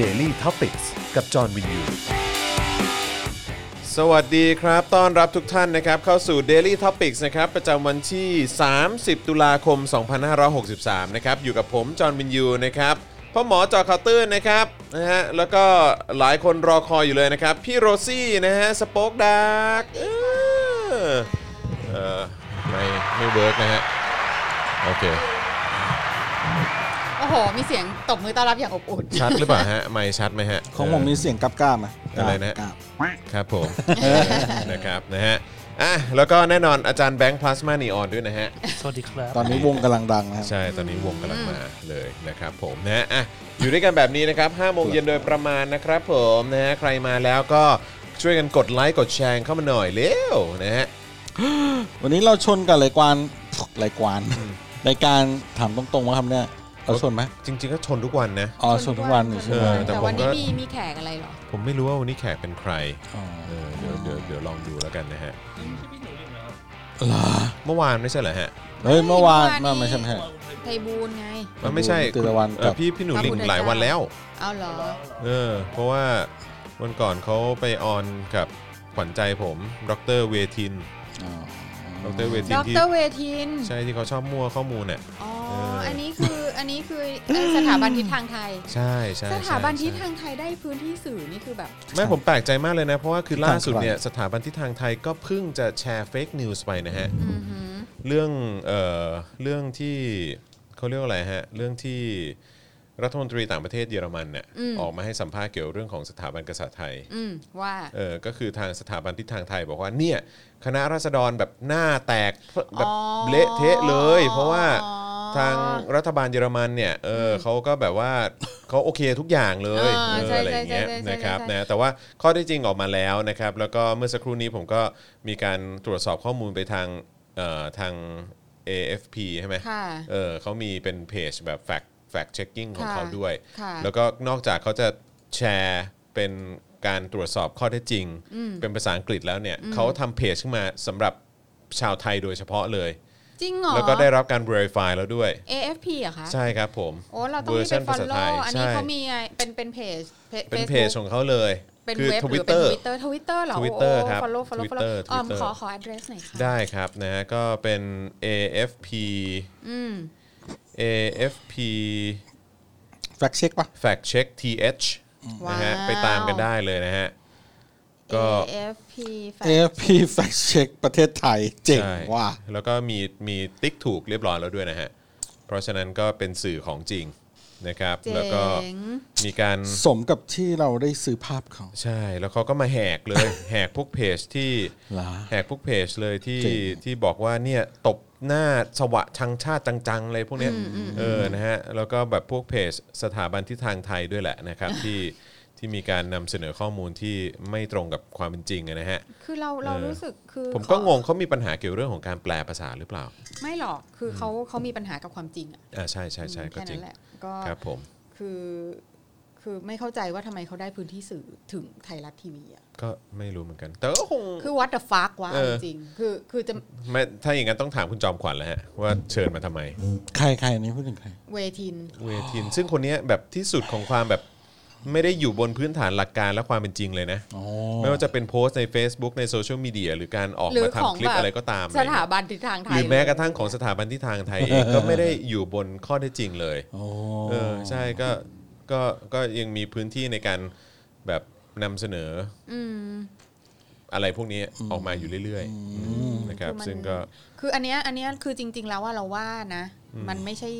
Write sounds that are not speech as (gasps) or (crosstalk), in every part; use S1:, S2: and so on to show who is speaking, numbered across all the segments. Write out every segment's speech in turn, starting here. S1: Daily t o p i c กกับจอห์นวินยู
S2: สวัสดีครับ ต้อนรับทุกท่านนะครับ เข้าสู่ Daily Topics นะครับ ประจำวันที่ 30 ตุลาคม 2563 นะครับ อยู่กับผม จอห์นวินยู นะครับพ่อหมอจอคาวตื้นนะครับ นะฮะ แล้วก็หลายคนรอคอยอยู่เลยนะครับ พี่โรซี่นะฮะ สป็อกดาร์กเออเออไม่ไม่เวิร์กนะฮะ โอเค
S3: โอ้โห มีเสียงตบมือต้อนรับอย่างอบอุ่น
S2: ชัดหรือเปล่าฮะ ไม่ชัดไหมฮะ
S4: ของผมมีเสียงกับกล้าม
S2: อะไรนะ
S4: กล้าม
S2: ครับผม (laughs) นะครับนะฮะอ่ะแล้วก็แน่นอนอาจารย์แบงค์พลาสมานีออนด้วยนะฮะ
S5: สวัสดีครับ
S4: ตอนนี้วงกำลังดังนะครับ
S2: ใช่ ตอนนี้วงกำลังมาเลยนะครับผมนะฮะอ่ะอยู่ด้วยกันแบบนี้นะครับ5โมงเย็นโดยประมาณนะครับผมนะฮะใครมาแล้วก็ช่วยกันกดไลค์กดแชร์เข้ามาหน่อยเร็วนะฮะ
S4: วันนี้เราชนกับรายการรายการรายการถามตรงๆว่าคำเนี้ยเราชนไหม
S2: จริง ๆ ก็ชนทุกวันนะ
S4: อ๋อชนทุกวันอยู่ใช่
S3: เอ
S4: ไหม
S3: อ
S2: แต่
S3: แต่
S2: ผมก็
S3: วันนี้มีมีแขกอะไรเหรอ
S2: ผมไม่รู้ว่าวันนี้แขกเป็นใคร
S4: อ๋อ
S2: เออเดี๋ยวเดี๋ยวเดี๋ยวลองดูแล้วกันนะฮะ
S4: เหรอ
S2: เมื่อวานไม่ใช่เหรอฮะ
S4: เฮ้ยเมื่อวาน
S3: เมื่อ
S4: มา
S3: วาน
S4: ไม่ใช่ไหมฮะ
S3: ไทบูลย์ไง
S2: มันไม่ใช่
S4: ธีรวัน
S2: เอ่
S4: กั
S2: อบ พี่พี่หนูลิง
S3: พระพุทธเจ้า
S2: หลายวันแล้ว
S3: เอาเหรอ
S2: เออเพราะว่าวันก่อนเขาไปออนกับขวัญใจผมดรเวทิน
S4: อ๋อ
S2: ดรเวทิ
S3: ด
S2: นที่
S3: รเวทิน
S2: ใช่ที่เขาชอบมั่วข้อมูลเนี่ย
S3: อ๋อ
S2: เอออั
S3: อันนี้คือ อันนี้คือ (coughs) เอ่อสถาบันทิศทางไทย
S2: ใช่ใช่
S3: ส
S2: ใช่
S3: ถาบันทิศทางไทยได้พื้นที่สื่อนี่คือแบบ
S2: ไม่ผมแปลกใจมากเลยนะ เพราะว่าคือล่าสุดเนี่ยสถาบันทิศทางไทยก็เพิ่งจะแชร์เฟกนิวส์ไปนะฮะ
S3: อือหือ
S2: เรื่องเอ่อเรื่องที่เขาเรียกว่าอะไรฮะ เรื่องที่รัฐมนตรีต่างประเทศเยอรมันเนี่ย
S3: อืม
S2: ออกมาให้สัมภาษณ์เกี่ยวเรื่องของสถาบันกษัตริย์ไทย
S3: อืมว่า
S2: เออก็คือทางสถาบันทิศทางไทยบอกว่าเนี่ยคณะราษฎรแบบหน้าแตกแบบ
S3: อ๋อ
S2: เละเทะเลย เพราะว่า
S3: อ๋อ
S2: ทางรัฐบาลเยอรมันเนี่ยเอออเขาก็แบบว่า (coughs) เขาโอเคทุกอย่างเลย
S3: อ่า
S2: เออ
S3: ใช่
S2: อะไรอย่างเงี้ย
S3: ใช่ใช่ใช่
S2: นะครับ
S3: ใช่
S2: นะแต่ว่าข้อได้จริงออกมาแล้วนะครับ แล้วก็เมื่อสักครู่นี้ผมก็มีการตรวจสอบข้อมูลไปทางเอ่อทาง AFP ใช่ไหม
S3: ค่ะ
S2: เออเขามีเป็นเพจแบบ fact fact checking ของ
S3: ค่ะ
S2: เขาด้วย
S3: ค่ะ
S2: แล้วก็นอกจากเขาจะแชร์เป็นการตรวจสอบข้อเท็จจริง เป็นภาษาอังกฤษแล้วเนี่ย เขาทำเพจขึ้นมาสำหรับชาวไทยโดยเฉพาะเลย
S3: จริงเหรอ
S2: แล้วก็ได้รับการ verify แล้วด้วย
S3: AFP เหรอะคะ
S2: ใช่ครับผม
S3: โอ้เราต้องรี
S2: ว
S3: บไป
S2: ชันภาษาไท
S3: follow
S2: ย
S3: อันนี้
S2: ใช่
S3: เขามีไงเป็นเป็นเพจ
S2: เป็นเพจ
S3: Facebook
S2: ของเขาเลย
S3: เป็น
S2: คือ
S3: เว็บหรือเป็น
S2: Twitter
S3: ทวิตเตอร์ทวิตเตอร์เหรอ
S2: Twitter
S3: โอ้
S2: ครับ
S3: follow follow follow
S2: Twitter
S3: อ๋อ
S2: Twitter
S3: ขอขอ address หน่อยค่ะ
S2: ได้ครับนะฮะก็เป็น AFP AFP
S4: แฟกเช็คปะ
S2: fact check th นะฮะ
S3: ว้าว
S2: ไปตามกันได้เลยนะฮะ ก็
S3: AFP Fact
S4: AFP แฟกเช็คประเทศไทยเจ๋ง
S2: ใช่
S4: ว่ะ
S2: แล้วก็มีมีติ๊กถูกเรียบร้อยแล้วด้วยนะฮะ เพราะฉะนั้นก็เป็นสื่อของจริงนะครับ
S3: เจ๋ง
S2: แล้วก็มีการ
S4: สมกับที่เราได้ซื้อภาพเขา
S2: ใช่ แล้วเขาก็มาแหกเลย
S4: (laughs)
S2: แหกพวกเพจที่
S4: หรอ
S2: แหกพวกเพจเลยที่
S4: จริง
S2: ที่บอกว่าเนี่ยตบหน้าสวะชังชาติจังๆเลยพวกเนี้ยเออนะฮะแล้วก็แบบพวกเพจสถาบันทิศทางไทยด้วยแหละนะครับ ที่ที่มีการนำเสนอข้อมูลที่ไม่ตรงกับความเป็นจริงอะนะฮะ
S3: คือเราเรารู้สึกคือ
S2: ผมก็
S3: ข
S2: งงเขามีปัญหาเกี่ยวเรื่องของการแปลภาษาหรือเปล่า
S3: ไม่หรอกคือเขาเขามีปัญหากับความจริงอ่ะ
S2: อ่าใช่ใช่ใช่ก็
S3: แค่
S2: จริ
S3: นั้
S2: ง
S3: นแหละก็
S2: ครับผม
S3: คือคือไม่เข้าใจว่าทำไมเขาได้พื้นที่สื่อถึงไทยรัฐทีวีอ่ะ
S2: ก็ไม่รู้เหมือนกัน แต่ก็คง
S3: คือ what the fuck วะ
S2: เออ
S3: จริงๆคือคือจะ
S2: ไม่ถ้าอย่างนั้นต้องถามคุณจอมขวัญแล้วฮะว่าเชิญมาทำไม
S4: ใครใครอันนี้พูดถึงใคร
S3: เวทิน
S2: เวทินซึ่งคนเนี้ยแบบที่สุดของความแบบไม่ได้อยู่บนพื้นฐานหลักการและความเป็นจริงเลยนะ
S4: อ๋อ
S2: ไม่ว่าจะเป็นโพสต์ใน Facebook ในโซเชียลมีเดียหรือการออก
S3: หรือ
S2: มา
S3: ของ
S2: ทำคลิป
S3: แบบ
S2: อะไรก็ตาม
S3: สถาบันทิศทางไท
S2: ห
S3: ย
S2: รือแม้กระทั่งของสถาบันที่ทางไท
S4: (laughs)
S2: ยเองก็ไม่ได้อยู่บนข้อเท็จจริงเลย
S4: โอ้
S2: เออใช่ก็ก็ก็ยังมีพื้นที่ในการแบบนำเสนอออะไรพวกนี้ออกมาอยู่เรื่อยๆนะครับ
S3: อมัน
S2: ซึ่งก็
S3: คืออันเนี้ยอันเนี้ยคือจริง ๆ แล้วว่าเราว่านะ มันไม่ใช่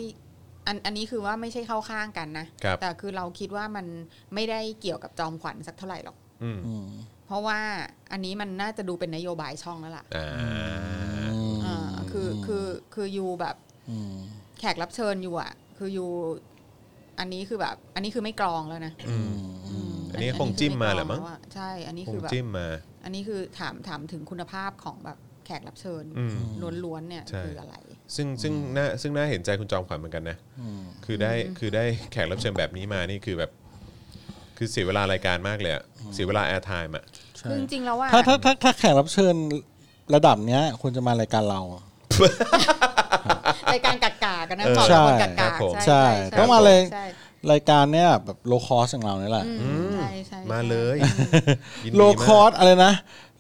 S3: อันอันนี้คือว่าไม่ใช่เข้าข้างกันนะ
S2: ครับ
S3: แต่คือเราคิดว่ามันไม่ได้เกี่ยวกับจอมขวัญสักเท่าไหร่หรอก
S2: อืม
S4: อืม
S3: เพราะว่าอันนี้มันน่าจะดูเป็นนโยบายช่องแล้วล่ะ
S2: อ่า
S3: อ่าคือคือคือยูแบบ
S4: อืม
S3: แขกรับเชิญยูอ่ะ คือยูอันนี้คือแบบ อันนี้คือไม่กรองแล้วนะ
S2: อืม
S3: อืม
S2: อันนี้คงจิ้มมาแหละมั้ง
S3: ไกรอแวอะใช่ อันนี้
S2: ค
S3: คื
S2: ง
S3: อแบบ
S2: จิ้มมา
S3: อันนี้คือถามถามถึงคุณภาพของแบบแขกรับเชิญ
S2: อืม
S3: ล้วนๆเนี่ย
S2: ใช่
S3: คืออะไร
S2: ซึ่งซึ่งน่าซึ่งน่าเห็นใจคุณจอมขวัญเหมือนกันนะ คือได้คือได้แขกรับเชิญแบบนี้มานี่คือแบบ คือเสียเวลารายการมากเลยอะเสียเวลาแอร์ไทม์อะ
S4: ใช่
S3: คือจริงๆแล้วว่า
S4: ถ้าถ้าถ้าถ้าแขกรับเชิญระดับเนี้ยควรจะมารายการเรา
S3: รายการกากากันนะ
S4: เออ
S3: บอก
S4: ใช่
S3: ว่าคนกากา
S4: ใช่ต้องมาเลย
S3: ใช่
S4: รายการเนี่ยแบบโลคอสอย่างเราเนี่ยแหละ
S3: อืมใช่ใช่
S2: มาเลยยินดี
S4: โล
S2: มาก
S4: คอสอะไรนะ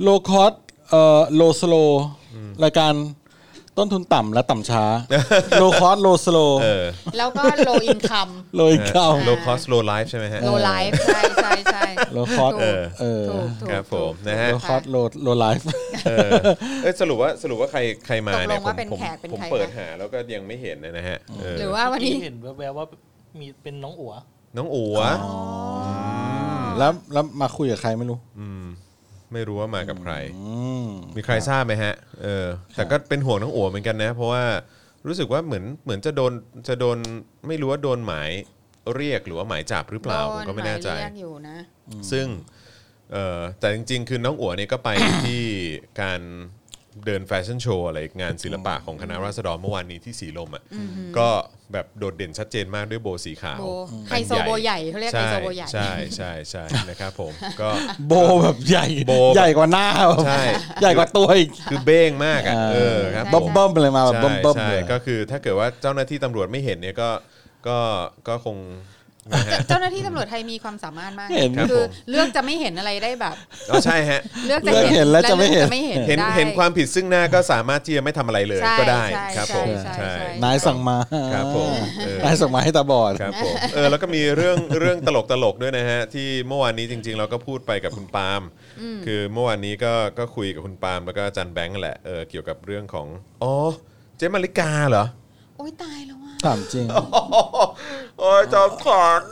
S4: โลคอสเอ่อโลสโลรายการต้นทุนต่ำและ
S2: (laughs)
S4: ต่ำช้า โลคอสโลสโล
S2: เออ
S3: แล้วก็ low income
S4: โลอินคัม
S2: โลคอสโลไลฟ์ใช่ไหมฮะ
S3: low life ใช่ใช่ใช่
S4: low cost
S3: ถูก
S2: เออ
S4: เออ
S3: ถูกถูก
S2: ครับผม
S3: ถูก
S2: นะฮะ
S4: โลคอสโลโลไลฟ์
S2: เออเอ้ยสรุปว่าสรุปว่าใครใครมาเนี่ยผ
S3: ตกลง
S2: ม
S3: ว่าเป็น
S2: ผม
S3: แขกเป็น
S2: ผม
S3: ใคร
S2: เปิด
S3: คะ
S2: หาแล้วก็ยังไม่เห็นนะฮะเห
S3: รือว่าวันนี้
S5: เห็นแววๆว่ามีเป็นน้องอัว
S2: น้องอัว
S4: แล้วแล้วมาคุยกับใครไม่รู้
S2: มไม่รู้ว่ามากับใคร
S4: อืม
S2: มีใครทราบไหมฮะเออแต่ก็เป็นห่วงน้องอัวเหมือนกันนะ เพราะว่ารู้สึกว่าเหมือนเหมือนจะโดนจะโดนไม่รู้ว่าโดนหมายเรียกหรือว่าหมายจับหรือเปล่าผมก็ไม่แน่ใจ
S3: โดหมายเรียกอยู่นะ
S2: ซึ่งเอ่อแต่จริง ๆ คือน้องอั๋วเนี่ยก็ไป (coughs) ที่การเดินแฟชั่นโชว์อะไรงานศิลปะของคณะราษฎรเมื่อวานนี้ที่สีลมอ่ะก็แบบโดดเด่นชัดเจนมากด้วยโบสีขาว
S3: โบ
S2: อัน
S3: ไฮโซโบใหญ่เขาเรียกไฮโซโบใหญ่
S2: ใช่ใช่ใช่ใช่ นะครับ
S3: (laughs)
S2: ผมก็
S4: (laughs) โบแบบใหญ่
S2: โบ
S4: ใหญ่กว่าหน้าแบบ
S2: ใช่
S4: ใหญ่กว่าตัวอีก
S2: คือเบ้งมากอ่ะเออครับผ
S4: เบิ้ม
S2: ม
S4: เบิ้มๆเลยมาแบบ
S2: ใช่
S4: เบิ้มเบิ้มๆ
S2: ใช่
S4: เลย
S2: ก็คือถ้าเกิดว่าเจ้าหน้าที่ตำรวจไม่เห็นเนี่ยก็ก็ก็คงนะ
S4: (laughs)
S2: ฮะ
S3: เจ้าหน้าที่ตำรวจไทยมีความสามารถมาก
S4: เห็น
S2: ครับ
S3: คือเลือกจะไม่เห็นอะไรได้แบบ
S2: อ๋อใช่ฮะ
S3: เลือกจะ
S4: เลือกเห็นและจะไม่เห็
S3: เลื
S4: น
S3: อกจะ
S2: เห็
S3: เห็
S2: น
S3: นได้
S2: เห็นความผิดซึ่งหน้าก็สามารถที่จะไม่ทำอะไรเลย
S3: ใช่
S2: ก็ได้
S3: ใช่
S2: ครับผม
S3: ใช่
S2: ใช่
S3: ใช่
S4: นายสั่งมา
S2: ครับผมเออ
S4: นายสั่งมาให้ตาบอด
S2: ครับผมเออแล้วก็มีเรื่องเรื่องตลกตลกๆด้วยนะฮะ ที่เมื่อวานนี้จริง ๆ เราก็พูดไปกับคุณปาล์มคือเมื่อวานนี้ก็ก็คุยกับคุณปาล์มแล้วก็อาจันแบงค์แหละเออเกี่ยวกับเรื่องของอ๋อเจ๊มาริกาเหรอ
S3: โอ๊ยตายแล้วว่า
S4: ถามจริง
S2: (laughs) โอ้ยจอมขวัญ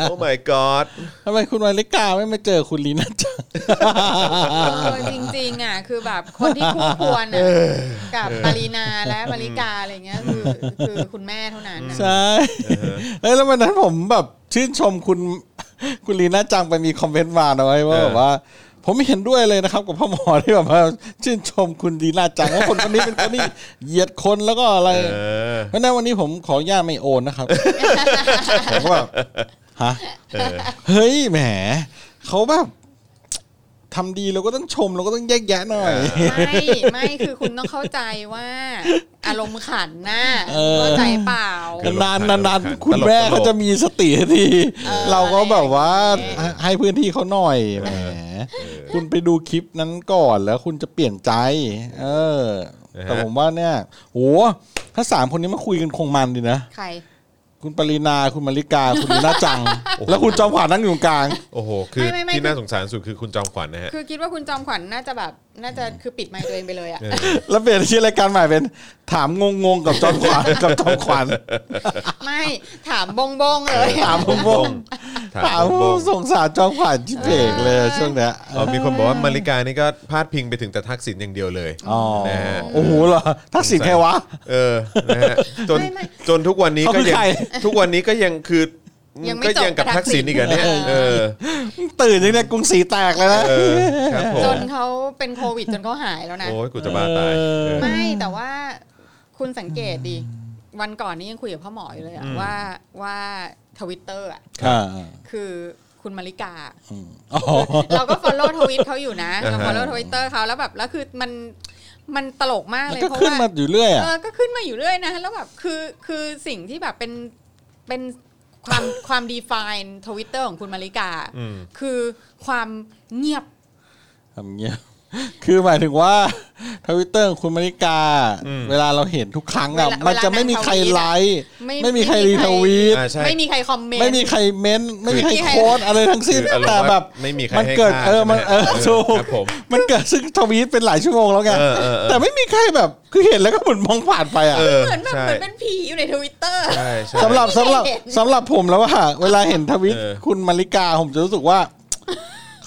S2: โอ้ my god
S4: ทำไมคุณวาริกาไม่มาเจอคุณลีน่าจัง
S3: เออจริงๆอ่ะคือแบบคนที่คู่ควรอ่ะกับปรินาและมาริกาอะไรเงี้ยคือคือคุณแม่เท่านั้นนะ
S4: ใช่เอ้ยแล้ววันนั้นผมแบบชื่นชมคุณ (laughs) คุณลีน่าจังไปมีคอมเมนต์มาเอาไว้ว่า
S2: เออ
S4: แบบว่า ผมเห็นด้วยเลยนะครับกับพ่อหมอที่แบบว่าชื่นชมคุณลีน่าจังว่าคนคนนี้เป็นคนที่เหยียดคนแล้วก็อะไร
S2: เออ
S4: เพราะฉะนั้นวันนี้ผมขออนุญาตไม่โอนนะครับ ผมก็แบบฮะเฮ้ยแหมเขาแบบทำดีเราก็ต้องชมเราก็ต้องแยกแยะหน่อย
S3: ไม่ไม่คือคุณต้องเข้าใจว่าอารมณ์ขันน่ะ
S4: เออ
S3: เข้าใจเปล่า
S2: ตลก
S4: นานๆนาน
S2: ตลก
S4: ๆคุณแม่
S2: ตลก
S4: เขาจะมีสติที เราก็แบบว่าให้พื้นที่เขาหน่อยแหมคุณไปดูคลิปนั้นก่อนแล้วคุณจะเปลี่ยนใจ เออ แต่ผมว่าเนี่ยโหถ้าสามคนนี้มาคุยกันคงมันดีนะ
S3: ใคร
S4: คุณปรินาคุณมาริกา คุณลีน่าจัง แล้วคุณจอมขวานนั่งอยู่ตรงกลาง
S2: โอ้โหคือ
S3: ไม่ไม่ไม่
S2: ที่น่าสงสารสุดคือคุณจอมขวัญนะฮะ
S3: คือคิดว่าคุณจอมขวัญน่าจะแบบน่าจะคือปิดไมค์ตัวเองไปเลยอ่ะ
S4: แล้วเปลี่ยนชื่อรายการใหม่เป็น ถามงงงๆกับจอมขวาน กับจอมขวาน
S3: ไม่ถามบงบงเลย
S4: ถามงง
S2: ถาม
S4: ๆถาม
S2: ผมบ
S4: ผู้
S2: ง
S4: สงสารจอมขวานชิบเบกเลยช่วงเนี้ย
S2: อ๋อมีคนบอกว่ามาริกานี่ก็พาดพิงไปถึงแต่ทักษิณอย่างเดียวเลย
S4: อ๋อ
S2: นะฮะ
S4: โอ้โหเหรอทักษิณใครวะ
S2: เออนะฮะจนจนทุกวันนี้
S4: เขา
S2: ก็
S4: คือ
S2: ยัง
S4: ใคร
S2: ทุกวันนี้ก็ยังคือก็ยังกับทักษิณอีกเหรอเนี่ยเออ
S4: ตื่นยังเนี่ยกรุงศรีแตกเลยนะ
S2: เออครับผ
S3: จ
S2: ม
S3: นเขาเป็นโควิดจนเขาหายแล้วนะ
S2: โอ้ยกูจะบ้าตายเออ
S3: ไม่แต่ว่าคุณสังเกตดิวันก่อนนี้ยังคุยกับพ่อหมออยู่เลยอะ
S2: อืม
S3: ว่าว่าทวิตเตอร์อะ
S4: อ่า
S3: คือคุณมาริกา
S4: อ๋อ
S3: เราก็ follow ทวิตเขาอยู่นะเรา
S2: อ่าฮะ
S3: follow ทวิตเตอร์เขาแล้วแบบแล้วคือมันมันตลกมาก
S4: มั
S3: เล
S4: น
S3: ย
S4: ก็
S3: เพราะ
S4: ขึ้น
S3: ว่า
S4: มาอยู่เรื่อยอ่ะ
S3: เออ ก็ขึ้นมาอยู่เรื่อยนะ แล้วแบบ คือ คือสิ่งที่แบบเป็น เป็นความ ความ define ทวิตเตอร์ของคุณมาริกา
S2: อืม
S3: คือความเงียบ
S4: ทำเงียบ คือหมายถึงว่าทวิตเตอร์คุณมาริกา
S2: อืม
S4: เวลาเราเห็นทุกครั้งอะ
S3: เวลา
S4: มันจะไม่มีใคร
S3: เวลานางทวีตอะ
S4: ไลค์
S3: ไม่
S4: ไม่มีใคร
S3: ไม่มี
S4: รี
S3: ใคร
S4: ทวีต
S2: อ่าใช่
S3: ไม่มีใครคอมเมนต์
S4: ไม่มีใครเม้นต์ไม่มีใคร
S3: ไม่มีใคร
S4: โค้ดอะไรทั้งสิ้น
S2: คืออารม
S4: แต่
S2: ณ์
S4: แบ
S2: แบบ บไม่มีใคร
S4: มัน
S2: ให้
S4: เกิด
S2: ค่า
S4: เออมันเออ
S2: ใช่
S4: ถู
S2: ไหค
S4: ก
S2: รับผม
S4: มันเกิดซึ่งทวีตเป็นหลายชั่วโมงแล้วไง
S2: เออเออเออ
S4: แต่ไม่มีใครแบบคือเห็นแล้วก็เหมือนมองผ่านไปอ่ะ
S2: เออ
S3: เหมือนแบบ
S2: ใช่
S3: เหมือนเป็นผีอยู่ในทวิตเตอร์
S2: ใช่ใช่
S4: สำหรับ
S3: ไม่
S4: สำหรับ
S3: เห็น
S4: สำหรับผมแล้วว่าเวลาเห็นทวิต
S2: เออ
S4: คุณมาริกาผมจะรู้สึกว่า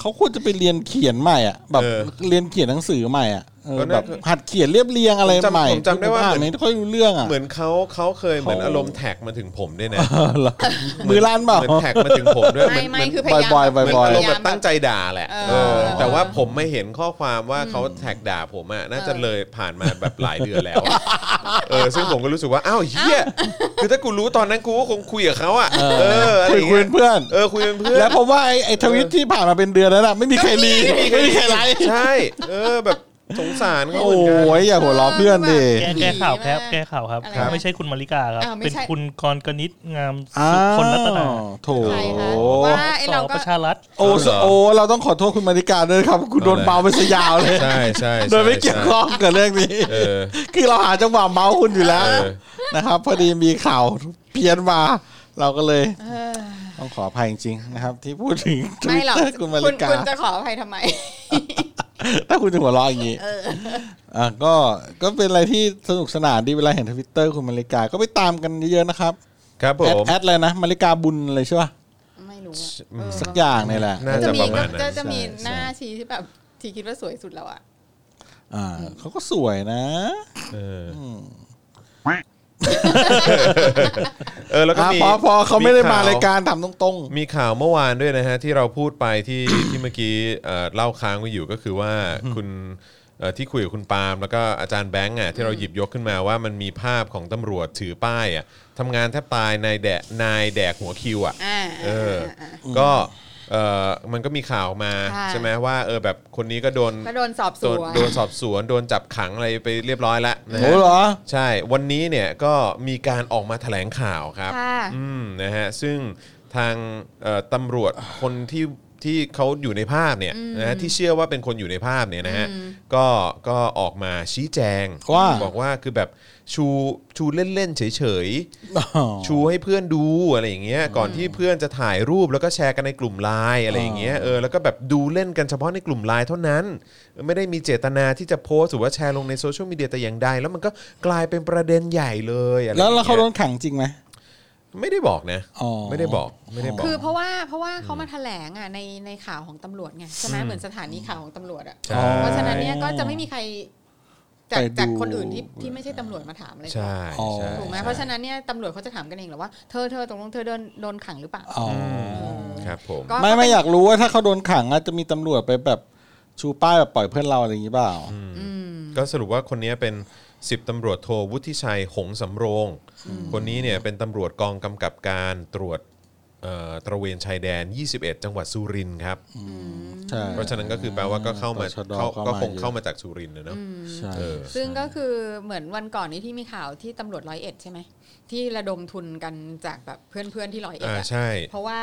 S4: เขาควรจะไปเรียนเขียนใหม่อ่ะแบบ
S2: เออ
S4: เรียนเขียนหนังสือใหม่อ่ะเออ
S2: ก็น่า
S4: แบบหัดเขียนเรียบเรียงอะไร
S2: ผมจำ
S4: ใหม่
S2: ผมจำได้ว่า
S4: อ่น
S2: เหมือน
S4: ไม่ค่อยรู้เรื่องอ่ะ
S2: เหมือนเขาเขาเคยเหมือนอารมณ์แท็กมาถึงผมด้วยนะ
S4: เออเหรอมือลั่นเปล่า
S2: เหมือนแท็กมาถึงผมด้วยเห
S3: ไม่
S2: อน
S3: ไม่
S2: เหอน
S3: คือพยายาม
S4: บ่อยๆบ่
S2: เห
S4: ย
S2: มือน
S3: พ
S2: อารมณ์
S3: ยา
S2: แบ
S3: ยาม
S2: บ
S3: แบ
S2: ตั้ง
S3: บ
S2: ใจด่าแหละ
S3: เออ
S2: เออแต่ว่าผมไม่เห็นข้อความว่าเขาแท็กด่าผมอ่ะน่าจะ
S3: เออ
S2: เลยผ่านมาแบบหลายเดือนแล้วอะเออซึ่งผมก็รู้สึกว่า อ้าวเฮียคือถ้ากูรู้ตอนนั้นกูก็คงคุยกับเขาอ่ะเอออะไร
S4: คุย
S2: อย่างเงี้ย
S4: คุยเป็นเพื่อน
S2: เออคุยเป็นเพื่อน
S4: แล้วผมว่าไอ้ไอ้ทวิตที่ผ่านมาเป็นเดือนแล้วน่ะไม่มีใครรีไม่มีใครไลค์
S2: ใช่ เออแบบ สงสารเขา
S4: โอ
S2: เหมือนกัน้
S4: ยอย่าหัวล้อเพื่อนดิ
S5: แก้แก้ข่าวครับ
S3: ดีมาก
S5: แก้ข่าวครับ
S3: อะไรนะ
S5: ไม่ใช่คุณมาริกาครับ
S3: อ้าวไม่
S5: เป็น
S3: ใช่
S5: คุณกรกนิษฐ์งาม
S4: อ้า
S5: สุคนรัตนาว
S4: โถ
S3: ใครคะว่าไอ
S5: ส
S3: เรา
S5: อ
S3: ก็
S5: ประชารัฐ
S4: โอ้สโอ้เราต้องขอโทษคุณมาริกาด้วยครับ คุณโดนเมาไปซะยาวเลย
S2: ใช่ใช่ใช่
S4: โดยไม่เกี่ยวข้องกับเรื่องนี้
S2: เออ
S4: คือเราหาจังหวะเมาคุณอยู่แล้ว
S2: เออ
S4: นะครับ พอดีมีข่าวเพี้ยนมา เราก็เลยต้องขออภัยจริงๆนะครับ ที่พูดถึง
S3: ไม่หรอก
S4: Twitter คุณมาริกา
S3: คุณจะขออภัยทำไม
S4: ถ้าคุณจะหัวเราะอย่างนี้อ่ะก็ก็เป็นอะไรที่สนุกสนานดีเวลาเห็นทวิตเตอร์คุณมาริกาก็ไปตามกันเยอะๆนะครับ
S2: ครับผ
S4: แอด
S2: ม
S4: แอดอะไรนะมาริกาบุญอะไรใช่ป่ะ
S3: ไม่รู้อะ
S2: อืม
S3: เออ
S4: สักอย่างนี่แหละ
S2: น่า
S3: จะ
S2: จะ
S3: มี
S2: ประ
S3: ก็
S2: มาณนั้น
S3: จะจะมี
S4: ใช่
S3: หน้าชีที่แบบที่คิดว่าสวยสุดแล้วอ่ะ
S4: อ่าเขาก็สวยนะ
S2: เออเออแล้วก็
S4: อ่ะ
S2: มี
S4: พอพอเขาไม่ได้มา
S2: ข่ว
S4: รายการถามตรง
S2: มีข่าวเมื่อวานด้วยนะฮะที่เราพูดไปที่ (coughs) ที่เมื่อกี้เอ่อเล่าค้างไว้อยู่ก็คือว่าคุณเอ่อที่คุยกับคุณปาล์มแล้วก็อาจารย์แบงค์อ่ะที่เราหยิบยกขึ้นมาว่ามันมีภาพของตำรวจถือป้ายอ่ะทำงานแทบตายนายแดกนายแดกหัวคิวอ่ะ
S3: อ่า
S2: เออ ก็เออมันก็มีข่าวมา
S3: ใช่
S2: ใช่ไหมว่าเออแบบคนนี้ก็โดน
S3: ก็โดนสอบส
S2: โดน
S3: วน
S2: โดนสอบสวนโดนจับขังอะไรไปเรียบร้อยแล้ว
S4: ๆ
S2: นะ
S4: โห
S2: ฮะ
S4: เหรอ
S2: ใช่วันนี้เนี่ยก็มีการออกมาแถลงข่าวครับ
S3: ค่ะ
S2: อืมนะฮะซึ่งทางเอ่อตำรวจคนที่ที่เขาอยู่ในภาพเนี่ยนะฮะที่เชื่อว่าเป็นคนอยู่ในภาพเนี่ยนะฮะก็ก็ออกมาชี้แจง
S4: ว่า
S2: บอกว่าคือแบบชูชูเล่นๆเฉย
S4: อ๋อ
S2: ๆ ชูให้เพื่อนดูอะไรอย่างเงี้ยก่อนที่เพื่อนจะถ่ายรูปแล้วก็แชร์กันในกลุ่มไลน์อะไรอย่างเงี้ยเออแล้วก็แบบดูเล่นกันเฉพาะในกลุ่มไลน์เท่านั้น ไม่ได้มีเจตนาที่จะโพสต์หรือว่าแชร์ลงในโซเชียลมีเดียแต่อย่างใดแล้วมันก็กลายเป็นประเด็นใหญ่เลยอะไรอย่ง
S4: แล้ว
S2: งี้ย
S4: แล้วเขาโดนขังจริงไหม
S2: ไม่ได้บอกนะ
S4: อ๋อ
S2: ไม่ได้บอกไม่ได้บอก
S3: คือเพราะว่าเพราะว่าเขามาแถลงอ่ะในในข่าวของตำรวจไงใช่ไหมเหมือนสถานีข่าวของตำรวจอ่ะ
S2: ใช่
S3: เพราะฉะนั้นเนี่ยก็จะไม่มีใครจาก
S4: ไปดู
S3: จากคนอื่นที่ที่ไม่ใช่ตำรวจมาถามอะไร
S2: ใช่
S4: อ๋อ
S2: ใช่
S3: ถูกไหม
S2: ใช่
S3: เพราะฉะนั้นเนี่ยตำรวจเขาจะถามกันเองเหรอว่าเธอเธอตรงงเธอโดนโดนขังหรือเปล่า
S4: อ๋ออ
S2: ครับผม
S3: ก็
S4: ไม่ไม่อยากรู้ว่าถ้าเขาโดนขังอะจะมีตำรวจไปแบบชูป้ายแบบปล่อยเพื่อนเราอะไรอย่างนี้เปล่า
S2: ก็สรุปว่าคนนี้เป็น 10ตำรวจโทวุฒิชัยหงส์สำโรง คนนี้เนี่ยเป็นตำรวจกองกำกับการตรวจเอ่อตระเวนชายแดน 21 จังหวัดสุรินทร์ครับ
S4: ใช่
S2: เพราะฉะนั้นก็คือแปลว่าก็เข้ามา
S4: ตชด
S2: เข้า
S4: เข้ามา
S2: ก็คง
S4: เยอะ
S2: เข้ามาจากสุรินทร์นะเนาะ
S4: ใช่
S2: เออ
S3: ซึ่งก็คือเหมือนวันก่อนนี้ที่มีข่าวที่ตำรวจร้อยเอ็ดใช่ไหมที่ระดมทุนกันจากแบบเพื่อนๆที่ร้อยเอ็ด
S2: อ่า
S3: อะ
S2: ใช่
S3: เพราะว่า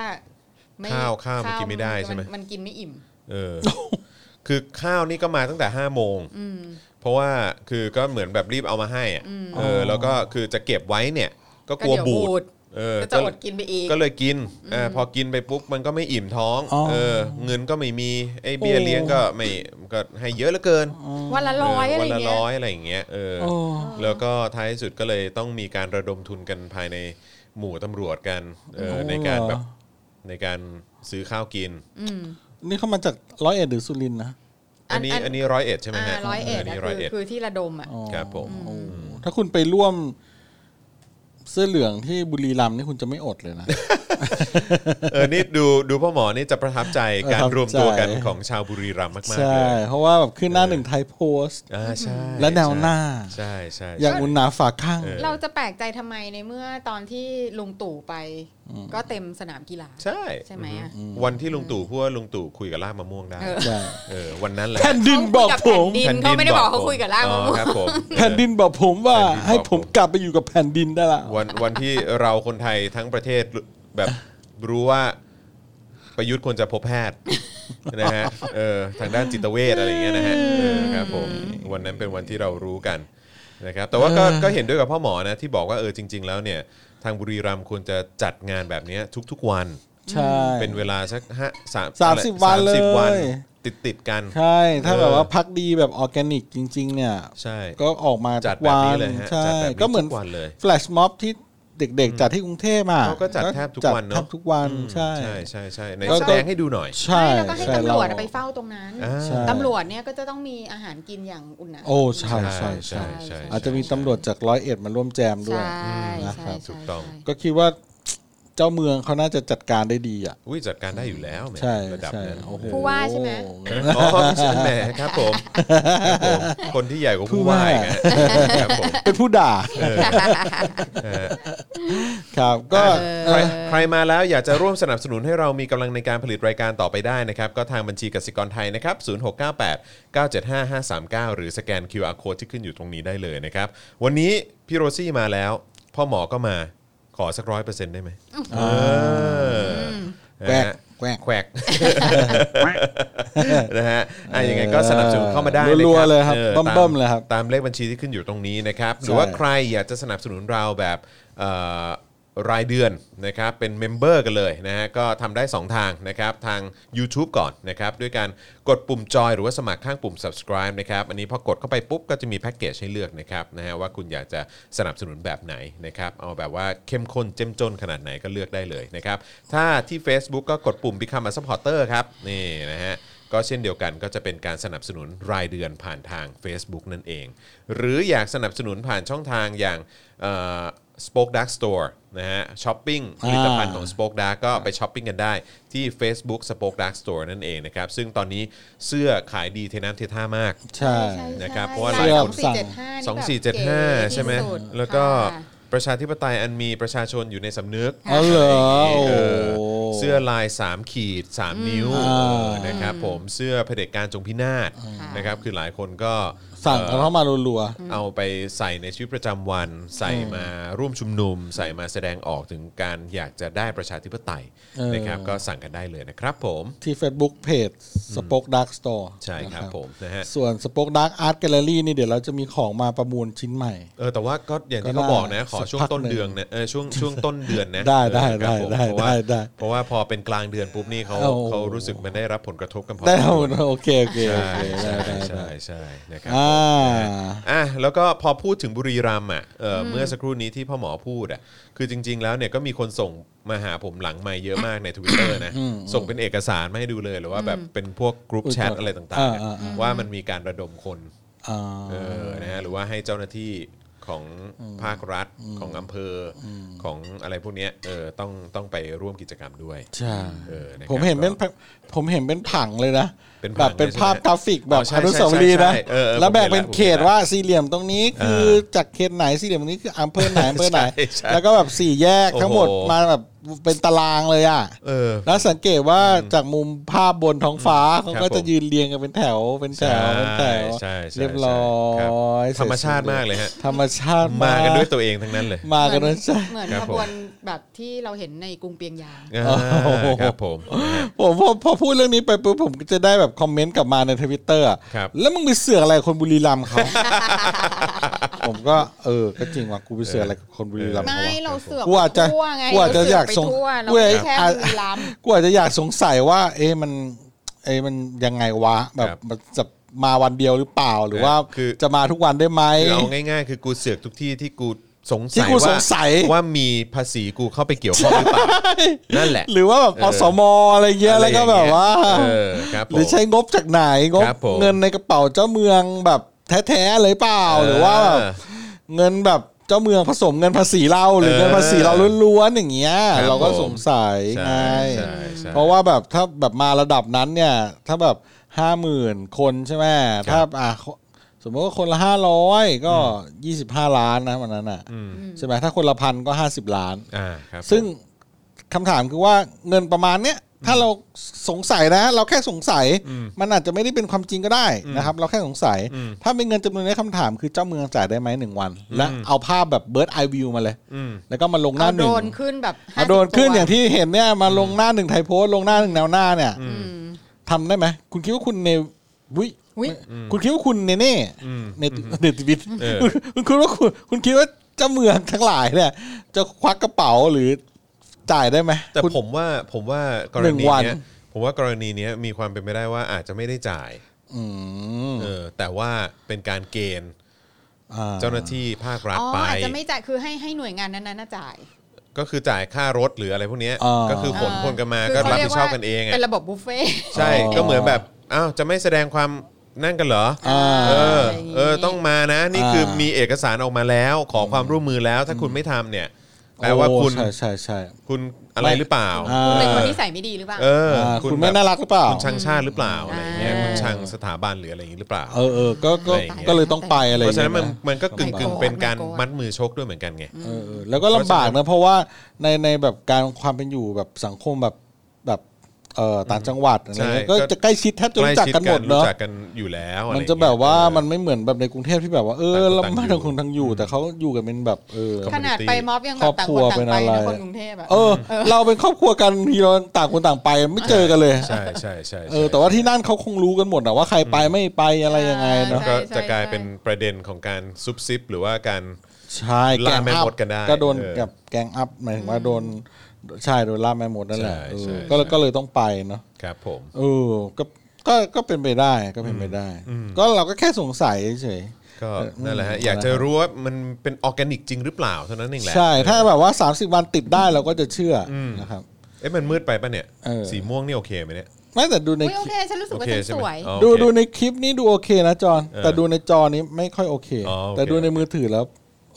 S3: ไม่
S2: ข้าวข้าวมันกินไม่ได้ใช่ไหม
S3: มันกินไม่อิ่ม
S2: เออ
S3: (laughs)
S2: คือข้าวนี่ก็มาตั้งแต่5้าโมง เพราะว่าคือก็เหมือนแบบรีบเอามาให้อะเออ แล้วก็คือจะเก็บไว้เนี่ย ก็กลัว
S3: ก็เดี๋
S2: บู
S3: ยวบู
S2: ด
S3: ด
S2: เออ
S3: ก็จะอดกินไปอีก
S2: ก็เลยกินเออพอกินไปปุ๊บมันก็ไม่อิ่มท้อง
S4: อ๋อ
S2: เออ เงินก็ไม่มี ไอ้เบี้ย
S4: โอ้
S2: เลี้ยงก็ไม่ ก็ให้เยอะเหลือเกิน
S3: วันละร้อย
S2: เออ
S3: อะไร
S2: วันละ
S3: อย่างเงี้
S2: ร้อย ยอะไรอย่างเงี้ย เออ
S4: โอ้
S2: แล้วก็ท้ายสุดก็เลยต้องมีการระดมทุนกันภายในหมู่ตำรวจกัน เออ ในการแบบ ในการซื้อข้าวกิน
S4: นี่เขามาจากร้อยเอ็ดหรือสุรินทร์นะ
S2: อันนี้
S3: อัน
S2: อันนี้ร้อยเอ็ดใช่ไหมฮะ
S3: ร้อยเอ็ด
S2: นนี้ร้อ
S3: คื
S2: ย
S3: อ
S2: เอ็ด
S3: คือที่ระดมอ่ะ
S4: อ๋อ
S2: ครับผม
S4: โอ้ถ้าคุณไปร่วม เสื้อเหลืองที่บุรีรัมย์นี่คุณจะไม่อดเลยนะ
S2: เออ นี่ดูดูพ่อหมอนี่จะประทับใจการ
S4: ประทับ
S2: รวมตัวกัน
S4: ใจ
S2: ของชาวบุรีรัมย์มากๆ
S4: ใช่
S2: เลย
S4: เพราะว่าแบบขึ้นหน้าหนึ่งไทยโพสต์
S2: อ่าใช่
S4: และแนวหน้า
S2: ใช่ใช่ใช่
S4: อย่างอุ่นหนาฝากข้าง
S2: เออ
S3: เราจะแปลกใจทำไมในเมื่อตอนที่ลุงตู่ไป ก็เต็มสนามกีฬา
S2: ใช่
S3: ใช่ไหมอะ
S2: อืวันที่ลุงตู่พูดว่าลุงตู่คุยกับล่ามะม่วงได้
S3: เออ
S4: ใช่
S2: เออวันนั้นแหละ
S4: แผ่นดินบอกผม
S3: ดินเขาไม่ได้บอกเขาคุยกับล่ามะม่วง
S2: อ๋อครับผม
S4: แผ่นดินบอกผมว่า
S2: แผ่นดินบอก
S4: ให้ผมกลับไปอยู่กับแผ่นดินได้ละ
S2: วันวันที่เราคนไทยทั้งประเทศแบบรู้ว่าประยุทธ์ควรจะพบแพทย์ (laughs) นะฮะเออทางด้านจิตเวชอะไรอย่างเงี้ยนะฮะเออครับผมวันนั้นเป็นวันที่เรารู้กันนะครับแต่ว่าก็ก็เห็นด้วยกับพ่อหมอนะที่บอกว่าเออจริง ๆ แล้วเนี่ยทางบุรีรัมย์ควรจะจัดงานแบบเนี้ยทุกๆวัน
S4: ใช่
S2: เป็นเวลาสักห้าสาม
S4: สามสิบวันเล
S2: สาม
S4: ย
S2: สิบวันติดติดๆกัน
S4: ใช่ ถ้า
S2: เออ
S4: แบบว่าพักดีแบบออร์แกนิกจริง ๆ เนี่ย
S2: ใช่
S4: ก็ออกมา
S2: จัด
S4: ทุก
S2: แบบ
S4: วั
S2: นี้
S4: น
S2: เลยฮะ
S4: ใช่
S2: จัดแบบนี้
S4: ก็เหมือน
S2: ทุกวันเลย
S4: แฟลชม็อบที่เด็กๆจัดที่กรุงเทพอ่ะ
S2: เขาก็จัดแทบทุกวันเนอะ
S4: จัดแทบทุกวันใช่
S2: ใช่ใช่ใช่ใน
S4: ก็
S2: แสดงให้ดูหน่อย
S4: ใช่
S3: ไม่แล้วก็ให้
S4: ใช่
S3: ตำรวจ
S4: เา
S3: ไปเฝ้าตรงนั้น
S2: อ่า
S4: ใช่
S3: ตำรวจเนี่ยก็จะต้องมีอาหารกินอย่างอุ่นหนา
S4: โอ้ใช่ใช่ใช่
S3: ใช่
S4: อาจจะมีตำรวจจากร้อยเอ็ดมาร่วมแจมด้วย
S3: ใช่
S4: นะค
S3: ใช่
S4: รับ
S2: ถูกต้อง
S3: ใช่
S4: ก็คิดว่าเจ้าเมืองเขาน่าจะจัดการได้ดีอ่ะ
S2: อุ้ยจัดการได้อยู่แล้วแหม
S4: ใช่
S2: ระดับ
S4: ใช่
S2: นั้น
S4: โอ้โห
S3: ผู้ว่าใช่ไหม
S2: อ๋อไม่ใช่แหมครับผมครับผม คนที่ใหญ่กว่าผู้ว่า
S4: ผู้ว่า
S2: อีกนะครับผม
S4: เป็นผู้ด่า
S2: เออ
S4: ครับก็
S2: อ่ะใครใครมาแล้วอยากจะร่วมสนับสนุนให้เรามีกำลังในการผลิตรายการต่อไปได้นะครับ ก็ทางบัญชีกสิกรไทยนะครับ0698 975 539 หรือสแกน QR code ที่ขึ้นอยู่ตรงนี้ได้เลยนะครับ วันนี้พี่โรซี่มาแล้ว พ่อหมอก็มาขอสักร้อยเปอร์เซ็นต์ได้ไหมเออ
S4: แกว
S2: นะ
S4: ก
S2: ฮะ
S4: แกวก
S2: แควก (laughs) นะฮะอ่ะยังไงก็สนับสนุนเข้ามาได้
S4: เออรัวๆเลยครับ
S2: ออ
S4: เบิ่ม
S2: ตา
S4: ๆเลยครับ
S2: ตามเลขบัญชีที่ขึ้นอยู่ตรงนี้นะครับ หรือว่าใครอยากจะสนับสนุนเราแบบเอ่อรายเดือนนะครับ เป็นเมมเบอร์กันเลยนะฮะ ก็ทำได้ 2 ทางนะครับ ทาง YouTube ก่อนนะครับ ด้วยการกดปุ่มจอยหรือว่าสมัครข้างปุ่ม subscribe นะครับ อันนี้พอกดเข้าไปปุ๊บก็จะมีแพ็กเกจให้เลือกนะครับนะฮะว่าคุณอยากจะสนับสนุนแบบไหนนะครับ เอาแบบว่าเข้มข้นเจ้มจนขนาดไหนก็เลือกได้เลยนะครับ ถ้าที่ Facebook ก็กดปุ่ม Become a supporter ครับนี่นะฮะ ก็เช่นเดียวกันก็จะเป็นการสนับสนุนรายเดือนผ่านทาง Facebook นั่นเอง หรืออยากสนับสนุนผ่านช่องทางอย่างสป็อคดักสโตร์นะฮะช้อปปิ้งผ
S4: อ่า
S2: ลิตภัณฑ์ของ Spoke Dark ก็ไปช้อปปิ้งกันได้ที่ Facebook Spoke Dark Store นั่นเองนะครับ ซึ่งตอนนี้เสื้อขายดีเทน้ำเทท่ามาก
S4: ใช่
S2: นะครับเพราะว่า
S3: ลย
S4: หลาย
S3: ส
S4: ค
S3: อน ง
S4: สั่
S3: สี่
S4: ง
S3: เจ็ดห้านี่แบบ
S2: 2475 ใช่ไหม
S3: เก๋ที่สุด
S2: แล้วก็
S3: ค่ะ
S2: ประชาธิปไตยอันมีประชาชนอยู่ในสำนึก
S4: อ๋อเหรอโอ้
S2: เออเสื้อลาย 3 ขีด 3 นิ้ว
S4: อ่า
S2: เออนะครับผมเสื้อเผด็จการจงพินาศนะครับคือหลายคนก็
S4: สั่ง
S2: เอ่
S4: กัน
S2: อ
S4: เข้ามารัว
S2: เอาไปใส่ในชีวิตประจำวัน ใส่มาร่วมชุมนุม ใส่มาแสดงออกถึงการอยากจะได้ประชาธิปไตย
S4: เออ
S2: นะครับก็สั่งกันได้เลยนะครับผม
S4: ๆที่ Facebook เพจ Spoke Dark Store
S2: ใช่ครับ
S4: นะ
S2: ผมนะฮะ
S4: ส่วน Spoke Dark Art Gallery นี่เดี๋ยวเราจะมีของมาประมูลชิ้นใหม่
S2: เออแต่ว่าก็อย่างที่
S4: ก็
S2: เขา
S4: ได้
S2: บอกนะขอช่วง
S4: สักพัก
S2: ต้นเดือนนะเออช่วงช่วงต้นเดือนนะ
S4: ได้ได้
S2: เออครับผมเพ
S4: ได้
S2: ราะว่า
S4: ได้ได้
S2: เพราะว่าพอเป็นกลางเดือนปุ๊บนี่เขา
S4: เอา
S2: เขารู้สึกมันได้รับผลกระทบกันพอ
S4: ได้
S2: สม
S4: เอา
S2: ควร
S4: โอเคโอเคโอ
S2: ใช่
S4: เคได้
S2: ใช่
S4: ได้
S2: ใช่
S4: ได้
S2: ใช่นะครับ
S4: อ่า
S2: อ่ะแล้วก็พอพูดถึงบุรีรัมย์อ่ะเอ่ออเมื่อสักครู่นี้ที่พ่อหมอพูดอ่ะคือจริง ๆ แล้วเนี่ยก็มีคนส่งมาหาผมหลังไม่เยอะมากใน Twitter นะส่งเป็นเอกสารมาให้ดูเลยหรือว่าแบบเป็นพวกกรุ๊ป
S4: อุ๊ย
S2: แชทอะไรต่างๆเนี่ย
S4: อ่าอ่าอ่า
S2: ว่ามันมีการระดมคน
S4: อ่า
S2: เออนะฮะหรือว่าให้เจ้าหน้าที่ของภาครัฐของอำเภออของอะไรพวกเนี้ยเออต้องต้องไปร่วมกิจกรรมด้วย
S4: ใช่
S2: เออนะครับ
S4: ผมเห็นเป็นผมเห็นเป็นผังเลยนะ
S2: เป็นผั
S4: แบ
S2: ง
S4: บเป็น
S2: เลยใช่ไหม
S4: ภาพกราฟิกแบบ
S2: อ๋อใช่
S4: อนุสาวรีย์นะ
S2: ใช่ใช่ใช่เออเออ
S4: แล้วแบ่ง
S2: ผมเห็
S4: เป็
S2: ละ
S4: น นเขตว่าสี่เหลี่ยมตรงนี้คือจากเขตไหนสี่เหลี่ยมตรงนี้คืออำเภอไหนอำเภอไหน
S2: ใช่ใช่
S4: แล้วก็แบบสี่แยก
S2: โอ้โห
S4: ทั้งหมดมาแบบเป็นตารางเลยอ่ะ
S2: เออ
S4: แล้วสังเกตว่าจากมุมภาพบนท้องฟ้า
S2: ครั
S4: เขา
S2: บ
S4: ก็จะ
S2: ผม
S4: ยืนเรียงกันเป็นแถวเป็นแถวเป็นแถว
S2: ใช่ใช่ใช่
S4: เรียบร้อ
S2: คบ
S4: ย
S2: ธรรมชาติมากเลยฮะ
S4: ธรรมชาติ
S2: มากันด้วยตัวเองทั้งนั้นเลย
S4: มากันด้วยใช่
S3: เหมือน
S2: ครับ
S3: ข
S2: ผม
S3: บวนแบบที่เราเห็นในกรุงเปียงยาง
S2: อ่าครับผม
S4: ผมพอพอพูดเรื่องนี้ไปปุ๊บผมก็จะได้แบบคอมเมนต์กลับมาในทวิตเตอร์
S2: ครับ
S4: แล้วมึงไปเสือกอะไรคนบุรีรัมย์เขา ผมก็เออ ก็จริงว่ะกูไปเสือกอะไรกับคนบุรีรัมย์เขา
S3: ไม่
S4: วะ
S3: เราเสือก
S4: กูอาจจะ
S3: ทั่วไง
S4: กูอาจจะอยากส่ง
S3: เรเสือกไปทั่วเรา
S4: กู
S3: ไม่
S4: อาจ
S3: แค่
S4: อาจ
S3: บุรีรัมย์
S4: กูอาจจะอยากสงสัยว่า เอ๊ะมัน เอ๊ะมันยังไงวะ แบบ
S2: ครับ
S4: มันจะมาวันเดียวหรือเปล่าหรือว่า
S2: เออคือ
S4: จะมาทุกวันได้ไหม
S2: คือเอาง่ายๆ คือกูเสือกทุกที่ที่กูสง
S4: ที่
S2: สัย
S4: กู
S2: ว่า
S4: สงสัย
S2: ว่ามีภาษีกูเข้าไปเกี่ยวข้องหรือเปล่า (laughs) นั่นแหละ
S4: หรือว่าแบบ
S2: เอ
S4: อ
S2: อ
S4: สมอะไรเงี้ยแล้วก็แบบว่า
S2: เออครับผม
S4: หรือใช้งบจากไหนงบ
S2: ครับผม
S4: เงินในกระเป๋าเจ้าเมืองแบบแท้ๆเลยเปล่าหรือว่าแบบ เงินแบบเจ้าเมืองผสมเงินภาษีเราหรือ
S2: เออ
S4: เงินภาษีเราล้วนๆอย่างเงี้ย
S2: ครับ
S4: เราก็
S2: ผม
S4: สงสัยไง
S2: ใช่ใช่ใช่
S4: เพราะว่าแบบถ้าแบบมาระดับนั้นเนี่ย ถ้าแบบห้าหมื่นคนใช่ไหม
S2: ครับ
S4: ถ้าอ่ะสมมติว่าคนละห้าร้อยก็ยี่สิบห้าล้านนะวันนั้นอ่ะใช่ไหมถ้าคนละพันก็ห้าสิบล้าน
S2: อ่าครับ
S4: ซึ่งคำถามคือว่าเงินประมาณเนี้ยถ้าเราสงสัยนะ เราแค่สงสัยมันอาจจะไม่ได้เป็นความจริงก็ได้นะครับ เราแค่สงสัย ถ้าเป็นเงินจำนวนนี้คำถามคือเจ้าเมืองจ่ายได้ไหมหนึ่งวัน และเอาภาพแบบเบิร์ดไอวิวมาเลย
S2: อืม
S4: แล้วก็มาลงห
S3: เอา
S4: น้าห
S3: โด
S4: นึ่ง
S3: รนขึ้นแบบ50
S4: เอาโดรนขึ้น
S3: ตัว
S4: อย่างที่เห็นเนี่ยมาลงหน้าหนึ่งไทยโพสต์ลงหน้าหนึ่งแนวหน้าเนี่ย
S3: อืม
S4: ทำได้ไหมคุณคิดว่าคุณเนวิ
S3: อุ๊ย
S4: คุณคิดว่าคุณเนเน่
S2: อืม
S4: เนติเนติวิทย์
S2: เออ
S4: คุณคุณว่าคุณคุณคิดว่าเจ้าเมืองทั้งหลายเนี่ย จะควักกระเป๋าหรือจ่ายได้ไหม
S2: แต่
S4: คุณ
S2: ผมว่าผมว่ากร
S4: หนึ่ง
S2: ณี
S4: วัน
S2: เนี้ยผมว่ากรณีเนี้ยมีความเป็นไปได้ว่าอาจจะไม่ได้จ่าย
S4: อืม
S2: เออแต่ว่าเป็นการเกณฑ์
S4: อ่
S2: เจ้าหน้าที่ภาครัฐ
S3: อ๋อ
S2: ไป
S3: อาจจะไม่จ่ายคือให้ให้หน่วยงานนั้นน่ะจ่าย
S2: ก็คือจ่ายค่ารถหรืออะไรพวกเนี้ย
S4: า
S2: ก็คือผลคนกันมา
S3: คื
S2: ก็
S3: เข
S2: รับ
S3: เย
S2: ผิดชอบกันเองอะ
S3: เป็นระบบบุฟเฟ่ต์
S2: ใช่
S4: อ๋อ
S2: ก็เหมือนแบบอ้าวจะไม่แสดงความนั่นกันเหรอ
S4: อ่า
S2: เออ
S3: ะไรย่างี้
S2: เออต้องมานะ นี่คืออา มีเอกสารออกมาแล้ว ขอความร่วมมือแล้วถ้าคุณไม่ทำเนี่ย แปลว่าคุณ
S4: โอ้ใช่ใช่ใช่
S2: คุณอะไรหรือเปล่า
S4: อ่า
S3: เป็นคนที่ใส่ไม่ดีหรือเปล่า
S2: เออ
S4: อ่าคุณ
S2: แบ
S4: ไม่
S2: บ
S4: น่ารักหรือเปล่า
S2: คุณชังชาติหรือเปล่า
S3: อืม
S2: อะไรอย่างเงี้ย
S3: อ่า
S2: คุณชังสถาบันหรืออะไรอย่างงี้หรือเปล่า
S4: เออเออก็ก็
S2: อะไรอย่างเงี้ย
S4: ก็เลยต้องไปอะไรอ
S2: เพ
S4: ย่าง
S2: ราะฉะนั้น
S4: เงี้
S2: มั
S4: ย
S2: น
S4: นะ
S2: มันก็กึ่งกึ่ง
S3: ไม่โกรธ
S2: เป็นการ
S3: ไม่โกรธ
S2: มัดมือชกด้วยเหมือนกันไง
S4: เออเออแล้วก็ลำบากนะเพราะว่าในในแบบการความเป็นอยู่แบบสังคมแบบแบบเอ่อต่างจังหวัดอะไรเงี้ย
S2: ใช่
S4: ก็
S2: ก็
S4: จะใกล้ชิดแทบจะรู้จักกันหมด
S2: รู้
S4: เนาะ
S2: จักกันอยู่แล้วอะไรอ
S4: มัน
S2: ย่างเงี้ย
S4: จะแบบว่ามันไม่เหมือนแบบในกรุงเทพที่แบบว่าเออ
S2: ต่าง
S4: ลำ
S2: ค
S4: บาก
S2: นต่าอ
S4: ทาง ง
S2: ยู่
S4: คนทางอยู่แต่เขาอยู่กันเป็นแบบเออ
S3: ขนาดไปม็อบยังแบ
S4: ครอ
S3: บบ ต่าง
S4: ครั
S3: ค
S4: วน
S3: ต่างไป
S4: เป็นอะไร
S3: นะคนกรุงเทพอะ
S4: เออ เราเป็นครอบครัวกันทีเราต่างคนต่างไปไม่เจอกันเลย
S2: ใช่ใช่ใช่ใช่
S4: เออแต่ว่าที่นั่นเขาคงรู้กันหมดนะว่าใครไปไม่ไปอะไรยังไงเนาะ
S2: ก็จะกลายเป็นประเด็นของการซุบซิบหรือว่าการ
S4: ใช่
S2: ล่าแม่
S4: อั
S2: มดกันได้
S4: ก็โดน
S2: เออ
S4: กับแกงอัพหมายถึงว่าโดนใช่โดนล่าแม่หมดนั่นแหละ
S2: ใช่
S4: เอ
S2: ใช่
S4: อก็เลย
S2: ใช่
S4: ก็เลยต้องไปเนาะ
S2: ครับผม
S4: เออก็ก็ก็เป็นไปได้ก็เป็นไปได้ ก็เราก็แค่สงสัยเฉย
S2: ก็
S4: เออ
S2: นั่นแหละฮะ
S4: อืม
S2: อยากจะรู้ว่ามันเป็นออร์แกนิกจริงหรือเปล่าเท่านั้นเองแหละ
S4: ใช่ถ้า
S2: เออ
S4: แบบว่า 30 วันติดได้เราก็จะเชื่ออ
S2: ม
S4: นะครับ
S2: เอ๊ะมันมืดไปป่ะเนี่ย
S4: เออ
S2: สีม่วงนี่โอเคไหมเนี่ย
S4: ไม่แต่ดูใน
S3: อุ๊ย
S4: ค
S3: โอ
S4: ลิป
S3: เคฉันรู้สึก
S2: โอ
S3: ว่า
S2: เค
S3: ฉัน
S2: ใช่
S3: ส
S2: ไหม
S3: วย
S2: อ๋อ
S4: ดู
S2: โอเค
S4: ดูในคลิปนี่ดูโอเคนะจอน
S2: เออ
S4: แต่ดูในจอนี้ไม่ค่อยโอเค
S2: อ๋อโอเค
S4: แต่ดูในมือถือแล้ว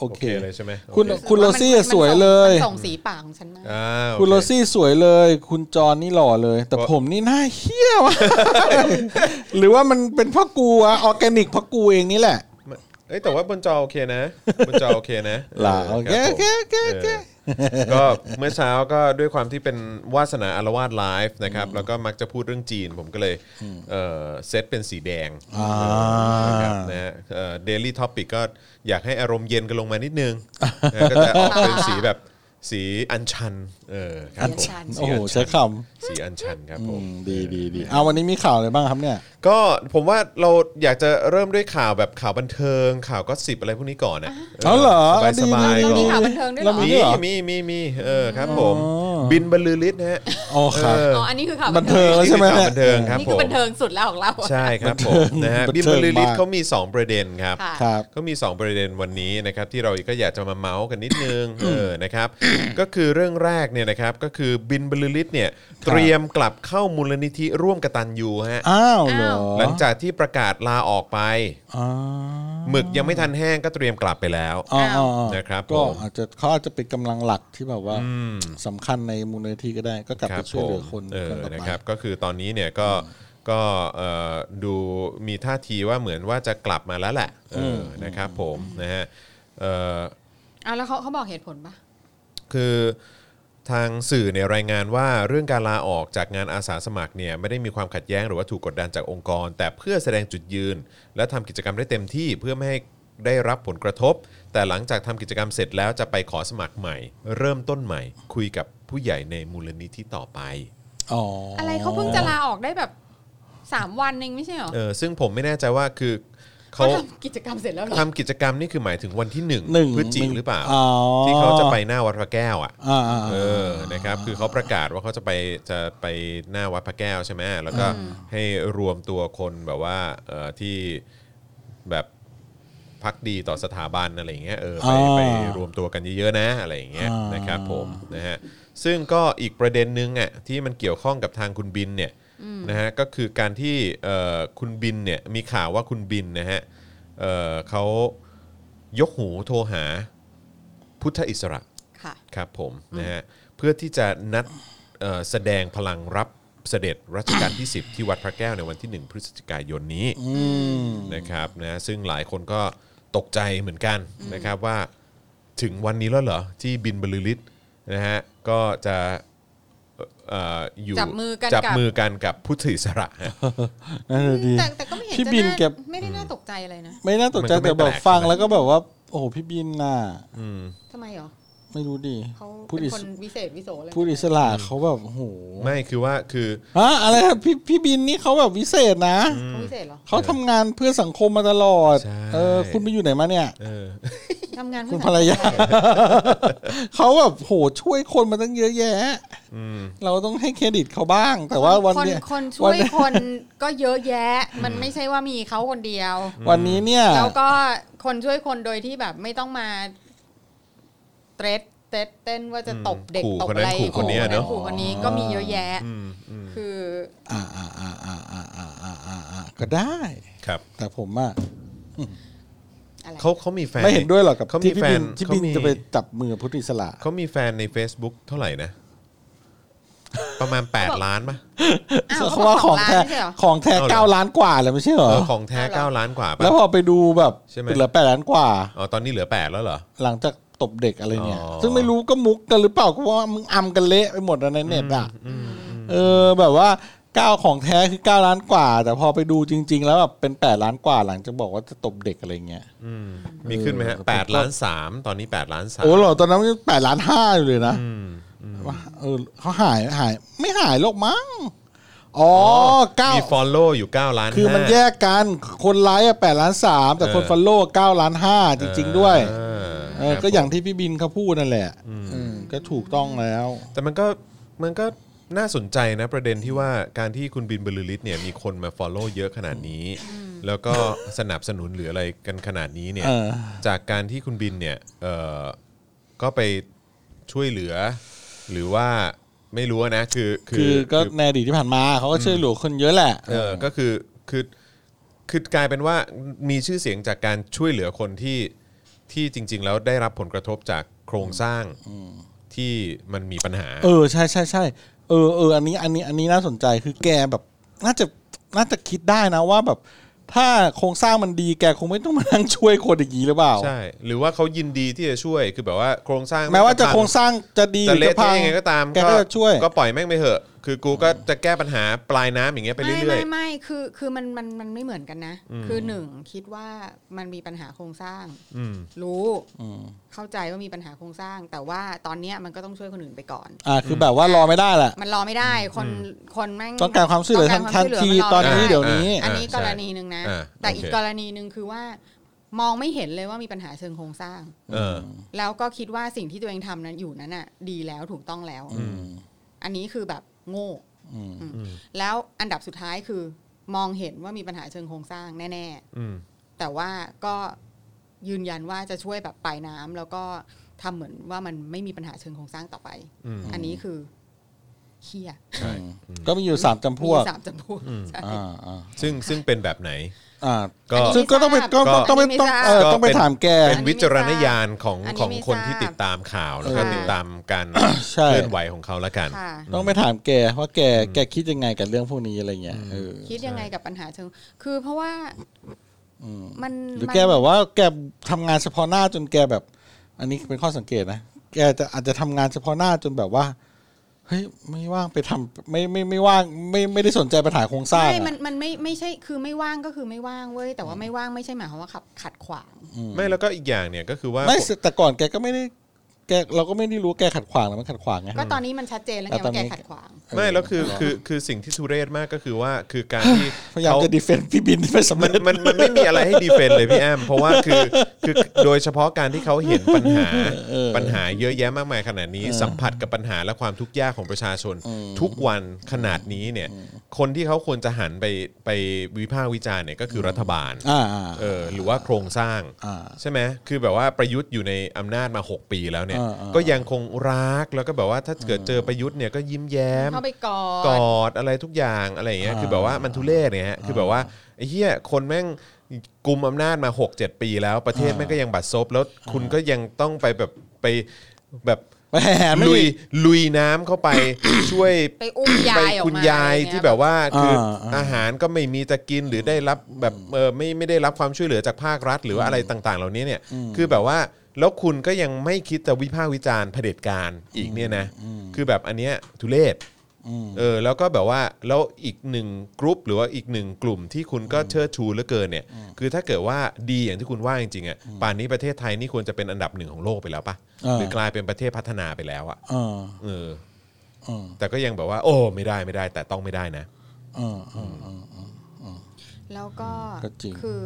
S4: โอ
S2: โอ
S4: เค
S2: เคเลยใช่ไหม
S4: คุณ
S2: โอเ
S4: โรซี่อะสวยเลย
S3: มันส่งสีปากของฉันมา
S2: อ่าโอเ
S4: คุณโรซี่สวยเลย คุณจอนนี่หล่อเลย แต่ผมนี่หน้าเหี้ยวะ (laughs) หรือว่ามันเป็นเพ่อกูอะออร์แกนิกเพ่อกูเองนี่แหละ
S2: เอ้ยแต่ว่าบนจอโอเคนะบนจอโอเคนะ
S4: หล่ะโอเค
S2: รั
S4: โอบ
S2: ผม
S4: เคโอเคโอเค
S2: เออก็เมื่อเช้าก็ด้วยความที่เป็นวาสนาอารวาสไลฟ์นะครับแล้วก็มักจะพูดเรื่องจีน ผมก็เลยเอ่อเซตเป็นสีแดง
S4: อ่า
S2: นะครับนะฮะเดลี่ท็อปิกก็อยากให้อารมณ์เย็นกันลงมานิดนึงนะก็จะออกเป็นสีแบบสีอัญชันเออครับผม
S4: โอ้โห
S2: สี
S4: ใช้
S2: ญ
S4: ค
S2: ชันสีอัญชันครับ
S4: ำ
S2: ผ
S4: อื
S2: ม
S4: มดีดีดีเอาวันนี้มีข่าวอะไรบ้างครับเนี่ย
S2: ก็ผมว่าเราอยากจะเริ่มด้วยข่าวแบบข่าวบันเทิง ข่าวก็สิบอะไรพวกนี้ก่อนนะ
S4: เอาเหรอ
S2: สบายๆ
S4: ดี
S2: ก่อ
S3: มี
S4: นะ
S2: น
S3: ข่าวบันเทิงด้วยเหรอ
S4: เรา
S2: มี
S4: มีด้วยเหรอ
S2: มีมีมีเออครับผม
S4: อ๋อ
S2: บินบรรลือฤทธิ์นะฮะ
S4: โอ้ครับ
S2: เออ
S3: อ๋ออันนี้คือข่าว
S4: บันเทิงแล้วใช่ไหม
S2: ข่าว
S4: เนี่ย
S2: บันเทิงครับ
S3: นี่
S2: ผ
S3: คือ
S2: ม
S3: บันเทิงสุดแล้วของเรา
S2: ใช่ครับผมนะฮะ
S4: บันเทิง
S2: บินบรรลือฤท
S4: มาก
S2: ธิ์เขามี 2 ประเด็นครับ
S3: ค่ะ
S4: ครับ
S2: ก็มี 2 ประเด็นวันนี้นะครับที่เราก็อยากจะมาเมาส์กันนิดนึง เออนะครับ ก็คือเรื่องแรกเนี่ยนะครับก็คือบินบรรลือฤทธิ์เนี่ยเตรียมกลับเข้ามูลนิธิร่วมกตันยูฮะ
S4: อ้าวเหรอ
S2: หลังจากที่ประกาศลาออกไป
S4: อ๋อ
S2: หมึกยังไม่ทันแห้งก็เตรียมกลับไปแล้ว
S4: อ๋ออ๋ออ๋อ
S2: นะครับ
S4: ก็
S2: ผม
S4: อาจจะเขาอาจจะเป็นกำลังหลักที่แบบว่าสำคัญในมูลนิธิก็ได้ก็กลับ
S2: ครั
S4: ไป
S2: บ
S4: ช่วยเหลือ
S2: ผม
S4: คน
S2: เออ
S4: ต่อไป
S2: นะครับก็คือตอนนี้เนี่ยก็ก็เอ่อดูมีท่าทีว่าเหมือนว่าจะกลับมาแล้วแหละเออนะครับผมนะฮะเอ่อ
S3: เอาแล้วเขาเขาบอกเหตุผลปะ
S2: คือทางสื่อเนี่ยรายงานว่าเรื่องการลาออกจากงานอาสาสมัครเนี่ยไม่ได้มีความขัดแย้งหรือว่าถูกกดดันจากองค์กร แต่เพื่อแสดงจุดยืน และทำกิจกรรมได้เต็มที่เพื่อไม่ให้ได้รับผลกระทบ แต่หลังจากทำกิจกรรมเสร็จแล้วจะไปขอสมัครใหม่ เริ่มต้นใหม่ คุยกับผู้ใหญ่ในมูลนิธิต่อไป
S4: อ๋ออ
S3: อะไรเขาเพิ่งจะลาออกได้แบบสามวันเองไม่ใช่เหรอ
S2: เออซึ่งผมไม่แน่ใจว่าคือ
S3: เขา
S2: เขา
S3: ทำกิจกรรมเสร็จแล้วเหรอ
S2: ทำกิจกรรมนี่คือหมายถึงวันที่หนึ่ง
S4: หนึ่ง
S2: พฤศจิกหรือเปล่า
S4: อ๋อ
S2: ที่เขาจะไปหน้าวัดพระแก้วอ่ะ
S4: อ่าๆ
S2: เออนะครับคือเขาประกาศว่าเขาจะไปจะไปหน้าวัดพระแก้วใช่ไหมแล้วก็ให้รวมตัวคนแบบว่าเออที่แบบพักดีต่อสถาบันอะไรอย่างเงี้ยเออไป
S4: อ่า
S2: ไปรวมตัวกันเยอะๆนะอะไรอย่างเงี้ย
S4: อ่าน
S2: นะครับผมนะฮะซึ่งก็อีกประเด็นนึงอ่ะที่มันเกี่ยวข้องกับทางคุณบินเนี่ย นะฮะก็คือการที่เอ่อคุณบินเนี่ยมีข่าวว่าคุณบินนะฮะเอ่อเขายกหูโทรหาพุทธอิสระ
S3: ค่ะ
S2: ครับผมนะฮะเพื่อที่จะนัดเอ่อแสดงพลังรับเสด็จรัชกาลที่ 10 ที่วัดพระแก้วในวันที่ 1 พฤศจิกายนนี้
S4: อืม
S2: นะครับนะซึ่งหลายคนก็ตกใจเหมือนกันนะครับว่าถึงวันนี้แล้วเหรอ ที่บินบรรลือฤทธิ์นะฮะก็จะเอ่ออยู่
S3: จับมือกัน
S2: จับ
S3: กับ
S2: มือกันกับพุทธอิสระฮะ
S4: นั่นเลยดี
S3: แต่แต่ก็ไม่เห็น
S4: พี่
S3: จะ
S4: บิน
S3: น่า
S4: เก็บ
S3: ไม่ได้น่าตกใจอะไรนะ
S4: ไม่น่าตกใจ
S2: มันก็ไม่
S4: แต่แบ
S2: แป
S4: บ
S2: ลก
S4: ฟัง
S2: ใช่ไหม
S4: แล้วก็แบบว่า โอ้โหพี่บินน่ะ
S3: ทำไมเหรอ
S4: ไม่รู้ดิ
S3: เขา
S4: พูด
S3: เป็น
S4: อิส
S3: คนวิเศษวิโสอะไร
S4: พูดอิสระเขาแบบโอ้โห
S2: ไม่คือว่าคือ
S4: ฮะอะไรครับพี่พี่บินนี่เขาแบบวิเศษนะ
S3: เขาวิเศษเหรอ
S4: เขาทำงานเพื่อสังคมมาตลอดเออคุณไปอยู่ไหนมาเนี่ย
S2: เออ
S3: ทำงานเพื่
S4: คุ
S3: อ
S4: ณภรร
S2: (laughs)
S4: ยา เขาแบบโหช่วยคนมาตั้งเยอะแยะเราต้องให้เครดิตเขาบ้าง แต่ว่าวัน
S3: คน
S4: เนี้ย
S3: คนช่วยคนก็เยอะแยะ มันไม่ใช่ว่ามีเขาคนเดียว
S4: วันนี้เนี่ย
S3: แล้วก็คนช่วยคนโดยที่แบบไม่ต้องมาเตรดเต้นเต้นว่าจะตบเด็กตบอะไร
S2: ขู่คนนั้นขู่คนเนี้ยเนอะ
S3: ขู่คนนี้ก็มีเยอะแยะ คือ
S4: อ่าอ่าอ่าอ่าอ่าอ่าอ่าอ่าก็ได้
S2: ครับ
S4: แต่ผมอ่ะ
S3: อะไร
S2: เขาเขามีแฟน
S4: ไม่เห็นด้วยหรอกกับ
S2: เขามี
S4: ที่พี่บิน
S2: แฟน
S4: ที่บิน
S2: เขามี
S4: จะไปจับมือพุทธิสละ
S2: เขามีแฟนใน Facebook เท่าไหร่นะ ประมาณ 8 ล้านปะ
S3: อ้าว
S4: เขา
S3: เขา
S4: ว่า
S3: บอกของ ง
S4: ขอ
S3: ร้านไม่ใช่เห
S4: แท้
S3: รอ
S4: ของแท้เก้าล้านกว่าเลยไม่ใช่เหร
S2: เอ
S4: อ
S2: อของแท้ 9 ล้านกว่าปะ
S4: แล้วพอไปดูแบบ
S2: ใช่ไหม
S4: เหลือแปดล้านกว่า
S2: อ๋อตอนนี้เหลือ 8 แล้วเหรอ
S4: หลังจากตบเด็กอะไรเนี่ย
S2: อ๋อ
S4: ซึ่งไม่รู้ก็มุกกันหรือเปล่าก็ว่ามึงอำกันเละไปหมดอะในเน็ตอ่ะเออแบบว่าเก้าของแท้คือเก้าล้านกว่า แต่พอไปดูจริง ๆ แล้วแบบเป็นแปดล้านกว่า หลังจากบอกว่าจะตบเด็กอะไรเงี้ย
S2: อืมมีขึ้นไหมฮะแปดล้านสามตอนนี้ 8 ล้านสาม
S4: โอ้เหรอตอนนั้นแปดล้านห้าอยู่เลยนะ
S2: อืม
S4: ว่าเออเขาหายหาย ไม่หายหรอกมั้งอ๋อเก้า
S2: มี follow อยู่ 9 ล้าน
S4: คือมัน
S2: ห้า
S4: แยกกันคนไลค์อะแปดล้านสามแต่คนฟอลโล่เก้าล้านห้าจริง ๆ ด้วย
S2: เออ
S4: เออ
S2: ครับ
S4: ก็อย่าง
S2: ผม
S4: ที่พี่บินเขาพูดนั่นแหละอืมก็ถูกต้องแล้ว
S2: แต่มันก็มันก็น่าสนใจนะประเด็นที่ว่าการที่คุณบินบรรลือฤทธิ์เนี่ยมีคนมา follow เยอะขนาดนี้ แล้วก็สนับสนุนหรืออะไรกันขนาดนี้เนี่ย
S4: เออ
S2: จากการที่คุณบินเนี่ยเออก็ไปช่วยเหลือ หรือว่าไม่รู้นะ คือ
S4: คือก็ในอดีตที่ผ่านมาเขาก็ช่วยเหลือคนเยอะแหละ
S2: เออก็คือคือคือกลายเป็นว่ามีชื่อเสียงจากการช่วยเหลือคนที่ที่จริง ๆ แล้วได้รับผลกระทบจากโครงสร้างที่มันมีปัญหา
S4: เออใช่ใช่ใช่เออเอออันนี้อันนี้อันนี้น่าสนใจคือแกแบบ น่าจะน่าจะคิดได้นะว่าแบบ ถ้าโครงสร้างมันดีแกคงไม่ต้องมานั่งช่วยคนอย่างนี้หรือเปล่า
S2: ใช่ หรือว่าเขายินดีที่จะช่วยคือแบบว่าโครงสร้าง
S4: แม้ว่าจะ
S2: น
S4: โครงสร้างจะดีห
S2: จะ
S4: รือ
S2: เละ
S4: จะพั
S2: เทะ
S4: ง
S2: ยังไงก็ตาม
S4: แกก็จะช่วย
S2: ก็ปล่อยแม่งไปเถอะ คือกูก็จะแก้ปัญหาปลายน้ำอย่างเงี้ยไปเรื่อ
S3: ไม่
S2: ยๆ
S3: ไม่ไม่คือคือมันมันมันไม่เหมือนกันนะ คือหนึ่งคิดว่ามันมีปัญหาโครงสร้าง
S2: อืม
S3: รู้
S4: อืม
S3: เข้าใจว่ามีปัญหาโครงสร้าง แต่ว่าตอนเนี้ยมันก็ต้องช่วยคนอื่นไปก่อน
S4: อ่าคือแบบว่ารอไม่ได้แหละ
S3: มันรอไม่ได้คนคนแม่ง
S4: ต้องการความช่วยเหลือ
S3: ต้งกร
S4: ทัน
S3: ค
S4: ที
S3: วามช่วยเหลืมัร
S4: ตอนนี้
S3: ไม่ไ
S4: เดี๋ยวนี้
S3: อันนี้
S2: อ่าใช่
S3: กรณีหนึ่งนะ
S2: อ่า
S3: แต่
S2: โอเค
S3: อีกกรณีหนึ่งคือว่ามองไม่เห็นเลยว่ามีปัญหาเชิงโครงสร้าง
S2: เออ
S3: แล้วก็คิดว่าสิ่งที่ตัวเองทำนั้นอยู่นั้นน่ะ ดีแล้วถูกต้องแล้ว อันนี้คือแบบโง่อืมแล้วอันดับสุดท้ายคือ มองเห็นว่ามีปัญหาเชิงโครงสร้างแน่
S2: อืม
S3: ๆ แต่ว่าก็ยืนยันว่าจะช่วยแบบปลายน้ำแล้วก็ทำเหมือนว่ามันไม่มีปัญหาเชิงโครงสร้างต่อไป
S2: อืม
S3: อันนี้คือเคีย
S4: อืมก็มีอยู่สามจำพ
S3: มี
S4: วก
S3: สามจำพวกใช่
S4: อ่าอ่า
S2: ซึ่งซึ่งเป็นแบบไหน
S4: อ่า
S2: ก็
S3: อันนี้
S4: ซึ่งก็ต้องไปก็
S2: ก็
S4: ต้องไปต้องเออ
S2: ก็
S4: ต้องไปถามแก
S2: เป็นวิจารณญาณของ
S3: อันนี้
S2: ของ
S3: ไม่
S2: คน
S3: ทราบ
S2: ที่ติดตามข่าวแล้วก็
S3: ค่ะ
S2: ติดตามการ
S4: ใช่
S2: เคลื่อนไหวของเขาละกัน
S3: ค่ะ
S4: ต้องไปถามแกว่าแกแกคิดยังไงกับเรื่องพวกนี้อะไรเงี้ยเออ
S3: คิดยังไงกับปัญหาเชิง คือเพราะว่ามัน
S4: หรือ
S3: มัน
S4: แกแบบว่าแกทำงานเฉพาะหน้าจนแกแบบ อันนี้เป็นข้อสังเกตนะแกจะอาจจะทำงานเฉพาะหน้าจนแบบว่าเฮ้ยไม่ว่างไปทำไม่ไม่ไม่ว่างไม่ไม่ได้สนใจปัญหาโครงสร้าง
S3: ไม่
S4: อะ
S3: มัน มันไม่ ไม่ใช่ คือไม่ว่างก็คือไม่ว่างเว้ย แต่ว่าไม่ว่างไม่ใช่หมายความว่าขับขัดขวาง
S2: ไม่แล้วก็อีกอย่างเนี่ยก็คือว่า
S4: ไม่แต่ก่อนแกก็ไม่ได้แกเราก็ไม่ได้รู้ว่าแกขัดขวางหรือมันขัดขวางไง
S3: ก็ตอนนี้มันชัดเจนแล้วไง
S4: แล้วตอน
S3: ว่าแก
S4: นี้
S3: ขัดขวาง
S2: ไม่แล้วคือคือคือสิ่งที่ทุเรศมากก็คือว่าคือการที่
S4: พยายามจะดีเฟนต์พี่บินที่ไม่สำ
S2: มั
S4: เร็
S2: น
S4: จ
S2: มันมันไม่มีอะไรให้ดีเฟนเลยพี่แอมเพราะว่าคือคือโดยเฉพาะการที่เขาเห็นปัญหาปัญหาเยอะแยะมากมายขนาดนี้ สัมผัสกับปัญหาและความทุกข์ยากของประชาชน ทุกวันขนาดนี้เนี่ย คนที่เขาควรจะหันไปไปวิพากษ์วิจารณ์เนี่ยก็คือรัฐบาล
S4: อ่า
S2: เออหรือว่าโครงสร้าง
S4: อ่า
S2: ใช่ไหมคือแบบว่าประยุทธ์อยู่ในอำนาจมา 6 ปีแล้วเนี่ย
S4: อ่าอ่า
S2: ก็ยังคงรักแล้วก็แบบว่าถ้าเกิดเจอประยุทธ์เนี่ยก็ยิ้มแย้ม
S3: เข้าไปกอด
S2: กอดอะไรทุกอย่างอะไรอย่างเงี้ยคือแบบว่ามันทุเรศเนี่ยฮะคือแบบว่าไอ้เหี้ยคนแม่งกุมอำนาจมา 6-7 ปีแล้วประเทศแม่งก็ยังบัดซบแล้วคุณก็ยังต้องไปแบบไปแบบ
S4: ไปแห่ไม่
S2: ลุย
S4: ดี
S2: ลุยน้ำเข้า (coughs) ไป ช่วย
S3: ไปอุ้มยายออกมา
S2: คุณยาย
S3: อะไรเงี้
S2: ที่แบบว่าคืออา
S4: อ่า
S2: อาหารก็ไม่มีจะกินหรือได้รับแบบเออไม่ไม่ได้รับความช่วยเหลือจากภาครัฐ หรือว่าอะไรต่าง ๆ เหล่านี้เนี่ยคือแบบว่าแล้วคุณก็ยังไม่คิดจะวิพากษ์วิจารณ์เผด็จการอีกเนี่ยนะคือแบบอันเนี้ยทุเลศเออแล้วก็แบบว่าแล้วอีกหนึ่งกรุ๊ปหรือว่าอีกหนึ่งกลุ่มที่คุณก็เชิดชูเหลือเกินเนี่ย คือถ้าเกิดว่าดีอย่างที่คุณว่าจริงๆอ่ะป่านนี้ประเทศไทยนี่ควรจะเป็นอันดับหนึ่งของโลกไปแล้วปะ
S4: อ่า
S2: หรือกลายเป็นประเทศพัฒนาไปแล้วอ่ะ
S4: อ่า
S2: เออ
S4: อ่า
S2: แต่ก็ยังแบบว่า โอ้ไม่ได้ไม่ได้ แต่ต้องไม่ได้นะ
S4: อ่าอ่าอ่า
S3: แล้วก็
S4: ก็จริง
S3: คือ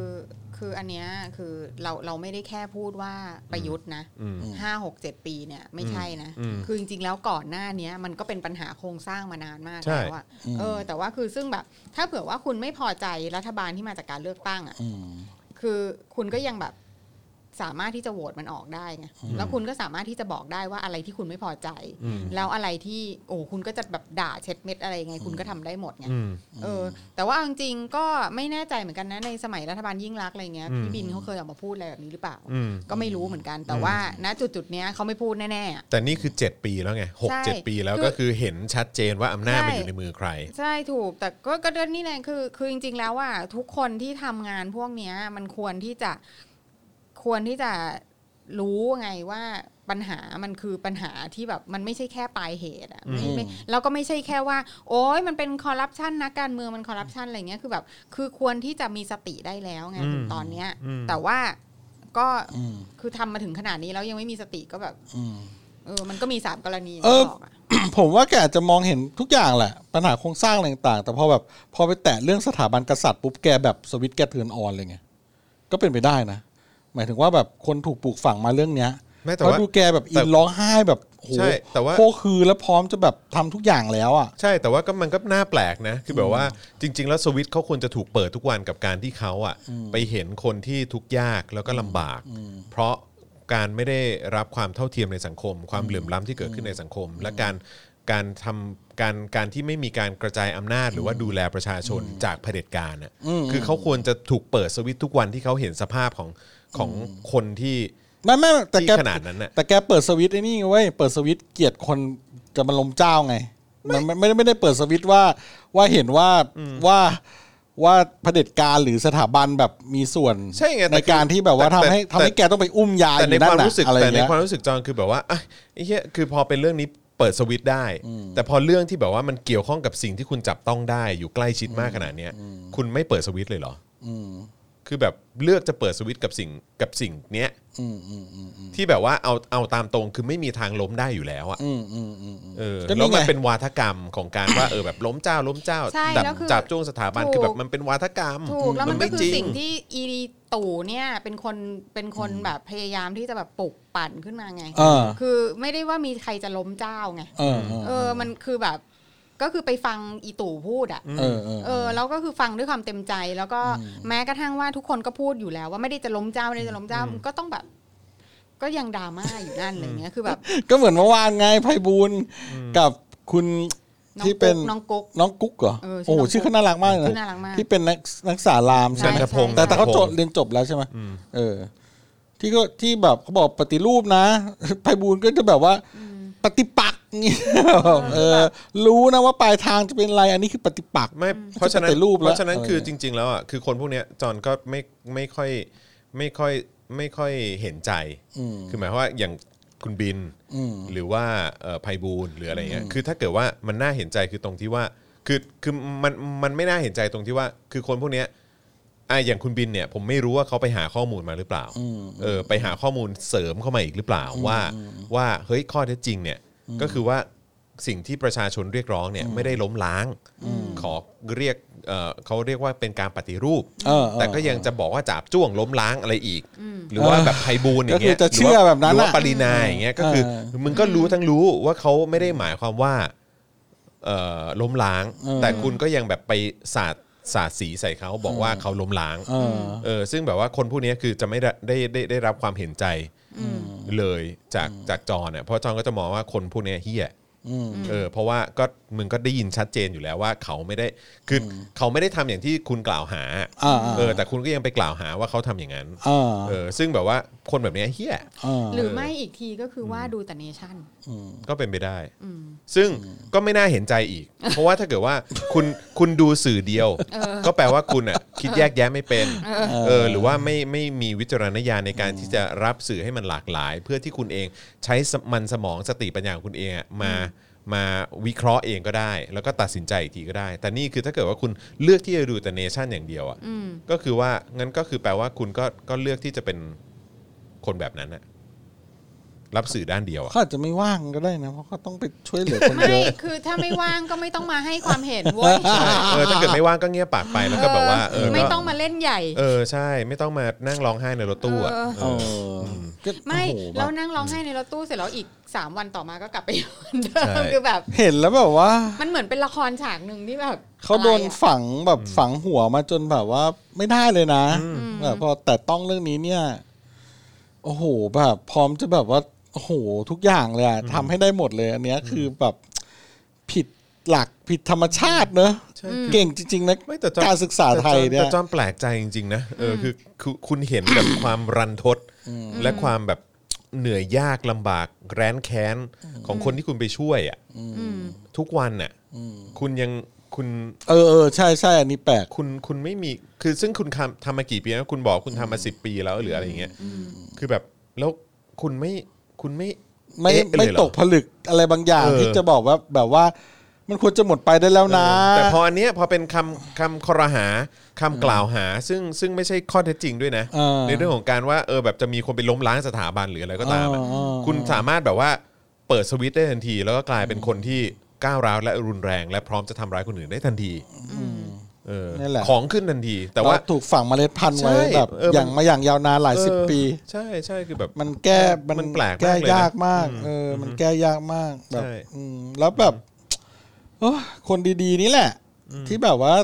S3: คืออันเนี้ย คือเรา เราไม่ได้แค่พูดว่าประยุทธ์นะ
S2: อืม
S3: ห้าหกเจ็ดปีเนี่ยไม่ใช่นะ
S2: อืม
S3: คือจริงๆแล้วก่อนหน้าเนี้ยมันก็เป็นปัญหาโครงสร้างมานานมาก
S2: ใช่
S3: แล้วอะเออ แต่ว่าคือซึ่งแบบ ถ้าเผื่อว่าคุณไม่พอใจรัฐบาลที่มาจากการเลือกตั้งอะ
S4: อืม
S3: คือคุณก็ยังแบบ สามารถที่จะโหวตมันออกได้ไงแล้วคุณก็สามารถที่จะบอกได้ว่าอะไรที่คุณไม่พอใจ
S2: อืม
S3: แล้วอะไรที่โอ้คุณก็จะแบบด่าเช็ดเม็ดอะไรยังไง คุณก็ทำได้หมดไง
S2: อืม
S3: เออแต่ว่าเอาจริงๆก็ไม่แน่ใจเหมือนกันนะในสมัยรัฐบาลยิ่งรักษณ์อะไรเงี้ย
S2: อืม
S3: พี่บินเขาเคยออกมาพูดอะไรแบบนี้หรือเปล่า
S2: อืม
S3: ก็ไม่รู้เหมือนกัน แต่ว่าณจุดจุดๆเนี้ยเขาไม่พูดแน่
S2: แต่นี่คือ 7 ปีแล้วไงหก
S3: ใช่
S2: เจ็ดปีแล้ว
S3: คือ
S2: ก็คือเห็นชัดเจนว่าอำนาจมัน
S3: ใช่
S2: อยู่ในมือใคร
S3: ๆ ใช่ถูกแต่ก็ก็เรื่องนี้แหละคือคือจริง ๆ แล้วว่าทุกคนที่ทำงานพวกเนี้ยมันควรที่จะควรที่จะรู้ไงว่าปัญหามันคือปัญหาที่แบบมันไม่ใช่แค่ปลายเหตุอะไม่ไม่แล้วก็ไม่ใช่แค่ว่า โอ้ยมันเป็นคอร์รัปชันนะการเมืองมันคอร์รัปชันอะไรเงี้ยคือแบบคือควรที่จะมีสติได้แล้วไงถึงตอนเนี้ย
S2: อืม
S3: แต่ว่าก็
S4: อืม
S3: คือทำมาถึงขนาดนี้แล้วยังไม่มีสติก็แบบ
S4: อืม
S3: เออมันก็มีสามกรณี
S4: เออ
S3: ย่างที่บอกะ
S4: ผมว่าแกอาจจะมองเห็นทุกอย่างแหละ ปัญหาโครงสร้างอะไรต่างๆแต่พอแบบพอไปแตะเรื่องสถาบันกษัตริย์ปุ๊บแกแบบสวิตช์แกเทิร์นออนเลยไงก็เป็นไปได้นะ หมายถึงว่าแบบคนถูกปลูกฝังมาเรื่องเนี้ย
S2: ไม่แต่
S4: เขา
S2: ว่า
S4: ดูแกแบบอิ
S2: แต่
S4: นร้องไห้แบบโห
S2: ใช่แต่ว่า
S4: โคคือแล้วพร้อมจะแบบทำทุกอย่างแล้วอ่ะ
S2: ใช่แต่ว่าก็มันก็น่าแปลกนะ คือแบบว่าจริง ๆ แล้วสวิตช์เขาควรจะถูกเปิดทุกวันกับการที่เขาอะไปเห็นคนที่ทุกข์ยากแล้วก็ลำบาก เพราะการไม่ได้รับความเท่าเทียมในสังคม ความเหลื่อมล้ำที่เกิดขึ้นในสังคม และการการทำการการที่ไม่มีการกระจายอำนาจ หรือว่าดูแลประชาชนจากเผด็จการอะคือเขาควรจะถูกเปิดสวิตช์ทุกวันที่เขาเห็นสภาพของของคนที่
S4: ไม่ไม่แต่แก
S2: ที่ขนาดนั้นน่ะ
S4: แต่แกเปิดสวิตช์ไอ้นี่ไงเว้ยเปิดสวิตช์เกลียดคนจะมาลมเจ้าไงมันไม่ไม่ได้ไม่ได้เปิดสวิตช์ว่าว่าเห็นว่าว่าว่าเผด็จการหรือสถาบันแบบมีส่วน
S2: ใช่ไงแต่คือ
S4: การที่แบบว่า
S2: แต่
S4: ทำให้
S2: แต่
S4: ทำให้แกต้องไปอุ้มยาอ
S2: แต่ใน
S4: ยู่นั่
S2: คน วาม
S4: น่ะ
S2: รู้สึก
S4: อะไรอ
S2: แต่
S4: ย่าง
S2: ใน
S4: เงี้ย
S2: ความรู้สึกจอนคือแบบว่าอ่ะไอ้เหี้ยคือพอเป็นเรื่องนี้เปิดสวิตช์ได้ แต่พอเรื่องที่แบบว่ามันเกี่ยวข้องกับสิ่งที่คุณจับต้องได้อยู่ใกล้ชิดมากขนาดเนี้ยคุณไม่เปิดสวิตช์เลยเหรออคือแบบเลือกจะเปิดสวิตช์กับสิ่งกับสิ่งเนี้ยที่แบบว่าเอาเอาตามตรงคือไม่มีทางล้มได้อยู่แล้วอ่ะเออ
S4: ก็นี่ไง
S2: แล้วมันเป็นวาทกรรมของการว่าเออแบบล้มเจ้าล้มเจ้า
S3: ใช่
S2: ดับ
S3: แล้วคือ
S2: จับจ้วงสถาบันคือแบบ
S3: ถูก
S2: มันเป็นวาทกรรม
S3: ถูกแล้วมันก็
S2: ไม่
S3: คือ
S2: จริง
S3: สิ่งที่อีดีตู่เนี่ยเป็นคนเป็นคนแบบพยายามที่จะแบบปลุกปั่นขึ้นมาไง
S4: เออ
S3: คือไม่ได้ว่ามีใครจะล้มเจ้าไง
S4: เออ
S3: เออมันคือแบบก็คือไปฟังอีตู่พูดอ่ะ
S4: เออเออ
S3: เออแล้วก็คือฟังด้วยความเต็มใจ แล้วก็แม้กระทั่งว่าทุกคนก็พูดอยู่แล้ว ว่าไม่ได้จะล้มเจ้าไม่ได้จะล้มเจ้ามันก็ต้องแบบ ก็ยังดราม่าอยู่นั่นอะไรเงี้ยคือแบบ
S4: ก็เหมือนเมื่อวานไงไพบูลย์กับคุณ
S3: น้อง
S4: ที่เป็น
S3: น้องกุ๊ก
S4: น้องกุ๊กเหรอ
S3: เออชื่อ
S4: โอ้โห
S3: น้องกุ๊ก
S4: ชื่อเขาน่ารักมากเลย
S3: ชื่อน่ารักมาก
S4: ที่เป็นนักนักศึกษารามใช่ไหม
S3: ใช่
S2: นันทพงศ์
S4: แต่แต่เขา
S2: นันทพ
S4: จ
S2: ง
S4: บ
S2: ศ์
S4: เรียนจบแล้วใช่ไหมเออ ที่ก็ที่แบบเขาบอกปฏิรูปนะ (laughs) ไพบูลย์ก็จะแบบว่าปฏิปักษ์เงี้ย
S3: (laughs)
S4: เออ รู้นะว่าปลายทางจะเป็นอะไร อันนี้คือปฏิปักษ์
S2: ไม่เพราะฉะนั้น
S4: จะปฏิรูปแล้ว
S2: เพราะฉะนั้น
S4: เออ
S2: คือจริง ๆ แล้วอ่ะคือคนพวกเนี้ยจอนก็ไม่ไม่ค่อยไม่ค่อยไม่ค่อยเห็นใจ คือหมายความว่าอย่างคุณบินหรือว่าเอ่อไพบูลย์หรืออะไรเงี้ยคือถ้าเกิดว่ามันน่าเห็นใจคือตรงที่ว่าคือคือมันมันไม่น่าเห็นใจตรงที่ว่า คือคนพวกเนี้ยอ่ะอย่างคุณบินเนี่ยผมไม่รู้ว่าเขาไปหาข้อมูลมาหรือเปล่าเออไปหาข้อมูลเสริมเข้ามาอีกหรือเปล่าว่า ว่าเฮ้ยข้อเท็จจริงเนี่ยก็คือว่า สิ่งที่ประชาชนเรียกร้องเนี่ยไม่ได้ล้มล้าง ขอเรียกเอ่อเขาเรียกว่าเป็นการปฏิรูป
S4: เออเออ
S2: แต่ก็ยังจะบอกว่าจับจ้วงล้มล้างอะไรอีก หรือว่าแบบไพบูลย์อย่างเงี้ย
S4: ก็คือจะเชื่อแบบนั้น
S2: หรืว่า
S4: น่ะ
S2: ปรินาอย่างเงี้ยก็คือ
S4: เออ
S2: มึงก็รู้ทั้งรู้ว่าเขาไม่ได้หมายความว่าเอ่อล้มล้าง
S4: เออ
S2: แต่คุณก็ยังแบบไปสาดสาดสีใส่เขาบอกว่าเขาล้มล้าง
S4: เออ
S2: เออซึ่งแบบว่าคนผู้นี้ยคือจะไม่ได้ได้ได้ได้รับความเห็นใจเลยจากจากจอเนี่ยเพราะจอนก็จะมองว่าคนผู้นี้ยเฮี้ยเออเพราะว่าก็มึงก็ได้ยินชัดเจนอยู่แล้วว่าเขาไม่ได้คืออเขาไม่ได้ทำอย่างที่คุณกล่าวหา
S4: อ่า
S2: เออแต่คุณก็ยังไปกล่าวหาว่าเขาทำอย่างนั้น
S4: เออ
S2: เออซึ่งแบบว่าคนแบบเนี้ยเฮี้ย
S4: เออ
S3: หรือไม่อีกทีก็คือว่าดูแต่เนชั่น
S2: ก็เป็นไปได้ ซึ่งก็ไม่น่าเห็นใจอีก เพราะว่าถ้าเกิดว่า (laughs) คุณคุณดูสื่อเดียว ก็แปลว่าคุณอ่ะคิดแยกแยะไม่เป็นเออหรือว่าไม่ไม่มีวิจารณญาณในการที่จะรับสื่อให้มันหลากหลาย เพื่อที่คุณเองใช้สมันสมองสติปัญญาของคุณเองอะมามาวิเคราะห์เองก็ได้ แล้วก็ตัดสินใจอีกทีก็ได้ แต่นี่คือถ้าเกิดว่าคุณเลือกที่จะดูแต่เนชั่นอย่างเดียวอ่ะก็คือว่างั้นก็คือแปลว่าคุณก็ก็เลือกที่จะเป็นคนแบบนั้นอะรับสื่อด้านเดียวอะ
S4: เขาอาจจะไม่ว่างก็ได้นะ เพราะเขาต้องไปช่วยเหลือคน
S3: ไม่
S4: เยอะ
S3: คือถ้าไม่ว่างก็ไม่ต้องมาให้ความเห็นเว้ย
S2: เออถ้าเกิดไม่ว่างก็เงียบปากไปแล้วก็แบบว่าเออก็
S3: ไม่ต้องมาเล่นใหญ่
S2: เออใช่ไม่ต้องมานั่งร้องไห้ในรถตู้อ่ะ
S3: เออ
S2: เอ
S4: เอ
S2: อ
S4: อก็
S3: ไม่
S4: โอ้โหบบ
S3: แล้วนั่งร้องไห้ในรถตู้เสร็จแล้วอีก 3 วันต่อมาก็กลับไปเหมือนเดิมคือแบบ
S4: เห็นแล้วแบบว่า
S3: มันเหมือนเป็นละครฉากหนึ่งที่แบบ
S4: เขาโดน
S3: อะไรอะ
S4: ฝังแบบฝังหัวมาจนแบบว่าไม่ได้เลยนะแบบพอแต่ต้องเรื่องนี้เนี่ย โอ้โหแบบพร้อมจะแบบว่าโอ้โหทุกอย่างเลยอะทำให้ได้หมดเลย อันเนี้ยคือแบบผิดหลักผิดธรรมชาติเนอะ
S2: ใช่คือ
S4: เก่งจริงๆนะ
S2: ไม่แต่จอม
S4: การศึกษาไทย
S2: แต่จอม
S4: เนี่ย
S2: แต่จอมแปลกใจจริงๆนะเอออคือคือคุณเห็นแบบความรันทดและความแบบเหนื่อยยากลำบากแร้นแค้นของคนที่คุณไปช่วยอ่ะทุกวันน่ะคุณยังคุณ
S4: เออเออใช่ใช่อันนี้แปลก
S2: คุณคุณไม่มีคือซึ่งคุณทำทำมากี่ปีแล้วคุณบอกคุณทำมาสิบปีแล้วหรืออะไรอย่างเงี้ยคือแบบแล้วคุณไม่คุณไม่
S4: ไม่
S2: เอ๊ะ
S4: ไม่
S2: เลยเหรอ
S4: ตกผลึกอะไรบางอย่าง
S2: เออ
S4: ที่จะบอกว่าแบบว่ามันควรจะหมดไปได้แล้วนะ
S2: แต่พออันเนี้ยพอเป็นคำคำคอรหาคำกล่าวหา ซึ่งซึ่งไม่ใช่ข้อเท็จจริงด้วยนะ
S4: เออ
S2: ในเรื่องของการว่าเออแบบจะมีคนไปล้มล้างสถาบันหรืออะไรก็ตามอะ
S4: เออเออเออ
S2: คุณสามารถแบบว่าเปิดสวิตช์ได้ทันที แล้วก็กลายเป็นคนที่ก้าวร้าวและรุนแรง และพร้อมจะทำร้ายคนอื่นได้ทันทีเออ
S4: นั่นแหละ
S2: ของขึ้นทันทีแต่
S4: แต่
S2: ว่า
S4: ว่าถูกฝังเมล็ดพันธุ์ไว้
S2: ใช่
S4: แบบ
S2: เออมัน
S4: อย่างมาอย่างยาวนานหลายสิบ
S2: เออ
S4: ปี
S2: ใช่ใช่คือแบบ
S4: มันแก้มัน
S2: มันแปลกมาก
S4: แก้
S2: เลยนะ
S4: ยากมากเอออมันแก้ยากมากแบบ
S2: ใช่
S4: อืมแล้วแบบโอ้ยคนดีๆนี่แหละ ที่แบบว่า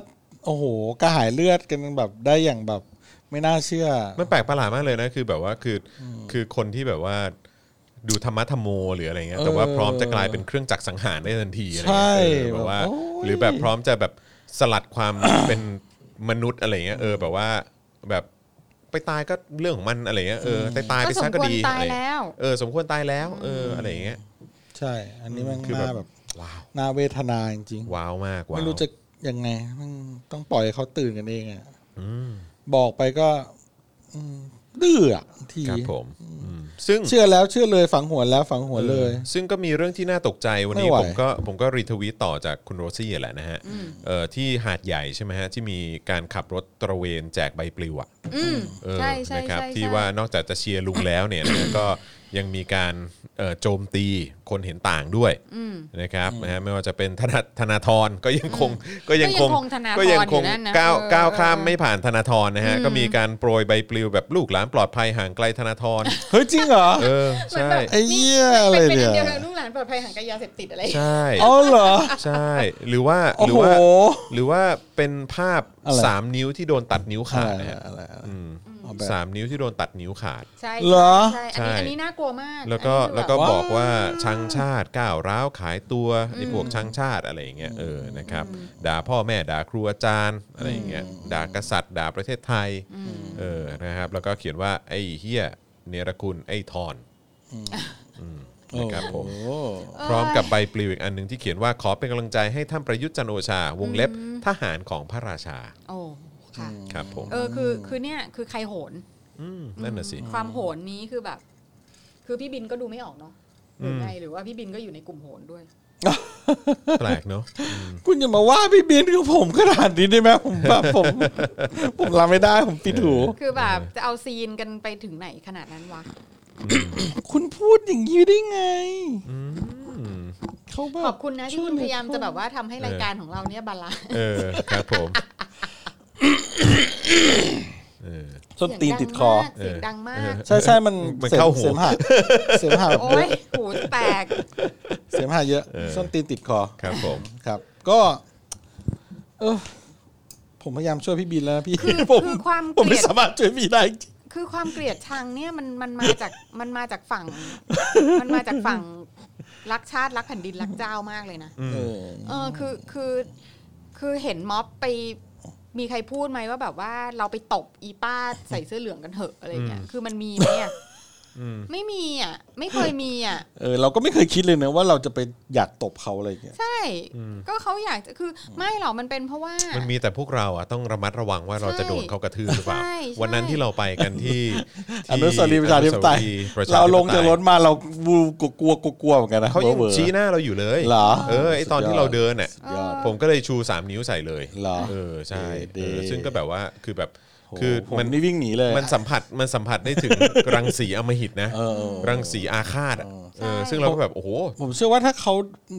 S4: โอ้โหกระหายเลือดกันแบบได้อย่างแบบ ไม่น่าเชื่อ
S2: มันแปลกประหลาดมากเลยนะคือแบบว่าคืออคือคนที่แบบว่าดูธรรมะธรรมโมหรืออะไรเงี้ย
S4: เออ
S2: แต่ว่าพร้อมจะกลายเป็นเครื่องจักรสังหารได้ทันทีอะไร
S4: ใช่
S2: เงี้ยเออแบบว่า
S4: แบบโอ้ย
S2: หรือแบบพร้อมจะแบบสลัดความ เป็นมนุษย์อะไรเงี้ยเออแบบว่าแบบไปตายก็เรื่องของมันอะไรเงี้ยเออตายตายๆไป
S3: ก็ส
S2: ซะ
S3: ม
S2: ก็
S3: ควร
S2: ดี
S3: ตาย
S2: อะไรเงี้ย
S3: แล้ว
S2: เออสมควรตายแล้วเอออะไรเงี้ย
S4: ใช่ อันนี้มัน
S2: คือ
S4: น่า
S2: แบ
S4: แบบ บ
S2: ว้าว
S4: น่าเวทนาจริงๆ
S2: ว้าวมากว้าว
S4: ไม่รู้จะยังไงมันต้องปล่อยให้เขาตื่นกันเองอะบอกไปก็อืมดื้ออะที
S2: ครับผมอืมซึ่ง
S4: เชื่อแล้วเชื่อเลยฝังหัวแล้วฝังหัวเลย
S2: เออซึ่งก็มีเรื่องที่น่าตกใจวันนี้
S4: ไม่ไหว
S2: ผมก็ผมก็รีทวีตต่อจากคุณโรซี่แหละนะฮะเอ่อที่หาดใหญ่ใช่ไหมฮะที่มีการขับรถตระเวนแจกใบปลิวอ่ะ
S3: อืม
S2: เออ
S3: ใช่ใช่
S2: นะครับ
S3: ใช่
S2: ที่
S3: ใช่
S2: ว่านอกจากจะเชียร์ลุงแล้วเนี่ยนะฮ (coughs) ะก็ยังมีการเอ่อโจมตีคนเห็นต่างด้วย
S3: อืม
S2: นะครับนะฮะไม่ว่าจะเป็นธนาธนาธรก็ยังคงก็ยังคง
S3: ก็ยังคงธนาธร
S2: ก็ยังคง
S3: อยู่นั่นนะ
S2: ก้าว
S3: เออ
S2: ก้าวข้าม
S3: เออ
S2: ไม่ผ่านธนาธรนะฮะก็มีการโปรยใบปลิวแบบลูกหลานปลอดภัยห่างไกลธนาธร
S4: เฮ้ยจริงเหรอ
S2: เออ
S3: เหมือน
S2: ใช่
S3: แบบ
S4: ไอ้เหี้ยอะไร
S3: ป็
S4: เนี่ย
S3: ป็ดีวกับลูกหลานปลอดภัยห่างไกลยาเสพติดอะไร
S2: ใช่
S4: อ๋อเหรอ
S2: ใช่หรือว่าห
S4: โอ้
S2: รือ
S4: โห
S2: ว่าหรือว่าเป็นภาพ
S4: อะไร
S2: สามนิ้วที่โดนตัดนิ้ว
S4: อะ
S2: ขาด
S4: ไร
S2: นะฮะ
S4: อะไรอะไร
S2: อืม
S4: เอาแบบ
S2: สามนิ้วที่โดนตัดนิ้วขาด
S3: ใช่
S4: เหรอ
S3: ใช่
S2: ใช่
S3: ใช่อันนี้อันนี้น่ากลัวมาก
S2: แล้วก็
S3: อันนี้คือ
S2: แล้วก็
S3: บบ
S4: แบบ
S2: บอกว่า
S4: ว้าว
S2: ชังชาติก้าวร้าวขายตัวไอ้พวกชังชาติอะไรอย่างเงี้ยเออนะครับด่าพ่อแม่ด่าครูอาจารย์อะไรอย่างเงี้ยด่ากษัตริย์ด่าประเทศไทยเออนะครับแล้วก็เขียนว่าไอ้เฮียเนรคุณไอ้ทอนนะครับผม
S4: โอ้โห
S2: พร้อมกับใบปลิวอีกอันหนึ่งที่เขียนว่าขอเป็นกำลังใจให้ท่านประยุทธ์จันทร์โอชาวงเล็บทหารของพระราชา
S3: โอ้ค่ะ
S2: ครับผม
S3: เออคือคือเนี่ยคือใครโหน
S2: มนั่นน่ะสิ
S3: ความโหนนี้คือแบบ คือพี่บินก็ดูไม่ออกเนาะหรือไง
S2: อืม
S3: หรือว่าพี่บินก็อยู่ในกลุ่มโหนด้วย
S2: แปลกเนาะ
S4: คุณอย่ามาว่าพี่บินกับผมขนาดนี้ได้ไหมผมแบบผม (laughs) ผมรับไม่ได้ผมปิดหู
S3: คือแบบจะเอาซีนกันไปถึงไหนขนาดนั้นวะ
S4: คุณพูดอย่างนี้ได้ไง
S2: อืม
S4: เขาแบ
S3: ข
S4: บ
S3: อบคุณนะที่คุณพยายามจะแบบว่าทำให้รายการของเราเนี่ยบาลานซ์
S2: เออครับผมเออ
S4: ส้นตีนติดคอ
S3: เสียงดังมาก
S4: ใช่ใช่มัน
S2: มันเข้าหู
S4: เสมหะเสม
S3: (laughs)
S4: หะแบบ
S3: โอ้
S4: เย
S3: ย
S4: อะ
S3: หูแตก
S4: เสมหะเยอะ ส้นตีนติดคอ
S2: ครับผม
S4: ครับ ก็ เออผมพยายามช่วยพี่บินแล้วนะพี่
S3: คือ
S4: ผม
S3: คือความ
S4: ผม
S3: เกลี
S4: ไม่
S3: ยด
S4: สามารถช่วยพี่ได้จริง
S3: คือความเกลียดชังเนี่ยมันมันมาจากมันมาจากฝั่ง มันมาจากฝั่งรักชาติรักแผ่นดินรักเจ้ามากเลยนะ
S4: เออ
S3: เออคือคือคือเห็นม็อบไปมีใครพูดไหมว่าแบบว่าเราไปตบอีป้าใส่เสื้อเหลืองกันเถอะอะไรเงี้ย คือมันมีไหมอ่ะไม่มีอ่ะ ไม่เคยมีอ่ะ
S4: เออ เราก็ไม่เคยคิดเลยนะว่าเราจะไปอยากตบเขาอะไรอย่างเงี้ย
S3: ใช่ ก็เขาอยากจะคือไม่หรอกมันเป็นเพราะว่า
S2: มันมีแต่พวกเราอะต้องระมัดระวังว่าเราจะโดนเขากระทืบหรือเปล่า
S3: ใช่ใช่
S2: วันนั้นที่เราไปกันที่
S4: (laughs) อ
S2: ที่
S4: นุสาวรีย์ประชาธิปไต
S2: อ
S4: ย
S2: นุสวประชธิปไตย
S4: เราลงจากรถมาเราวูกลัวกลัวกลัวเหมือนกันนะ
S2: เขายัง
S4: วอร์ๆ
S2: ชี้หน้าเราอยู่เลย
S4: เหรอ
S2: เออไอตอนที่เราเดินน่ะ
S4: สุดยอด
S2: ผมก็เลยชู 3 นิ้วใส่เลย
S4: เหรอ
S2: เออใช่
S4: ดี
S2: เออ
S4: ดี
S2: ซึ่งก็แบบว่าคือแบบคื
S4: คือ อผม
S2: มัน
S4: นี่วิ่งหนีเลย
S2: มันสัมผัสมันสัมผัสได้
S4: (laughs)
S2: ถึง รังสีอำมหิตนะ
S4: เออเออ
S2: รังสีอาฆาตอะเออซึ่งเราก็แบบโอ้โห
S4: ผมเชื่อว่าถ้าเขา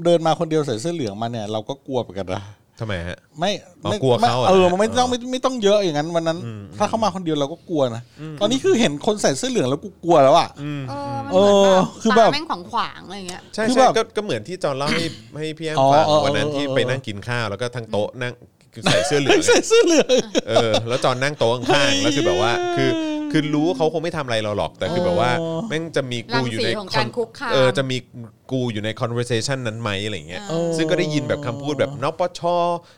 S4: เดินมาคนเดียวใส่เสื้อเหลืองมาเนี่ยเราก็กลัวเหมือนกันนะ
S2: ทำไมฮะ
S4: ไม่
S2: อ๋อ
S4: ไม่
S2: กลัวเขาอะ
S4: ไม่เออ
S2: นะ
S4: มันไม่ต้อ
S2: เออ
S4: งไม่ไม่ต้องเยอะอย่างนั้นวันนั้น ถ้าเขามาคนเดียวเราก็กลัวนะตอนนี้คือเห็นคนใส่เสื้อเหลืองแล้วกูกลัวแล้วอ่ะ
S3: เออมันเหมือนแบบ
S4: เออคือแบบ
S3: ตาแม่งขวางขวางๆอะไรเงี้ย
S2: ใช่
S4: คือ
S2: ใช่
S4: แบบ
S2: ก็ก็เหมือนที่จอนเล่าให้ให้พี่แอม
S4: อ๋อ
S2: ฟัง
S4: เออเออ
S2: วันนั้นที่
S4: เออ
S2: ไปนั่งกินข้าวแล้วก็ทั้งโต๊ะนั่งใส่เสื้อเหลือง
S4: ใส่เสื้อเหลือง
S2: เออแล้วจอนนั่งโต๊ะข้างๆแล้วคือแบบว่า คือ คือรู้ว่าเขาคงไม่ทำอะไรเราหรอกแต่คือแบบว่า
S4: อ๋อ
S2: แม่งจะมีกูอยู่ใน
S3: รังสีของการคุกคาม
S2: เออจะมีกูอยู่ใน conversation นั้นไหมอะไรอย่างเงี้ย
S3: เออ
S2: ซึ่งก็ได้ยินแบบคำพูดแบบนปช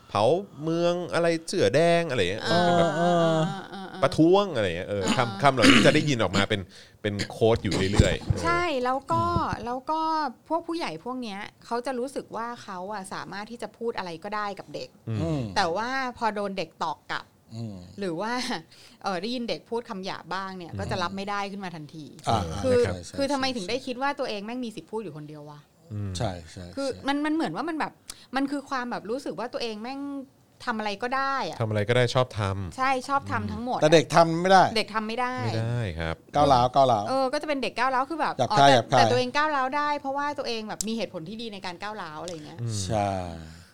S2: เผาเมืองอะไรเสือแดงอะไรอย่างเงี้ยเออแบบ
S4: เออ
S3: เออเออ
S2: ประท้วงอะไรอย่างเงี้ยเออคำคำเหล่านี้จะได้ยินออกมาเป็นเป็นโค้ดอยู่เรื่อยๆ
S3: ใช่แล้วก็แล้วก็พวกผู้ใหญ่พวกเนี้ยเขาจะรู้สึกว่าเขาอะสามารถที่จะพูดอะไรก็ได้กับเด็ก
S4: อืม
S3: แต่ว่าพอโดนเด็กตอกกลับ
S4: อืม
S3: หรือว่า (laughs) เออได้ยินเด็กพูดคำหยาบบ้างเนี่ยก็จะรับไม่ได้ขึ้นมาทันที
S4: อ่า
S3: คือ
S4: ใช่ใช่
S3: คือทำไม
S4: ใช่
S3: ถึงได้คิดว่าตัวเองแม่งมีสิทธิ์พูดอยู่คนเดียววะ
S4: ใช่ใช่
S3: คือมันมันเหมือนว่ามันแบบมันคือความแบบรู้สึกว่าตัวเองแม่งทำอะไรก็ได้อะ
S2: ทำอะไรก็ได้ชอบทำ
S3: ใช่ชอบทำทั้งหมด
S4: แต่เด็กทำไม่ได้
S3: เด็กทำไม่ได้
S2: ไม่ได้ครับ
S4: ก้าวร้าวก้าวร้าว
S3: เออ ก็จะเป็นเด็กก้าวร้าวคือแบบ
S4: หยาบ
S3: อ๋อ
S4: คาย
S3: แต่
S4: หยาบคาย
S3: แต่ตัวเองก้าวร้าวได้ เพราะว่าตัวเองแบบมีเหตุผลที่ดีในการก้าวร้าวอะไรอย่างเงี้ย
S4: ใช่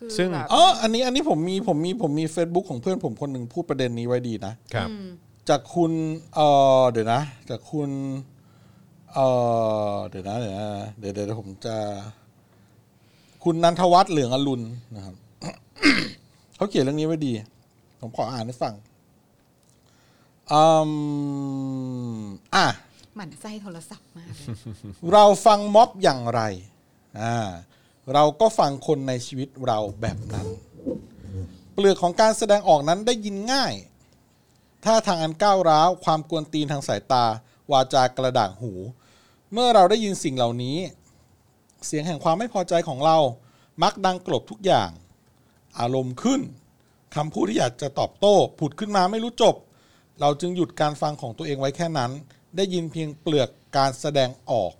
S3: คือ
S2: ซึ่ง
S3: แบบ
S4: อ๋ออันนี้อันนี้ผมมีผมมีผมมี Facebook ของเพื่อนผมคนหนึ่งพูดประเด็นนี้ไว้ดีนะ
S2: ครับ
S3: อืม
S4: จากคุณเออเดี๋ยวนะ จากคุณเออเดี๋ยวนะเดี๋ยวนะเดี๋ยวเดี๋ยวผมจะ คุณนันทวัฒน์เหลืองอรุณนะครับ (coughs) เขาเขียนเรื่องนี้ไว้ดี ผมขออ่านให้ฟังอืมอ่ะ
S3: หมั่นไส้โทรศัพท์มากเลย
S4: เราฟังม็อบอย่างไร อ่า เราก็ฟังคนในชีวิตเราแบบนั้น เปลือกของการแสดงออกนั้นได้ยินง่าย ถ้าทางอันก้าวร้าว ความกวนตีนทางสายตา วาจากระด่างหู เมื่อเราได้ยินสิ่งเหล่านี้ เสียงแห่งความไม่พอใจของเรา มักดังกลบทุกอย่าง อารมณ์ขึ้นคำพูดที่อยากจะตอบโต้ ผุดขึ้นมาไม่รู้จบ เราจึงหยุดการฟังของตัวเองไว้แค่นั้น ได้ยินเพียงเปลือกการแสดงออก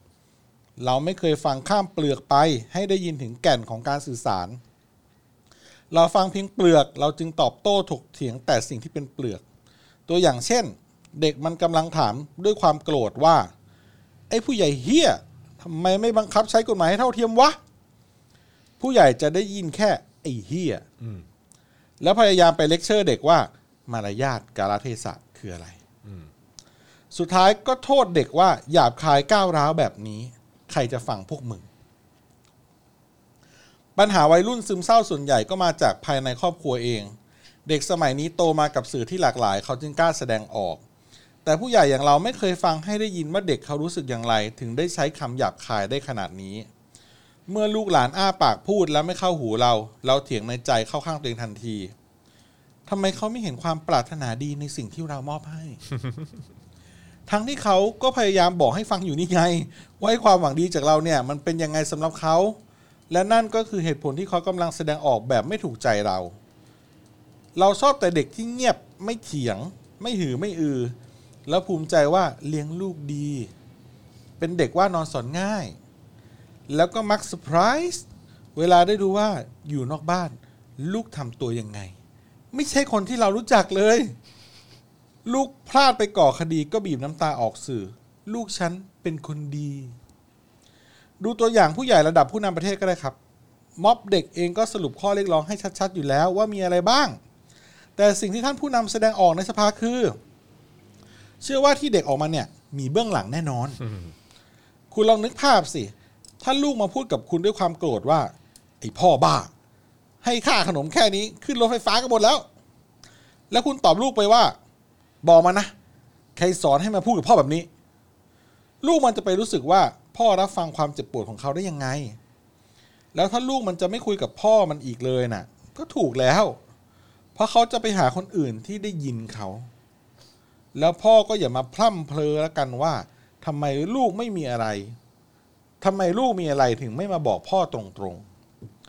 S4: เราไม่เคยฟังข้ามเปลือกไป ให้ได้ยินถึงแก่นของการสื่อสาร เราฟังเพียงเปลือก เราจึงตอบโต้ถกเถียงแต่สิ่งที่เป็นเปลือก ตัวอย่างเช่น เด็กมันกำลังถามด้วยความโกรธว่า ไอ้ผู้ใหญ่เฮี้ยทำไมไม่บังคับใช้กฎหมายให้เท่าเทียมวะ ผู้ใหญ่จะได้ยินแค่ไอ้เฮี้ย
S2: อืม
S4: แล้วพยายามไปเลคเชอร์เด็กว่า มารยาทกาลเทศะคืออะไร สุดท้ายก็โทษเด็กว่าหยาบคายก้าวร้าวแบบนี้ ใครจะฟังพวกมึง ปัญหาวัยรุ่นซึมเศร้าส่วนใหญ่ก็มาจากภายในครอบครัวเอง เด็กสมัยนี้โตมากับสื่อที่หลากหลาย เขาจึงกล้าแสดงออก แต่ผู้ใหญ่อย่างเราไม่เคยฟังให้ได้ยินว่าเด็กเขารู้สึกอย่างไร ถึงได้ใช้คำหยาบคายได้ขนาดนี้ เมื่อลูกหลานอ้าปากพูดแล้วไม่เข้าหูเรา เราเถียงในใจเข้าข้างตัวเองทันทีทำไมเขาไม่เห็นความปรารถนาดีในสิ่งที่เรามอบให้ ทั้งที่เขาก็พยายามบอกให้ฟังอยู่นี่ไง ว่าไอ้ความหวังดีจากเราเนี่ยมันเป็นยังไงสำหรับเขา และนั่นก็คือเหตุผลที่เขากำลังแสดงออกแบบไม่ถูกใจเรา เราชอบแต่เด็กที่เงียบไม่เถียง ไม่หือไม่อือ แล้วภูมิใจว่าเลี้ยงลูกดี เป็นเด็กว่านอนสอนง่าย แล้วก็มักเซอร์ไพรส์เวลาได้ดูว่าอยู่นอกบ้าน ลูกทำตัวยังไง ไม่ใช่คนที่เรารู้จักเลย ลูกพลาดไปก่อคดีก็บีบน้ำตาออกสื่อ ลูกฉันเป็นคนดี ดูตัวอย่างผู้ใหญ่ระดับผู้นำประเทศก็ได้ครับ ม็อบเด็กเองก็สรุปข้อเรียกร้องให้ชัด ๆ อยู่แล้วว่ามีอะไรบ้าง แต่สิ่งที่ท่านผู้นำแสดงออกในสภาคือ เชื่อว่าที่เด็กออกมาเนี่ย มีเบื้องหลังแน่นอน คุณลองนึกภาพสิ ถ้าลูกมาพูดกับคุณด้วยความโกรธว่าไอ้พ่อบ้า ให้ค่าขนมแค่นี้ขึ้นรถไฟฟ้ากันหมดแล้ว แล้วคุณตอบลูกไปว่า บอกมานะ ใครสอนให้มาพูดกับพ่อแบบนี้ ลูกมันจะไปรู้สึกว่า พ่อรับฟังความเจ็บปวดของเขาได้ยังไง แล้วถ้าลูกมันจะไม่คุยกับพ่อมันอีกเลยน่ะ ก็ถูกแล้ว เพราะเขาจะไปหาคนอื่นที่ได้ยินเขา แล้วพ่อก็อย่ามาพร่ำเพลอแล้วกันว่าทำไมลูกไม่มีอะไรทำไมลูกมีอะไรถึงไม่มาบอกพ่อตรง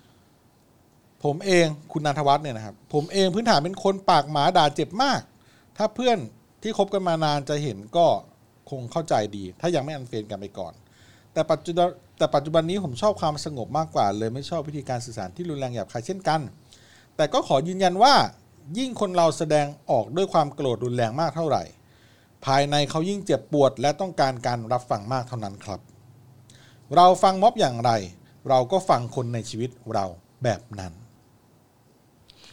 S4: ๆ ผมเองคุณนันทวัฒน์เนี่ยนะครับ ผมเองพื้นฐานเป็นคนปากหมาด่าเจ็บมาก ถ้าเพื่อนที่คบกันมานานจะเห็นก็คงเข้าใจดี ถ้ายังไม่อันเฟรนกันไปก่อน แต่ปัจจุบันแต่ปัจจุบันนี้ผมชอบความสงบมากกว่า เลยไม่ชอบวิธีการสื่อสารที่รุนแรงหยาบคายเช่นกัน แต่ก็ขอยืนยันว่า ยิ่งคนเราแสดงออกด้วยความโกรธรุนแรงมากเท่าไหร่ ภายในเขายิ่งเจ็บปวด และต้องการการรับฟังมากเท่านั้นครับ เราฟังม็อบอย่างไร เราก็ฟังคนในชีวิตเราแบบนั้น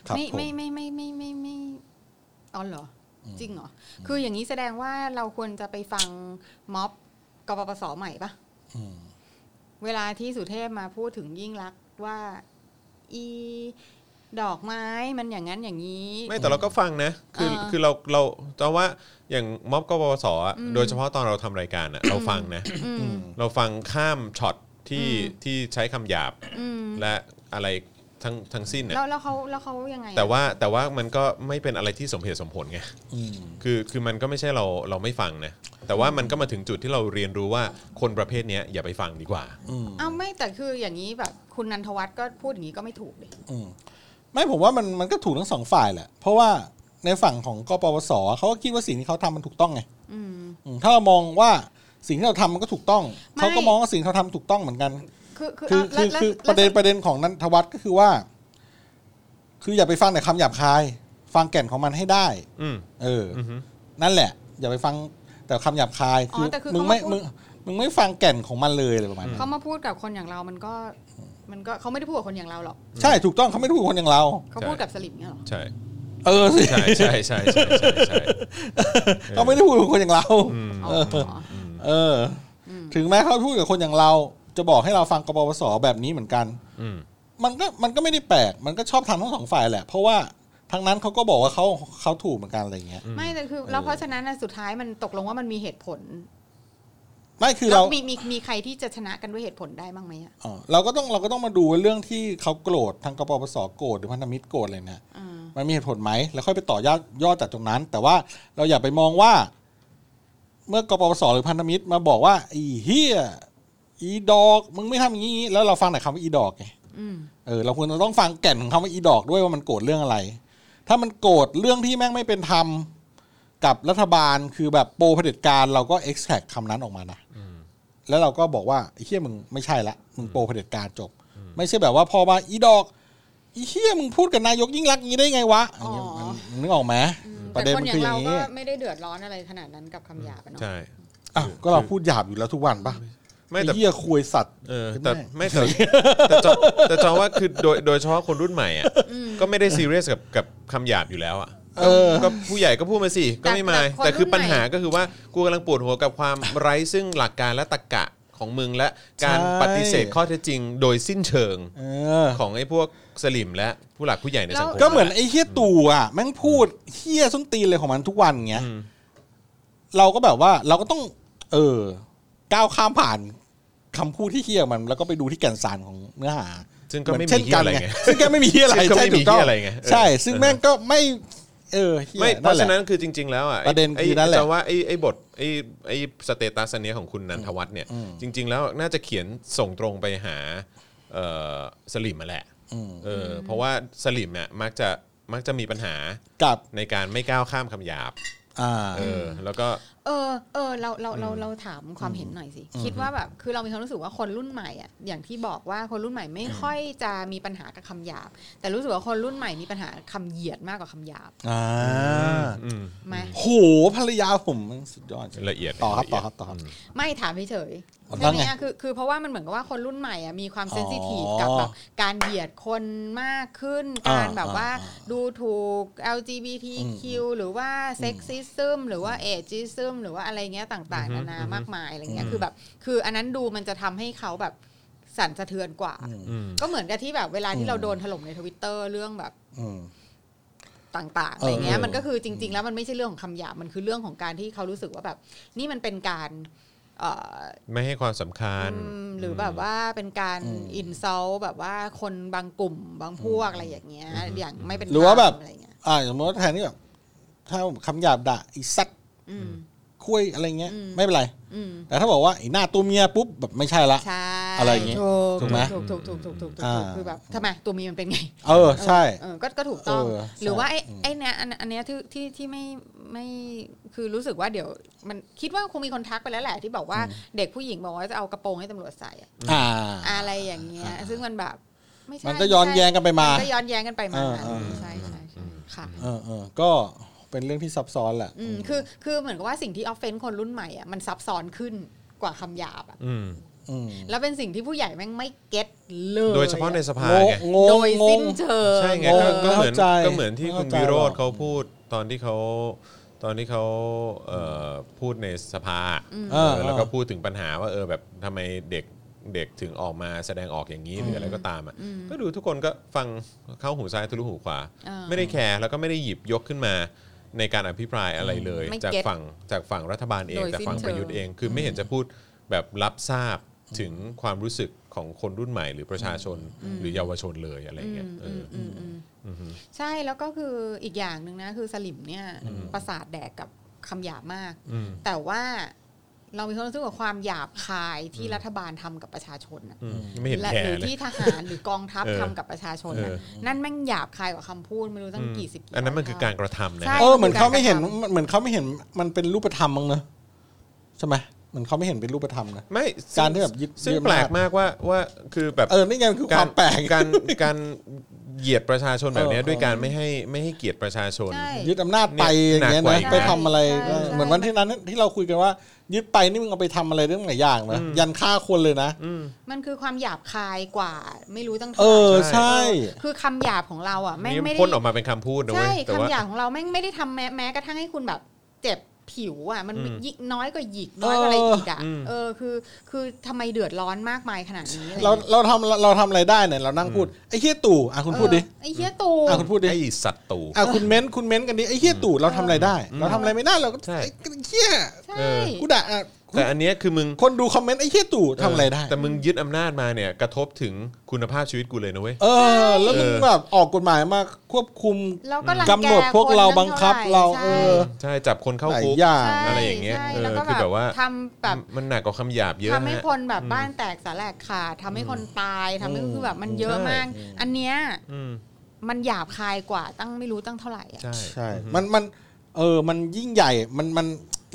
S4: ครับ
S3: ไม่
S4: ผม
S3: ไม่ไม่ไม่ไม่ไม่ไม่อ๋อเหรออจริงเหรออคืออย่างนี้แสดงว่าเราควรจะไปฟังม็อบกปปสใหม่ปะ
S4: อืม
S3: เวลาที่สุเทพมาพูดถึงยิ่งรักษณ์ว่า อี ดอกไม้มันอย่างนั้นอย่างนี้
S2: ไม่แต่เราก็ฟังนะ คือ
S3: เออ
S2: คือเราเราจะว่าอย่างม็อบกบสอ่ะโดยเฉพาะตอนเราทำรายการอ่ะเราฟังนะ เราฟังข้ามช็อตที่ที่ใช้คำหยาบ
S3: อืม
S2: และอะไรทั้งทั้งสิ้นเนี่ย
S3: แล้วแล้วเขาแล้วเขายังไงอะ
S2: แต่ว่าแต่ว่ามันก็ไม่เป็นอะไรที่สมเหตุสมผลไง
S4: อืม
S2: คือคือมันก็ไม่ใช่เราเราไม่ฟังนะ แต่ว่ามันก็มาถึงจุดที่เราเรียนรู้ว่าคนประเภทเนี้ยอย่าไปฟังดีกว่า
S3: เอ้าไม่แต่คืออย่างนี้แบบคุณนันทวัฒน์ก็พูดอย่างนี้ก็ไม่ถูกดิ
S4: อืมไม่ผมว่ามันมันก็ถูกทั้งสองฝ่ายแหละ เพราะว่าในฝั่งของกปปสเขาก็คิดว่าสิ่งที่เขาทำมันถูกต้องไง
S3: อืม
S4: อืมถ้าเรามองว่าสิ่งที่เราทำมันก็ถูกต้อง
S3: ไม่
S4: เขาก็มองว่าสิ่งที่เราทำถูกต้องเหมือนกัน
S3: คือคือเอา
S4: คือคือ
S3: แล้ว
S4: คือ
S3: แล้ว
S4: ประเด็นประเด็นของนันทวัฒน์ก็คือว่า คืออย่าไปฟังแต่คำหยาบคาย ฟังแก่นของมันให้ได้
S2: อืม
S4: เอออ
S2: อือฮึ
S4: นั่นแหละ อย่าไปฟังแต่คำหยาบคาย
S3: อ๋อแต่คือ
S4: มึง
S3: เขา
S4: ไม่
S3: พูด
S4: มึงมึงไม่ฟังแก่นของมันเลยอะไรประมาณนั้น
S3: เขามาพูดกับคนอย่างเรามันก็ มันก็เขาไม่ได้พูดกับคนอย่างเราหรอก
S4: ใช่ถูกต้องเขาไม่ได้พูดกับคนอย่างเรา
S3: เขาพูดกับสลิมเนี่ยหรอ
S2: ใช่
S4: เออสิ
S2: ใช่ใช่ใช่ใช่ใช่ใช่
S4: เขาไม่ได้พูดกับคนอย่างเรา
S2: อืม
S3: อ๋ออ๋อ
S4: เอออ ถึงแม้เขาพูดกับคนอย่างเรา จะบอกให้เราฟังกปปสแบบนี้เหมือนกัน
S2: อืม
S4: มันก็มันก็ไม่ได้แปลก มันก็ชอบทำทั้งสองฝ่ายแหละ เพราะว่าทางนั้นเขาก็บอกว่าเขาเขาถูกเหมือนกันอะไรเงี้ย
S3: ไม่แต่คือแล้วเพราะฉะนั้นน่ะสุดท้ายมันตกลงว่ามันมีเหตุผล
S4: ไม่คือ
S3: แล้ว
S4: เรา
S3: มีมีมีใครที่จะชนะกันด้วยเหตุผลได้บ้างไหมอะ
S4: เออเราก็ต้องเราก็ต้องมาดูว่าเรื่องที่เขาโกรธทางกปปสโกรธหรือพันธมิตรโกรธเลยเนี่ย
S3: อ่า
S4: มันมีเหตุผลไหม แล้วค่อยไปต่อยอดยอดจากตรงนั้น แต่ว่าเราอย่าไปมองว่า เมื่อกปปสหรือพันธมิตรมาบอกว่าอีเฮียอีดอก มึงไม่ทำอย่างนี้ แล้วเราฟังแต่คำว่าอีดอกไง
S3: อืม
S4: เออเราควรจะต้องฟังแก่นของคำว่าอีดอกด้วยว่ามันโกรธเรื่องอะไร ถ้ามันโกรธเรื่องที่แม่งไม่เป็นธรรมกับรัฐบาลคือแบบโปรเผด็จการเราก็เอ็กแทกคำนั้นออกมานะแล้วเราก็บอกว่าไอ้เฮียมึงไม่ใช่ละมึงโปรเผด็จการจบ ไม่ใช่แบบว่าพอมาอีดอก อีเฮียมึงพูดกับนายกยิ่งรักษณ์อย่างนี้ได้ไงวะอย่างเงี้ย
S3: อ๋อ
S4: มันนึกออกไหมประเด็นมันคืออย่าง
S3: แต่
S4: นี้
S3: คก็ไม่ได้เดือดร้อนอะไรขนาดนั้นกับคำหยาบอะเนาะ
S2: ใช่
S4: อ้าวก็เราพูดหยาบอยู่แล้วทุกวันปะ
S2: ไม่แต่
S4: อ้เฮียคุยสัตว์
S2: เออแต่
S4: ไม่
S2: ไม่แต่แต่จอแต่จอว่าคือโดยโดยเฉพาะคนรุ่นใหม่อ่ะก็ไม่ได้ซีเรียสกับกับคำหยาบอยู่แล้วอ่ะ
S4: เออ
S2: ก็ผู้ใหญ่ก็พูดมาสิก็ไม่มายแต่คือปัญหาก็คือว่ากูกำลังปวดหัวกับความไร้ซึ่งหลักการและตรรกะของมึงและการ
S4: ใช่
S2: ปฏิเสธข้อเท็จจริง โดยสิ้นเชิง
S4: เออ
S2: ของไอ้พวกสลิมและผู้หลักผู้ใหญ่ในสังคม
S4: ก็เหมือนไอ้เฮียตู่อ่ะแม่งพูดเฮียส้นตีนเลยของมันทุกวันเงี้ย
S2: อืม
S4: เราก็แบบว่าเราก็ต้อง เออ ก้าวข้ามผ่านคำพูดที่เฮียของมัน แล้วก็ไปดูที่แก่นสารของเนื้อหา
S2: ซึ่งก็ไม่มี
S4: เหอนเช่น
S2: ที่
S4: กัน
S2: อะไร
S4: ไง
S2: ไง
S4: ซึ่งแกไม่มีเฮียอะไร
S2: ซึ่งก็
S4: ใช่
S2: ไม่มี
S4: ถูกต้อง
S2: เหี้ยอะไรไงเออ
S4: ใช่ ซึ่งแม่งก็ไม่ เออเฮีย
S2: ไม่เพราะ
S4: แหล
S2: ฉะนั้นคือจริง ๆ แล้วอ่ะไอ้
S4: ประเด็น
S2: ไอ้
S4: คือนั่นแหละ
S2: จว่าไอ้ไอ้บทไอ้ไอ้สเตตัสอันเนี้ยของคุณนันทวัฒน์เนี่ย จริง ๆ แล้วน่าจะเขียนส่งตรงไปหาเอ่อสลิมมาแหละ
S4: อืม
S2: เออเพราะว่าสลิมเนี่ยมักจะมักจะมีปัญหา
S4: กับ
S2: ในการไม่ก้าวข้ามคำหยาบ
S4: อ่า
S2: เออแล้วก็
S3: เออเออเราเราเราเราถามความเห็นหน่อยสิ คิดว่าแบบคือเรามีความรู้สึกว่าคนรุ่นใหม่อ่ะอย่างที่บอกว่าคนรุ่นใหม่ไม่ค่อยจะมีปัญหากับคำหยาบ แต่รู้สึกว่าคนรุ่นใหม่มีปัญหาคำเหยียดมากกว่าคำหยาบ
S4: อ่า
S2: อืม
S3: ไหม
S4: โหภรรยาผมมันสุดยอดจริง
S2: ละเอียด
S4: ต่อครับ
S2: ละ
S4: ต่
S2: เยด
S4: อครับต่อครับ
S3: ไม่ถามเฉย
S4: อ๋อ
S3: ๆใช่ไหม
S4: แล้วไง
S3: อะคือคือเพราะว่ามันเหมือนกับว่าคนรุ่นใหม่อ่ะมีความ
S4: อ๋อ
S3: เซนซิทีฟกับแบบการเหยียดคนมากขึ้น
S4: อ่า
S3: การแบบว่า
S4: อ่า
S3: ดูถูก LGBTQ หรือว่าเซ็กซิซึมหรือว่าเอจิซึมหรือว่าอะไรเงี้ยต่างๆนานามากมายอะไรเงี้ยคือแบบ คืออันนั้นดูมันจะทำให้เขาแบบสั่นสะเทือนกว่า
S2: อืม
S3: ก็เหมือนกับที่แบบเวลา
S4: อื
S3: ที่
S4: ม
S3: เราโดนถล่มในทวิตเตอร์เรื่องแบบ
S4: อืม
S3: ต่าง ๆ อะไรเงี้ย
S4: เออ
S3: มันก็คือจริง ๆ แล้วมันไม่ใช่เรื่องของคำหยาบมันคือเรื่องของการที่เขารู้สึกว่าแบบ นี่มันเป็นการเอ่อ
S2: ไม่ให้ความสำคัญ
S3: อืมหรือแบบว่าเป็นการ
S4: อืม
S3: อินซัลแบบว่าคนบางกลุ่มบางพวกอะไรอย่างเงี้ยอย่างไม่เป็น
S4: หรือว่า
S3: ธม
S4: แบบ
S3: อะไรเงี้ย
S4: อ่าสมมติว่าแทนที่แบบถ้าคำหยาบด่าไอีสัตว์
S3: อืม
S4: คุยอะไรเงี้ย
S3: อืม
S4: ไม่เป็นไร
S3: อืม
S4: แต่ถ้าบอกว่าไอ้หน้าตัวเมียปุ๊บแบบไม่ใช่ละ
S3: ใช่
S4: อะไรอย่างเงี้ย
S3: ถูก
S4: ถูกไหม
S3: ถูกถูกถูกถูกถูกถูก
S4: อ่า
S3: คือแบบทำไมตัวมีมันเป็นไง
S4: เออ ใช่
S3: เออก็ก็ถูกต้อง
S4: เออ
S3: หรือว่าไอ้
S4: ใช่
S3: ไอ้เนี้ยอันอันเนี้ยที่ที่ที่ไม่ไม่คือรู้สึกว่าเดี๋ยว มันคิดว่าคงมีคนทักไปแล้วแหละที่บอกว่าเด็กผู้หญิงบอกว่าจะเอากระโปรงให้ตำรวจใส่อะ
S4: อ่า
S3: อะไรอย่างเงี้ย ซึ่งมันแบบไม่ใช่
S4: มันก็ย้อน
S3: ใช่
S4: แย้งกันไปมาน
S3: ก็ย้อนแย้งกันไปมา
S4: เออเออ
S3: ใช่ใช่ใช่ค่ะ
S4: เออเออก็เป็นเรื่องที่ซับซ้อนแหละ
S3: อืมคือคือเหมือนกับว่าสิ่งที่ออฟเฟนคนรุ่นใหม่อ่ะมันซับซ้อนขึ้นกว่าคำหยาบอ่ะ
S2: อืม
S4: อืม
S3: แล้วเป็นสิ่งที่ผู้ใหญ่แม่งไม่เก็ตเลย
S2: โดยเฉพาะในสภา
S4: โง
S2: ไง
S4: ง
S3: โดย
S4: ง
S3: สิ้
S4: ง
S3: นเชิง
S2: ใช่ไง
S4: เอ
S2: ก็
S4: อ
S2: ก็เหมือน
S4: เข้าใจ
S2: ก็เหมือนที่คุณ
S4: เข้าใจ
S2: วิโรธ
S4: หรอก
S2: เขาพูดตอนที่เขาตอนที่เขาเอ่อพูดในสภา
S4: เออ
S2: เออแล้วก็พูดถึงปัญหาว่าเออแบบทำไมเด็ก เด็กถึงออกมาแสดงออกอย่างนี้หรืออะไรก็ตามอ่ะก็ดูทุกคนก็ฟังเข้าหูซ้ายทะลุหูขวา
S3: เออ
S2: ไม่ได้แคร์แล้วก็ไม่ได้หยิบยกขึ้นมาในการอภิปรายอะไรเลย
S3: ไม่
S2: จาก
S3: เก็ต
S2: ฝั่งจากฝั่งรัฐบาลเอง
S3: โดย
S2: จากฝั่ง
S3: สิ้น
S2: ประยุทธ์
S3: เชิง
S2: เอง คือไม่เห็นจะพูดแบบรับทราบถึงความรู้สึกของคนรุ่นใหม่ หรือประชาชนหรือเยาวชนเลยอะไรอย่างเงี้ยเอออ
S3: มอืมใช่แล้วก็คืออีกอย่างหนึ่งนะคือสลิมเนี่ยประสาทแดกกับคำหยาบมาก
S2: อืม
S3: แต่ว่าเรามีความรู้สึกว่าความหยาบคายที่รัฐบาลทำกับประชาชนน่ะ
S2: อืมไม่เห็น
S3: และ
S2: แค
S3: หรื
S2: ร์
S3: อ
S2: เลย
S3: ที่ท
S2: (laughs)
S3: หารหรือกองทัพ
S2: เออ
S3: ทำกับประชาชนน่ะ
S2: เอ
S3: นั่นแม่งหยาบคายกว่าคำพูดไม่รู้ตั้งกี่สิบกี่
S2: อันนั้นมันคือ
S3: เท่
S2: การกระทำนะ
S3: ใช่
S2: ฮะ
S4: เออเหมือนเขาไม่เห็นเหมือนเขาไม่เห็นมันเป็นรูปธรรมมั้งเนอะใช่ไหมเหมือนเขาไม่เห็นเป็นรูปธรรมนะ
S2: ไม่
S4: การที่แบบยึด
S2: ซึ่ง
S4: ยึดอำนาจ
S2: แปลกมากว่าว่าคือแบบ
S4: เออนี่ไงมันคือความแปลก
S2: การการเหยียดประชาชนแบบเนี้ย
S4: เออ
S2: ด้วยการไม่ให้ไม่ให้เกียรติประชาชน
S3: ใช่
S4: ยึดอำนาจไปอย่างเงี้ย
S2: หนักกว่า
S4: นะ
S2: อีก
S4: ไปทำอะไร
S3: ใช่ใช่
S4: เหมือนวันที่นั้นที่เราคุยกันว่า ยึดไปนี่มึงเอาไปทำอะไรเรื่องหลายอย่างนะยันฆ่าคนเลยนะ
S2: อืม
S3: มันคือความหยาบคายกว่า ไม่รู้ตั้งท่า
S4: เออ
S3: ไหร่
S4: ใช่
S3: คือคำหยาบของเราอ่ะแม่ง
S2: นี่
S3: ไม่
S2: พ่นออ
S3: ได้
S2: กมาเป็นคำพูดนะเว้
S3: ใช่
S2: ยแต่
S3: คำ
S2: ว่า
S3: หยาบของเราแม่งไม่ได้ทำแม้แม้กระทั่งให้คุณแบบเจ็บผิวอ่ะมัน
S2: อืม
S3: ยิ่งน้อยกว่าหยิกน้อยกว่าอะไรอีกอ่ะ
S2: เอออืม
S3: เออคือคือทำไมเดือดร้อนมากมายขนาดนี้อะไร
S4: เราเราทำเราทำอะไรได้เนี่ยเรานั่งพูดไอ้เฮียตู่อ่ะคุณพูดดิ
S3: เออไอ้เหี้ยตู่
S4: อ่ะคุณพูดดิ
S2: ไอ้สัตว์ตู่
S4: อ่ะคุณเม้นคุณเม้นกันดิไอ้เฮียตู่เราทำอะไรได้ เราทำอะไรไม่ได้เราก็
S2: ใช่
S4: ไอ้เฮีย
S3: ใช่
S2: เออ
S4: กูด่าอ่ะ
S2: แต่อันเนี้ยคือมึง
S4: คนดูคอมเมนต์ไอ้เฮียตู่ทำอะไรได้
S2: แต่มึงยึดอำนาจมาเนี่ยกระทบถึงคุณภาพชีวิตกูเลยนะเว้ย
S4: เออ แล้วมึง
S2: เออ
S4: แบบออกกฎหมายมาควบคุม
S3: เราก็รังแก
S4: กำหนดพวกเราบังคับเราเออ
S2: ใช่จับคนเข้า
S4: หลาย
S2: คุก
S4: อย่าง
S3: ใช่
S2: อะไรอย่างเงี้ย
S3: ใช่
S2: เออ
S3: แล้วก็
S2: คือแบบว่า
S3: ทำแบบ
S2: มันหนักกว่าคำหยาบเยอะ
S3: ทำให้
S2: ฮะ
S3: คนแบบบ้านแตกสาแหลกขาดทำให้คนตายทำให้
S4: อืม
S3: คือแบบมันเยอะ
S2: ใช่
S3: มาก อันเนี้ย
S2: อืม
S3: มันหยาบคายกว่าตั้งไม่รู้ตั้งเท่าไหร่อะ
S2: ใช่
S4: ใช่ มัน มัน เออ มันยิ่งใหญ่ มัน มัน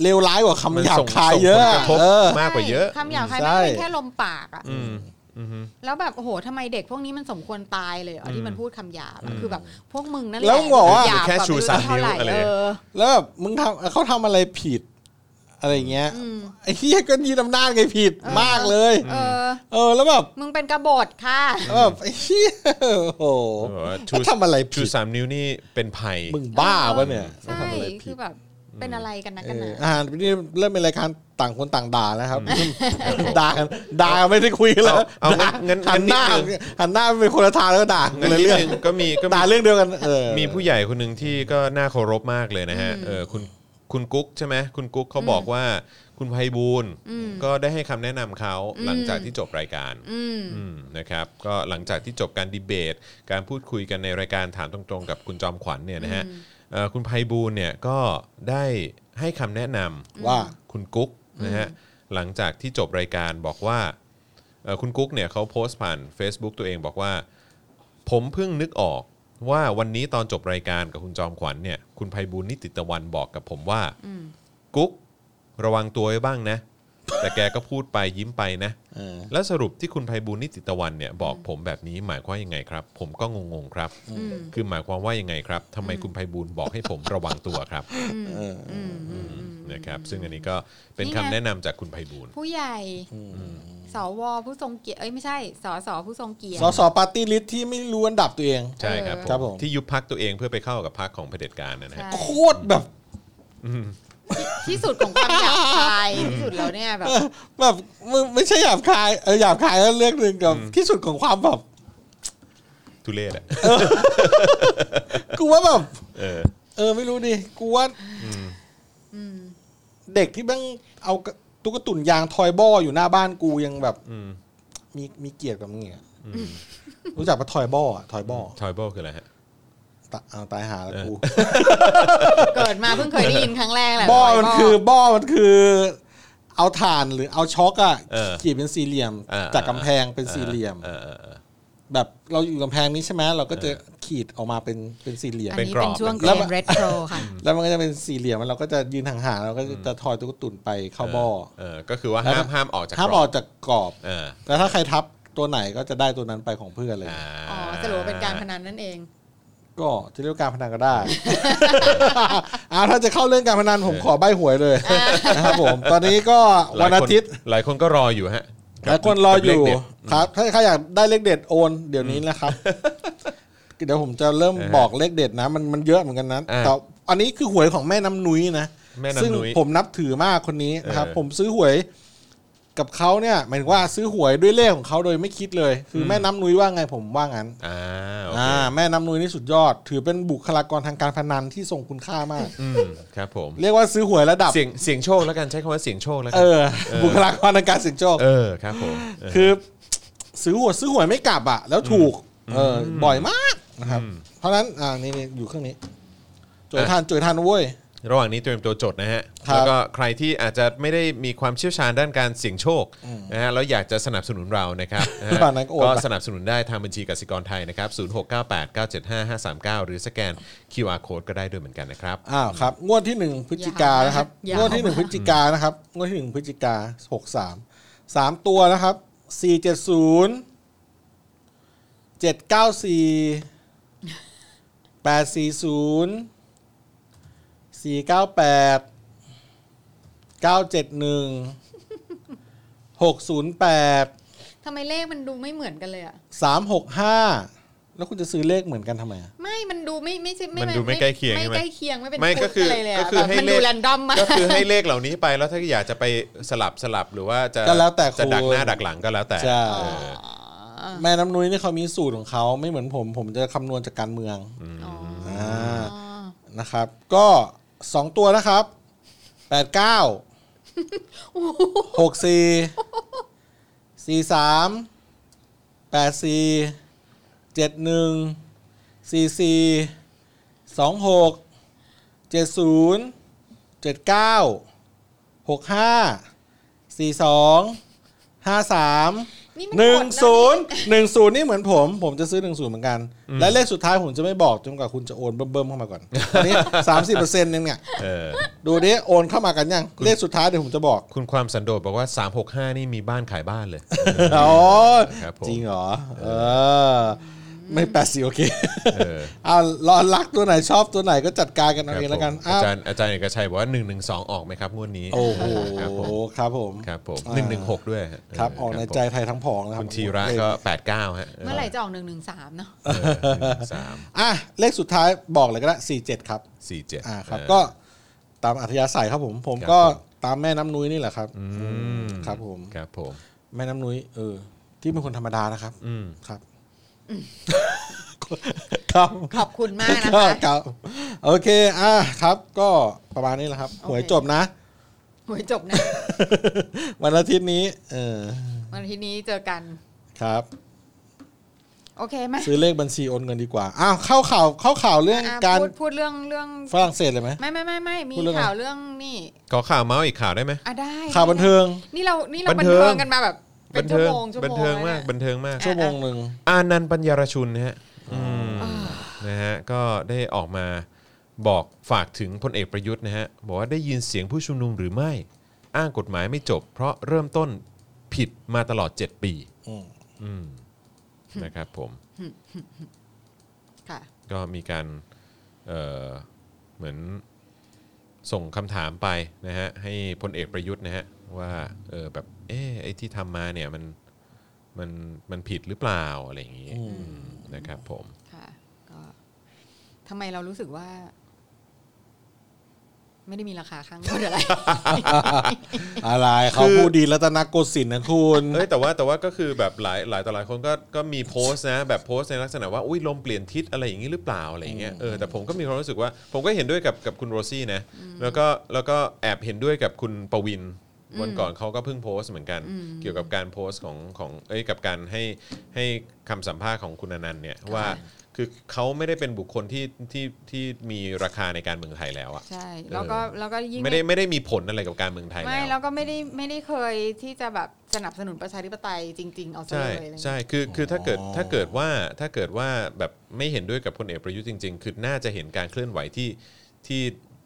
S4: เลวร้ายกว่า
S2: มัน
S4: คำหยาบ
S2: ส่ง
S4: คายเยอะ
S2: ส่งผลกระทบ
S4: เออ
S2: มากกว่าเยอะ
S3: ใช่คำหยาบคาย
S4: ใช่
S3: ไม่เป็นแค่ลมปากอะ
S2: อืมอืม
S3: แล้วแบบโอ้โหทำไมเด็กพวกนี้มันสมควรตายเลยเหรออที่มันพูดคำหยาบอะคือแบบพวกมึงนั่นแหละ
S4: แล้วมึงบอกว่า
S3: หย
S2: แค่ชูสาม
S3: กว่ไม่รู้
S2: นิ้วอะไร
S3: เท่าไหเออ
S4: แล้วแบบมึงทำเขาทำอะไรผิด อะไรอย่างเงี้ย
S3: อืม
S4: ไอ้เหี้ยก็ยีดำนาจไงผิดมากเลย
S3: เออ
S4: เออ แล้วแบบ
S3: มึงเป็นกบฏค่ะ
S4: แบบไอ้เหี้ยโอ้โห
S2: เขาบอกว่าชู
S4: เขาทำอะไร
S2: ชู
S4: ผิด
S2: สามนิ้วนี่เป็นภัย
S4: มึงบ้าปะเนี่ย
S3: ใช่
S4: เขาทำอะไร
S3: คื
S4: ผิด
S3: อแบบเป็นอะไรกันนะ
S4: เอ
S3: กัน
S4: อ
S3: นะ
S4: อ่านี่เริ่มเป็นรายการต่างคนต่างด่าแล้วครับ ด่ากัน ด่ากันไม่ได้คุยกันแล้ว
S2: เอาเอางั้นงั้น
S4: หันหน้า
S2: งั้นนิดนึง
S4: หันหน้าไปคนละทางแล้วก็ด่ากัน
S2: งั้
S4: เล
S2: น
S4: ย
S2: นิด
S4: เรื่อง
S2: นึงก็มีก็มี
S4: ด่าเรื่องเดียวกัน เออ
S2: มีผู้ใหญ่คนหนึ่งที่ก็น่าเคารพมากเลยนะฮะ
S3: อืม
S2: เออคุณคุณกุ๊กใช่ไหมคุณกุ๊กเขาบอกว่าคุณไพบูลย์
S3: อืม
S2: ก็ได้ให้คำแนะนำเขา
S3: อืม
S2: หลังจากที่จบรายการ
S3: อืม
S2: อืมนะครับ ก็หลังจากที่จบการดีเบต การพูดคุยกันในรายการถามตรงๆ กับคุณจอมขวัญเนี่ยนะฮะเอ่อคุณไพบูลย์เนี่ยก็ได้ให้คำแนะนำ
S4: ว่า
S2: คุณกุ๊กนะฮะหลังจากที่จบรายการบอกว่าเอ่อคุณกุ๊กเนี่ยเขาโพสต์ผ่าน Facebook ตัวเองบอกว่า ผมเพิ่งนึกออกว่าวันนี้ตอนจบรายการกับคุณจอมขวัญเนี่ย คุณภัยบุญนิติตะวันบอกกับผมว่า
S3: อืม
S2: กุ๊ก ระวังตัวไว้บ้างนะ แต่แกก็พูดไปยิ้มไปนะ
S4: เออ
S2: แล้วสรุปที่คุณภัยบุญนิติตะวันเนี่ยบอกผมแบบนี้หมายความยังไงครับ ผมก็งงๆครับ
S3: อืม
S2: คือหมายความว่ายังไงครับทำไมคุณภัยบุญบอกให้ผมระวังตัวครับ
S4: เออ
S3: อืมอืมอืม
S2: นะครับ ซึ่งอันนี้ก็เป็น
S3: นี่
S2: คำ
S3: ไง
S2: แนะนำจากคุณภัยบุญ
S3: ผู้ใหญ่ สวผู้ทรงเกียรติ เอ้ยไม่ใช่ สสผู้ทรงเกียรติ
S4: สสปาร์ตี้ลิสต์ที่ไม่รู้อันดับตัวเอง
S2: ใช่ครับ
S4: ครับผม
S2: ที่ยุบพักตัวเองเพื่อไปเข้ากับพักของเผด็จการนะนะฮะ
S3: ใช่
S4: โคตรแบบ (laughs)
S3: ที่สุดของความหยาบคายที่สุดแล้วเนี่ยแบบ
S4: แบบมึงไม่ใช่หยาบคายเออหยาบคายแล้วเรื่องหนึ่งกับที่สุดของความแบบ
S2: ทุเรศอะ
S4: กูว่าแบบ
S2: เออ
S4: เออไม่รู้ดิกูว่าเด็กที่แม่งเอาตุ๊กตุ่นยางทอยบออยู่หน้าบ้านกูยังแบบ
S2: อืม
S4: มีมีเกียรติกับมึงเนี่ยรู้จักปะทอยบออะทอยบอ
S2: ทอยเบิลคืออะไรฮะ
S4: ตะเอาตายหาแล้วกู
S3: เกิดมาเพิ่งเคยได้ยินครั้งแรกแหละ
S4: บอมันคือบอมันคือ เอาถ่านหรือเอาช็อกอะ
S2: เออ
S4: ขีดเป็นสี่เหลี่ยม
S2: เออ
S4: จากกำแพงเป็นสี่เหลี่ยม
S2: เออเออเออ
S4: แบบเราอยู่กำแพงนี้ใช่ไหมเราก็จะขีดออกมาเป็นเป็นสี่เหลี่ยม
S3: อัน
S2: เป็น
S3: นี้
S2: กรอบ
S3: เป็นช่วงเก
S4: แล้วมั
S3: ม
S4: น
S3: เรโทรค่ะ
S4: แล้วมันก็จะเป็นสี่เหลี่ยมแล้วเราก็จะยืนห่างๆเราก็จะทอยตุ๊กตุ่นไปเข้าบ่อ
S2: เออก็คือว่า
S4: แล้ว
S2: ห้าม
S4: ก็
S2: ห้ามออกจาก
S4: ห้าม
S2: ร
S4: อ
S2: อ
S4: อบ กจากกรอบ
S2: เออ
S4: แล้วถ้าใครทับตัวไหนก็จะได้ตัวนั้นไปของเพื่อนเลย
S2: า
S3: อ๋อสรุปว่าเป็นการพนันนั่นเอง
S4: ก็จะเรียกว่าการพนันก็ได้ อ่าถ้าจะเข้าเรื่องการพนันผมขอใบหวยเลยนะครับผม ตอนนี้ก็
S2: หล
S4: วั
S2: ย
S4: น
S2: ค
S4: อาทิตย์
S2: หลายคนก็รออยู่ฮะ
S4: หลายคนรออ
S2: กับเล
S4: ยู่
S2: ขเด็ด
S4: ครับ ถ้าใครอยากได้เลขเด็ดโอน เดี๋ยวนี้นะครับ เดี๋ยวผมจะเริ่ม
S2: เออ
S4: บอกเลขเด็ดนะ มันมันเยอะเหมือนกันนะ
S2: อ่า
S4: แต่อันนี้คือหวยของแม่น้ำนุ้ยนะ
S2: แม่น้ำนุ้ย
S4: ซึ่งผมนับถือมากคนนี้นะครับ
S2: เออ
S4: ผมซื้อหวย ก กับเขาเนี่ยหมายถึงว่าซื้อหวยด้วยเลขของเขาโดยไม่คิดเลย คือแม่น้ำนุ้ยว่าไงผมว่างั้น
S2: อ่าโอเค
S4: อ่าแม่น้ำนุ้ยนี่สุดยอด ถือเป็นบุคลากรทางการพนันที่ทรงคุณค่ามาก
S2: อืมครับผม
S4: เรียกว่าซื้อหวยระดับ
S2: เสียงเสียงโชคแล้วกันใช้คำว่าเสียงโชคแล้วกั
S4: เอน อ บุคลากรทางการเสี่ยงโชค
S2: เออครับผมเออ
S4: คือ ซื้อหวยซื้อหวยไม่กลับอ่ะ แล้วถูก เอออบ่อยมากนะครับ เพราะฉะนั้นอ่านี่นี่อยู่เครื่องนี้จวยทานจวยทานเว้ย
S2: ระหว่างนี้เตรียมตัวจดนะฮะ
S4: ครับ
S2: แล้วก็ใครที่อาจจะไม่ได้มีความเชี่ยวชาญด้านการเสี่ยงโชคนะฮะแล้วอยากจะสนับสนุนเรา
S4: (laughs)
S2: นะครับนะฮะ
S4: ตอนนั้นก็โอน
S2: ก็
S4: ไป
S2: สนับสนุนได้ทางบัญชีกสิกรไทยนะครับ0698 975 539 หรือสแกน QR code ก็ได้ด้วยเหมือนกันนะครับ
S4: อ้าวครับงวดที่หนึ่งพฤศจิกายนนะครับ
S3: ยาวมาก
S4: งวดที่หนึ่งพฤศจิกายนนะครับงวดที่หนึ่งพฤศจิกาหกสามสามตัวนะครับสี่เจ็ดศูนย์เจ็ดเก้าสี่แปดสี่ศูนย์สี่เก้าแปดเก้าเจ็ดหนึ่งหกศูนย์แปด
S3: ทำไมเลขมันดูไม่เหมือนกันเลยอ่ะ
S4: สามหกห้าแล้วคุณจะซื้อเลขเหมือนกันทำไมอะ
S3: ไม่มันดูไม่ไม่ใช่
S2: มันดูไม่ใกล้เคียง
S3: ไม่
S2: ใช่ไหม
S3: ใกล้เคียงไม่เป็น
S2: ไม่ก็คือ
S3: ชุดะไรเลยะ
S2: ก็คือให้
S3: แบบมัน
S2: เล
S3: ดู
S2: ข
S3: แรนดอมมาก
S2: ก็คือให้เลขเหล่านี้ไปแล้วถ้าอยากจะไปสลับสลับหรือว่าจะ
S4: ก็แล้วแต่คุณ
S2: จะดักหน้าดักหลังก็แล้วแต่
S4: ใช่
S2: เออ
S4: แม่น้ำนุ้ยนี่เขามีสูตรของเขาไม่เหมือนผม ผมจะคำนวณจากการเมือง
S3: อ๋อ
S4: อ่านะครับ ก็สองตัวนะครับแปดเก้า (laughs) หกสี่สี่สามแปดสี่เจ็ดหนึ่งสี่สี่สองหกเจ็ดศูนย์เจ็ดเก้าหกห้าสี่สองห้าสาม
S3: นี่มั
S4: หนึ่ง
S3: กดแล้ว
S4: ศูนย์หนึ่งศูนย์นี่เหมือนผม ผมจะซื้อหนึ่งศูนย์เหมือนกัน และเลขสุดท้ายผมจะไม่บอกจนกว่าคุณจะโอนเบิ่มๆเข้ามา
S2: (laughs)
S4: ก่อนอันนี้สามสิบเปอร์เซ็นต์เนี่ย
S2: เออ
S4: ดูดิโอนเข้ามากันยัง เลขสุดท้ายเดี๋ยวผมจะบอก
S2: คุณความสันโดษบอกว่า 365 นี่มีบ้านขายบ้านเลย
S4: อ๋อ
S2: ครับผม
S4: จริงเหรอ เออ ไม่แปดสิโอเค
S2: เออ
S4: เอารอรักตัวไหนชอบตัวไหนก็จัดการกันเอาเองแล้วกัน
S2: ครับผมอา
S4: อ้าว
S2: จารย์อาจารย์เอกชัยบอกว่า 112 ออกไหมครับ งวดนี้
S4: โอ้โห
S2: ครับผม
S4: ครับผม
S2: ครับผม
S4: อ่า
S2: 116 ด้วยฮะ
S4: ครับออกในใจ
S2: ค
S4: ไทยทั้งผองนะ
S2: รับผม
S4: ครับ
S2: คุณธีระก็ 89 ฮะ
S3: เมื่อไหร่จะออกหนึ่งหนึ่งสามเนาะ
S2: สาม
S4: อ่ะเลขสุดท้ายบอกเลยก็ได้สี่เจ็ดครับ
S2: สี่เจ็ด
S4: อ่าครับก็ตามอัธยาศัยครับผม ผม
S2: ครับ
S4: ก็
S2: ผม
S4: ตามแม่น้ำนุ้ยนี่แหละครับ
S2: ม
S4: ครับผม
S2: ครับผม
S4: แม่น้ำนุ้ยเออ ที่เป็นคนธรรมดานะครับ
S2: อืม
S4: ครับครับ
S3: ขอบคุณมากนะ
S4: ก็
S3: คะ
S4: ครับโอเคอ่าครับ ก็ประมาณนี้แหละครับ
S3: โอเค
S4: หวยจบนะ (laughs)
S3: หวยจบนะ
S4: วันอาทิตย์นี้ เออ
S3: วันอาทีนี้เจอกัน
S4: ครับ
S3: โอเคไหม
S4: ซื้อเลขบัญชีโอนเงินดีกว่าอ้าวเข้าข่าวเข้าข่าวเรื่อง
S3: อ่ะ
S4: การ
S3: พูดพูดเรื่องเรื่อง
S4: ฝรั่งเศสเลยไหม
S3: ไม่ไม่ไม่ไม่มี
S4: พูดเรื่องอะไร
S3: ข่าวเรื่องนี่
S2: ขอข่าวเมาส์อีกข่าวได้ไหม
S3: อ่ะได้
S4: ข่าวบันเทิง
S3: นี่เรานี่เรา
S2: บั
S3: บั
S2: น
S3: น
S2: เทิง
S3: เทิงกันมาแบบเป็นชั่ว
S2: เทิ
S3: โมงชั่วโมง
S2: บันเทิง
S3: ลย
S2: มาก
S3: ย
S2: บันเทิงมาก
S4: ชั่วโมงหนึ่ง
S2: อานันต์ปัญญารชุนนะฮะมนะฮะก็ได้ออกมาบอกฝากถึงพลเอกประยุทธ์นะฮะบอกว่าได้ยินเสียงผู้ชุมนุมหรือไม่ อ้างกฎหมายไม่จบ เพราะเริ่มต้นผิดมาตลอด 7 ปี
S4: อืม
S2: อืม (laughs) นะครับผม
S3: ค่ะ
S2: ก็มีการเอ่อเหมือนส่งคำถามไปนะฮะให้พลเอกประยุทธ์นะฮะว่าเออแบบเอะไอที่ทำมาเนี่ยมันมันมันผิดหรือเปล่าอะไรอย่างงี้อืมนะครับผม
S3: ค่ะ ก็ทำไมเรารู้สึกว่า ไม่ได้มีราคาข้างต้
S2: (laughs)
S3: นอะไร
S4: อะไรเขาพูดดีรัตนโกสินทร์นะคุณ
S2: เอ้ยแต่ว่าแต่ว่าก็คือแบบหลายหลายต่อหลายคนก็ก็มีโพสต์นะแบบโพสต์ในลักษณะว่าอุ้ยลมเปลี่ยนทิศอะไรอย่างนี้หรือเปล่าอะไรอย่างเงี้ยเออแต่ผมก็มีความรู้สึกว่า ผมก็เห็นด้วยกับกับคุณโรซี่นะแล้วก็แล้วก็แอบเห็นด้วยกับคุณปวินวันก่อนเขาก็เพิ่งโพสต์เหมือนกัน เกี่ยวกับการโพสต์ของของเอ้ยกับการให้ให้คำสัมภาษณ์ของคุณอนันต์เนี่ยว่าคือเขาไม่ได้เป็นบุคคลที่ที่ที่มีราคาในการเมืองไทยแล้วอะ
S3: ใช่ แล้วก็แล้วก็ยิ่ง
S2: ไม่ได้ไม่ได้มีผลอะไรกับการเมืองไทย
S3: ไม่
S2: แล้ว
S3: แล้วก็ไม่ได้ไม่ได้เคยที่จะแบบสนับสนุนประชาธิปไตยจริง ๆ เอาซะ
S2: ใช่
S3: เลยอะไรเงี้ย
S2: ใช่คือคือถ้าเกิด
S4: อ๋อ
S2: ถ้าเกิดว่าถ้าเกิดว่าแบบไม่เห็นด้วยกับพลเอกประยุทธ์จริง ๆ คือน่าจะเห็นการเคลื่อนไหวที่ที่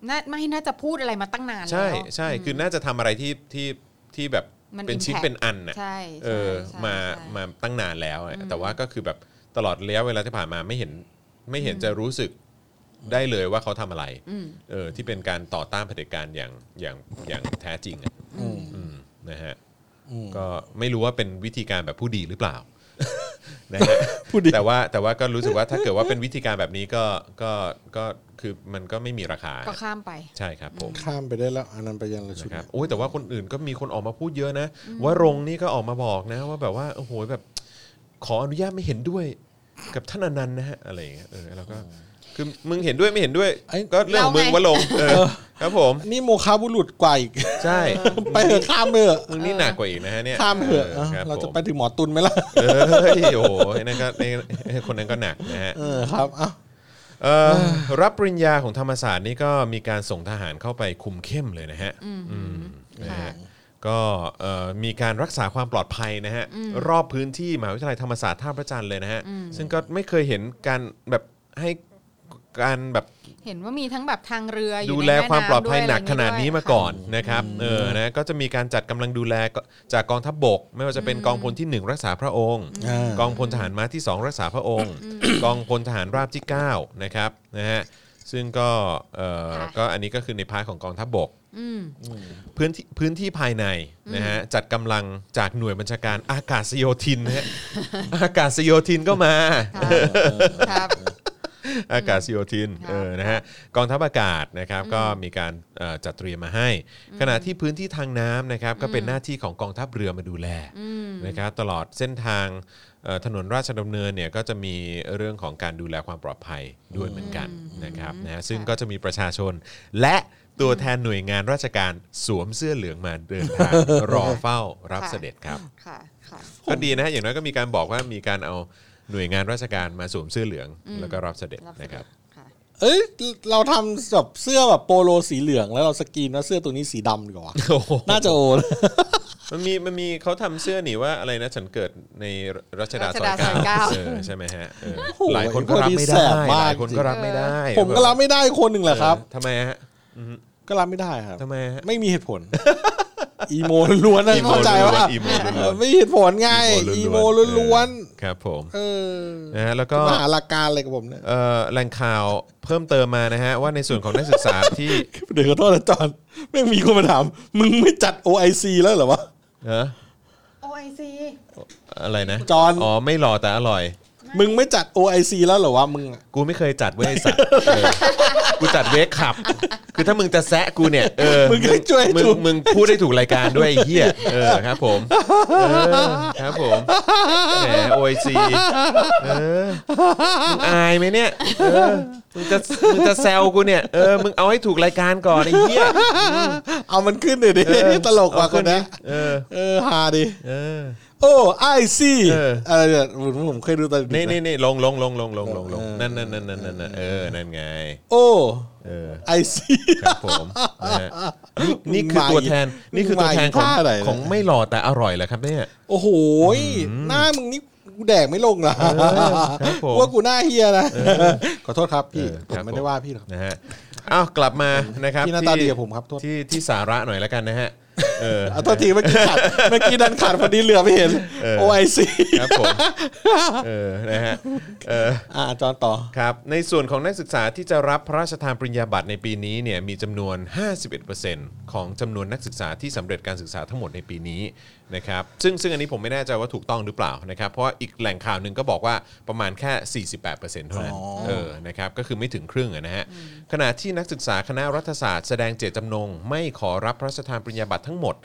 S3: น่าไม่น่าจะพูดอะไรมาตั้งนานแล้ว
S2: ใช่ใช่คือน่าจะทำอะไรที่ที่ที่แบบ
S3: มัน
S2: เป็นชิ้น
S3: impact
S2: เป็นอันน่ะ
S3: ใช่
S2: เอ
S3: ใช่
S2: อ
S3: ใช่
S2: มา
S3: ใช่
S2: มาตั้งนานแล้วอะแต่ว่าก็คือแบบตลอดระยะเวลาที่ผ่านมาไม่เห็นไม่เห็นจะรู้สึกได้เลยว่าเขาทำอะไร
S3: อืม
S2: เออที่เป็นการต่อต้านเผด็จการอย่างอย่างอย่างแท้จริงอะ
S4: อืม
S2: อืมนะฮะ
S4: อืม
S2: ก็ไม่รู้ว่าเป็นวิธีการแบบผู้ดีหรือเปล่า (laughs) นะฮะแต่ว่าแต่ว่าก็รู้สึกว่าถ้าเกิดว่าเป็นวิธีการแบบนี้ก็ก็ก็คือมันก็ไม่มีราคา
S3: ก็ข้ามไป
S2: ใช่ครับผม
S4: ข้ามไปได้แล้วอันนั้นไปยันละชุด
S2: นะครับโอ้ยแต่ว่าคนอื่นก็มีคนออกมาพูดเยอะนะ ว่ารงค์นี่ก็ออกมาบอกนะ ว่าแบบว่าโอ้โหแบบ ขออนุญาตไม่เห็นด้วยกับท่านอนันต์นะฮะอะไรอย่างเงี้ยเออแล้วก็คือมึงเห็นด้วยไม่เห็นด้วย
S4: ไอ้
S2: ก็เรื่องของมึง
S3: เราไง
S2: ว่าลงค์เออครับผม
S4: นี่โมคาบุรุษกว่าอีก (laughs)
S2: ใช่
S4: ไปเถอะข้ามไปเถอะ
S2: มึงนี่หนักกว่าอีกนะฮะเนี่ย
S4: ข้ามเถอะ
S2: ออคบ
S4: เราจะ
S2: ผม
S4: ไปถึงหมอตุนไหมล่ะ
S2: เอ้ยโอ้โหไอ้นั่นก็ไอ้ไอ้คนนั้นก็หนักนะฮะ
S4: เออครับอ้าว
S2: เอ่อรับปริญญาของธรรมศาสตร์นี่ก็มีการส่งทหารเข้าไปคุมเข้มเลยนะฮะอืมนะฮะก็เอ่อมีการรักษาความปลอดภัยนะฮะรอบพื้นที่มหาวิทยาลัยธรรมศาสตร์ท่าพระจันทร์เลยนะฮะซึ่งก็ไม่เคยเห็นการแบบให้การแบบ
S3: เห็นว่ามีทั้งแบบทางเรืออยู่
S2: ดู
S3: ใน
S2: แล
S3: ม่น้ำ
S2: ความปลอดภัย
S3: ว
S2: หนัก
S3: ยะ
S2: ข
S3: ไร
S2: นาดนี้
S3: วย
S2: มาก่อนนะครับเออนะก็จะมีการจัดกำลังดูแลก็จากกองทัพบก ไม่ว่าจะเป็นกองพลที่หนึ่งรักษาพระองค์
S4: อ่าก
S2: องพลทหารม้าที่ 2 รักษาพระองค์ กองพลทหารราบที่ 9 นะครับนะฮะซึ่งก็เอ่อก็อันนี้ก็คือในพาร์ทของกองทัพบก
S3: อืม
S2: พื้นที่พื้นที่ภายในนะฮะจัดกำลังจากหน่วยบัญชาการอากาศโยธินนะฮะ (laughs) อากาศโยธินก็มา
S3: ครับ ครับ
S2: อากาศโยธิน
S3: ครับ
S2: เออนะฮะกองทัพอากาศนะครับก็มีการเอ่อจัดเตรียมมาให้ ขณะที่พื้นที่ทางน้ำนะครับก็เป็นหน้าที่ของกองทัพเรือมาดูแลนะครับตลอดเส้นทางเอ่อถนนราชดำเนินเนี่ยก็จะมีเรื่องของการดูแลความปลอดภัยด้วยเหมือนกันนะครับนะฮะซึ่งก็จะมีประชาชน และตัวแทนหน่วยงานราชการสวมเสื้อเหลืองมาเดินทาง รอเฝ้ารับ
S3: ค่ะ
S2: เสด็จครับ
S3: ค่ะค่ะ
S2: ก็ดีนะฮะอย่างน้อยก็มีการบอกว่ามีการเอาหน่วยงานราชการมาสวมเสื้อเหลืองแล้วก็รับเสด็จ
S3: รับเสด็จ
S2: นะครับ
S3: ค่ะ
S4: เอ้ยเราทำแบบเสื้อแบบโปโลสีเหลืองแล้วเราสกรีนว่าเสื้อตัวนี้สีดำดีก (laughs) ว่า
S2: โอ้โห
S4: น่าจะโอนะ
S2: มันมีมันมีเขาทำเสื้อหนีว่าอะไรนะฉันเกิดในรัชดาซอย
S3: รัชดาซอย
S2: เก้า
S3: เก้า
S2: เออใช่ไหมฮะเออ
S4: โอ้โ
S2: หลายคนก็รับไม่
S4: อ้พว
S2: ได้
S4: แสบม
S2: ห
S4: ก
S2: ลายคนก็รับไม่ได้
S4: ผมก็รับไม่ได้คนหนึ่งแหละครับ
S2: เออทำไมฮะ
S4: ก็รับไม่ได้ครับ
S2: ทำไมฮะ
S4: ไม่มีเหตุผล (laughs) อีโมล้วนๆนะ
S2: อีโม
S4: เข้าใจว่า
S2: อีโมล้วนๆ
S4: เออไม่มีเหตุผลง่ายอีโมล้วน
S2: ๆครับผม
S4: ๆเออ
S2: นะฮะแล้วก็
S4: มาหาหลักการอะไรกับผมเนี่ย
S2: เอ่อแหล่งข่าวเพิ่มเติมมานะฮะ ว่าในส่วนของนักศึกษา
S4: (laughs)
S2: ที่
S4: เดี๋ยวขอโทษนะจอนไม่มีคนมาถาม มึงไม่จัด OIC แล้วเหรอวะ
S2: เออ
S3: โอไอซี
S2: อะไรนะ
S4: จอน
S2: อ๋อไม่หล่อแต่อร่อย
S4: มึงไม่จัด OIC แล้วเหรอวะมึงอะ
S2: กูไม่เคยจัดเว้ยไอ้สัตว์เออกูจัดเวกขับ คือถ้ามึงจะแซะกูเนี่ย เออ
S4: มึงก็ช่วย
S2: มึง
S4: ถูก
S2: มึงพูดได้ถูกรายการด้วยไอ้เฮียเออครับผมเออครับผมแหมโอซีเออมึงอายไหมเนี่ยเออมึงจะมึงจะแซวกูเนี่ยเออมึงเอาให้ถูกรายการก่อนไอ้เฮีย
S4: เอามันขึ้นเลยดิตลกว่ะคนนะ
S2: เออ
S4: เออฮาดิ
S2: เออ
S4: โอ้ไอซี
S2: เออ
S4: อะไรเนี่ยผมผมเคยดูตอนเด็กๆ
S2: นี่
S4: นะ
S2: นี่นี่ลงลงลงลงลงลงลงนั่นนั่นนั่นนั่นนั่นนั่นเออนั่นไง
S4: โอ้
S2: เออ
S4: ไอซี
S2: ครับผมนะฮะนี่ (laughs) นี่คือตัวแทนนี่คือตัวแทนของ
S4: มาอีกท่าไหนเนี่ย
S2: ของไม่หล่อแต่อร่อยเหรอครับเนี่ย
S4: โอ้โหยหน้ามึงนี่กูแดกไม่ลงนะ
S2: ครับผม
S4: ว่ากูหน้าเฮียนะขอโทษครับพี่
S2: เออ
S4: ผ
S2: ครั
S4: ม
S2: บ
S4: ไม่
S2: ผ
S4: ได้
S2: ม
S4: ว่าพี่หรอก
S2: นะฮะอ้าวกลับมานะครับ
S4: พี่หน้าตาดีกับผมครับโทษ
S2: ที่ที่สาระหน่อยแล้วกันนะฮะเออ
S4: เอาโทษทีเมื่อกี้ขาดเมื่อกี้ดันขาดพอดีเหลือไม่เห็น
S2: เออ
S4: โอไอซี
S2: ครับ
S4: (laughs)
S2: ผมเออนะฮะเออ
S4: อ่าจอนต่อ
S2: ครับในส่วนของนักศึกษาที่จะรับพระราชทานปริญญาบัตรในปีนี้เนี่ยมีจำนวน 51%ของจำนวนนักศึกษาที่สำเร็จการศึกษาทั้งหมดในปีนี้นะครับซึ่งซึ่งอันนี้ผมไม่แน่ใจว่าถูกต้องหรือเปล่านะครับเพราะว่าอีกแหล่งข่าวหนึ่งก็บอกว่าประมาณแค่ 48%เท่านั้น
S4: อ๋อ
S2: เออนะครับก็คือไม่ถึงครึ่งอะนะฮะขณะที่นักศึกษาคณะรัฐศาสตร์แสดงเจตจำนง ไม่ขอรับพระราชทานปริญญาบัตรทั้งหมด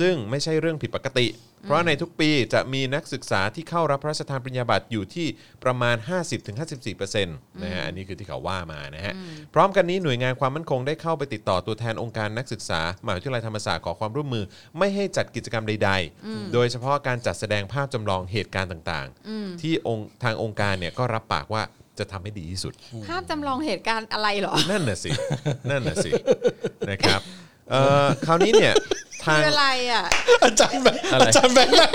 S2: ซึ่งไม่ใช่เรื่องผิดปกติ เพราะในทุกปีจะมีนักศึกษาที่เข้ารับพระราชทานปริญญาบัตรอยู่ที่ประมาณ 50-54%นะฮะอันนี้คือที่เขาว่ามานะฮะพร้อมกันนี้หน่วยงานความมั่นคงได้เข้าไปติดต่อตัวแทนองค์การนักศึกษามหาวิทยาลัยธรรมศาสตร์ขอความร่วมมือ ไม่ให้จัดกิจกรรมใด ๆ โดยเฉพาะการจัดแสดงภาพจำลองเหตุการณ์ต่างๆ ที่องค์ทางองค์การเนี่ยก็รับปากว่าจะทำให้ดีที่สุด
S3: ภาพจำลองเหตุการณ์อะไรเหรอ
S2: นั่นน่ะสิ นั่นน่ะสิ นะครับเอ่อคราวนี้เนี่ยทาง
S3: คืออะไรอ่ะ
S4: อาจารย์แบงค์
S2: อะไร
S4: อาจารย์แบงค์นั่ง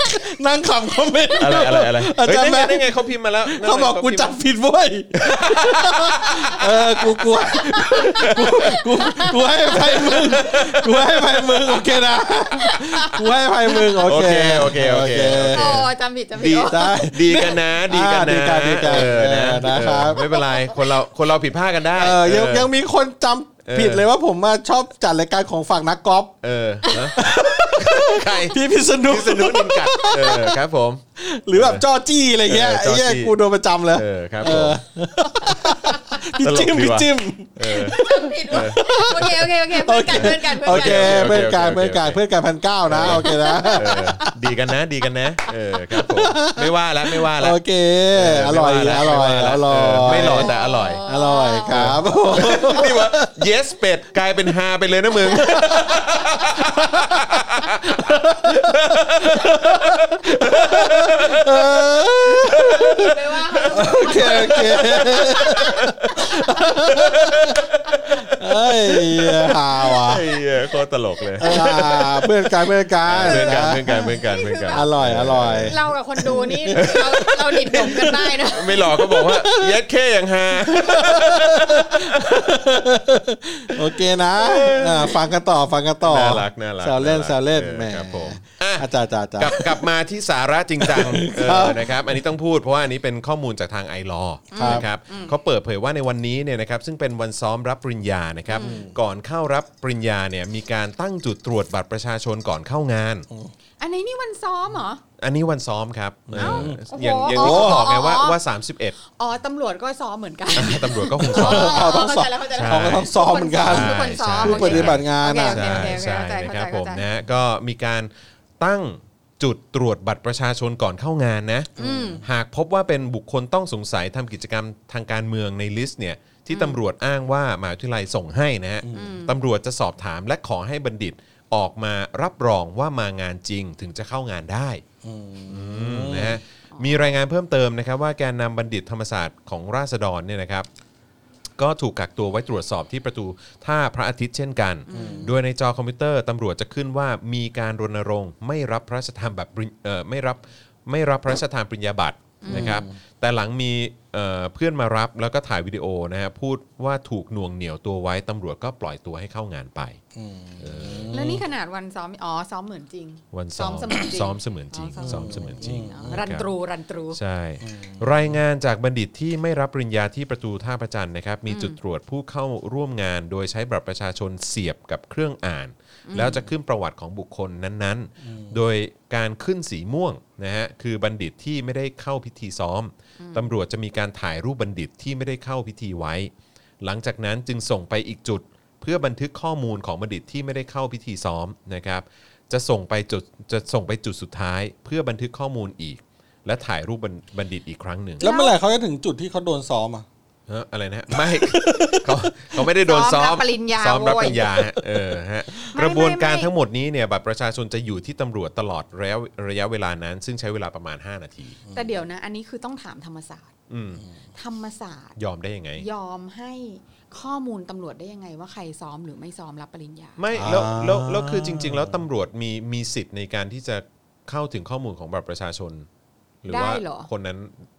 S4: นั่งขำคอมเมนต์
S2: อะไรอะไรอะไร
S4: อา
S2: เฮ้ย
S4: จาร
S2: นั่
S4: ย์
S2: น
S4: แบ
S2: ไงนั่น
S4: งค์
S2: ไงเขาพิมพ์มาแล้วนั่นไง
S4: เขาบอกกู
S2: พิมพ์
S4: จับผิดเว้ยเออกูกลัวกูกูกูให้อภัยมึงกูให้อภัยมึงโอเคนะกูให้อภัยมึงโอ
S2: โอ
S4: เค
S2: เคโอเคโอเค
S3: โอ้จำผิดจำผิ
S2: ดี
S3: ดโอ้
S4: ได้
S2: ดีกันนะ ดีกันนะ
S4: อ่าดีกันดีกัน
S2: เออนะ
S4: เออนะครับ
S2: เออไม่เป็นไรคนเราคนเราผิดพลาดกันได้
S4: เออยังยังมีคนจำผิดเลยว่าผมมาชอบจัดรายการของฝั่งนักกอล์ฟ
S2: เออเออ ใคร
S4: พี่พิษณุ
S2: พิษณุนินกัดเออครับผม
S4: หรือแบบจอจี้อะไรเงี้ย
S2: เออ
S4: ไอ้เงี้
S2: จ
S4: ย
S2: อจี้
S4: กูโดนประจำเลย
S2: เออครับผ
S4: เอ
S2: ม
S4: อพี่
S2: ตลก
S4: จิ้ม
S2: ดี
S4: พี่
S2: ว่ะ
S4: จิ้ม
S2: เออ
S3: ผิดว่ะโอเคโอเคโอเคเพื่อนกันเพื่อนกันเพื่อนกัน
S4: โอเค
S2: โอเค
S4: เพื่อนกา
S2: โอเค
S4: รเพื่อนการ
S2: โอเค
S4: เพื่อนการพันเก้านะโอเคนะ
S2: เออดีกันนะดีกันนะ เออครับผมไม่ว่าละไม่ว่าละ
S4: โอเค อร่อย
S2: ไม่ว่าละ
S4: อร่อย
S2: ไม่ว่าละเออ
S4: อร่อย
S2: ไม่หล่อแต่อร่อย
S4: อร่อยครับ
S2: นี่ว่า yes เป็ดกลายเป็นฮาไปเลยนะมึง
S3: ไม่ว่าค่ะ
S4: โอเคโอเคเอ้ยหาว่ะ
S2: ไอ้เหี้ยโคตรตลกเลย
S4: เออเพื่อนการเพื่อนการ
S2: เพื่อนกัน
S4: นะ
S2: เพื่อนกันเพื่อนกันเพื่อนกัน
S4: อร่อยอร่อย
S3: เรากับคนดูนี่เราเราดิดหนมกันได้นะ
S2: ไม่หลอกก็บอกว่า yes แค่อย่างฮา
S4: โอเคนะอ่าฟังกันต่อฟังกันต่อ
S2: น่ารักน่ารัก
S4: แซวเล่น
S2: น่ารัก
S4: แซวเล่น
S2: เออ
S4: แหม
S2: ครับผม
S4: อาจารย์อาจารย์อาจาร
S2: กลับ
S4: ย์
S2: กลับมาที่สาระจริงจังเออ
S4: ครับ
S2: นะครับ อันนี้ต้องพูดเพราะว่าอันนี้เป็นข้อมูลจากทางไอรอ
S4: ครับ
S2: นะครับเขาเปิดเผยว่าในวันนี้เนี่ยนะครับซึ่งเป็นวันซ้อมรับปริญญานะครับ ก่อนเข้ารับปริญญาเนี่ยมีการตั้งจุดตรวจบัตรประชาชนก่อนเข้างาน
S3: อันนี้นี่วันซ้อมเหรอ
S2: อันนี้วันซ้อมครับเออ
S3: โอ้โห
S2: อย่างอย่างที่
S3: โอ้
S2: เขาบ
S3: โห
S2: อกไงว่าว่า 31
S3: อ๋อตำรวจก็ซ้อมเหมือนกัน
S2: (laughs) ตำรวจก็คงซ้อม
S4: เขาต้องสอบ
S3: เข้าใจแล้ว
S4: เขา
S3: เข้าใจ
S4: ก็
S3: แล้ว
S4: ต้องซ้อมเหมือนกัน
S2: ใช่
S3: ทุกคนซ้อม
S4: ผู้ปฏิบัติงาน
S3: โอ
S4: อ่ะ
S3: เค
S2: ใช่
S3: โอเคโอเค
S2: ใช่
S3: เข้าใจ
S2: นะครั
S3: เข้าใจ
S2: บผ
S3: เข้าม ใจ
S2: นะ ก็มีการตั้งจุดตรวจบัตรประชาชนก่อนเข้างานนะ
S3: อืม
S2: หากพบว่าเป็นบุคคลต้องสงสัยทำกิจกรรมทางการเมืองในลิสต์เนี่ยที่ตำรวจอ้างว่ามหาวิทยาลัยส่งให้นะฮะตำรวจจะสอบถามและขอให้บัณฑิตออกมารับรองว่ามางานจริงถึงจะเข้างานได้ นะฮะมีรายงานเพิ่มเติมนะครับว่าแกนนำบัณฑิตธรรมศาสตร์ของราษฎรเนี่ยนะครับ ก็ถูกกักตัวไว้ตรวจสอบที่ประตูท่าพระอาทิตย์เช่นกัน โดยในจอคอมพิวเตอร์ตำรวจจะขึ้นว่ามีการรณรงค์ไม่รับพระราชทานแบบปริญเอ่อไม่รับไม่รับพระราชทานปริญญาบัตรนะครับ แต่หลังมีเอ่อเพื่อนมารับแล้วก็ถ่ายวิดีโอนะฮะพูดว่าถูกหน่วงเหนี่ยวตัวไว้ตำรวจก็ปล่อยตัวให้เข้างานไป
S3: แล้วนี่ขนาดวันซ้อมอ๋อซ้อมเหมือนจริง
S2: วันซ้อม
S3: เสมือนจริง
S2: ซ้อมเสมือนจริงซ้อมเสมือนจริง
S3: รัน
S2: คบ
S3: ตรูรันตรู
S2: ใช่ รายงานจากบัณฑิตที่ไม่รับปริญญาที่ประตูท่าพระจันทร์นะครับ มีจุดตรวจผู้เข้าร่วมงาน โดยใช้บัตรประชาชนเสียบกับเครื่องอ่าน แล้วจะขึ้นประวัติของบุคคลนั้นๆ โดยการขึ้นสีม่วงนะฮะคือบัณฑิตที่ไม่ได้เข้าพิธีซ้อมตำรวจจะมีการถ่ายรูปบัณฑิตที่ไม่ได้เข้าพิธีไว้ หลังจากนั้นจึงส่งไปอีกจุด เพื่อบันทึกข้อมูลของบัณฑิตที่ไม่ได้เข้าพิธีซ้อมนะครับ จะส่งไปจุดจะส่งไปจุดสุดท้าย เพื่อบันทึกข้อมูลอีก และถ่ายรูปบัณบัณฑิตอีกครั้งหนึ่ง
S4: แล้วเมื่อไหร่เขาจะถึงจุดที่เขาโดนซ้อมอ่ะ
S2: เอ้ออะไรนะฮะไม่ (laughs) เขาเขาไม่ได้โดนซ้อ
S3: ซ้
S2: ม
S3: อมรับปริญญา
S2: ซ้อมรับ
S3: โว้
S2: ป
S3: ย
S2: ริญญาฮะเออฮะ
S3: ไม่
S2: กระบวนการ
S3: ไม่
S2: ทั้งหมดนี้เนี่ยบัตรประชาชนจะอยู่ที่ตำรวจตลอดระยะระยะเวลานั้น ซึ่งใช้เวลาประมาณ 5 นาที
S3: แต่เดี๋ยวนะ อันนี้คือต้องถามธรรมศาสตร์
S2: อืม
S3: ธรรมศาสตร์
S2: ยอมได้ยังไง
S3: ยอมให้ข้อมูลตำรวจได้ยังไงว่าใครซ้อมหรือไม่ซ้อมรับปริญญา
S2: ไม่แล้ว
S4: อ่า
S2: แล้วแล้วคือจริง ๆ แล้วตำรวจมีมีสิทธิ์ในการที่จะเข้าถึงข้อมูลของบัตรประชาชน หรือว่า
S3: ได้เหรอ
S2: คนนั้น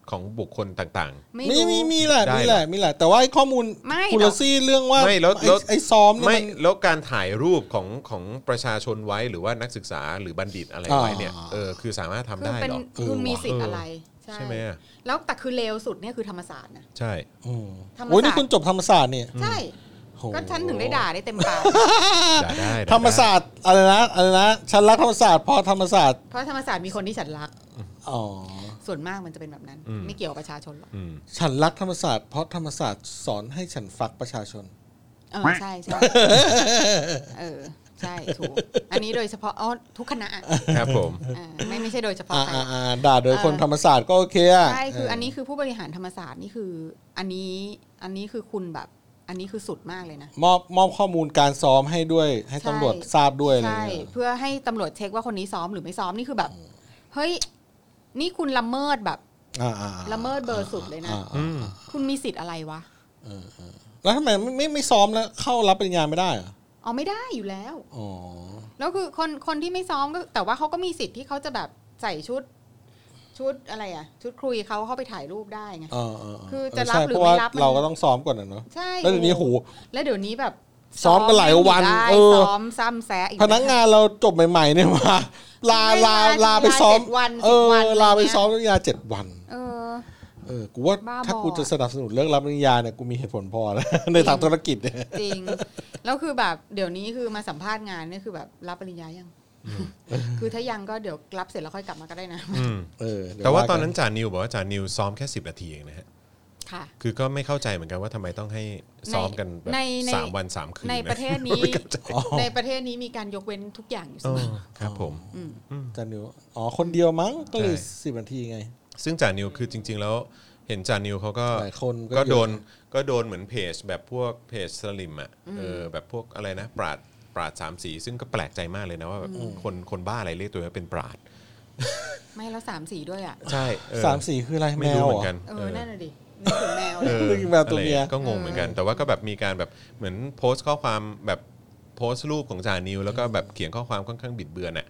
S2: ของบุคคลต่าง
S3: ไม่
S4: มี
S3: รู้
S4: มีมีแหละ
S2: ได้
S4: มี
S2: เหรอ
S4: แหละมีแหละแต่ว่าไอ้ข้อมูล
S3: ไม่
S4: คุณ
S3: หรอก
S4: ซี่เรื่องว่า
S2: ไม่แล้วแล้ว
S4: ไอ้ไอ้ซ้อม
S2: ๆ
S4: เนี่
S2: ไม่
S4: ยมัน
S2: แล้วการถ่ายรูปของของประชาชนไว้หรือว่านักศึกษาหรือบัณฑิตอะไรไว้เนี่ย
S4: อ่า
S2: เออคือสามารถทำ
S3: คือ
S2: ได้
S3: เป็น
S2: เหรอ
S3: คุณมีสิทธิ์อะไร
S2: เออใช่ไหมอะ
S3: แล้วแต่คือเลวสุดเนี่ยคือธรรมศาสตร์นะ
S2: ใช่
S4: อืม
S3: ธรรมศาสตร์
S4: โอ้ยนี่คุณจบธรรมศาสตร์เนี่ย
S3: ใช่
S4: โห
S3: ก็ฉันถึงได้ด่าได้เต็มปาก
S2: ด่าได้ด่ได้
S4: ธรรมศาสตร์อะไรนะอะไรนะฉันรักธรรมศาสตร์เพราะธรรมศาสตร์
S3: เพราะธรรมศาสตร์มีคนที่ฉันรัก
S4: อ๋อ
S3: ส่วนมากมันจะเป็นแบบนั้น ไม่เกี่ยวกับประชาชนหรอก
S2: อืม
S4: ฉันรักธรรมศาสตร์เพราะธรรมศาสตร์สอนให้ฉันฟักประชาชน
S3: เออใช่ใช่เออใช่ถูกอันนี้โดยเฉพาะอ๋อทุกคณะอะ
S2: ครับผม
S3: เออไม่ไม่ใช่โดยเฉพาะ
S4: อ่า
S3: ใคร
S4: อ่าอ่าด่าโดยคนธรรมศาสตร์ก็โอเคอ่ะ
S3: ใช่ คืออันนี้คือผู้บริหารธรรมศาสตร์นี่คือ อันนี้อันนี้คือคุณแบบ อันนี้คือสุดมากเลยนะ
S4: มอบมอบข้อมูลการซ้อมให้ด้วย ให้
S3: ใช่
S4: ตำรวจทราบด้วยอะไร
S3: ใช่
S4: เงี้ย
S3: เพื่อให้ตำรวจเช็คว่าคนนี้ซ้อมหรือไม่ซ้อมนี่คือแบบ เฮ้ย นี่คุณละเมิดแบบ
S4: อ่าอ่าอ่า
S3: ละเมิดเบอร์สุดเลยนะ
S4: อ่า
S2: อืม
S3: คุณมีสิทธิ์อะไรวะ
S4: แล้วทำไมไม่ไม่ไม่ซ้อมแล้วเข้ารับปริญญาไม่ได้เหรอ
S3: อ๋อไม่ได้อยู่แล้ว
S4: อ๋อ
S3: แล้วคือคนคนที่ไม่ซ้อมก็ แต่ว่าเขาก็มีสิทธิ์ที่เขาจะแบบใส่ชุด ชุดอะไรอะชุดคุยเขาเข้าไปถ่ายรูปได้ไง
S4: อ่าาา
S3: คือจะรับ
S4: ใช่
S3: หรือ
S4: เพาะว่า
S3: ไม่รับมัน
S4: เราก็ต้องซ้อมก่อนนะเนาะ
S3: ใช่
S4: แล้วเดี๋ยวนี้โห
S3: แล้วเดี๋ยวนี้แบบ
S4: ซ้อมกันหลายวัน
S3: ซ้อมได้
S4: เออ
S3: ซ้อมซ้ำแซะอีก
S4: พนักงานเราจบใหม่ๆเนี่ยมาลา
S3: ไม่
S4: ลา
S3: มา
S4: ลาไปซ้อม
S3: เจ็ดวัน
S4: เออ
S3: สิบวันอะไร
S4: ลาไป
S3: เงี้ย
S4: ซ้อมปริญญาเจ็ดวัน
S3: เออ
S4: เออกูว่า
S3: บ้า
S4: ถ้า
S3: บอ
S4: กูจะสนับสนุนเรื่องรับปริญญาเนี่ยกูมีเหตุผลพอแล้ว (laughs) ในทางธุรกิจเนี่ย
S3: จริง แล้วคือแบบเดี๋ยวนี้คือมาสัมภาษณ์งานเนี่ยคือแบบรับปริญญายัง คือถ้ายังก็เดี๋ยวรับเสร็จแล้วค่อยกลับมาก็ได้นะ
S2: อืม
S4: เออเดี๋ย
S2: แต่ว่า
S4: กั
S2: ตอนนั้นจานิวบอกว่าจานิวซ้อมแค่ 10 นาทีเองนะฮะ
S3: ค่ะ
S2: คือก็ไม่เข้าใจเหมือนกันว่าทำไมต้องให้ซ้อมกันแบบ
S3: ในใน
S2: สามวันสามคืน
S3: ในประเทศ
S2: (laughs)
S3: นี้ ในประเทศนี้มีการยกเว้นทุกอย่างอยู่เส
S2: เอ
S3: ม
S2: อ
S3: อ
S2: ครับผม
S4: จานิวอ๋อคนเดียวมั้งก็เลย
S2: ใช่
S4: สิบนาทีไง
S2: ซึ่งจานิวคือจริง ๆ แล้วเห็นจานิวเขาก็
S4: หลายคนก็
S2: ก็
S4: เยอะ
S2: โดนก็โดนเหมือนเพจแบบพวกเพจสลิมอ่ะเออแบบพวกอะไรนะ ปราดปราดสามสี ซึ่งก็แปลกใจมากเลยนะว่าแบบคนคนบ้าอะไรเรียกตัวเองว่าเป็นปราด
S3: ไม่แล้วสามสีด้วยอ่ะ
S2: ใช่เออ
S4: สามสี่คืออะไรแม
S2: ไม่รู้
S4: ว
S2: เห
S4: เห
S2: มื
S4: ร
S2: อ
S4: อ
S2: นกัน
S3: เอ
S2: เอ
S3: อ
S2: อ
S3: นั่นน่ะดินึกถึงแมวเล
S2: เอย อ
S4: นึกถึงแบบตัวเมีย
S2: อะไรก็งงเหมือนกัน แต่ว่าก็แบบมีการแบบเหมือนโพสต์ข้อความแบบโพสต์รูปของจานิว แล้วก็แบบเขียนข้อความค่อนข้างบิดเบือนอ่ะ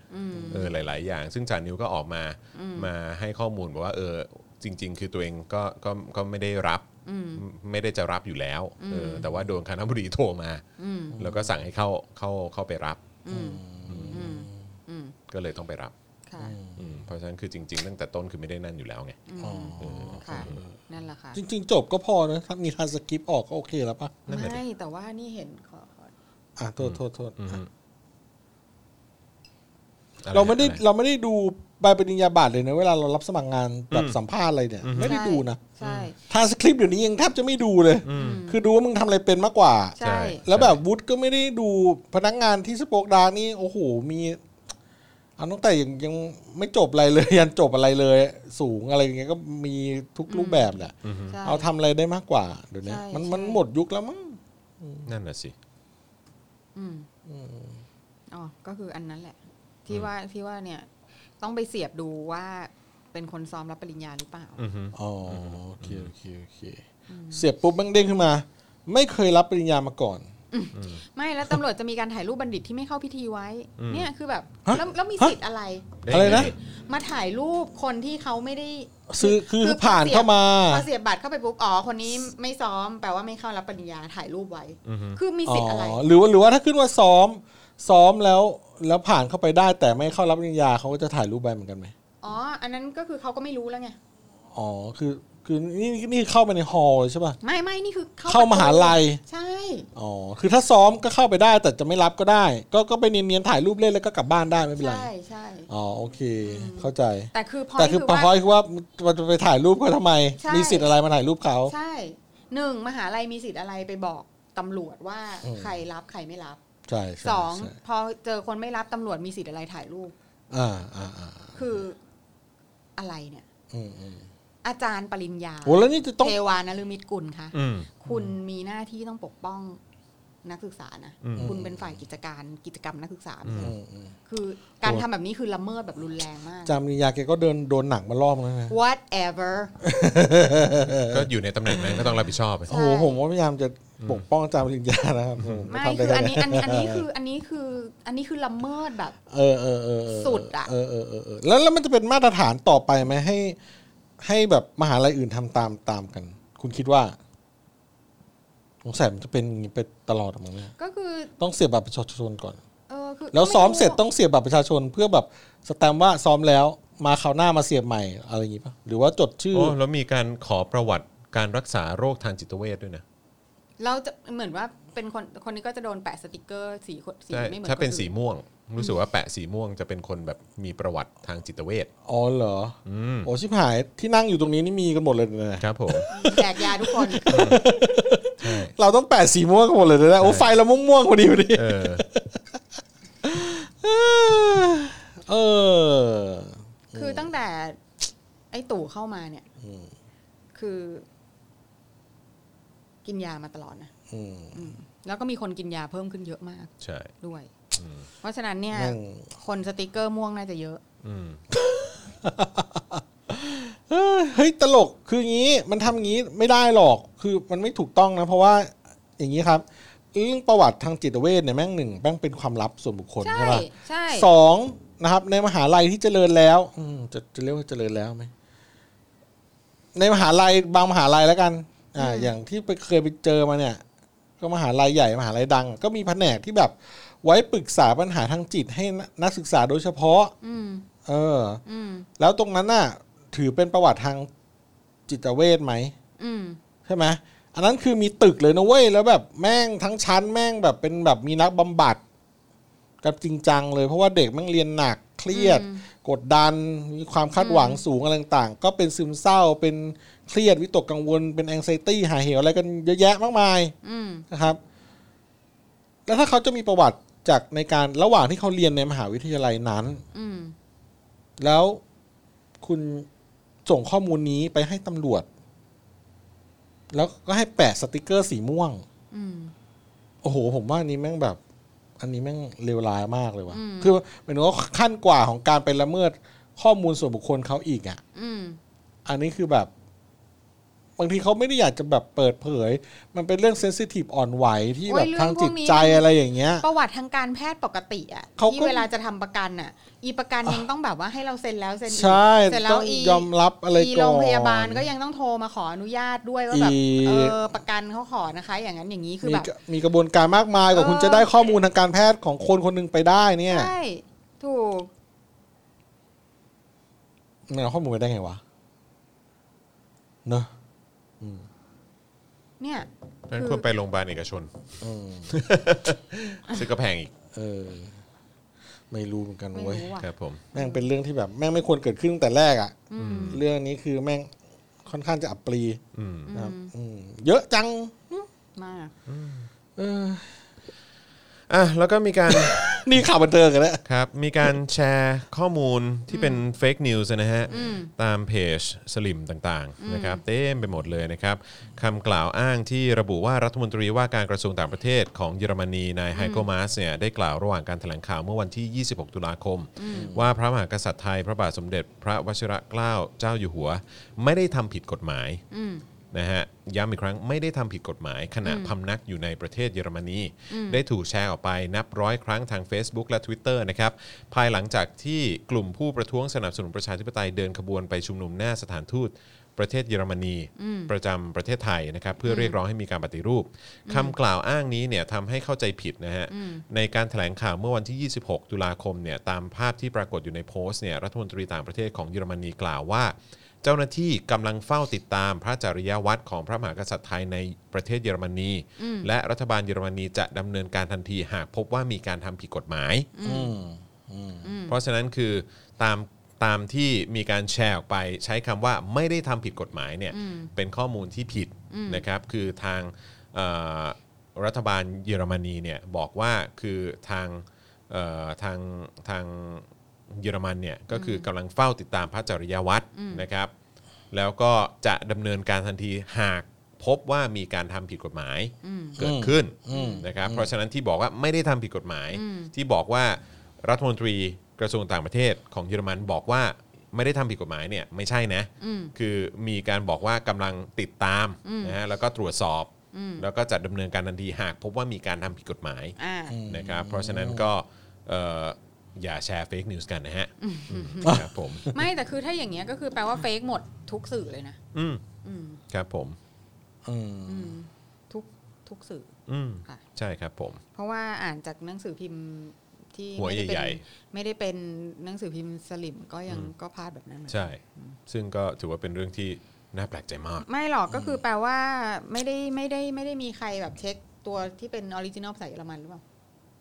S2: เออหลาย ๆ อย่าง ซึ่งจานิวก็ออกมามาให้ข้อมูลบอกว่าเออจริง ๆ คือตัวเองก็ก็ก็ไม่ได้รับไม่ได้จะรับอยู่แล้วเออแต่ว่าโดนคณะบุรีโทรมา แล้วก็สั่งให้เข้าเข้าเข้าไปรับ
S3: อืมอืมอืม
S2: ก็เลยต้องไปรับ
S3: ค่ะ
S2: อืมเพราะฉะนั้นคือจริง ๆ ตั้งแต่ต้นคือไม่ได้นั่นอยู่แล้วไง
S4: อ๋อ
S3: ค่ะ นั่นแหละค่ะ
S4: จริง ๆ จบก็พอนะถ้ามีทันสกิปออกก็โอเคแล้วปะ
S2: นั่นแหละดิ
S3: ไม่ แต่ว่านี่เห็นขอขอ
S4: อ่ะโทษโทษโทษ
S2: อืม
S4: อ่ะ
S2: อะ
S4: เราไม่ได้
S2: อะ
S4: เราไม่ได้ดูใบปริญญาบัตรเลยนะเวลาเรารับสมัครงานแบบสัมภาษณ์อะไรเนี่ย ไม่ได้ดูนะ
S3: ใช่
S4: ทางสคริปต์เดี๋ยวนี้ยังแทบจะไม่ดูเลย คือดูว่ามึงทำอะไรเป็นมากกว่า
S3: ใช่
S2: ใช่
S4: แล้วแบบวุฒิก็ไม่ได้ดูพนักงานที่สโปกดาร์กนี่โอ้โหมีเอาตั้งแต่ยังยังไม่จบอะไรเลย ยันจบอะไรเลย สูงอะไรอย่างเงี้ยก็มีทุกรูปแบบแหละ
S3: ใช่
S4: เอาทำอะไรได้มากกว่าเดี๋ยวนี้
S3: ใช่
S4: มัน
S3: ใช่
S4: มันหมดยุคแล้วมั้ง
S2: นั่นน่ะสิ
S3: อืมอ๋อ ก็คืออันนั้นแหละ ที่ว่าที่ว่าเนี่ย ต้องไปเสียบดูว่าเป็นคนซ้อมรับปริญญาหรือเปล่า
S2: อือฮึ
S4: อ๋อโอเคโอเคโอเคเสียบปุ๊บแม่งเด้งขึ้นมา ไม่เคยรับปริญญามาก่อน
S3: ไม่แล้วตำรวจจะมีการถ่ายรูปบัณฑิตที่ไม่เข้าพิธีไว้
S2: อืม
S3: เนี่ยคือแบบ
S4: ฮะ
S3: แล้วแล้วมี
S4: ฮะ
S3: สิทธิ์อะไร
S4: อะไรนะ
S3: มาถ่ายรูปคนที่เขาไม่ได้
S4: ซื้อคือผ่านเข้ามา
S3: พอเสียบบัตรเข้าไปปุ๊บอ๋อคนนี้ไม่ซ้อมแปลว่าไม่เข้ารับปริญญาถ่ายรูปไว้
S2: อือฮึ
S3: คือมีสิทธิ์อะไร
S4: หรือว่าหรือว่าถ้าขึ้นว่าซ้อม ซ้อมแล้วแล้วผ่านเข้าไปได้แต่ไม่เข้ารับปริญญาเขาก็จะถ่ายรูปใบเหมือนกันไหม
S3: อ๋อ อันนั้นก็คือเขาก็ไม่รู้แล้วไง
S4: อ๋อคือคือนี่นี่เข้าไปในฮอลล์เลยใช่ป่ะ
S3: ไม่ไม่นี่คือ
S4: เข้ามหาลัย
S3: ใช่
S4: อ๋อคือถ้าซ้อมก็เข้าไปได้แต่จะไม่รับก็ได้ ก็ก็ไปเนียนๆถ่ายรูปเล่นแล้วก็กลับบ้านได้ไม่เป็นไร
S3: ใช่ใช่
S4: อ๋อโอเค เข้าใจ
S3: แต่คือพอ
S4: แต่คือปะฮอยคือว่ามันจะไปถ่ายรูปเขาทำไม
S3: ใช่
S4: มีสิทธิ์อะไรมาถ่ายรูปเขา
S3: ใช่หนึ่งมหาลัยมีสิทธิ์อะไรไปบอกตำรวจว่า
S4: อืม
S3: ใครรับใครไม่รับ
S4: ใช่ใช่
S3: สอง
S4: ใช่
S3: พอเจอคนไม่รับตำรวจมีสิทธิ์อะไรถ่ายรูป
S4: อ่าอ่าอ่า
S3: คืออะไรเนี่ย
S4: อืมอืม
S3: อาจารย์ปริญญา
S4: โหแล้วนี่จะต้อง
S3: เทวานฤมิตกุลคะ
S2: อืม
S3: คุณมีหน้าที่ต้องปกป้องนักศึกษานะ
S2: อืม
S3: คุณเป็นฝ่ายกิจการกิจกรรมนักศึกษาไม่ใช่เห
S4: อื
S3: รอ
S4: มอืม
S3: คือการทำแบบนี้คือละเมิดแบบรุนแรงมาก
S4: จามริยาแกก็เดินโดนหนักมารอบแล้วนะ
S3: whatever
S2: ก็อยู่ในตำแหน่งนั้นก็ต้องรับผิดชอบอะ
S4: โอ้โหผมว่าพยายามจะปกป้องจามริยานะครับผม
S3: ไม่
S4: ทำป
S3: คืออัน
S4: แ
S3: นี้อันนี้อันนี้คืออันนี้คืออันนี้คือละเมิดแบบ
S4: เออเออเออเอ
S3: สุดอะ
S4: เออเออเออเออแล้วแล้วมันจะเป็นมาตรฐานต่อไปไหมให้ ให้แบบมหาลัยอื่นทำตามตามกัน คุณคิดว่าสงสัยมันจะเป็นอย่างนี้ไปตลอดอะมั้งเนี่ย
S3: ก็คือ
S4: ต้องเสียบบัตรประชาชนก่อน
S3: เออคือ
S4: แล้วซ้อมเสร็จ
S3: ต้
S4: ต้องเสียบบัตรประชาชนเพื่อแบบสแตมป์ว่าซ้อมแล้ว มาคราวหน้ามาเสียบใหม่อะไรอย่างงี้ปะหรือว่าจดชื่อ
S2: โอ้แล้วมีการขอประวัติการรักษาโรคทางจิตเวชด้วยนะ
S3: เราจะเหมือนว่าเป็นคนคนนี้ก็จะโดนแปะสติกเกอร์สีคนสี
S2: ใช่
S3: ไม่เหมือน
S2: ถ้าเป็น
S3: ค
S2: สี
S3: อื่
S2: ม่วง รู้สึกว่าแปะสีม่วงจะเป็นคนแบบมีประวัติทางจิตเวช
S4: อ๋อเหรอ
S2: อืม
S4: โอ้ชิบหายที่นั่งอยู่ตรงนี้นี่มีกันหมดเลยนะ
S2: ครับผม
S3: แจกยาทุก
S4: (laughs)
S3: คน
S2: ใช่
S4: เราต้องแปะสีม่วงกันหมดเลยนะ โอ้ไฟเราม่วงม่วงๆพอดีพอดี
S2: เออ
S4: เออ
S3: คือตั้งแต่ ไอ้ตู่เข้ามาเนี่ย
S4: อืม
S3: คือ กินยามาตลอดนะ
S4: อืม
S3: แล้วก็มีคนกินยาเพิ่มขึ้นเยอะมาก
S2: ใช่
S3: ด้วย เพราะฉะนั้นเนี่ย
S4: แม่ง
S3: คนสติกเกอร์ม่วงน่าจะเยอะ
S2: อืม
S4: เออเฮ้ยตลกคืออย่างนี้มันทำอย่างนี้ไม่ได้หรอกคือมันไม่ถูกต้องนะ เพราะว่าอย่างนี้ครับเรื่องประวัติทางจิตเวชเนี่ยแม่งหนึ่งแม่งเป็นความลับส่วนบุคคล
S3: ใช่
S4: ใช่ปะ
S3: ใช่
S4: สองนะครับ ในมหาลัยที่เจริญแล้วอืมจะจะเรียกว่าเจริญแล้วไหมในมหาลัยบางมหาลัยแล้วกัน อ่า อย่างที่ไปเคยไปเจอมาเนี่ย ก็มหาลัยใหญ่มหาลัยดัง ก็มีแผนกที่แบบ ไว้ปรึกษาปัญหาทางจิตให้นนักศึกษาโดยเฉพาะ
S3: อืม
S4: เออ
S3: อืม
S4: แล้วตรงนั้นน่ะ ถือเป็นประวัติทางจิตเวชไหม
S3: อืม
S4: ใช่ไหมอันนั้นคือมีตึกเลยนะเว้ยแล้วแบบแม่งทั้งชั้นแม่งแบบเป็นแบบมีนักบำบัด กับจริงจังเลยเพราะว่าเด็กแมันเรียนหนักเครียด กดดันมีความคาดหวังสูงอะไรต่างๆ ก็เป็นซึมเศร้าเป็นเครียดวิตกกังวลเป็นแองไซตี้หาเหวอะไรกันเยอะแยะมากมาย
S3: อืม
S4: นะครับ แล้วถ้าเขาจะมีประวัติจากในการระหว่างที่เขาเรียนในมหาวิทยาลัยนั้น
S3: อืม
S4: แล้วคุณส่งข้อมูลนี้ไปให้ตำรวจ แล้วก็ให้แปะสติกเกอร์สีม่วง
S3: อืม
S4: โอ้โห ผมว่าอันนี้แม่งแบบ อันนี้แม่งเลวร้ายมากเลยวะ่ะ
S3: อืม
S4: คือหมายถึงว่าขั้นกว่าของการไปละเมิดข้อมูลส่วนบุคคลเขาอีกอ่ะ
S3: อืม
S4: อันนี้คือแบบ บางทีเขาไม่ได้อยากจะแบบเปิดเผย มันเป็นเรื่องเซนซิทีฟอ่อนไหวที่
S3: โอ้ย
S4: แบบ
S3: เรื่อง
S4: ทางจิต
S3: พวกนี้
S4: ใจอะไรอย่างเงี้ย
S3: (laughs) ประวัติทางการแพทย์ปกติอะ
S4: เขาก็
S3: ที่เวลาจะทำประกันอะอีประกันยังต้องแบบว่าให้เราเซ็นแล้วเซ็นอีก
S4: ใช่
S3: เสร็จแล้
S4: ต้อ
S3: ว
S4: ง
S3: อี
S4: ยอมรับอะไร
S3: อี
S4: ก่อน
S3: โรงพยาบาลก็ยังต้องโทรมาขออนุญาตด้วยว่าแบบ
S4: อี
S3: เออประกันเขาขอนะคะ อย่างนั้นอย่างนี้คือ
S4: มี
S3: แบบ
S4: กระมีกระบวนการมากมายกว่า
S3: เออ
S4: คุณจะได้ข้อมูลทางการแพทย์ของคนคนหนึงไปได้เนี่ย
S3: ใช่ถูก
S4: มันเอาข้อมูลไปได้ไงวะเนอะ
S3: เนี่ย
S2: นั้นควรไปโรงพยาบาลเอกชน
S4: อืม
S2: ซึ่งก็แพงอีก
S4: เออ ไม่รู้เหมือนกัน
S3: ไม่
S4: เว้ย
S3: รู้อ่ะ
S2: ครับผม
S4: แม่งเป็นเรื่องที่แบบ แม่งไม่ควรเกิดขึ้นตั้งแต่แรกอะ่ะ
S3: อืม
S4: เรื่องนี้คือแม่งค่อนข้างจะอับปรี
S2: อืม
S4: นะครับ
S3: อืม
S4: อืมเยอะจัง
S3: มาก
S4: เออ
S2: อ่ะแล้วก็มีการ (coughs)
S4: นี่ข่าวบันเทิงกันแล้ว
S2: ครับมีการแชร์ข้อมูลที่เป็นเฟกนิวส์นะฮะ
S3: อืม
S2: ตามเพจสลิมต่างๆนะครับเต็มไปหมดเลยนะครับคำกล่าวอ้างที่ระบุว่ารัฐมนตรีว่าการกระทรวงต่างประเทศของเยอรมนีนายไฮโกมาสเนี่ยได้กล่าวระหว่างการแถลงข่าวเมื่อวันที่ 26 ตุลาคม ว่าพระมหากษัตริย์ไทยพระบาทสมเด็จ พระวชิระเกล้าเจ้าอยู่หัว ไม่ได้ทำผิดกฎหมาย
S3: อืม
S2: นะฮะย้ำอีกครั้งไม่ได้ทำผิดกฎหมาย ขณะพำนักอยู่ในประเทศเยอรมนี ได้ถูกแชร์ออกไปนับร้อยครั้งทาง Facebook และ Twitter นะครับภายหลังจากที่กลุ่มผู้ประท้วงสนับสนุนประชาธิปไตยเดินขบวนไปชุมนุมหน้าสถานทูตประเทศเยอรมนี ประจำประเทศไทยนะครับเพื่อเรียกร้องให้มีการปฏิรูปคำกล่าวอ้างนี้เนี่ยทำให้เข้าใจผิดนะฮะในการแถลงข่าวเมื่อวันที่ 26 ตุลาคมเนี่ยตามภาพที่ปรากฏอยู่ในโพสต์เนี่ยรัฐมนตรีต่างประเทศของเยอรมนีกล่าวว่า เจ้าหน้าที่กำลังเฝ้าติดตามพระจริยวัตรของพระมหากษัตริย์ไทยในประเทศเยอรมนี และรัฐบาลเยอรมนีจะดำเนินการทันทีหากพบว่ามีการทำผิดกฎหมาย
S4: อืม
S2: เพราะฉะนั้นคือตามตามที่มีการแชร์ออกไป ใช้คำว่าไม่ได้ทำผิดกฎหมายเนี่ยเป็นข้อมูลที่ผิดนะครับ คือทางเอ่อรัฐบาลเยอรมนีเนี่ยบอกว่าคือทางเอ่อทางทางเยอรมันเนี่ยก็คือกำลังเฝ้าติดตามพระจริยวัตรนะครับ แล้วก็จะดำเนินการทันทีหากพบว่ามีการทำผิดกฎหมายเกิดขึ้นนะครับ เพราะฉะนั้นที่บอกว่าไม่ได้ทำผิดกฎหมาย ที่บอกว่ารัฐมนตรีกระทรวงต่างประเทศของเยอรมันบอกว่าไม่ได้ทำผิดกฎหมายเนี่ยไม่ใช่นะ
S3: อืม
S2: คือมีการบอกว่ากำลังติดตามนะฮะแล้วก็ตรวจสอบ แล้วก็จะดำเนินการทันทีหากพบว่ามีการทำผิดกฎหมาย
S4: (laughs)
S3: อ่า
S2: นะครับ เพราะฉะนั้นก็เอ่ออย่าแชร์เฟกนิวส์กันนะฮะอืมครับผม
S3: ไม่แต่คือถ้าอย่างเงี้ยก็คือแปลว่าเฟกหมดทุกสื่อเลยนะ
S2: อืม
S3: อืม
S2: ครับผม
S4: อืม
S3: อืมทุกทุกสื่อ
S2: อืม
S3: ค่ะ
S2: ใช่ครับผม
S3: เพราะว่าอ่านจากหนังสือพิมพ์ที่
S2: หัว
S3: ไม่ได้เป็น
S2: ใหญ่
S3: ไม่ได้เป็นหนังสือพิมพ์สลิมก็ยังก็พลาดแบบนั้นเหมือนกัน
S2: ใช่ ซึ่งก็ถือว่าเป็นเรื่องที่น่าแปลกใจมาก
S3: ไม่หรอกก็คือแปลว่าไม่ได้ไม่ได้ไม่ได้มีใครแบบเช็คตัวที่เป็นออริจินอลภาษาเยอรมันหรือเปล่า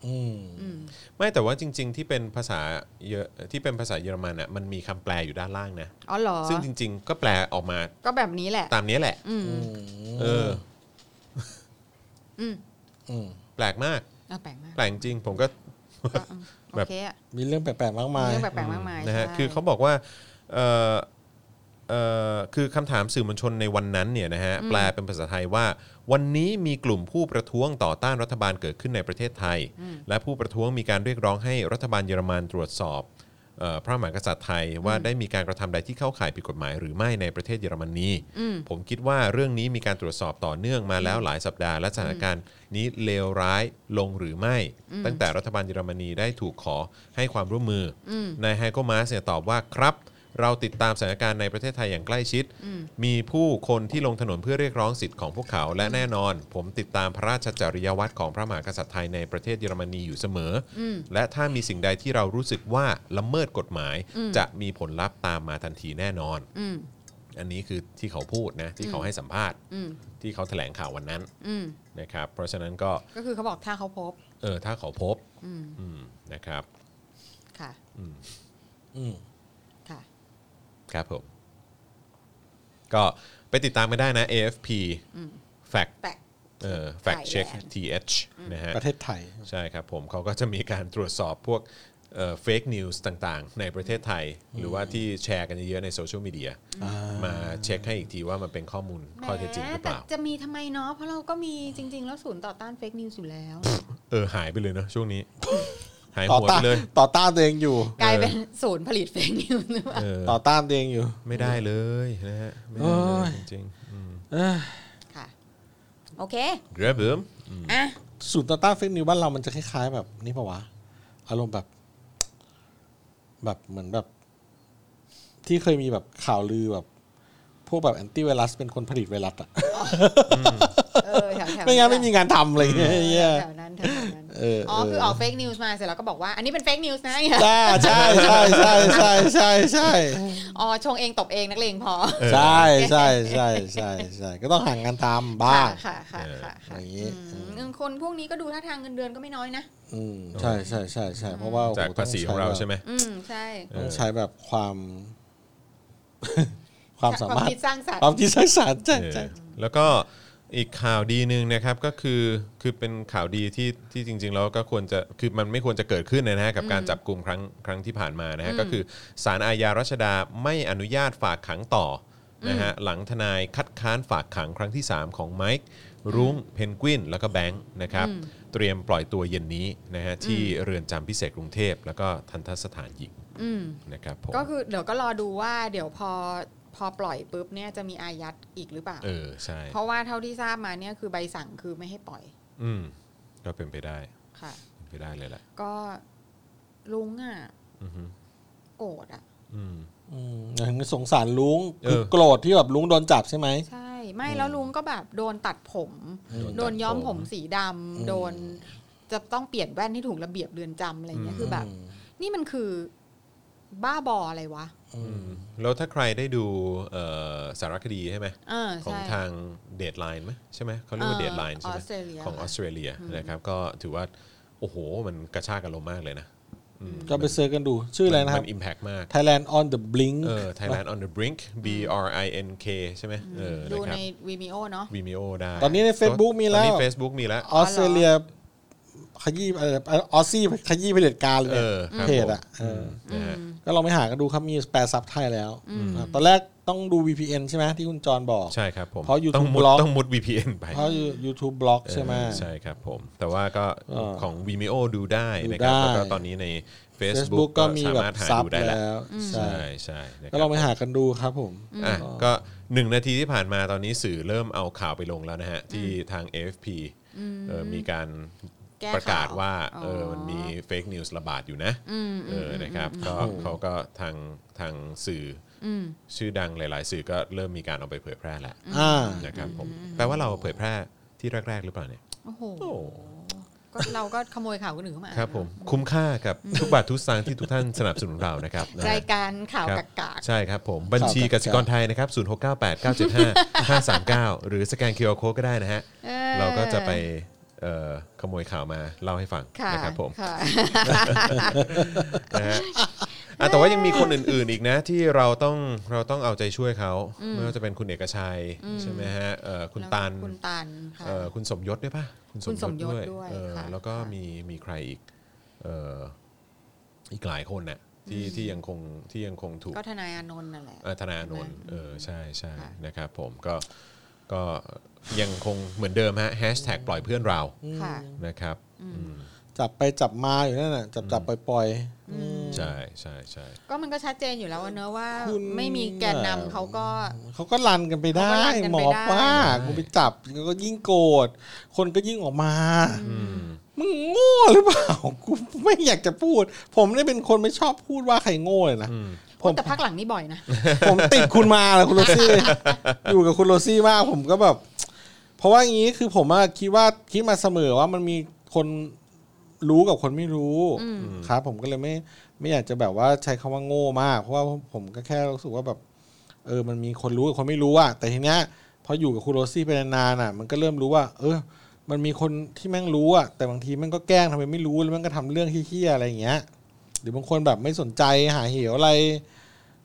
S4: อืม
S3: อืม
S2: ไม่แต่ว่าจริง ๆ ที่เป็นภาษาเยอะที่เป็นภาษาเยอรมันอ่ะมันมีคำแปลอยู่ด้านล่างนะ
S3: อ๋อเหรอ
S2: ซึ่งจริง ๆ ก็แปลออกมา
S3: ก็แบบนี้แหละ
S2: ตามนี้แหละ
S3: อืม
S2: เออ
S3: อืม
S4: อืม
S2: แปลกมาก
S3: อ่ะแปลกมาก
S2: แปลกจริงผมก็
S3: ก็อืมโอเคอะ
S4: มีเรื่องแปลกๆมาก
S3: มี
S4: มาย
S3: เรื่องแปลกๆมากมาย
S2: นะฮะ
S3: ใช่
S2: คือเขาบอกว่าเออเออคือคำถามสื่อมวลชนในวันนั้นเนี่ยนะฮะแปลเป็นภาษาไทยว่า วันนี้มีกลุ่มผู้ประท้วงต่อต้านรัฐบาลเกิดขึ้นในประเทศไทย และผู้ประท้วงมีการเรียกร้องให้รัฐบาลเยอรมันตรวจสอบเอ่อพระมหากษัตริย์ไทยว่าได้มีการกระทำใดที่เข้าข่ายผิดกฎหมายหรือไม่ในประเทศเยอรมนีผมคิดว่าเรื่องนี้มีการตรวจสอบต่อเนื่องมาแล้วหลายสัปดาห์และสถานการณ์นี้เลวร้ายลงหรือไม่ ตั้งแต่รัฐบาลเยอรมนีได้ถูกขอให้ความร่วมมืออนายไฮโกมาสเนี่ยตอบว่าครับ เราติดตามสถานการณ์ในประเทศไทยอย่างใกล้ชิด มีผู้คนที่ลงถนนเพื่อเรียกร้องสิทธิ์ของพวกเขา และแน่นอน ผมติดตามพระราชจริยวัตรของพระมหากษัตริย์ไทยในประเทศเยอรมนีอยู่เสมออและถ้ามีสิ่งใดที่เรารู้สึกว่าละเมิดกฎหมาย จะมีผลลัพธ์ตามมาทันทีแน่นอน
S3: อืม
S2: อันนี้คือที่เขาพูดนะที่เขาให้สัมภาษณ์
S3: อืม
S2: ที่เขาแถลงข่าววันนั้น
S3: อืม
S2: นะครับ เพราะฉะนั้นก็
S3: ก็คือเขาบอกถ้าเขาพบ
S2: เออถ้าเขาพบ
S3: อืม
S2: อืมนะครับ
S3: ค่ะ
S2: อืม
S6: อืม
S3: ค่ะ
S2: ครับผม ก็ไปติดตามกันได้นะ AFP
S3: อืม
S2: Fact
S3: แปะ
S2: เออ Fact Check
S3: Thailand
S2: TH นะฮะ
S4: ประเทศไทย
S2: ใช่ครับผมเขาก็จะมีการตรวจสอบพวกเฟกนิวส์ต่างๆ ในประเทศไทย หรือว่าที่แชร์กันเยอะๆในโซเชียลมีเดียมาเช็คให้อีกทีว่ามันเป็นข้อมูลข้อเท็จจริงหรือเปล่า
S3: แม้แต่จะมีทำไมเนาะเพราะเราก็มีจริง ๆ แล้วศูนย์ต่อต้านเฟกนิวส์อยู่แล้ว
S2: เออ หายไปเลยเนอะช่วงนี้ หาย
S4: ต่อ
S2: หัว
S4: ต้า
S2: ไป
S4: น
S2: เลย
S4: ต่อต้านตัวเองอยู่
S3: กลายเป็นศูนย์ผลิตเฟกนิวส์หรือเปล่า
S2: เออ
S4: ต่อต้านตัวเองอยู่
S2: ไม่ได้เลยนะฮะ ไม่ได้เล
S4: โอ้
S2: ย
S4: ย
S2: จริงๆอืม
S3: ค่ะ โอเค
S2: ครับผม
S3: อ่ะ
S4: ศูนย์ต่อต้านเฟกนิวบ้านเรามันจะคล้ายๆ แบบนี่ปะวะอารมณ์แบบ แบบเหมือนแบบ ที่เคยมีแบบข่าวลือแบบ พวกแบบแอนตี้ไวรัสเป็นคนผลิตไวรัสอะ
S3: เออแถวๆ
S4: ไม่งั้นไม่มีงานทำอะไรเงี้ย
S3: เออ
S4: เหี้ย
S3: แถวๆนั้นแถวๆนั้น
S4: เออ
S3: อ๋อ
S4: เออ
S3: คือออกเฟกนิวส์มาเสร็จแล้วก็บอกว่า อันนี้เป็นเฟกนิวส์นะ
S4: จ้าใช่ใช่ใช่ใช่ใช่ใช่
S3: อ๋อชงเองตบเองนักเลงพอ
S4: ใช่ใช่ใช่ใช่ใช่ก็ต้องหางานทำบ้าง
S3: ค่ะค่ะค่ะค่ะ
S4: อย่างงี้
S3: อืมเงินคนพวกนี้ก็ดูท่าทางเงินเดือนก็ไม่น้อยนะ
S4: อืมใช่ใช่ใช่ใช่เพราะว่าโอ้โห
S2: จากภาษีของเราใช่ไหม
S3: อืมใช่
S4: ต้องใช้แบบความ (laughs) ความสามารถ
S3: คิดสร้างสรร
S4: ความ
S3: ค์
S4: คิดสร้างสรรค์ใช่
S2: เออ
S4: ใช่
S2: แล้วก็อีกข่าวดีหนึ่งนะครับก็คือคือเป็นข่าวดีที่ที่จริง ๆ แล้วก็ควรจะคือมันไม่ควรจะเกิดขึ้นนะฮะกับการจับกลุ่มครั้งครั้งที่ผ่านมานะฮะก็คือสารอาญารัชดาไม่อนุญาตฝากขังต่ออนะฮะหลังทนายคัดค้านฝากขังครั้งที่ 3 ของไมค์รุ้งเพนกวิน แล้วก็แบงค์นะครับ เตรียมปล่อยตัวเย็นนี้นะฮะที่เรือนจำพิเศษกรุงเทพ แล้วก็ทันทสถานหญิง
S3: อืม
S2: นะครับผม
S3: ก็คือเดี๋ยวก็รอดูว่าเดี๋ยวพอพอปล่อยปุ๊บเนี่ยจะมีอายัดอีกหรือเปล่า
S2: เออใช่
S3: เพราะว่าเท่าที่ทราบมาเนี่ยคือใบสั่งคือไม่ให้ปล่อย
S2: อืมก็เป็นไปได้
S3: ค่ะ
S2: เป็นไปได้เลยแหละ
S3: ก็ลุงอ่ะ
S2: อือฮึ
S3: โกรธอ่ะ
S2: อืม
S4: อืมอย่างนี้สงสารลุง
S2: เออ
S4: คือโกรธที่แบบลุงโดนจับใช่ไหม
S3: ใช่ ไม่แล้วลุงก็แบบโดนตัดผม โดนย้อมผมสีดำโดนจะต้องเปลี่ยนแว่นที่ถูกระเบียบเรือนจำอะไรเงี้ยคือแบบ นี่มันคือบ้าบออะไรวะ
S2: อืมแล้วถ้าใครได้ดูเอ่อสารคดีใช่ไหม
S3: เออ
S2: ของ
S3: ใช่
S2: ทางเด d ไลน์ไหมใช่ไหมเขาเรียกว่า
S3: เอ่
S2: เด
S3: อ
S2: d ไลน์ใช่ไหม
S3: ออสเตรเลีย
S2: ของอ
S3: ค่ะ
S2: อสเตรเลียนะครับก็ถือว่า โอ้โห มันกระชากอารมณ์มากเลยนะอืม
S4: ก็ไปเซิร์ชกันดูชื่ออะไรนะครับ
S2: มันอิมแพกมาก
S4: Thailand on the blink
S2: เออ Thailand on the brink B R I N K ใช่ไหมเออ
S3: ดู
S2: นะครั
S3: ใน
S2: บ
S3: วีม e โอเนาะ
S2: Vimeo ได้
S4: ตอนนี้ใน Facebook มีแล้ว
S2: ตอนนี้ Facebook มีแล้ว
S4: ออสเตรเลียขยี้เออออสซี่ขยี้เผด็จการเลย
S2: เอ
S4: เนี่ย
S2: อครับผม
S4: เพจอ่ะเอออ
S2: นะฮะ
S4: ก็ลองไปหากันดูครับมีแปลซับไทยแล้วอ่ะตอนแรกต้องดู VPN ใช่ไหมที่คุณจรบอก
S2: ใช่ครับผม
S4: เพราะ YouTube
S2: ต้องมุด
S4: Block
S2: ต้องมุด VPN ไป
S4: เพราะ YouTube บล็อกใช่ไหม
S2: เออใช่ครับผม แต่ว่าก็
S4: เออ
S2: ของ Vimeo ดูได้นะ
S4: ดู
S2: ค
S4: ได้
S2: รับแล้วก็ตอนนี้ใน
S4: Facebook
S2: Facebook
S4: ก็
S2: ก็
S4: มี
S2: สา
S4: แบบ
S2: มารถหา
S4: ซับ
S2: ดูได้แล้ว
S4: แล้วใช่
S2: ใช่ใช่นะค
S4: ก็
S2: รับ
S4: ลองไปหากันดูครับผม
S2: อ่ะก็หนึ่งนาทีที่ผ่านมาตอนนี้สื่อเริ่มเอาข่าวไปลงแล้วนะฮะ ที่ทาง AFP เออมีการ
S3: แก้
S2: ประกาศ
S3: ข่าว
S2: ว่าเออมันมีเฟกนิวส์ระบาดอยู่นะเออนะครับก็เขาก็ทางทางสื่ออชื่อดังหลาย ๆ สื่อก็เริ่มมีการเอาไปเผยแพร่แล้ว
S4: อ่า
S2: นะครับผมแปลว่าเราเผยแพร่ที่แรก ๆ หรือเปล่าเนี่ย
S3: โอ้โหก็เราก็ขโมยข่าวคนอื่นเข้ามา
S2: ครับผมคุ้มค่ากับทุกบาททุกสตางค์ที่ทุกท่านสนับสนุนเรานะครับนะฮะ
S3: รายการข่าว
S2: ครับ
S3: กาก
S2: ใช่ครับผม บัญชีกสิกรไทยนะครับ 0 6 9 8 9 7 5 5 3 9 หรือสแกน QR Code ก็ได้นะฮะ
S3: ๆอ่อ
S2: เราก็จะไปเอ่อขโมยข่าวมาเล่าให้ฟัง
S3: ค่ะ
S2: นะครับผม
S3: ค่ะ
S2: นะฮะอ่ะแต่ว่ายังมีคนอื่น ๆ อีกนะ ที่เราต้องเราต้องเอาใจช่วยเขาไม่ว่าจะเป็นคุณเอกชัย ใช่ไหมฮะเอ่อคุณตัน
S3: คุณตันค่ะ
S2: เอ่อคุณสมยศด้วยปะ
S3: คุณสมยศด้วย
S2: เออ
S3: ค่ะ
S2: แล้วก็
S3: ค่ะ
S2: มีมีใครอีกเอ่ออีกหลายคนน่ะที่ที่ยังคงที่ยังคงถูก
S3: ก็ทนายอานนท์นั่นแหละ
S2: เอ่อธนาอานนท์เออใช่ใช่
S3: ค่ะ
S2: นะครับผมก็ก็ยังคงเหมือนเดิมฮะแฮชแท็กปล่อยเพื่อนเรา
S3: ค่ะ
S2: นะครับอืม
S4: จับไปจับมาอยู่นั่นน่ะจับจับปล่อยปล่อยๆ
S2: ใช่ใช่ใช่
S3: ก็มันก็ชัดเจนอยู่แล้วอะเนอะว่า
S4: คุณ
S3: ไม่มีแกนนำเขาก็
S4: เขาก็รันกันไปได้
S3: เขาก็รันกัน
S4: หม
S3: ไป
S4: อ
S3: ได้
S4: ป้าคุณไปจับก็ยิ่งโกรธคนก็ยิ่งออกมา
S2: อืม
S4: มึงโง่หรือเปล่า กูไม่อยากจะพูด ผมเนี่ยเป็นคนไม่ชอบพูดว่าใครโง่เลยนะ
S2: อืม
S4: ผม
S3: แต่พักหลังนี่บ่อยนะ
S4: (laughs) ผมติดคุณมาแหละคุณโรซี่ อยู่กับคุณโรซี่มากผมก็แบบ เพราะว่าอย่างนี้คือผมอะคิดว่าคิดมาเสมอว่ามันมีคนรู้กับคนไม่รู้
S3: อืม
S4: ครับ ผมก็เลยไม่ ไม่อยากจะแบบว่าใช้คำว่าโง่มาก เพราะว่าผมก็แค่รู้สึกว่าแบบ เออ มันมีคนรู้กับคนไม่รู้อะแต่ทีเนี้ยพออยู่กับคุณโรซี่ไปนานๆอะมันก็เริ่มรู้ว่า เออ มันมีคนที่แม่งรู้อะแต่บางทีแม่งก็แกล้งทำไมไม่รู้แล้วแม่งก็ทำเรื่องเฮี้ยๆอะไรอย่างเงี้ย หรือบางคนแบบไม่สนใจหาเหวอะไร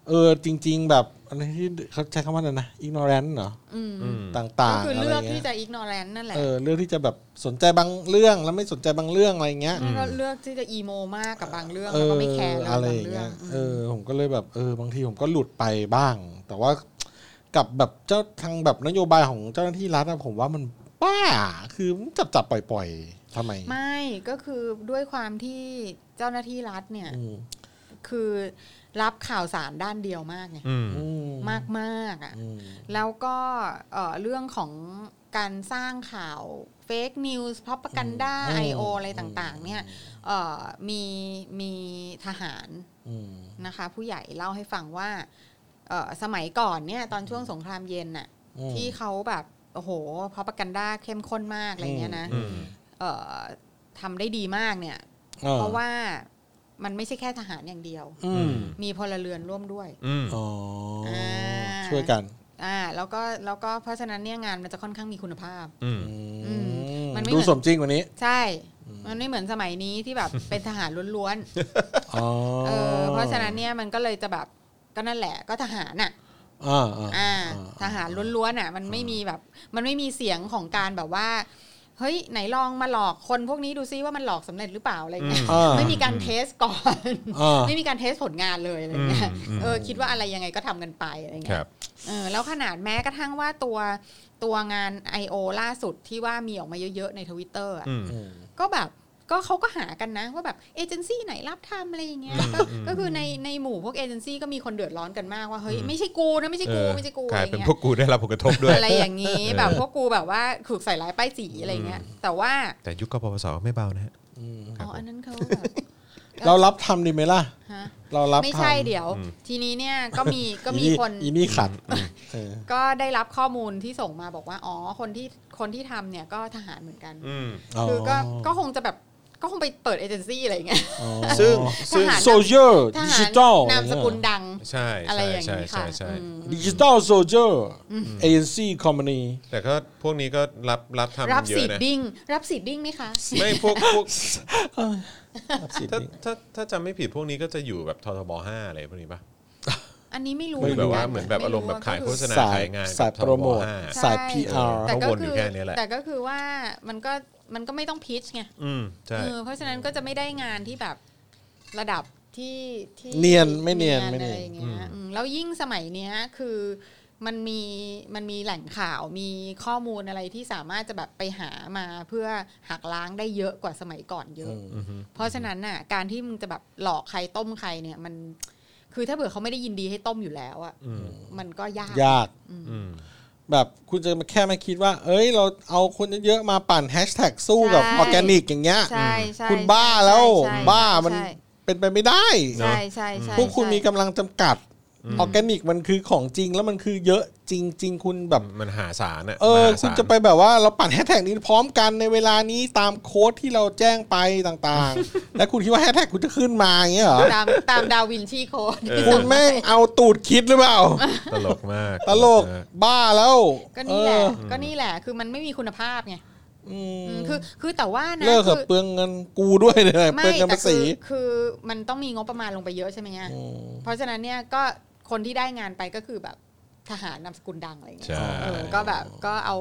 S4: เออจริง ๆ แบบอะไรที่เขาใช้คำว่าอะไรนะอิกโนแรนต์เหรอ
S3: อืม
S2: อืม
S4: ต่า
S3: ก็
S4: งๆ
S3: คือ
S4: อะไร
S3: เลือก
S4: เงี้
S3: ที่
S4: ย
S3: จะอิกนอแรนนั่นแหละ
S4: เออเลือกที่จะแบบสนใจบางเรื่องแล้วไม่สนใจบางเรื่องอะไรอย่างเงี้ย
S3: แล้วก็เลือกที่จะอีโมมากกับบางเรื่องแล้วก็ไม่แคร์เลย
S4: อะไร
S3: บา
S4: อง ย่าง
S3: เรื่อ
S4: เงี้
S3: ง
S4: ยเออผมก็เลยแบบเออบางทีผมก็หลุดไปบ้าง แต่ว่ากับแบบเจ้าทางแบบนโยบายของเจ้าหน้าที่รัฐอะผมว่ามันบ้าคือจับจับปล่อยปล่อยๆทำไม
S3: ไม่ก็คือด้วยความที่เจ้าหน้าที่รัฐเนี่ย
S4: อืม
S3: คือรับข่าวสารด้านเดียวมากไง
S2: อืม
S4: อืม
S3: มากมากๆอ่ะ
S4: อืม
S3: แล้วก็เอ่อเรื่องของการสร้างข่าวเฟกนิวส์พับกันด้าไอโออะไรต่างๆ เนี่ยเอ่อมีมีทหาร
S4: อืม
S3: นะคะ ผู้ใหญ่เล่าให้ฟังว่าเอ่อสมัยก่อนเนี่ยตอนช่วงสงครามเย็นน่ะ
S4: อืม
S3: ที่เขาแบบโอ้โหพับกันด้าเข้มข้นมากอะไรเงี้ยนะ
S4: อื
S2: อืม
S3: เอ่อทำได้ดีมากเนี่ย
S4: อ่
S3: เพราะว่ามันไม่ใช่แค่ทหารอย่างเดียว
S4: อืม
S3: มีพลเรือนร่วมด้วย
S2: อืม
S4: อ๋ออา ช่วยกัน
S3: อ่าแล้วก็แล้วก็เพราะฉะนั้นเนี่ยงานมันจะค่อนข้างมีคุณภาพ
S2: อืม
S3: อืมมันไม่
S4: ดู
S3: เหมือน
S4: สมจริงกว่านี้
S3: ใช่ มันไม่เหมือนสมัยนี้ที่แบบ เป็นทหารล้วน
S4: อ๋อ
S3: ๆ เออ เพราะฉะนั้นเนี่ยมันก็เลยจะแบบก็นั่นแหละก็ทหารน่ะ
S4: อ่าอ่า
S3: อ่า
S4: อ่
S3: ทหารล้วนๆน่ะ มันไม่มีแบบ มันไม่มีเสียงของการแบบว่า เฮ้ยไหนลองมาหลอกคนพวกนี้ดูซิว่ามันหลอกสำเร็จหรือเปล่าอะไรเงี้ย
S4: อ่า
S3: ไม่มีการเทสก่อน
S4: อ่า
S3: ไม่มีการเทสผลงานเลยอะไรเงี้ย
S2: อืม
S3: เออคิดว่าอะไรยังไงก็ทำกันไปอะไร
S2: ค
S3: เงี้ย
S2: รับ
S3: เออแล้วขนาดแม้กระทั่งว่าตัวตัวงาน I.O. ล่าสุดที่ว่ามีออกมาเยอะๆในทวิตเตอร์
S2: อืม
S3: ก็แบบก็เขาก็หากันนะ ว่าแบบเอเจนซี่ไหนรับทำอะไรอย่างเงี้ยก็
S2: อืม
S3: ก็คือในในหมู่พวกเอเจนซี่ก็มีคนเดือดร้อนกันมากว่าเฮ้ย
S2: อืม
S3: ไม่ใช่กูนะไม่ใช่กู
S2: เออ
S3: ไม่ใช่กู
S2: ก
S3: อะ
S2: ลา
S3: ไร
S2: ยเป็น
S3: เงี้
S2: พวกกูได้รับผลกระทบด้วย ย
S3: อะไรอย่างงี้
S2: เออ
S3: แบบพวกกูแบบว่าถูกใส่ร้ายป้ายสีอะไรเงี้ย แต่ว่า
S2: แต่ยุคกปปสไม่เบานะฮะ ครั
S3: อ๋
S2: บ
S3: ออันนั้นเขาแบบ
S4: เรารับทำดีไหมล่ะ (laughs)
S3: ฮะ
S4: เรารับ
S3: ไม่ใช่
S4: ทำ
S3: เดี๋ยว
S2: อืม
S3: ทีนี้เนี่ยก็
S2: (laughs)
S3: มีก็มี
S4: อี
S3: คน
S4: อีนี่ขัดเออ
S3: ก็ได้รับข้อมูลที่ส่งมาบอกว่า อ๋อ คนที่คนที่ทำเนี่ยก็ทหารเหมือนกัน
S2: อืม
S3: คือก็ก็คงจะแบบก็คงไปเปิดเอเจนซี่อะไรอย่างเงี้ย
S4: อ๋อ
S2: ซึ่ง
S3: ทหาร
S4: โซเชียล
S3: ท
S4: ดิ
S3: หา
S4: จิ
S3: ร
S4: ตอล
S3: นามสกุลดัง
S2: ใช่ใช่
S3: อะไรอย่าง
S2: ใช่
S3: นี้
S2: ใช่
S3: ค่ะ
S2: ใช่
S3: อืม
S4: ดิจิตอลโซเชียลเอเจนซี่คอมพานี
S2: แต่ก็พวกนี้ก็รับรับทำ
S3: รับ
S2: เย
S3: สี
S2: อะนะ
S3: ดิ้ง รับสีดิ้งไหมคะ
S2: ไม่พวกพวกถ้าถ้าถ้าจำไม่ผิดพวกนี้ก็จะอยู่แบบททบห้าอะไรพวกนี้ปะ
S3: อันนี้ไม่รู้
S2: คือแบบว่า
S3: กั
S2: เหมือนแบบอารมณ์แบบขายโฆษณา
S4: สาย
S2: ขายงาน
S4: สา
S2: กั
S4: ย
S2: บท
S4: โป
S2: ท
S4: ร
S2: บ
S4: โมท
S2: ห้า
S3: ใช่
S4: สาย PR
S3: แต่
S2: ก็วนอยู่แค่นี้แหละ
S3: แต่ก็คือว่ามันก็มันก็ไม่ต้องพิชไง
S2: อืมใช่
S3: เออเพราะฉะนั้นก็จะไม่ได้งานที่แบบระดับที่ที่
S4: เนียนไม่เนียนไม่เนียน
S3: อะไรอางเงี้ยอืมแล้วยิ่งสมัยเนี้ยคือมันมีมันมีแหล่งข่าวมีข้อมูลอะไรที่สามารถจะแบบไปหามาเพื่อหักล้างได้เยอะกว่าสมัยก่อนเยอะ
S2: อือฮึ
S3: เพราะฉะนั้นน่ะการที่มึงจะแบบหลอกใครต้มใครเนี่ยมันคือถ้าเผื่อเขาไม่ได้ยินดีให้ต้มอยู่แล้วอ่ะ
S2: อืม
S3: มันก็ยาก
S4: ยาก
S2: อืม
S4: แบบคุณจะแค่ไม่คิดว่า เอ้ย เราเอาคนเยอะๆมาปั่นแฮชแท็กสู้กับออร์แกนิกอย่างเงี้ย
S3: ใช่ใช่
S4: คุณบ้าแล้ว
S3: ใช่ใช่
S4: บ้ามัน
S3: ใช่
S4: เป็นไปไม่ได้
S2: เนอะ
S3: ใช่ใช่ใช่
S4: พวกคุณมีกำลังจำกัด
S2: อืม
S4: ออร์แกนิกมันคือของจริงแล้วมันคือเยอะจริง ๆ คุณแบบ
S2: มันหาสารอ่ะ
S4: เออ
S2: มหา
S4: คุณ
S2: สาร
S4: จะไปแบบว่าเราปั่นแฮชแท็กนี้พร้อมกันในเวลานี้ตามโค้ดที่เราแจ้งไปต่างๆ
S2: (laughs)
S4: และคุณคิดว่าแฮชแท็กคุณจะขึ้นมาอย่างเงี้ยเหรอ
S3: ตามตามดาวินชีโคดที่
S4: คุ
S3: ส่
S4: ณ
S3: ง
S4: แม่งเอาตูดคิดหรือเปล่า
S2: ตลกมาก
S4: ตลก
S2: มาก
S4: บ้าแล้ว
S3: ก็นี่แหละ
S4: เออ
S3: ก็นี่แหละคือมันไม่มีคุณภาพไง
S4: อืม
S3: อืมคือคือแต่ว่านะ
S4: เลิกเถอะ
S3: คือ
S4: เปลืองเงินกูด้วยเลย
S3: ไม่
S4: เปลืองเงิน
S3: แต่
S4: ภา
S3: คื
S4: ษี
S3: อคือมันต้องมีงบประมาณลงไปเยอะใช่ไหมเนี่ย
S4: ม
S3: เพราะฉะนั้นเนี่ยก็คนที่ได้งานไปก็คือแบบทหารนามสกุลดังอะไรเงี้
S2: ใช่
S3: ยเออก็แบบก็เอา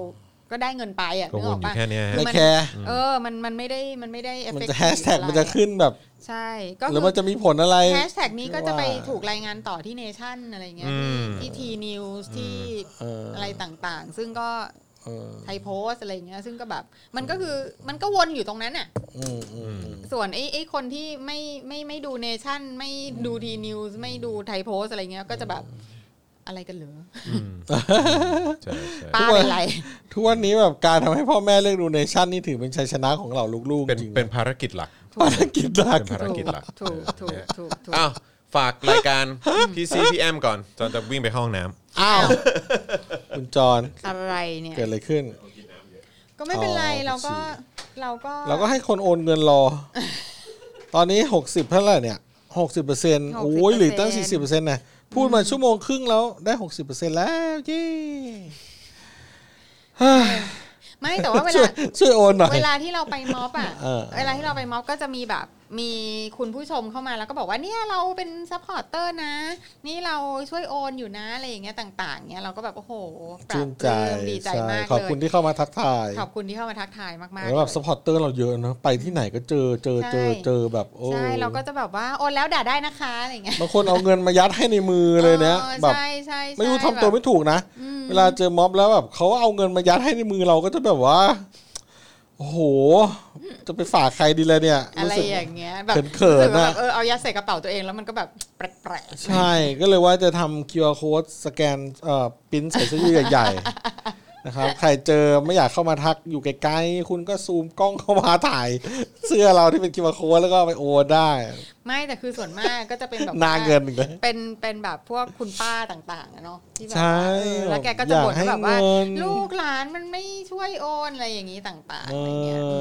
S3: ก็ได้เงินไปอ่ะ
S2: ก็ว
S3: นึกอ
S2: อ
S3: น อก
S2: ยู่
S3: ปะ
S2: แค่เนี้ยฮะ
S4: ไม่
S3: มัน
S4: แคร์
S3: เออมันมันไม่ได้มันไม่ได้เอฟ
S4: มัน
S3: เฟก
S4: จะแฮชแท็กมันจะขึ้นแบบ
S3: ใช่ก็
S4: ห
S3: คื
S4: รือ
S3: อ
S4: มันจะมีผลอะไร
S3: แฮชแท็กนี้ก็จะไป
S4: ว่า
S3: ถูกรายงานต่อที่เนชั่นอะไรเงี้ย
S2: อื
S3: ที่
S2: ม
S3: ที่ทีนิวส์ที่
S4: เออ
S3: อะไรต่างๆ ซึ่งก็
S4: เออ
S3: ไทยโพสต์อะไรเงี้ยซึ่งก็แบบ มันก็คือมันก็วนอยู่ตรงนั้นน่ะ
S4: อืมอืมอืม
S3: ส่วนไอ้ไอ้คนที่ไม่ไม่ไม่ดูเนชั่น ไม่ดูทีนิวส์ไม่ดูไทยโพสต์อะไรเงี้ยก็จะแบบอะไรกันเหรอ
S2: อืมใช่ใช่
S3: ป้าเป็นไร
S4: ทุกวันนี้แบบการทำให้พ่อแม่เลิกดูเนชั่นนี่ถือเป็นชัยชนะของเราลูกๆ
S2: เป็น
S4: จริงๆ
S2: เป็นภารกิจหลัก
S4: ภารกิจหลัก
S2: เป็นภารกิจหลัก
S3: ถูกถูกถูกถูก
S2: อ้าวฝากรายการพีซีพีแอมก่อนจอนจะวิ่งไปเข้าห้องน้ (laughs)
S4: อ้าวคุณจร
S3: อะไรเนี่ย
S4: เกิดอะไรขึ้น
S3: ก็ไม่เป็นไร
S4: อ๋อ
S3: เราก็
S4: ฉี่
S3: เราก็
S4: เราก็ให้คนโอนเงินร
S2: (laughs)
S4: อ ตอนนี้หกสิบเท่าไหร่เนี่ยหกสิบเปอร์เซ็นต์โอ้ยเหรืออกตั้งสี่สิบเปอร์เซ็นต์นะพูดมาชั่วโมงครึ่งแล้วได้หกสิบเปอร์เซ็นต์แล้วเย้
S3: ไม่แต่ว่าเว
S4: ช่ว
S3: ลา
S4: ยช่วยโอนหน่อย (laughs)
S3: เวลาที่เราไปม็อบอ่ะ
S4: เออ
S3: เวลาที่เราไปม็อบก็จะมีแบบมีคุณผู้ชมเข้ามาแล้วก็บอกว่าเนี่ยเราเป็นซัพพอร์ตเตอร์นะ นี่เราช่วยโอนอยู่นะอะไรอย่างเงี้ยต่าง ๆเนี่ยเราก็แบบโอ้โหปรา
S4: ชื่
S3: บ
S4: น
S3: ป
S4: ใจ
S3: ลื้มดีใจ
S4: ใช่
S3: มากเลย
S4: ขอบคุณที่เข้ามาทักทาย
S3: ขอบคุณที่เข้ามาทักทายมากๆ
S4: แล้วแบบ
S3: เล
S4: ส
S3: ย
S4: ปอร์ตเตอร์เราเยอะนะไปที่ไหนก็เจอเจอเจอ
S3: ใช่
S4: เจอแบบโอ้
S3: ใช่เราก็จะแบบว่าโอนแล้วด่าได้นะคะอะไรอย่างเงี้ย
S4: บางคนเอาเงินมายัดให้ในมือเลยนะ
S3: ออ
S4: แบบ
S3: ใช่ใช่ใช่
S4: ไม่รู้ทำตัว
S3: แบบ
S4: ไม่ถูกนะ
S3: อืม
S4: เวลาเจอม็อบแล้วแบบเขาเอาเงินมายัดให้ในมือเราก็จะแบบว่าโอ้โห จะไปฝากใครดีเลยเนี่ย
S3: อะไร
S4: สึก
S3: อย่างเงี้ยแบบ
S4: เขินๆ
S3: รู้สึกว่า
S4: น่ะ
S3: แบบเออเอายัดใส่กระเป๋าตัวเองแล้วมันก็แบบแปลก
S4: ใช่ก็เลยว่าจะทำ QR code สแกนเอ่อปริ้นใส่เสื้อยืดใหญ่ๆ นะครับ ใครเจอไม่อยากเข้ามาทักอยู่ไกลๆ คุณก็ซูมกล้องเข้ามาถ่าย เสื้อเราที่เป็น QR code แล้วก็เอาไปโอนได้
S3: ๆไม่แต่คือส่วนมากก็จะเป็นแบบ
S4: หนา
S3: ว่
S4: เงินอีกเลย
S3: เป็นเป็นแบบพวกคุณป้าต่างๆอะเนาะที่แบบ
S4: ใช่
S3: ว่าเออแล้วแกก็จะบ่น
S4: อยากให้
S3: ว่าแบบว่า
S4: เงิน
S3: ลูกหลานมันไม่ช่วยโอนอะไรอย่างนี้ต่างๆ
S4: เอ
S3: อะไรเงี้ย
S4: อ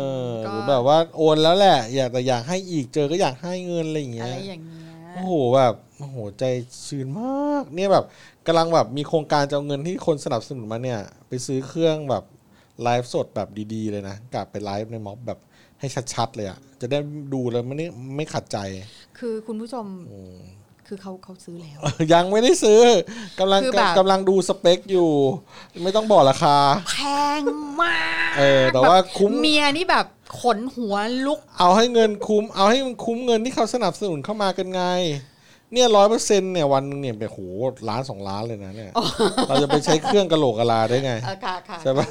S3: ก็
S4: หรือแบบว่าโอนแล้วแหละ อยากแต่อยากให้อีกเจอก็อยากให้เงินอะไรอย่างเงี้
S3: อะ
S4: ย
S3: ไรอย่างเงี้ย
S4: โอ้โหแบบโอ้โหใจชื้นมาก เนี่ยแบบกำลังแบบมีโครงการจะเอาเงินที่คนสนับสนุนมาเนี่ย ไปซื้อเครื่องแบบไลฟ์สดแบบดีๆเลยนะกลับไปไลฟ์ในม็อบแบบให้ชัดๆเลยอะจะได้ดูแล้วไม่ได้ไม่ขัดใจ (laughs)
S3: คือคุณผู้ชม
S4: อืม
S3: คือเขาเขาซื้อแล้ว
S4: ยังไม่ได้ซื้อกำลัง
S3: คือแบบ
S4: กำลังดูสเปคอยู่ ไม่ต้องบอกราคา
S3: แพงมาก
S4: เออแต่ว่า
S3: บบ
S4: คุ้ม
S3: เมียนี่แบบขนหัวลุก
S4: เอาให้เงินคุ้ม เอาให้มันคุ้มเงินที่เขาสนับสนุนเข้ามากันไง เนี่ยร้อยเปอร์เซ็นต์เนี่ยวันหนึงเนี่ยเป็นโหล้านสองล้านเลยนะเนี่ย เราจะไปใช้เครื่องกะโหลกกะลาได้ไง
S3: เออค่ะค่ะ
S4: ใช่ปะ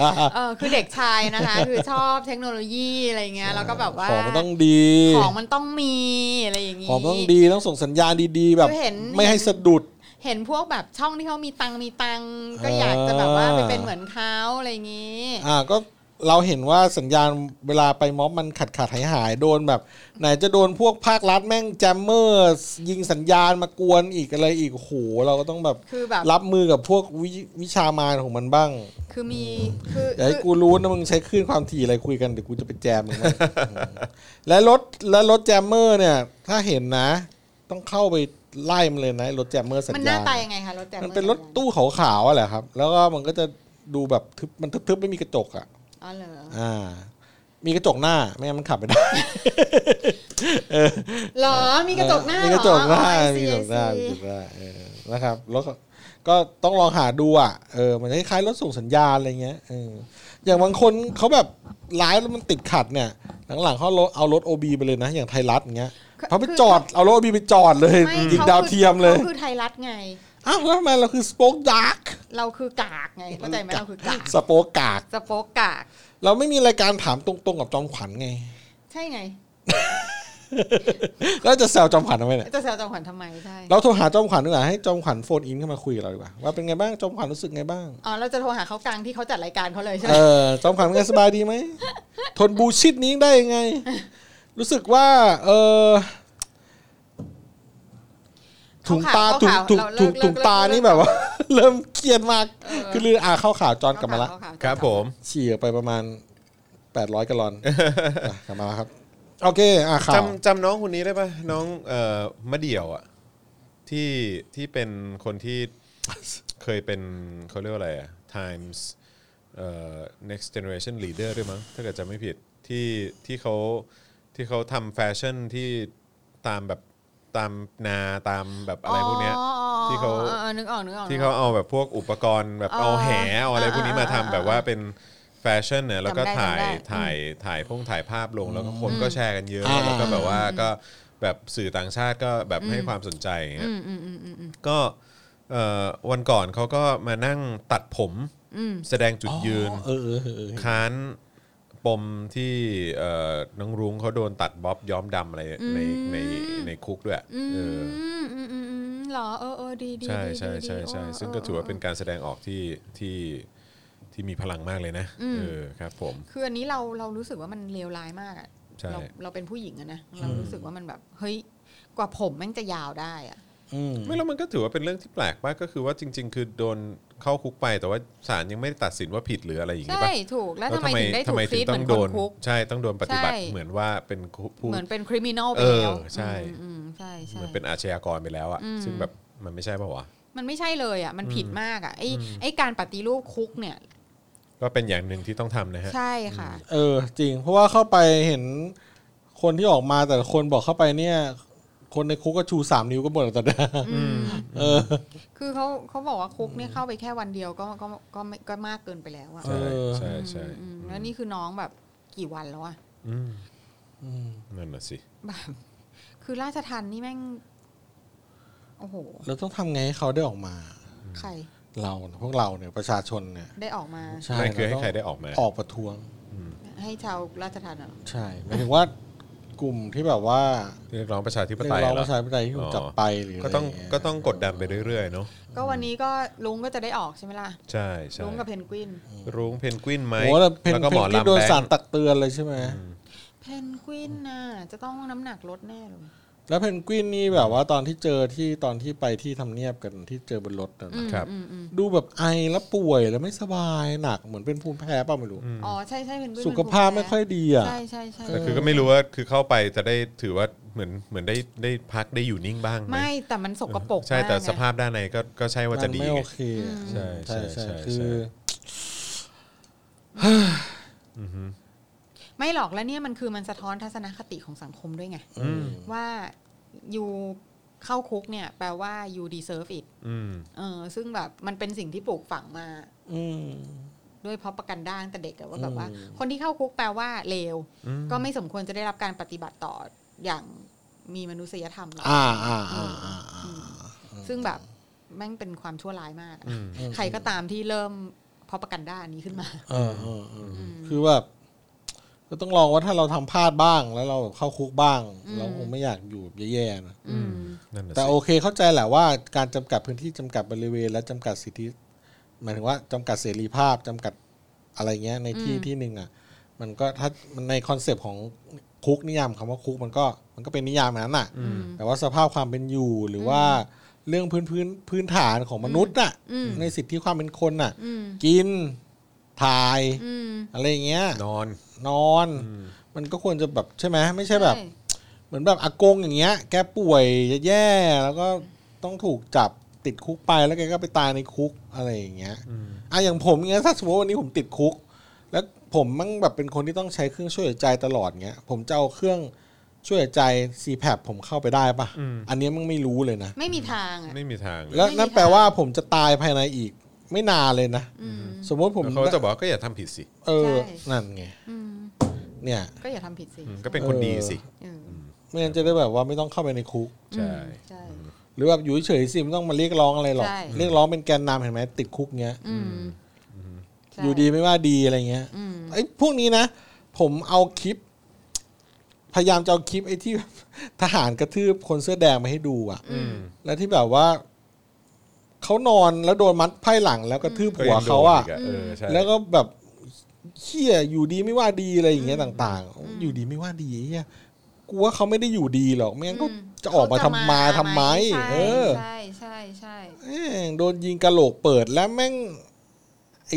S3: ค่ะเออคือเด็กชายนะคะ คือชอบเทคโนโลยีอะไรเงี้ยแล้วก็แบบว่า
S4: ของมันต้องดี
S3: ของมันต้องมีอะไรอย่างงี้
S4: ของมันต้องดีต้องส่งสัญญาณดีๆ แบบ
S3: คือเห็น
S4: ไม่ให้สะดุด
S3: เห็นพวกแบบช่องที่เขามีตังค์มีตังค์ก็
S4: อ่า
S3: อยากจะแบบว่าไปเป็นเหมือนเขาอะไรอย่างนี้
S4: อ่าก็เราเห็นว่าสัญญาณเวลาไปม็อบมันขาดขาดหายหายๆโดนแบบ ไหนจะโดนพวกภาครัฐแม่งแจมเมอร์ยิงสัญญาณมากวนอีกอะไรอีกโอ้โหเราก็ต้องแบบ
S3: คือแบบ
S4: รับมือกับพวกววิชามารของมันบ้าง
S3: คือมีคือ
S4: อย่าให้
S3: คือ
S4: กูรู้นะมึงใช้คลื่นความถี่อะไรคุยกันเดี๋ยวกูจะไปแจมมึงนะ และรถและรถแจมเมอร์เนี่ย ถ้าเห็นนะ ต้องเข้าไปไล่มันเลยนะรถแจมเมอร์สัญ
S3: มันห
S4: ญา
S3: น้า
S4: ณ
S3: ตายังไงคะรถแจม
S4: มันเป็นรถตู้ขาวๆอะแหละครับ แล้วก็มันก็จะดูแบบทึบมันทึบๆไม่มีกระจกอ่ะ
S3: อ๋อเหรอ
S4: อ่า มีกระจกหน้าไม่งั้นมันขับไม่ได้
S3: เหรอมีกระจกหน้า
S4: มี
S3: เหร
S4: กระจกหน้า
S3: อ I see,
S4: มีกระจก
S3: I
S4: หน้า
S3: see
S4: มีกระจกหน้าเออนะครับแล้วก็ก็ต้องลองหาดูอ่ะเออมันคล้ายๆรถส่งสัญญาณอะไรเงี้ยเอออย่างบางคนเขาแบบร้ายแล้วมันติดขัดเนี่ย หลังๆเขาเอารถโอบีไปเลยนะ อย่างไทยรัฐเงี้ย
S3: คือ
S4: เขาไปจอดเอารถโอบีไปจอดเลย
S3: ไม่
S4: ยิง
S3: ข
S4: ดาวเทียมเลย
S3: ขาคือไทยรัฐไง
S4: อ้าวแล้วทำไมเราคือสป็อกดาร์ก
S3: เราคือกากไงเข้าใจไหมเราคือกาก
S4: สป็อกกาก
S3: สโป๊กกาก
S4: เราไม่มีรายการถามตรงๆกับจอมขวัญไง
S3: ใช่ไง
S4: แล้วจะแซวจอมขวัญทำไมเนี่ย
S3: จะแซวจอมขวัญทำไมใช่
S4: เราโทรหาจอมขวัญดีกว่าให้จอมขวัญโฟนอินเข้ามาคุยกับเราดีกว่าว่าเป็นไงบ้างจอมขวัญรู้สึกไงบ้าง
S3: อ๋อเราจะโทรหาเขากลางที่เขาจัดรายการเขาเลยใช่ไหม
S4: เออจอมขวัญเป็นไงสบายดีไหม ทนบูชิดนี้ได้ยังไง รู้สึกว่า เออถุงตาถุงถุงถุงถุงตานี่แบบว่า เริ่มเครียดมาก คือลืออาเข้าข่าวจอนกลับมาละ
S2: ครับผม
S4: ฉี่ออกไปประมาณแปดร้อยกะลอนอ่ะกลับมาแล้วครับ โอเค อ่ะข่าว
S2: จำจำน้องคนนี้ได้ปะน้องเอ่อมะเดี่ยวอ่ะที่ที่เป็นคนที่ (coughs) เคยเป็นเขาเรียกว่าอะไรอ่ะ Times เอ่อ next generation leader ด้วยมั้งถ้าเกิดจำไม่ผิดที่ที่เขาที่เขาทำแฟชั่นที่ตามแบบตามนาตามแบบอะไรพวกเนี้ย ที่เขา
S3: ออออนึกออกนึกออก
S2: ที่เขาเอาแบบพวกอุปกรณ์แบบ
S3: อ๋อ
S2: เอาแหเอาอะไรพวกนี้มาทำ
S3: อ่าอ่า
S2: แบบว่าเป็นแฟชั่นเนี่ยแล้วก็
S3: จำได้
S2: ถ่าย
S3: จำได้
S2: ถ่ายถ่ายพงถ่ายภาพลงแล้วก็คนก็แชร์กันเยอะแล้วก็แบบว่าก็แบบสื่อต่างชาติก็แบบให้ความสนใจอย่างเงี้ยก็เอ่อวันก่อนเขาก็มานั่งตัดผม
S3: อืม
S2: แสดงจุดยืน
S4: เออเออเออเออ
S2: ค้านปมที่เอ่อน้องรุ้งเขาโดนตัดบ๊อบย้อมดำอะไรในในในคุกด้วย
S3: อืม
S2: เออ
S3: อืมอืมอืมหรอเออเออดีดี
S2: ใช่
S3: ดี
S2: ใช่
S3: ดี
S2: ใช่
S3: ดี
S2: ใช่
S3: เออ
S2: ซึ่งก็
S3: ออ
S2: ถือว่า
S3: ออ
S2: เป็นการแสดงออกที่ที่ที่มีพลังมากเลยนะเออครับผม
S3: คืออันนี้เราเรารู้สึกว่ามันเลวร้ายมากอะ
S2: ใช่
S3: เราเราเป็นผู้หญิงอะนะเรารู้สึกว่ามันแบบเฮ้ยกว่าผมแม่งจะยาวได้อะ
S4: อืม
S2: ไม่แล้วมันก็ถือว่าเป็นเรื่องที่แปลกมากก็คือว่าจริง ๆ คือโดนเข้าคุกไป แต่ว่าศาลยังไม่ได้ตัดสินว่าผิดหรืออะไรอย่างงี้
S3: ใช่
S2: ป่ะ
S3: ถูกแล้วทำไมถึงได้
S2: ทำ
S3: ถูก
S2: ไม
S3: ฟีดเห
S2: ต้
S3: มื
S2: อ
S3: องนค
S2: โด
S3: น
S2: น
S3: คุก
S2: ใช่ต้องโดนปฏิบัติ
S3: ใช่
S2: เหมือนว่าเป็นผู้
S3: เหมือนเป็นคริมินอลไป
S2: เออ
S3: แล้ว
S2: ใช่
S3: อืมอืมใช่ใช่
S2: เหมือนเป็นอาชญากรไปแล้วอะ
S3: อืม
S2: ซึ่งแบบมันไม่ใช่ป่าวะ
S3: มันไม่ใช่เลยอ่ะมันผิดมากอ่ะไอ้ไอ้การปฏิรูปคุกเนี่ย
S2: ก็เป็นอย่างหนึ่งที่ต้องทำนะฮะ
S3: ใช่ค่ะ
S4: เออ จริง เพราะว่าเข้าไปเห็นคนที่ออกมาแต่ละคนบอกเข้าไปเนี่ย คนในคุกก็ชูสามนิ้วก็หมดแล้วแต่เดิมเออ
S3: คือเขาเขาบอกว่าคุกเนี่ยเข้าไปแค่วันเดียวก็ก็ก็ไม่ก็มากเกินไปแล้วอะ
S2: ใช่
S4: เออ
S2: ใช่ใช่
S3: อืมแล้วนี่คือน้องแบบกี่วันแล้วอะ
S2: อืม
S4: อืม
S2: นั่นน่ะสิ
S3: แบบคือราชทันนี่แม่ง โอ้โห
S4: แล้วต้องทำไงให้เขาได้ออกมา
S3: ใคร
S4: เราเนี่ยพวกเราเนี่ยประชาชนเนี่ย
S3: ได้ออกมา
S4: ใช่
S2: นั่นคือให้ใครได้
S4: เา
S2: ออกมา
S4: ออกประท้วง
S3: ให้ชาวราชทันเหรอ
S4: ใช่หมายถึงว่ากลุ่มที่แบบว่า
S2: เรียกร้องประชาธิป
S4: เรีย
S2: ไตย
S4: กร้อง
S2: เหร
S4: ป
S2: อ
S4: ระชาธิปไตยที่ถูกจับไปหรือ
S2: ก็ต้อง
S4: ะไรย่าเย
S2: ก็ต้องกดดันไปเรื่อยๆเนาะ
S3: ก็วันนี้ก็ลุงก็จะได้ออกใช่ไหมล่ะ
S2: ใช่ใช่
S3: ลุงกับเพนกวิน
S2: รุ้งเพนกวินไหม
S4: โอ้แล้วเพน
S2: แล้วก็หมอ
S4: เพนกวิ
S2: ลำ
S4: นโดน
S2: แบ
S4: สารง
S2: ค์
S4: ตักเตือนเลยใช่ไหม
S3: เพนกวินน่ะจะต้องน้ำหนักลดแน่เลย
S4: แล้วเพนกวินนี่แบบว่าตอนที่เจอที่ตอนที่ไปที่ทำเนียบกันที่เจอบนรถน่ะ
S3: อื
S4: นะ
S3: ม
S2: ครับ
S3: อืมอืม
S4: ดูแบบไอแล้วป่วยแล้วไม่สบายหนักเหมือนเป็นภูมิแพ้เปล่าไม่รู้
S3: อ๋อใช่ใช่เพนกวิน
S4: สุขภาพไม่ค่อยดีอ่ะ
S3: ใช่ใช่ใช่
S2: แต่คือก็ไม่รู้ว่าคือเข้าไปจะได้ถือว่าเหมือนเหมือนได้ได้พักได้อยู่นิ่งบ้างไหม
S3: ไม่แต่มันสกปรก
S2: ใช่แต่
S3: มกไง
S2: สภาพด้านในก็ก็ใช่ว่าจะดี
S4: มันไม่
S2: ไง
S4: โอเคอะ
S2: ใช่ใช่ใช่
S4: คือ
S2: ใช่
S3: ไม่หรอกแล้วเนี่ยมันคือมันสะท้อนทัศนคติของสังคมด้วยไง
S2: อืม
S3: ว่าอยู่เข้าคุกเนี่ย แปลว่า you deserve it
S2: อืม
S3: เออซึ่งแบบมันเป็นสิ่งที่ปลูกฝังมา
S4: อืม
S3: ด้วยเพราะประกันด้างแต่เด็กอะว่าแบบว่า
S4: อืม
S3: คนที่เข้าคุกแปลว่าเลว
S2: อืม
S3: ก็ไม่สมควรจะได้รับการปฏิบัติต่ออย่างมีมนุษยธรรมหรอก
S4: อ่าอ่าอ่าอ่าอ่า
S3: ซึ่งแบบแม่งเป็นความชั่วร้ายมากอะ
S2: อืม
S4: อืม
S3: ใครก็ตามที่เริ่มเพราะประกันด้านนี้ขึ้นมา
S4: เออเออเอออคือแบบก็ต้องลองว่าถ้าเราทำพลาดบ้างแล้วเราแบบเข้าคุกบ้าง
S3: อืม
S4: เราคงไม่อยากอยู่แย่ๆนะ
S3: อืม
S2: นั่นน่ะ
S4: แต่
S2: สิ
S4: โอเคเข้าใจแหละว่าการจำกัดพื้นที่จำกัดบริเวณและจำกัดสิทธิหมายถึงว่าจำกัดเสรีภาพจำกัดอะไรเงี้ยในที่ที่หนึ่งอ่ะ มันก็ถ้ามันในคอนเซปต์ของคุกนิยามคำว่าคุกมันก็มันก็เป็นนิยามนั้นน่ะ
S3: อืม
S4: แต่ว่าสภาพความเป็นอยู่หรือว่าเรื่องพื้นพื้นพื้นฐานของมนุษย์น่ะ
S3: อืม
S4: ในสิทธิความเป็นคนน่ะ
S3: อืม
S4: กินถ่าย
S3: อืม
S4: อะไรอย่างเงี้ย
S2: นอน
S4: นอน มันก็ควรจะแบบใช่ไหมไม่ใช่แบบ
S3: ใช่
S4: เหมือนแบบอากงอย่างเงี้ย แกป่วยแย่ๆแล้วก็ต้องถูกจับติดคุกไปแล้วแกก็ไปตายในคุกอะไรอย่างเงี้ยอ่ะอย่างผมอย่างเงี้ยถ้าสมมติว่าวันนี้ผมติดคุก แล้วผมมั่งแบบเป็นคนที่ต้องใช้เครื่องช่วยหายใจตลอดเงี้ย ผมจะเอาเครื่องช่วยหายใจ c p a p ผมเข้าไปได้ปะอันเนี้ยมึงไม่รู้เลยนะ
S3: ไม่มีทางอ่ะ
S2: ไม่มีทางเลย
S4: แล้วนั่น
S3: ไม่มีทาง
S4: แปลว่าผมจะตายภายในอีก ไม่นานเลยนะ
S3: อืม
S4: สมมติผม
S2: แล้วเขาจะบอกว่าก็อย่าทำผิดสิ
S4: เออ
S3: ใช่
S4: นั่นไง
S3: อืม
S4: เนี่ย
S3: ก็อย่าทำผิดสิ
S2: อืมก็เป็นคนดีสิ
S3: เออ
S4: ไม่งั้นจะได้แบบว่าไม่ต้องเข้าไปในคุก
S2: ใช่
S3: ใช่
S4: หรือแบบอยู่เฉยๆสิไม่ต้องมาเรียกร้องอะไรหรอก
S3: ใช่
S4: เรียกร้องเป็นแกนนำเห็นไหมติดคุกเงี้ย
S3: อืมใช่
S4: อยู่ดีไม่ว่าดีอะไรเงี้ย
S3: อืม
S4: ไอ้พวกนี้นะ ผมเอาคลิป พยายามจะเอาคลิปไอ้ที่ (laughs) ทหารกระทืบคนเสื้อแดงมาให้ดูอะ
S3: อืม
S4: แล้วที่แบบว่าเขานอนแล้วโดนมัดไพ่หลังแล้วกระทืบหัวเขาอะ
S2: ก็ยังโดนกเออใช่
S4: แล้วก็แบบเฮียอยู่ดีไม่ว่าดีอะไรอย่างเงี้ยต่าง ๆ อยู่ดีไม่ว่าดีเฮียกูว่าเขาไม่ได้อยู่ดีหรอกไม่งั้นก็จะออกมาทำมาทำไม
S3: ใช่
S4: เออ
S3: ใช่ใช่ใช่
S4: แม่งโดนยิงกระโหลกเปิดแล้วแม่งไอ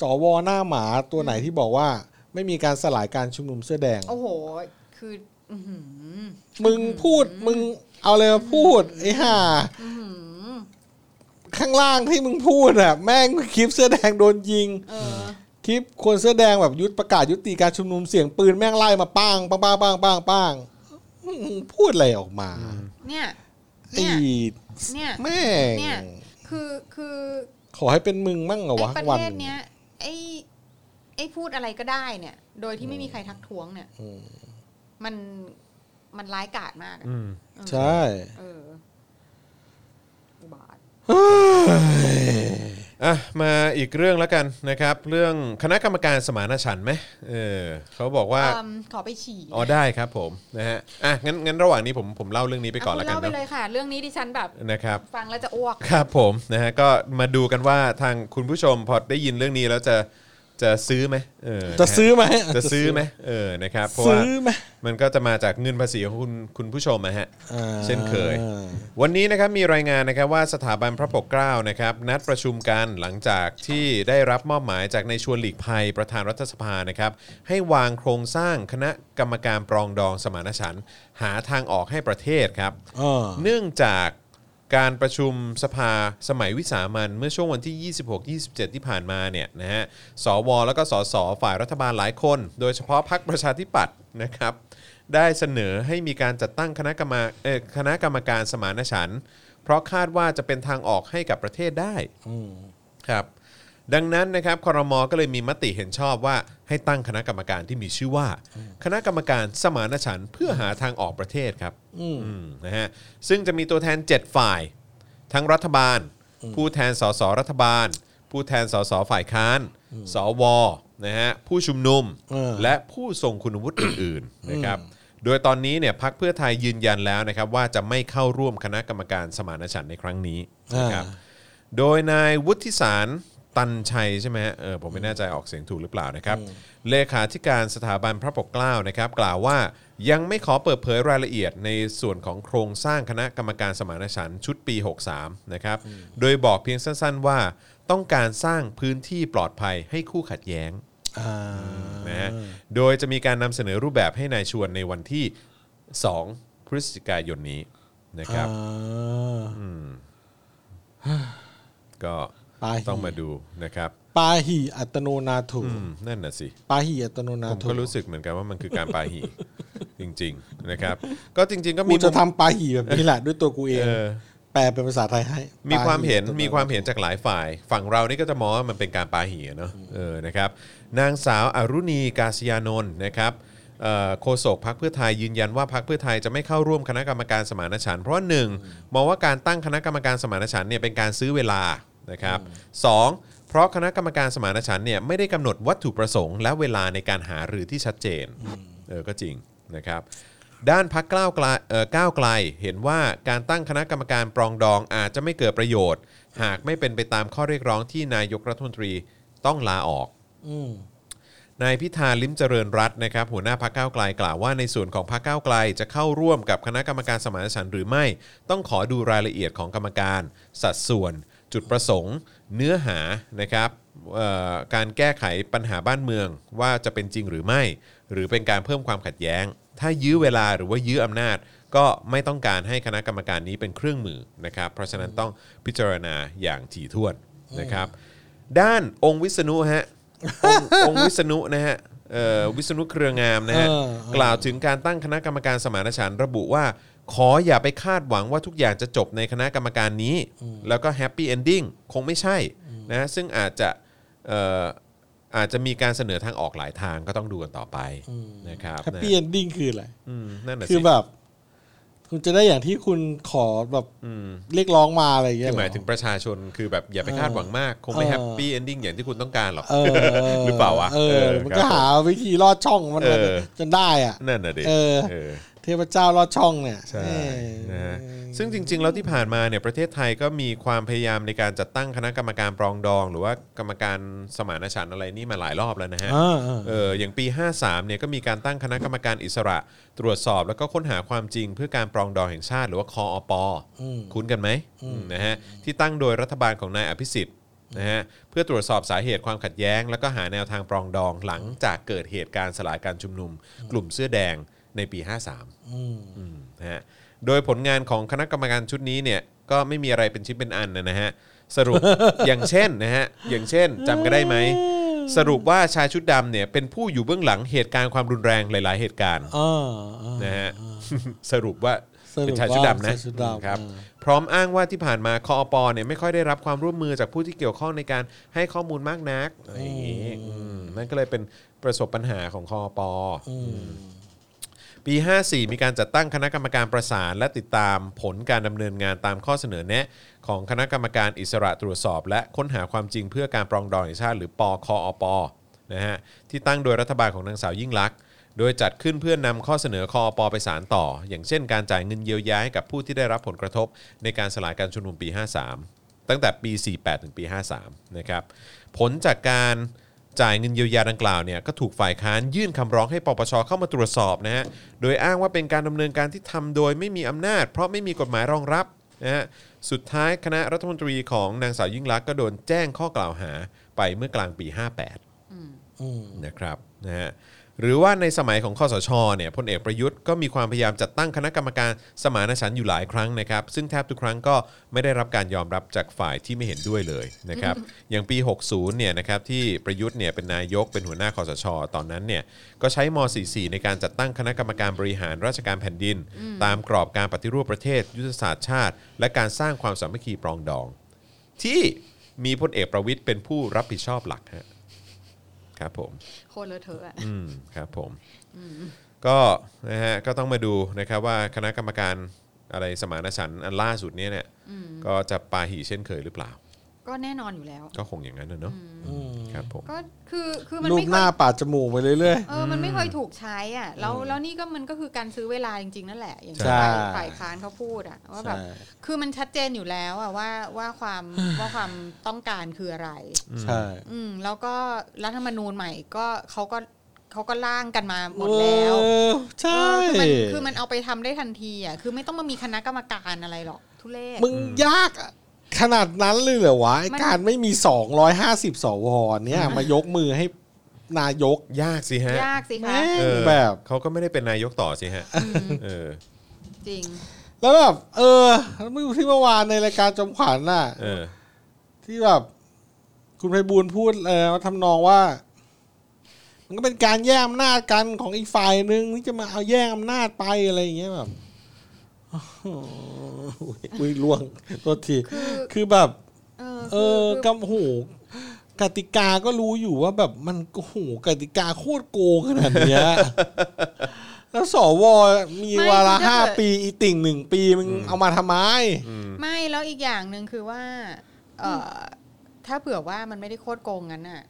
S4: สวหน้าหมาตัวไหนที่บอกว่า ไม่มีการสลายการชุมนุมเสื้อแดง
S3: โอ้โห คืออื้อหือ
S4: มึงพูดมึงเอาอะไรมาพูดไอ้ห่า
S3: อื้อหือ
S4: ข้างล่างที่มึงพูดอะแม่งคลิปเสื้อแดงโดนยิง
S3: เออ
S4: คลิปคนเสื้อแดงแบบยุดประกาศยุติการชุมนุมเสียงปืนแม่งไล่มาป้างป้างป้างป้างป้างป้างมึงพูดอะไรออกมา
S3: เนี่ย
S4: ไอ้
S3: เนี่ย เนี่ย
S4: แม่ง
S3: เนี่ย คือคือ
S4: ขอให้เป็นมึงมั่งเหรอวะ
S3: ไอ้ป
S4: วั
S3: ระ
S4: น
S3: เทศ
S4: หง
S3: เนี้ยไอ้ไอ้พูดอะไรก็ได้เนี่ย โดยที่ไม่มีใครทักท้วงเนี่ย
S4: อืม
S3: มันมันร้ายกาจมากอะ
S2: อืม
S4: ใช่
S3: เอออุบาท
S2: อ่ะมาอีกเรื่องแล้วกันนะครับ เรื่องคณะกรรมการสมานฉันท์ไหมเออเขาบอกว่า
S3: อืมขอไปฉี่
S2: อ๋อได้ครับผมนะฮะอ่ะงั้นงั้นระหว่างนี้ผมผมเล่าเรื่องนี้ไปก่อน
S3: เา
S2: ละ
S3: คุณ
S2: กัน
S3: เล่าไป
S2: เน
S3: เล
S2: อะ
S3: ยค่ะ เรื่องนี้ดิฉันแบบ
S2: นะครับ
S3: ฟังแล้วจะอ้วก
S2: ครับผมนะฮะก็มาดูกันว่าทางคุณผู้ชมพอได้ยินเรื่องนี้แล้วจะจะซื้อไหมเออ
S4: จะซื้อไหม
S2: นฮจะซื้อไหมเออนะครับเพราะว่า
S4: ซื้อไหม
S2: มันก็จะมาจากเงินภาษีของคุณคุณผู้ชมนะฮะ
S4: อ่า
S2: เช่นเคย วันนี้นะครับมีรายงานนะครับว่าสถาบันพระปกเกล้านะครับนัดประชุมกันหลังจากที่ได้รับมอบหมายจากในายชวนหลีกภัยประธานรัฐสภานะครับให้วางโครงสร้างคณะกรรมการปรองดองสมานฉันท์หาทางออกให้ประเทศครับ
S4: เออ
S2: เนื่องจาก การประชุมสภาสมัยวิสามันเมื่อช่วงวันที่ 26-27 ที่ผ่านมาเนี่ยนะฮะสวแล้วก็สสฝ่ายรัฐบาลหลายคน โดยเฉพาะพรรคประชาธิปัตย์นะครับ ได้เสนอให้มีการจัดตั้งคณะกรรมาเอ่อคณะกรรมการสมานฉันท์เพราะคาดว่าจะเป็นทางออกให้กับประเทศได้ ครับดังนั้นนะครับคอรมอก็เลยมีมติเห็นชอบว่าให้ตั้งคณะกรรมการที่มีชื่อว่า คณะกรรมการสมานฉันท์เพื่อหาทางออกประเทศครับอืมนะฮะซึ่งจะมีตัวแทน 7 ฝ่าย ทั้งรัฐบาล ผู้แทนสสรัฐบาล ผู้แทนสสฝ่ายค้าน สวนะฮะผู้ชุมนุม
S4: เออ
S2: และผู้ทรงคุณวุฒิอื่นๆนะครับโดยตอนนี้เนี่ยพักเพื่อไทยยืนยันแล้วนะครับว่าจะไม่เข้าร่วมคณะกรรมการสมานฉันท์ในครั้งนี้นะครับ โดยนายวุฒิสารตันชัยใช่ไหมฮะเออผมไม่แน่ใจออกเสียงถูกหรือเปล่านะครับ เลขาธิการสถาบันพระปกเกล้านะครับ กล่าวว่ายังไม่ขอเปิดเผยรายละเอียดในส่วนของโครงสร้างคณะกรรมการสมานฉันท์ชุดปี 63 นะครับ โดยบอกเพียงสั้นๆว่าต้องการสร้างพื้นที่ปลอดภัยให้คู่ขัดแย้ง
S4: อ่า
S2: นะฮะโดยจะมีการนำเสนอรูปแบบให้นายชวนในวันที่ 2 พฤศจิกายนนี้นะครับก็
S4: ปาหี
S2: ต้องมาดูนะครับ
S4: ปาหีอัตโนนาโถู
S2: อืม นั่นน่ะสิ
S4: ปาหีอัตโนนา
S2: ผม
S4: โถู
S2: ก็รู้สึกเหมือนกันว่ามันคือการปาหี
S4: (laughs)
S2: จริง ๆ นะครับ ก็จริง ๆ ก็
S4: กู
S2: มี
S4: จะ
S2: มุม
S4: ทำปาหีแบบนี้แหละด้วยตัวกูเอง
S2: เออ
S4: แปลเป็นภาษาไทยให้
S2: มีความเห็น
S4: ปหี
S2: มีความเห็นจากหลายฝ่าย ฝั่งเรานี่ก็จะมองว่ามันเป็นการปาหีอะเนอะเออนะครับนางสาวอรุณีกาศยานนท์นะครับเอ่อโฆษกพักเพื่อไทยยืนยันว่าพักเพื่อไทยจะไม่เข้าร่วมคณะกรรมการสมานฉันท์เพราะหนึ่งมองว่าการตั้งคณะกรรมการสมานฉันท์เนี่ยเป็นการซื้อเวลานะครับสองเพราะคณะกรรมการสมานฉันท์เนี่ยไม่ได้กำหนดวัตถุประสงค์และเวลาในการหารือที่ชัดเจนเออก็จริงนะครับ ด้านพักก้าวไกลเอ่อก้าวไกล เห็นว่าการตั้งคณะกรรมการปรองดองอาจจะไม่เกิดประโยชน์ หากไม่เป็นไปตามข้อเรียกร้องที่นายกรัฐมนตรีต้องลาออก
S4: อืม
S2: นายพิธาลิมเจริญรัตน์นะครับหัวหน้าพักก้าวไกลกล่าวว่าในส่วนของพักก้าวไกลจะเข้าร่วมกับคณะกรรมการสมานฉันท์หรือไม่ ต้องขอดูรายละเอียดของกรรมการ สัดส่วน จุดประสงค์ เนื้อหานะครับเอ่อการแก้ไขปัญหาบ้านเมืองว่าจะเป็นจริงหรือไม่ หรือเป็นการเพิ่มความขัดแย้ง ถ้ายื้อเวลาหรือว่ายื้ออำนาจ ก็ไม่ต้องการให้คณะกรรมการนี้เป็นเครื่องมือนะครับเพราะฉะนั้นต้องพิจารณาอย่างถี่ถ้วนนะครับ ด้านองค์วิษณุฮะ องค์ (laughs) องค์วิษณุนะฮะเอ่อวิษณุเครืองามนะฮะ
S4: เออเออ
S2: กล่าวถึงการตั้งคณะกรรมการสมานฉันท์ระบุว่า ขออย่าไปคาดหวังว่าทุกอย่างจะจบในคณะกรรมการนี้ แล้วก็แฮปปี้เอนดิ้งคงไม่ใช่นะฮะซึ่งอาจจะเอ่ออาจจะมีการเสนอทางออกหลายทางก็ต้องดูกันต่อไปนะครับ
S4: แฮปปี้เอนดิ้งคืออะไร
S2: อืมนั่นแหละ
S4: คือ
S2: สิ
S4: แบบ คุณจะได้อย่างที่คุณขอแบบเรียกร้องมาอะไรอย่างเงี้
S2: คื
S4: ย
S2: อ
S4: เห
S2: ห
S4: รอ
S2: มายถึงประชาชนคือแบบอย่าไปคาดหวังมาก คงไม่
S4: เออ
S2: แฮปปี้เอนดิ้งอย่างที่คุณต้องการหรอก
S4: เออ
S2: หรือเปล่าวะ
S4: เอ
S2: เอ
S4: อ
S2: อ
S4: มัน
S2: ครับ
S4: ก็หาวิธีลอดช่องมัน
S2: เออ
S4: จนได้อ่ะ
S2: นั่นน่ะดิ
S4: เออ
S2: เออ
S4: เทพเจ้าลอดช่องเนี่ย
S2: ใช่
S4: เออ
S2: นะฮะซึ่งจริง ๆ แล้วที่ผ่านมาเนี่ยประเทศไทยก็มีความพยายามในการจัดตั้งคณะกรรมการปรองดอง หรือว่ากรรมการสมานฉันท์อะไรนี่มาหลายรอบแล้วนะฮะ
S4: อ่าอ่า
S2: เอออย่างปี 53เนี่ยก็มีการตั้งคณะกรรมการอิสระ ตรวจสอบแล้วก็ค้นหาความจริง เพื่อการปรองดองแห่งชาติ หรือว่าคออปอคุ้นกันไหมนะฮะที่ตั้งโดยรัฐบาลของนายอภิสิทธิ์นะฮะเพื่อตรวจสอบสาเหตุความขัดแย้ง แล้วก็หาแนวทางปรองดองหลังจากเกิดเหตุการณ์สลายการชุมนุม กลุ่มเสื้อแดงในปี 53 อืมนะฮะโดยผลงานของคณะกรรมการชุดนี้เนี่ยก็ไม่มีอะไรเป็นชิ้นเป็นอันนะนะฮะสรุป (laughs) อย่างเช่นนะฮะอย่างเช่นจำก็ได้ไหม สรุปว่าชายชุดดำเนี่ยเป็นผู้อยู่เบื้องหลังเหตุการณ์ความรุนแรงหลาย ๆ เหตุการณ์
S4: อ่าอ่า
S2: นะฮะ (laughs) สรุปว่า
S4: สรุปว่า
S2: เป็นชายชุดดำนะ
S4: ชายชุดดำ
S2: ครับ
S4: เออ
S2: พร้อมอ้างว่าที่ผ่านมาคอปเนี่ยไม่ค่อยได้รับความร่วมมือจากผู้ที่เกี่ยวข้องในการให้ข้อมูลมากนักอะไรอย่างงี้อืมนั่นก็เลยเป็นประสบปัญหาของคอป ปี 54 มีการจัดตั้งคณะกรรมการประสาน และติดตามผลการดำเนินงานตามข้อเสนอแนะ ของคณะกรรมการอิสระตรวจสอบ และค้นหาความจริงเพื่อการปรองดองแห่งชาติ หรือปอคออปนะฮะที่ตั้งโดยรัฐบาลของนางสาวยิ่งลักษณ์โดยจัดขึ้นเพื่อนนำข้อเสนอคออปไปสารต่อ อย่างเช่น การจ่ายเงินเยียวยาให้กับผู้ที่ได้รับผลกระทบ ในการสลายการชุมนุมปี 53 ตั้งแต่ปี 48 ถึงปี 53 นะครับผลจากการ จ่ายเงินเยียวยาดังกล่าวเนี่ยก็ถูกฝ่ายค้านยื่นคำร้องให้ปปชเข้ามาตรวจสอบนะฮะ โดยอ้างว่าเป็นการดำเนินการที่ทำโดยไม่มีอำนาจ เพราะไม่มีกฎหมายรองรับนะฮะ สุดท้ายคณะรัฐมนตรีของนางสาวยิ่งลักษณ์ก็โดนแจ้งข้อกล่าวหาไปเมื่อกลางปี 58 นะครับนะฮะ หรือว่าในสมัยของคอสชเนี่ยพลเอกประยุทธ์ก็มีความพยายามจัดตั้งคณะกรรมการสมานฉันท์อยู่หลายครั้งนะครับ ซึ่งแทบทุกครั้งก็ไม่ได้รับการยอมรับจากฝ่ายที่ไม่เห็นด้วยเลยนะครับ อย่างปี 60เนี่ยนะครับที่ประยุทธ์เนี่ยเป็นนายกเป็นหัวหน้าคอสช ตอนนั้นเนี่ยก็ใช้ม .44 ในการจัดตั้งคณะกรรมการบริหารราชการแผ่นดิน ตามกรอบการปฏิรูปประเทศ ยุทธศาสตร์ชาติ และการสร้างความสามัคคีปรองดอง ที่มีพลเอกประวิทย์เป็นผู้รับผิดชอบหลักฮะครับผม
S3: โคตรเลอะเทอะอะ
S2: อืมครับผมก็นะฮะก็ต้องมาดูนะครับว่าคณะกรรมการอะไรสมานฉันท์อันล่าสุดเนี้เนี่ยก็จะปาหีเช่นเคยหรือเปล่า
S3: ก็แน่นอนอยู่แล้ว
S2: ก็คงอย่างนั้นนะเนาะครับผม
S3: ก็คือคือมัน
S4: รูป
S3: ไม่
S4: ห
S3: เค
S4: น้าย ปาดจมูกไปเรื่อย
S3: เออมันไม่เคยถูกใช้อ่ะแล้วแล้วนี่ก็มันก็คือการซื้อเวลาจริง ๆ นั่นแหละ อย่างที่
S4: ใช่
S3: ฝ่ายฝ่ายค้านเขาพูดอ่ะ
S4: ๆ
S3: ว่าแบบ
S4: ใช่
S3: คือมันชัดเจนอยู่แล้วอะว่าว่าความว่าความต้องการคืออะไร
S4: ใช่
S3: อืมแล้วก็รัฐธรรมนูญใหม่ก็เขาก็เขาก็ร่างกันมาหมดแล้ว
S4: เออใช่
S3: เออคือมันคือมันเอาไปทำได้ทันทีอ่ะคือไม่ต้องมามีคณะกรรมการอะไรหรอกทุเรศ
S4: มึงยากอะขนาดนั้นเลยเหรอวะไอ้
S3: มัน
S4: การไม่มี 250สวเนี่ยมายกมือให้นายก
S2: ยากสิฮะ
S3: ยากสิคะ
S4: แม่ง
S2: เออ
S4: แบบ
S2: เขาก็ไม่ได้เป็นนายกต่อสิฮะ
S3: อืม
S2: เออ
S3: จริง
S4: แล้วแบบเออแล้วมึงที่เมื่อวานในรายการจอมขวัญน่ะ
S2: เออ
S4: ที่แบบคุณไพบูลย์พูดเออทำนองว่า มันก็เป็นการแย่งอำนาจกันของอีกฝ่ายหนึ่งที่จะมาเอาแย่งอำนาจไปอะไรอย่างเงี้ยแบบ (laughs) โอ้โหอุ้ยล่วงตัวที
S3: คือ
S4: คือแบบ
S3: เออ
S4: เอ
S3: คือ อ
S4: กำโหกติกาก็รู้อยู่ว่าแบบมันโอ้โหกติกาโคตรโกงขนาดเนี้ย (laughs) แล้วสวมี
S3: ไม่
S4: วาระ
S3: คือถ้า
S4: ห้า
S3: เกิด
S4: ปีอีติ่งหนึ่งปีมึงเอามาทำไม
S3: ไม่แล้วอีกอย่างหนึ่งคือว่าเออถ้าเผื่อว่ามันไม่ได้โคตรโกงงั้นอ่ะ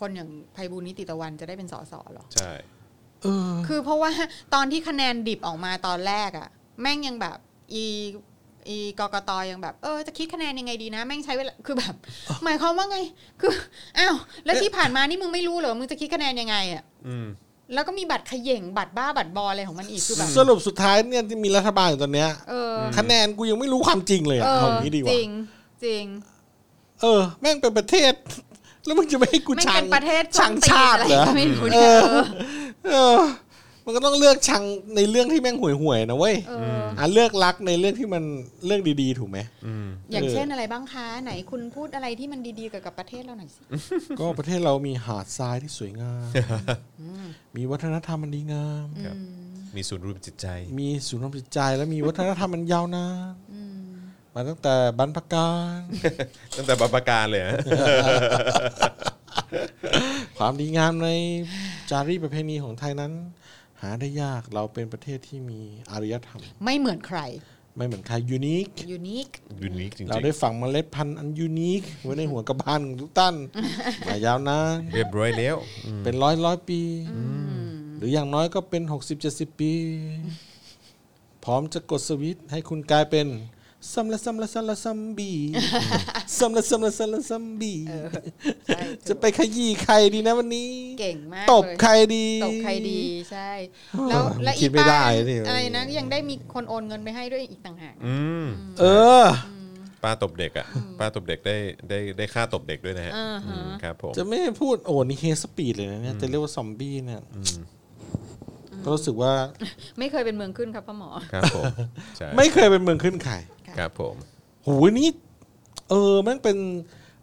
S3: คนอย่างไพบูลย์นิติตะวันจะได้เป็นสสเหรอ
S2: ใช่
S4: เออ
S3: คือเพราะว่าตอนที่คะแนนดิบออกมาตอนแรกอะแม่งยังแบบอีอีกกตยังแบบ เออจะคิดคะแนนยังไงดีนะ แม่งใช้เวลาคือแบบ
S4: (laughs)
S3: หมายความว่าไง คืออ้าวแล้วที่ผ่านมานี่มึงไม่รู้เหรอมึงจะคิดคะแนนยังไงอะ
S2: อืม
S3: แล้วก็มีบัตรเขย่งบัตรบ้าบัตรบออะไรของมันอีกคือแบบ
S4: สรุปสุดท้ายเนี่ยที่มีรัฐบาลอยู่ตอนเนี้ย
S3: เออ
S4: คะแนนกูยังไม่รู้ความจริงเลย
S3: เอ
S4: อะ
S3: อ
S4: เอาอย่างนี้ดีกว่า
S3: จริงจริง
S4: เออ แม่งเป็นประเทศ (laughs) แล้วมึงจะไม่ให้กู
S3: ไม่
S4: ชั
S3: เป็
S4: ง
S3: นประเทศ
S4: ชังชาติเหรอ
S3: ส้นตีนอะไก็ไม่รู้เนี่ยเออ
S4: เออ มันก็ต้องเลือกชังในเรื่องที่แม่งห่วยๆนะเว้ย
S3: เอออ
S4: อ่ะเลือกรักในเรื่องที่มันเรื่องดีๆ ถูกไหม
S2: อืม
S3: อย่าง
S4: เออ
S3: เช่นอะไรบ้างคะไหนคุณพูดอะไรที่มันดีๆเกี่ยวกับประเทศเราหน่อยสิ
S4: ก็ประเทศเรามีหาดทรายที่สวยงาม มีวัฒนธรรมมันดีงาม
S2: มีศูนย์รวมจิตใจ
S4: มีศูนย์รวมจิตใจและมีวัฒนธรรมมันยาวนานมาตั้งแต่บรรพกา
S3: (laughs)
S4: ล
S2: ตั้งแต่บรรพการเลยฮะ
S4: ความดีงามในจารีตประเพณีของไทยนั้น หาได้ยากเราเป็นประเทศที่มีอารยธรรม
S3: ไม่เหมือนใคร
S4: ไม่เหมือนใครยูนิค
S3: ยูนิค
S2: ยูนิคจริง
S4: เราได้ฝังเมล็ดพันธุ์อันยูนิคไว้ในหัวกระบาลของทุก
S3: (laughs)
S4: ท่านมายาวนาน
S2: ๆเรียบร้อยแล้วอืม
S4: เป็นร้อยร้อยปี หรืออย่างน้อยก็เป็น 60 70 ปี พร้อมจะกดสวิตช์ให้คุณกลายเป็นซัมละซัมละซัมละซัม
S3: (laughs)
S4: บีซัมละซัมละซัมละซัมบี
S3: เออใช่
S4: จะไปขยี้ใครดีนะวันนี้
S3: เก่งมาก
S4: ตบ
S3: เลย
S4: ใครดี
S3: ตบใครดีใช่ แล้ว
S4: ผม
S3: และ
S4: คิ
S3: อี
S4: ดไม่ได้
S3: ป้า
S4: นี่
S3: อะไรนะยังได้มีคนโอนเงินไปให้ด้วยอีกต่างหาก
S2: อืม
S4: เออ
S2: ป้าตบเด็กอ่ะป้าตบเด็กได้ได้ได้ค่าตบเด็กด้วยนะฮะ
S3: อ่าฮะ
S2: อืมครับผม
S4: จะไม่พูดโอ้นี่เฮสปีดเลยนะเนี่ยจะเรียกว่าซอมบี้เนี่ยก็รู้สึกว่า
S3: ไม่เคยเป็นเมืองขึ้นครับพ่อหมอ
S2: ครับผมใช่
S4: ไม่เคยเป็นเมืองขึ้นไข่
S2: ครับผม
S4: โหนี่เออมันเป็น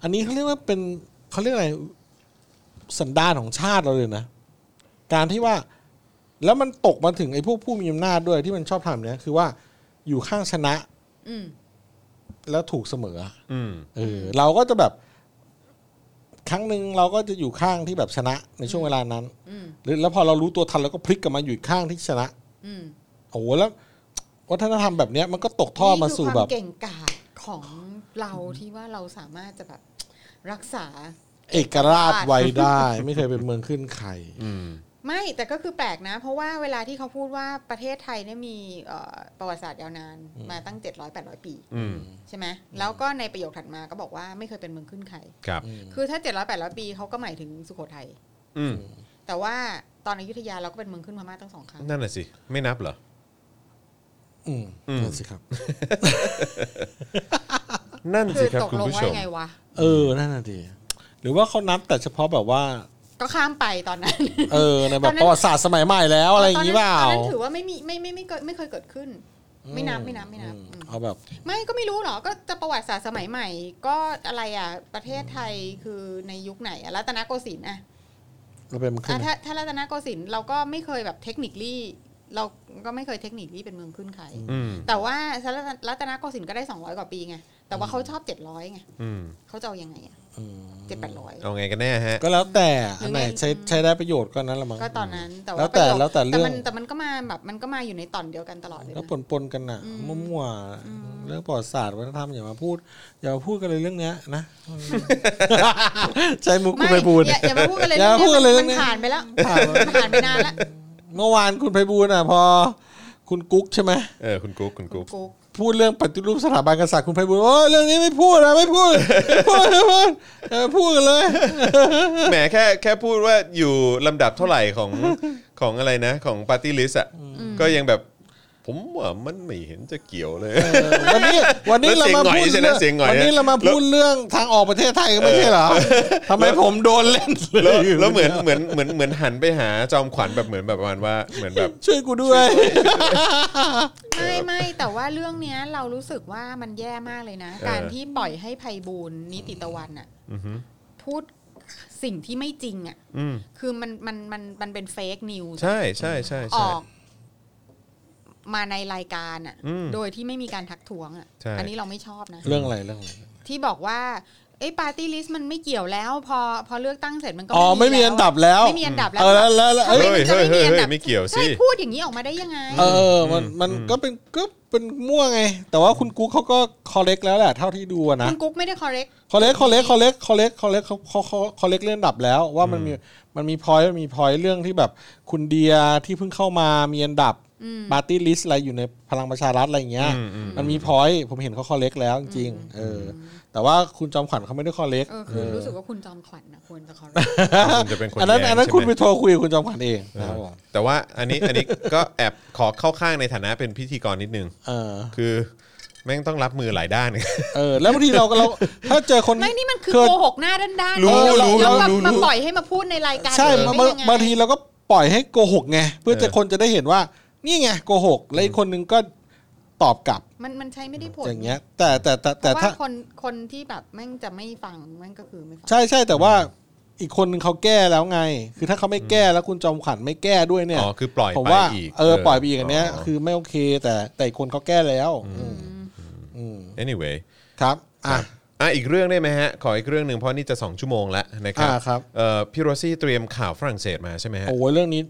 S4: อันนี้เขาเรียกว่าเป็นเขาเรียกอะไรสันดานของชาติเราเลยนะ การที่ว่า แล้วมันตกมาถึงไอ้พวกผู้มีอำนาจด้วยที่มันชอบทำเนี่ยคือว่าอยู่ข้างชนะ
S3: อืม
S4: แล้วถูกเสมอ
S2: อืม
S4: เออเราก็จะแบบ ครั้งหนึ่งเราก็จะอยู่ข้างที่แบบชนะในช่วงเวลานั้น
S3: อืม
S4: หรือแล้วพอเรารู้ตัวทันเราก็พลิกกลับมาอยู่อีกข้างที่ชนะ
S3: อืม
S4: โอ้โหแล้ว วัฒนธรรมแบบเนี้ยมันก็ตกทอดมาสู่
S3: นี่คื
S4: แบ
S3: คว
S4: บ
S3: เก่งกาจของเราที่ว่าเราสามารถจะแบบรักษา
S4: เอกราชไว้ได้ ไม่เคยเป็นเมืองขึ้นใคร
S2: อืม
S3: ไม่แต่ก็คือแปลกนะ เพราะว่าเวลาที่เขาพูดว่าประเทศไทยเนี่ยมีเอ่อประวัติศาสตร์ยาวนานมาตั้ง 700-800 ปี
S2: อืม
S3: ใช่ไหมแล้วก็ในประโยคถัดมาก็บอกว่าไม่เคยเป็นเมืองขึ้นใคร
S2: ครับ
S3: คือถ้า 700 800 ปีเขาก็หมายถึงสุโขทัย
S2: อืม
S3: แต่ว่าตอนอยุธยาเราก็เป็นเมืองขึ้นพม่าตั้งสองครั้ง
S2: นั่นน่ะสิ ไม่นับเหรอ
S4: อืม
S2: อืม
S4: นั่นสิครับ
S2: นั่น
S3: คื
S2: สิ
S3: อ
S2: ครับ
S3: ตก
S2: คุณ
S3: ลง
S2: ผู้
S3: ว่า
S2: ชม
S3: ไงวะ
S4: เออนั่นน่ะดีหรือว่าเขานับแต่เฉพาะแบบว่า
S3: ก็ข้ามไปตอนนั้น
S4: เออในแบ
S3: ตอบ นนั้น
S4: ประวัติศาสตร์สมัยใหม่แล้วอะไรอย่างงี้เปล่า
S3: ตอนนั้นถือว่าไม่มีไม่ไม่ไม่ไม่เกิดไม่เคยเกิดขึ้น ไม่นับไม่นับไม่นับ
S4: อืม
S3: อืม
S4: เอาแบบ
S3: ไม่ก็ไม่รู้หรอกก็จะประวัติศาสตร์สมัยใหม่ ก็อะไรอ่ะประเทศไทยคือในยุคไหนอะรัตนโกสินทร์อะ
S4: เราเป็นมันขึ้น
S3: อ่ะ
S4: ไหม
S3: ถ้าถ้ารัตนโกสินทร์เราก็ไม่เคยแบบเทคนิคลี่เราก็ไม่เคยเทคนิคลี่เป็นเมืองขึ้นใคร
S2: อืม
S3: แต่ว่ารัตนโกสินทร์ก็ได้ 200 กว่าปีไง แต่ว่าเขาชอบ 700ไง
S2: อืม
S3: เขาจะเอายังไงอ่ะ
S4: อืม
S3: เจ็ดแปดร้อย
S2: เอาไงกันแน่ฮะ
S4: ก็แล้วแต่
S3: หรืออั
S4: อันไหน
S3: ไง
S4: ใช้ใช้ได้ประโยชน์ก็นั้นละมั้ง
S3: ก็ตอนนั้นแต่
S4: แล้ว
S3: ว่า
S4: แต่
S3: ประโยค
S4: แล้วแต่เรื่อง
S3: มันแต่มันก็มาแบบมันก็มาอยู่ในตอนเดียวกันตลอดเลย
S4: ก็
S3: นะ
S4: ปนปนๆกันน่ะ
S3: อืม
S4: มั่วๆเรื่องประวัติศาสตร์วัฒนธรรมอย่ามาพูด อย่ามาพูดกันเลยเรื่องเนี้ย
S3: (laughs)
S4: นะ ใช้มุกคุณ
S3: ไม่
S4: ไปบูลย์
S3: อย่าอย่ามาพูดกันเลย
S4: อย่าพูดกันเลย
S3: มั
S4: เรื่องนี้
S3: ผ่านไปแล้วมันผ่านไปนานแล้ว
S4: เมื่อวานคุณไปบูลย์น่ะพอ คุณกุ๊กใช่ไหม
S2: เออคุณกุ๊กคุณกุ๊ก
S3: กู
S4: พูดเรื่องปฏิรูปสถาบันกษัตริย์คุณไพบูลย์โอ้ยเรื่องนี้ไม่พูดนะไม่พูดไม่พูดไม่พูดเออพูดกันเลย
S2: แหมแค่แค่พูดว่าอยู่ลำดับเท่าไหร่ของ ของอะไรนะ ของปาร์ตี้ลิสต์อ่ะก็ยังแบบ ผมว่ามันไม่เห็นจะเกี่ยวเลย
S4: วันนี้วันนี้
S2: แล้
S4: เรา
S2: ว
S4: มาพูด
S2: เสียงหงอยใช่ไหม
S4: เรื่อง
S2: เสียงหงอย
S4: วันนี้
S2: นะ
S4: เรามาพูดเรื่องทางออกประเทศไทยกันไม่ใช่เหรอ (laughs) ทำไมผมโดนเล่นเลย
S2: แล้วแล้วเหมือนเหมือนเหมือนเหมือนหันไปหาจอมขวัญแบบเหมือนแบบประมาณว่าเหมือนแบบ
S4: ช่วยกูด้วย
S3: ไม่ไม่แต่ว่าเรื่องเนี้ยเรารู้สึกว่ามันแย่มากเลยนะ
S2: เออ
S3: การที่ปล่อยให้ไพบูลย์นิติตะวันอ่ะ
S2: อือหือ
S3: พูดสิ่งที่ไม่จริงอ่ะ
S2: อืม
S3: คือมันมันมันมันเป็นเฟกนิวส์
S2: ใช่ใช่ใช่
S3: อ
S2: ใช่
S3: อกมาในรายการอ่ะ
S2: อืม
S3: โดยที่ไม่มีการทักท้วงอ่ะ
S2: ใช่
S3: อันี้เราไม่ชอบนะ
S4: เรื่องอะไรเรื่องอะไร
S3: ที่บอกว่าเอ้ปาร์ตี้ลิสต์มันไม่เกี่ยวแล้ว พอพอเลือกตั้งเสร็จมันก็
S4: อ๋อไม่มี
S3: แล้ว
S4: อันดับแล้ว
S3: ไม่มีอันดับแล้ว
S4: เออแล้วแล้วแล้วเอ้ย
S2: เฮ้ยเฮ้ยเฮ้ยเฮ้ยไม่เกี่ยว
S3: ใช่
S2: สิ
S3: พูดอย่างนี้ออกมาได้ยังไง
S4: เออมันมันก็เป็นก็เป็นมั่วไง แต่ว่าคุณกูเขาก็คอเล็กแล้วแหละเท่าที่ดูอะนะ
S3: คุณกุ๊กไม่ได้ correct
S4: คอเล็กคอเล็กคอเล็กคอเล็กคอเล็กเขาเขาเขาคอเล็กเลื่อนดับแล้วว่ามันมีมันมีพอยมันมีพอยเรื่องที่แบบคุณเดียที่เพิ่งเข้ามามีอันดับ
S3: อืม
S4: ปาร์ตี้ลิสต์อะไรอยู่ในพลังประชารัฐอะไรอย่างเงี้ย
S2: อืมอืม
S4: มันมีพอยต์ผมเห็นเขาคอเล็กแล้วจริงๆเออ แต่ว่าคุณจอมขวัญเขาไม่ได้คอเล็ก
S3: เออคือ
S4: เออ
S3: รู้สึกว่าคุณจอมขวัญนะควรจะ correct
S2: คุณจะเป็นคน
S4: อันนั้น
S2: แย่ง
S4: อันนั้น
S2: ใช่
S4: คุณ
S2: ไหม
S4: ไปโทรคุยกับคุณจอมขวัญเองนะครับผม
S2: แต่ว่าอันนี้อันนี้ก็แอบขอเข้าข้างในฐานะเป็นพิธีกรนิดนึง
S4: เออ
S2: คือแม่งต้องรับมือหลายด้าน
S4: เออ แล้วบางทีเราก็เราถ้าเจอคน
S3: ไม่นี่มันคือ
S4: เกิด
S3: โกหกหน้าด้านๆ
S2: รู้
S3: แล้ว
S2: รู้
S3: แล้วแบบ
S2: รู้รู้
S3: มาปล่อยให้มาพูดในรายการ
S4: ใช่
S3: แบบ
S4: บาง
S3: นี้ได้ยังไง
S4: บางทีเราก็ปล่อยให้โกหกไงเพื่อจะ
S2: เออ
S4: คนจะได้เห็นว่า นี่ไงโกหกแล้วอีกคนนึงก็ตอบกลับ
S3: มันมันใช้ไม่ได้ผล
S4: อย่างเงี้ย แต่แต่แต่แต่
S3: เพราะ
S4: ถ้า
S3: ว่าคนคนที่แบบแม่งจะไม่ฟังแม่งก็คือไม่ฟัง
S4: ใช่ใช่แต่ว่าอีกคนนึงเขาแก้แล้วไง คือถ้าเขาไม่แก้แล้วคุณจอมขวัญไม่แก้ด้วยเนี่ย
S2: อ๋อคือปล่อย
S4: ผม
S2: ไป
S4: ว่า
S2: อีก
S4: เออปล่อยไปอีกอันเนี้ยคือ อไม่โอเค แต่แต่อีกคนเขาแก้แล้ว
S2: อืม
S4: อืม
S2: anyway
S4: ครับอ่ะ
S2: อ่ะอีกเรื่องได้ไหมฮะ ขออีกเรื่องหนึ่งเพราะนี่จะ 2 ชั่วโมงแล้วนะครับ
S4: อ่าครับ
S2: เอ่อพี่โรซี่เตรียมข่าวฝรั่งเศสมาใช่ไหมฮะ
S4: โอ้ยเรื่องนี้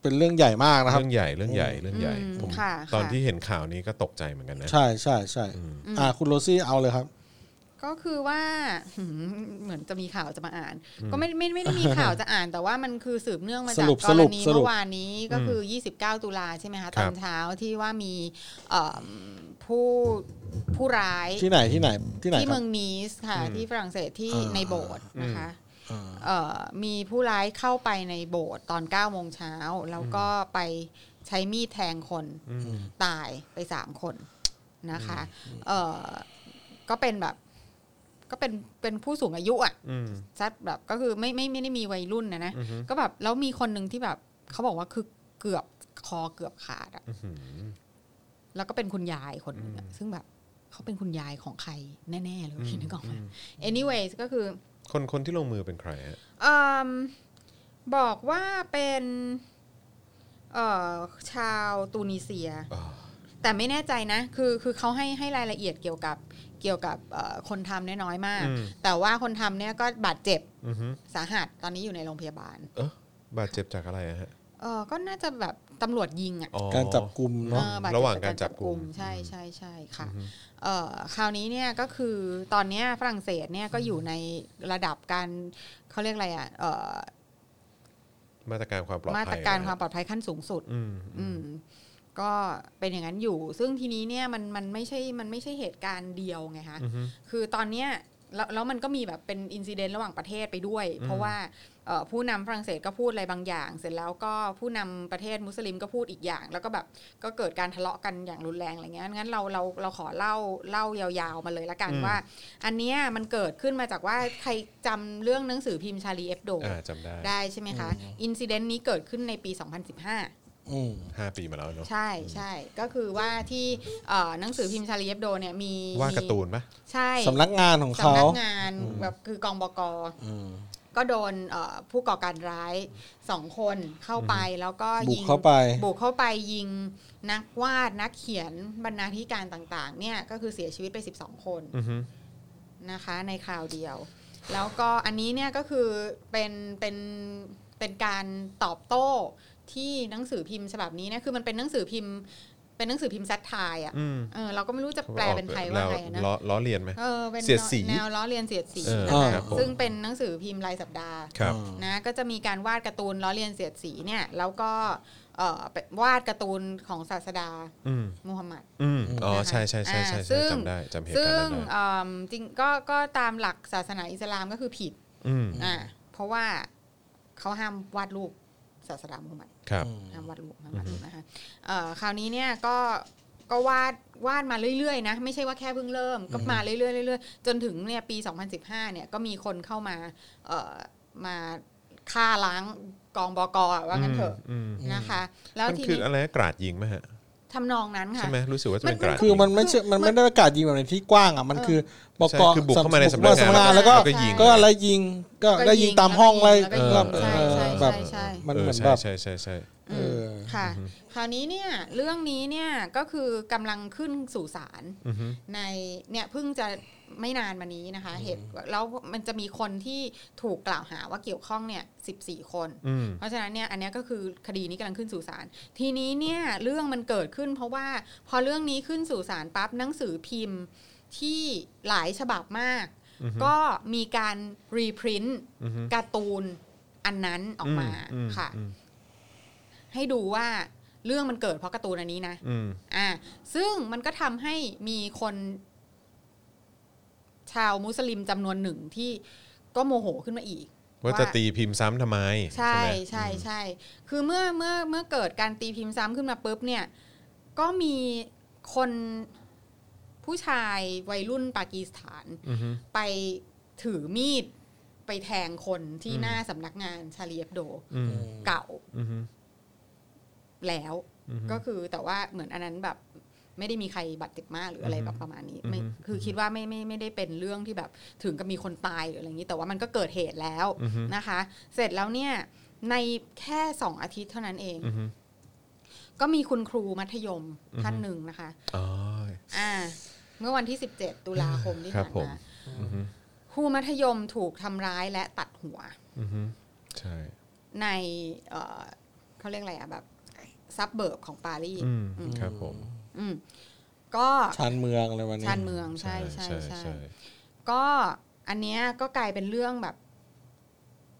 S4: เป็นเรื่องใหญ่มากนะครับ
S2: เรื่องใหญ่เรื่องใหญ่เรื่องใหญ่
S3: อืม
S2: ผม
S3: ค่ะ
S2: ตอน
S3: ค่ะ
S2: ที่เห็นข่าวนี้ก็ตกใจเหมือนกันนะ
S4: ใช่ใช่ใช่อ่ะคุณโรซี่เอาเลยครับ
S3: ก็คือว่าหืมเหมือนจะมีข่าวจะมาอ่าน ก็ไม่ไม่ไม่ได้มีข่าวจะอ่าน แต่ว่ามันคือสืบเนื่องมาจาก
S4: สรุป
S3: ก
S4: ส
S3: ร
S4: รุป
S3: ณี
S4: สรุป
S3: เมื่อวานนี้ก็คือ 29 ตุลาใช่ไหมคะ
S2: ค
S3: ต
S2: รั
S3: อบ นเช้าที่ว่ามีเอ่อผู้ผู้ร้าย
S4: ที่ไหนที่ไหนที่ไหน
S3: ที่
S4: ครั
S3: เมื
S4: บ
S3: องนีสค่ะที่ฝรั่งเศสที่
S4: อ่า
S3: ในโบสถ์นะคะเอ่อมีผู้ร้ายเข้าไปในโบสถ์ตอน9ก้าโมงเช้าแล้วก็ไปใช้มีดแทงคนตายไปสามคนนะคะเอ่อก็เป็นแบบ ก็เป็นเป็นผู้สูงอายุอ่ะ
S2: อืม
S3: ซัดแบบก็คือไม่ไม่ไม่ได้มีวัยรุ่นนะนะ ก็แบบแล้วมีคนหนึ่งที่แบบเขาบอกว่าคือเกือบคอเกือบขาดอ่ะแล้วก็เป็นคุณยายคนหนึงอะซึ่งแบบเขาเป็นคุณยายของใครแน่ๆเลยพี่นึกออกไหม anyways ก็คือ
S2: คนคนที่ลงมือเป็นใครฮะ
S3: เอิ่มบอกว่าเป็นเอ่อชาวตูนิเซีย
S2: อ๋อ
S3: แต่ไม่แน่ใจนะ คือคือเขาให้ให้รายละเอียดเกี่ยวกับเกี่ยวกับเอ่อคนทำเนี่ยน้อยมาก
S2: อืม
S3: แต่ว่าคนทำเนี่ยก็บาดเจ็บ
S2: อือฮึ
S3: สาหัสตอนนี้อยู่ในโรงพยาบาล
S2: เออบาดเจ็บจากอะไรอะฮะ
S3: เออก็น่าจะแบบตำรวจยิงอ่ะ
S2: อ๋อ
S4: การจับกลุ่มเนาะ
S3: เออบดเจ็บ
S2: ระหว่างการจับกุม
S3: ใช่ใช่ใช่ค่ะเอ่อคราวนี้เนี่ยก็คือตอนเนี้ยฝรั่งเศสเนี่ยก็อยู่ในระดับการเขาเรียกอะไรอ่ะเอ่อ
S2: มาตรการความปลอดภัย
S3: มาตรการ
S2: นะ
S3: ความปลอดภัยขั้นสูงสุด
S2: อืม
S3: อืมก็เป็นอย่างนั้นอยู่ ซึ่งทีนี้เนี่ยมันมันไม่ใช่มันไม่ใช่เหตุการณ์เดียวไงคะ
S2: อือฮึ
S3: คือตอนเนี้ย แล้วแล้วมันก็มีแบบเป็นอินซิเดนต์ระหว่างประเทศไปด้วย เพราะว่าเอ่อผู้นำฝรั่งเศสก็พูดอะไรบางอย่าง เสร็จแล้วก็ผู้นำประเทศมุสลิมก็พูดอีกอย่าง แล้วก็แบบก็เกิดการทะเลาะกันอย่างรุนแรงอะไรเงี้ยงั้นเราเราเราขอเล่าเล่ายาวๆมาเลยละกัน
S2: อืม
S3: ว่า อันเนี้ยมันเกิดขึ้นมาจากว่าใครจำเรื่องหนังสือพิมพ์ชาลีเอฟโด
S2: อ่าจำได้
S3: ได้ใช่ไหมคะ อินซิเดนต์นี้เกิดขึ้นในปี 2015
S4: อืม
S2: ห้าปีมาแล้วเนอะ
S3: ใช่ใช่ก็คือว่าที่เอ่อหนังสือพิมพ์ชาลีเอฟโดเนี่ยมี
S2: ว่าการ์ตูนปะ
S3: ใช่
S4: สำนักงานของเขา
S3: สำนักงานแบบคือกองบก
S4: อืม
S3: ก็โดนเอ่อผู้ก่อการร้ายสองคนเข้าไปแล้วก็ยิง
S4: บุกเข้าไป
S3: บุกเข้าไปยิงนักวาดนักเขียนบรรณาธิการต่างๆเนี่ยก็คือเสียชีวิตไป 12 คน
S2: อือฮึ
S3: นะคะในคราวเดียว แล้วก็อันนี้เนี่ยก็คือเป็นเป็นเป็นการตอบโต้ที่หนังสือพิมพ์ฉบับนี้เนี่ยคือมันเป็นหนังสือพิมพ์ เป็นหนังสือพิมพ์แซทไทยอ่ะ
S2: อืม
S3: เออเราก็ไม่รู้จะแปลเป็นไทยว่าไงนะ
S2: ล้อล้อเลียนไหม
S3: เออเป็น
S2: เสียดสี
S3: แนวล้อเลียนเสียดสี
S2: เออ
S3: นะคะ
S2: ครับผม
S3: ซึ่งเป็นหนังสือพิมพ์รายสัปดาห์
S2: ครับ
S3: นะก็จะมีการวาดการ์ตูนล้อเลียนเสียดสีเนี่ยแล้วก็เอ่อไปวาดการ์ตูนของศาสดา
S2: อืม
S3: มูฮัมหมัด
S2: อืมอ๋อ
S3: นะคะ
S2: ใช่ใช่ใช่ใช่
S3: อ่าซึ่
S2: ใช่
S3: ง
S2: จำได้จำเหตุ
S3: ซึ่
S2: การ
S3: ง
S2: ณ์นั้นได้
S3: เอิ่มจริงก็ก็ตามหลักศาสนาอิสลามก็คือผิด
S2: อืม
S3: อ่าเพราะว่าเขาห้ามวาดรูปศาสดามูฮัมหมัด
S2: ครับ
S3: ห้ามวาดรูปห้ามวาดรูปนะคะเอ่อคราวนี้เนี่ยก็ก็วาดวาดมาเรื่อยๆนะไม่ใช่ว่าแค่เพิ่งเริ่มก็มาเรื่อยๆเรื่อยๆจนถึงเนี่ยปี 2015เนี่ยก็มีคนเข้ามาเอ่อมาฆ่าล้างกองบกว่างั้นเถอะ
S2: อืม
S3: นะคะแล้ว
S2: มัน
S3: ที
S2: คือ
S3: นี้
S2: อะไรกราดยิงไหมฮะ
S3: ทำนองนั้น
S2: ใช่
S3: ค่ะ
S2: ไหมรู้สึกว่าจะเป็น
S3: มัน
S2: กราดยิง
S4: คือมันไม่ใช่มันไม่ได้ประกาศยิงแบบในที่กว้างอ่ะมันคือบอก
S2: ใช่
S4: ก
S2: คือบุกเข้ามาในสำนักงาน
S4: สำนักงานแล้วก็
S2: แล้วก็ยิง
S4: ก็อะไรยิงก็
S3: ก็
S4: ได้ยิงตามห้องอะไร
S3: แล้วก็ยิ
S4: แบ
S3: ง
S4: บ
S3: ใช่ใช่
S4: แบ
S3: ใช่
S4: บ
S3: ใช่
S4: มันเหมือน
S2: ใช่
S4: แบบ
S2: ใช่ใช่ใช่
S3: อืม
S4: เออ
S3: ค่ะ
S2: อือฮึ
S3: คราวนี้เนี่ยเรื่องนี้เนี่ยก็คือกำลังขึ้นสู่ศาล
S2: อือฮึ
S3: ในเนี่ยเพิ่งจะไม่นานมานี้นะคะ เหตุแล้วมันจะมีคนที่ถูกกล่าวหาว่าเกี่ยวข้องเนี่ยสิบสี่คน
S2: อืม
S3: เพราะฉะนั้นเนี่ยอันเนี้ยก็คือคดีนี้กำลังขึ้นสู่ศาลทีนี้เนี่ยเรื่องมันเกิดขึ้น เพราะว่าพอเรื่องนี้ขึ้นสู่ศาลปั๊บหนังสือพิมพ์ที่หลายฉบับมาก ก็มีการรีพรินต์
S2: อือฮึ
S3: การ์ตูนอันนั้นออกมา
S2: อืม
S3: ค่ะ
S2: อืม
S3: ให้ดูว่าเรื่องมันเกิดเพราะการ์ตูนอันนี้นะ
S2: อืม
S3: อ่า ซึ่งมันก็ทำให้มีคน ชาวมุสลิมจำนวนหนึ่งที่ก็โมโหขึ้นมาอีก
S2: ว่าจะตีพิมพ์ซ้ำทำไม
S3: ใช่
S2: ไหม
S3: ใช่ใช่ คือเมื่อเมื่อเมื่อเกิดการตีพิมพ์ซ้ำขึ้นมาปุ๊บเนี่ย ก็มีคนผู้ชายวัยรุ่นปากีสถาน
S2: อือฮึ
S3: ไปถือมีดไปแทงคนที่
S2: อืม
S3: หน้าสำนักงานชาลีเอฟโด
S2: อืม
S3: เก่า
S2: อือฮึ
S3: แล้ว
S2: อือฮึ
S3: ก็คือแต่ว่าเหมือนอันนั้นแบบไม่ได้มีใครบาดเจ็บมากหรืออะไรแบบประมาณนี้ไม่
S2: อือฮึ
S3: คือคิดว่าไม่ไม่ไม่ได้เป็นเรื่องที่แบบถึงกับมีคนตายหรืออะไรอย่างนี้ แต่ว่ามันก็เกิดเหตุแล้ว
S2: อือฮึ
S3: นะคะ เสร็จแล้วเนี่ยในแค่สองอาทิตย์เท่านั้นเอง
S2: อือฮึ
S3: ก็มีคุณครูมัธยม
S2: อือฮึ
S3: ท่านหนึ่งนะคะ
S2: อ๋อ
S3: อ่า เมื่อวันที่ 17 ตุลาคมที่
S2: ครั
S3: ผ่า
S2: บผ
S3: น
S2: ม
S3: มา
S2: อือฮึ
S3: ครูมัธยมถูกทำร้ายและตัดหัว
S2: อือฮึใช่
S3: ในเอ่อเขาเรียกอะไรอะแบบซับเบิร์บของปารีส
S2: อืมครับผม
S3: อืมก็
S4: ชานเมืองอะไรวันนี้
S3: ชานเมืองใช่ใช่ใช่
S2: ใช่
S3: ก็อันเนี้ยก็กลายเป็นเรื่องแบบ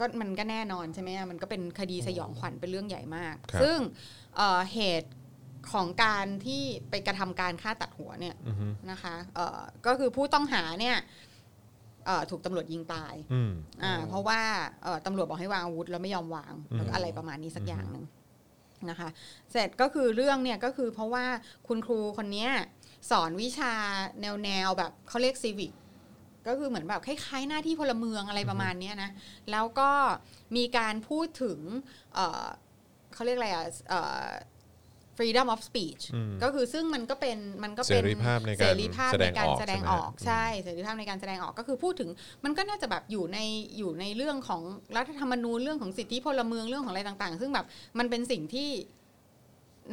S3: ก็มันก็แน่นอนใช่ไหมอะมันก็เป็นคดีสยองขวัญเป็นเรื่องใหญ่มาก
S2: ครับ
S3: ซึ่งเอ่อเหตุของการที่ไปกระทำการฆ่าตัดหัวเนี่ย
S2: อือฮึ
S3: นะคะเอ่อก็คือผู้ต้องหาเนี่ยเอ่อถูกตำรวจยิงตาย
S2: อืม
S3: อ่าเพราะว่าเอ่อตำรวจบอกให้วางอาวุธแล้วไม่ยอมวาง
S2: อืม
S3: แล้วก็อะไรประมาณนี้สักอย่างหนึ่งนะคะ เสร็จก็คือเรื่องเนี่ยก็คือเพราะว่าคุณครูคนเนี้ยสอนวิชาแนวแนวๆแบบเขาเรียกซีวิก ก็คือเหมือนแบบคล้ายๆหน้าที่พลเมืองอะไรประมาณเนี้ยนะ แล้วก็มีการพูดถึงเอ่อเขาเรียกอะไรอ่ะเอ่อ freedom of speech
S2: อืม
S3: ก็คือซึ่งมันก็เป็นมันก็เป็น
S2: เสรีภาพในการ
S3: เสรีภาพในการ
S2: แส
S3: แส
S2: ด
S3: ด
S2: ง
S3: ง
S2: อ
S3: อ
S2: อ
S3: อก ก
S2: ใช่
S3: ใช่
S2: ไหม
S3: เสรีภาพในการแสดงออกก็คือพูดถึงมันก็น่าจะแบบอยู่ในอยู่ในเรื่องของรัฐธรรมนูญเรื่องของสิทธิพลเมืองเรื่องของอะไรต่างๆ ซึ่งแบบมันเป็นสิ่งที่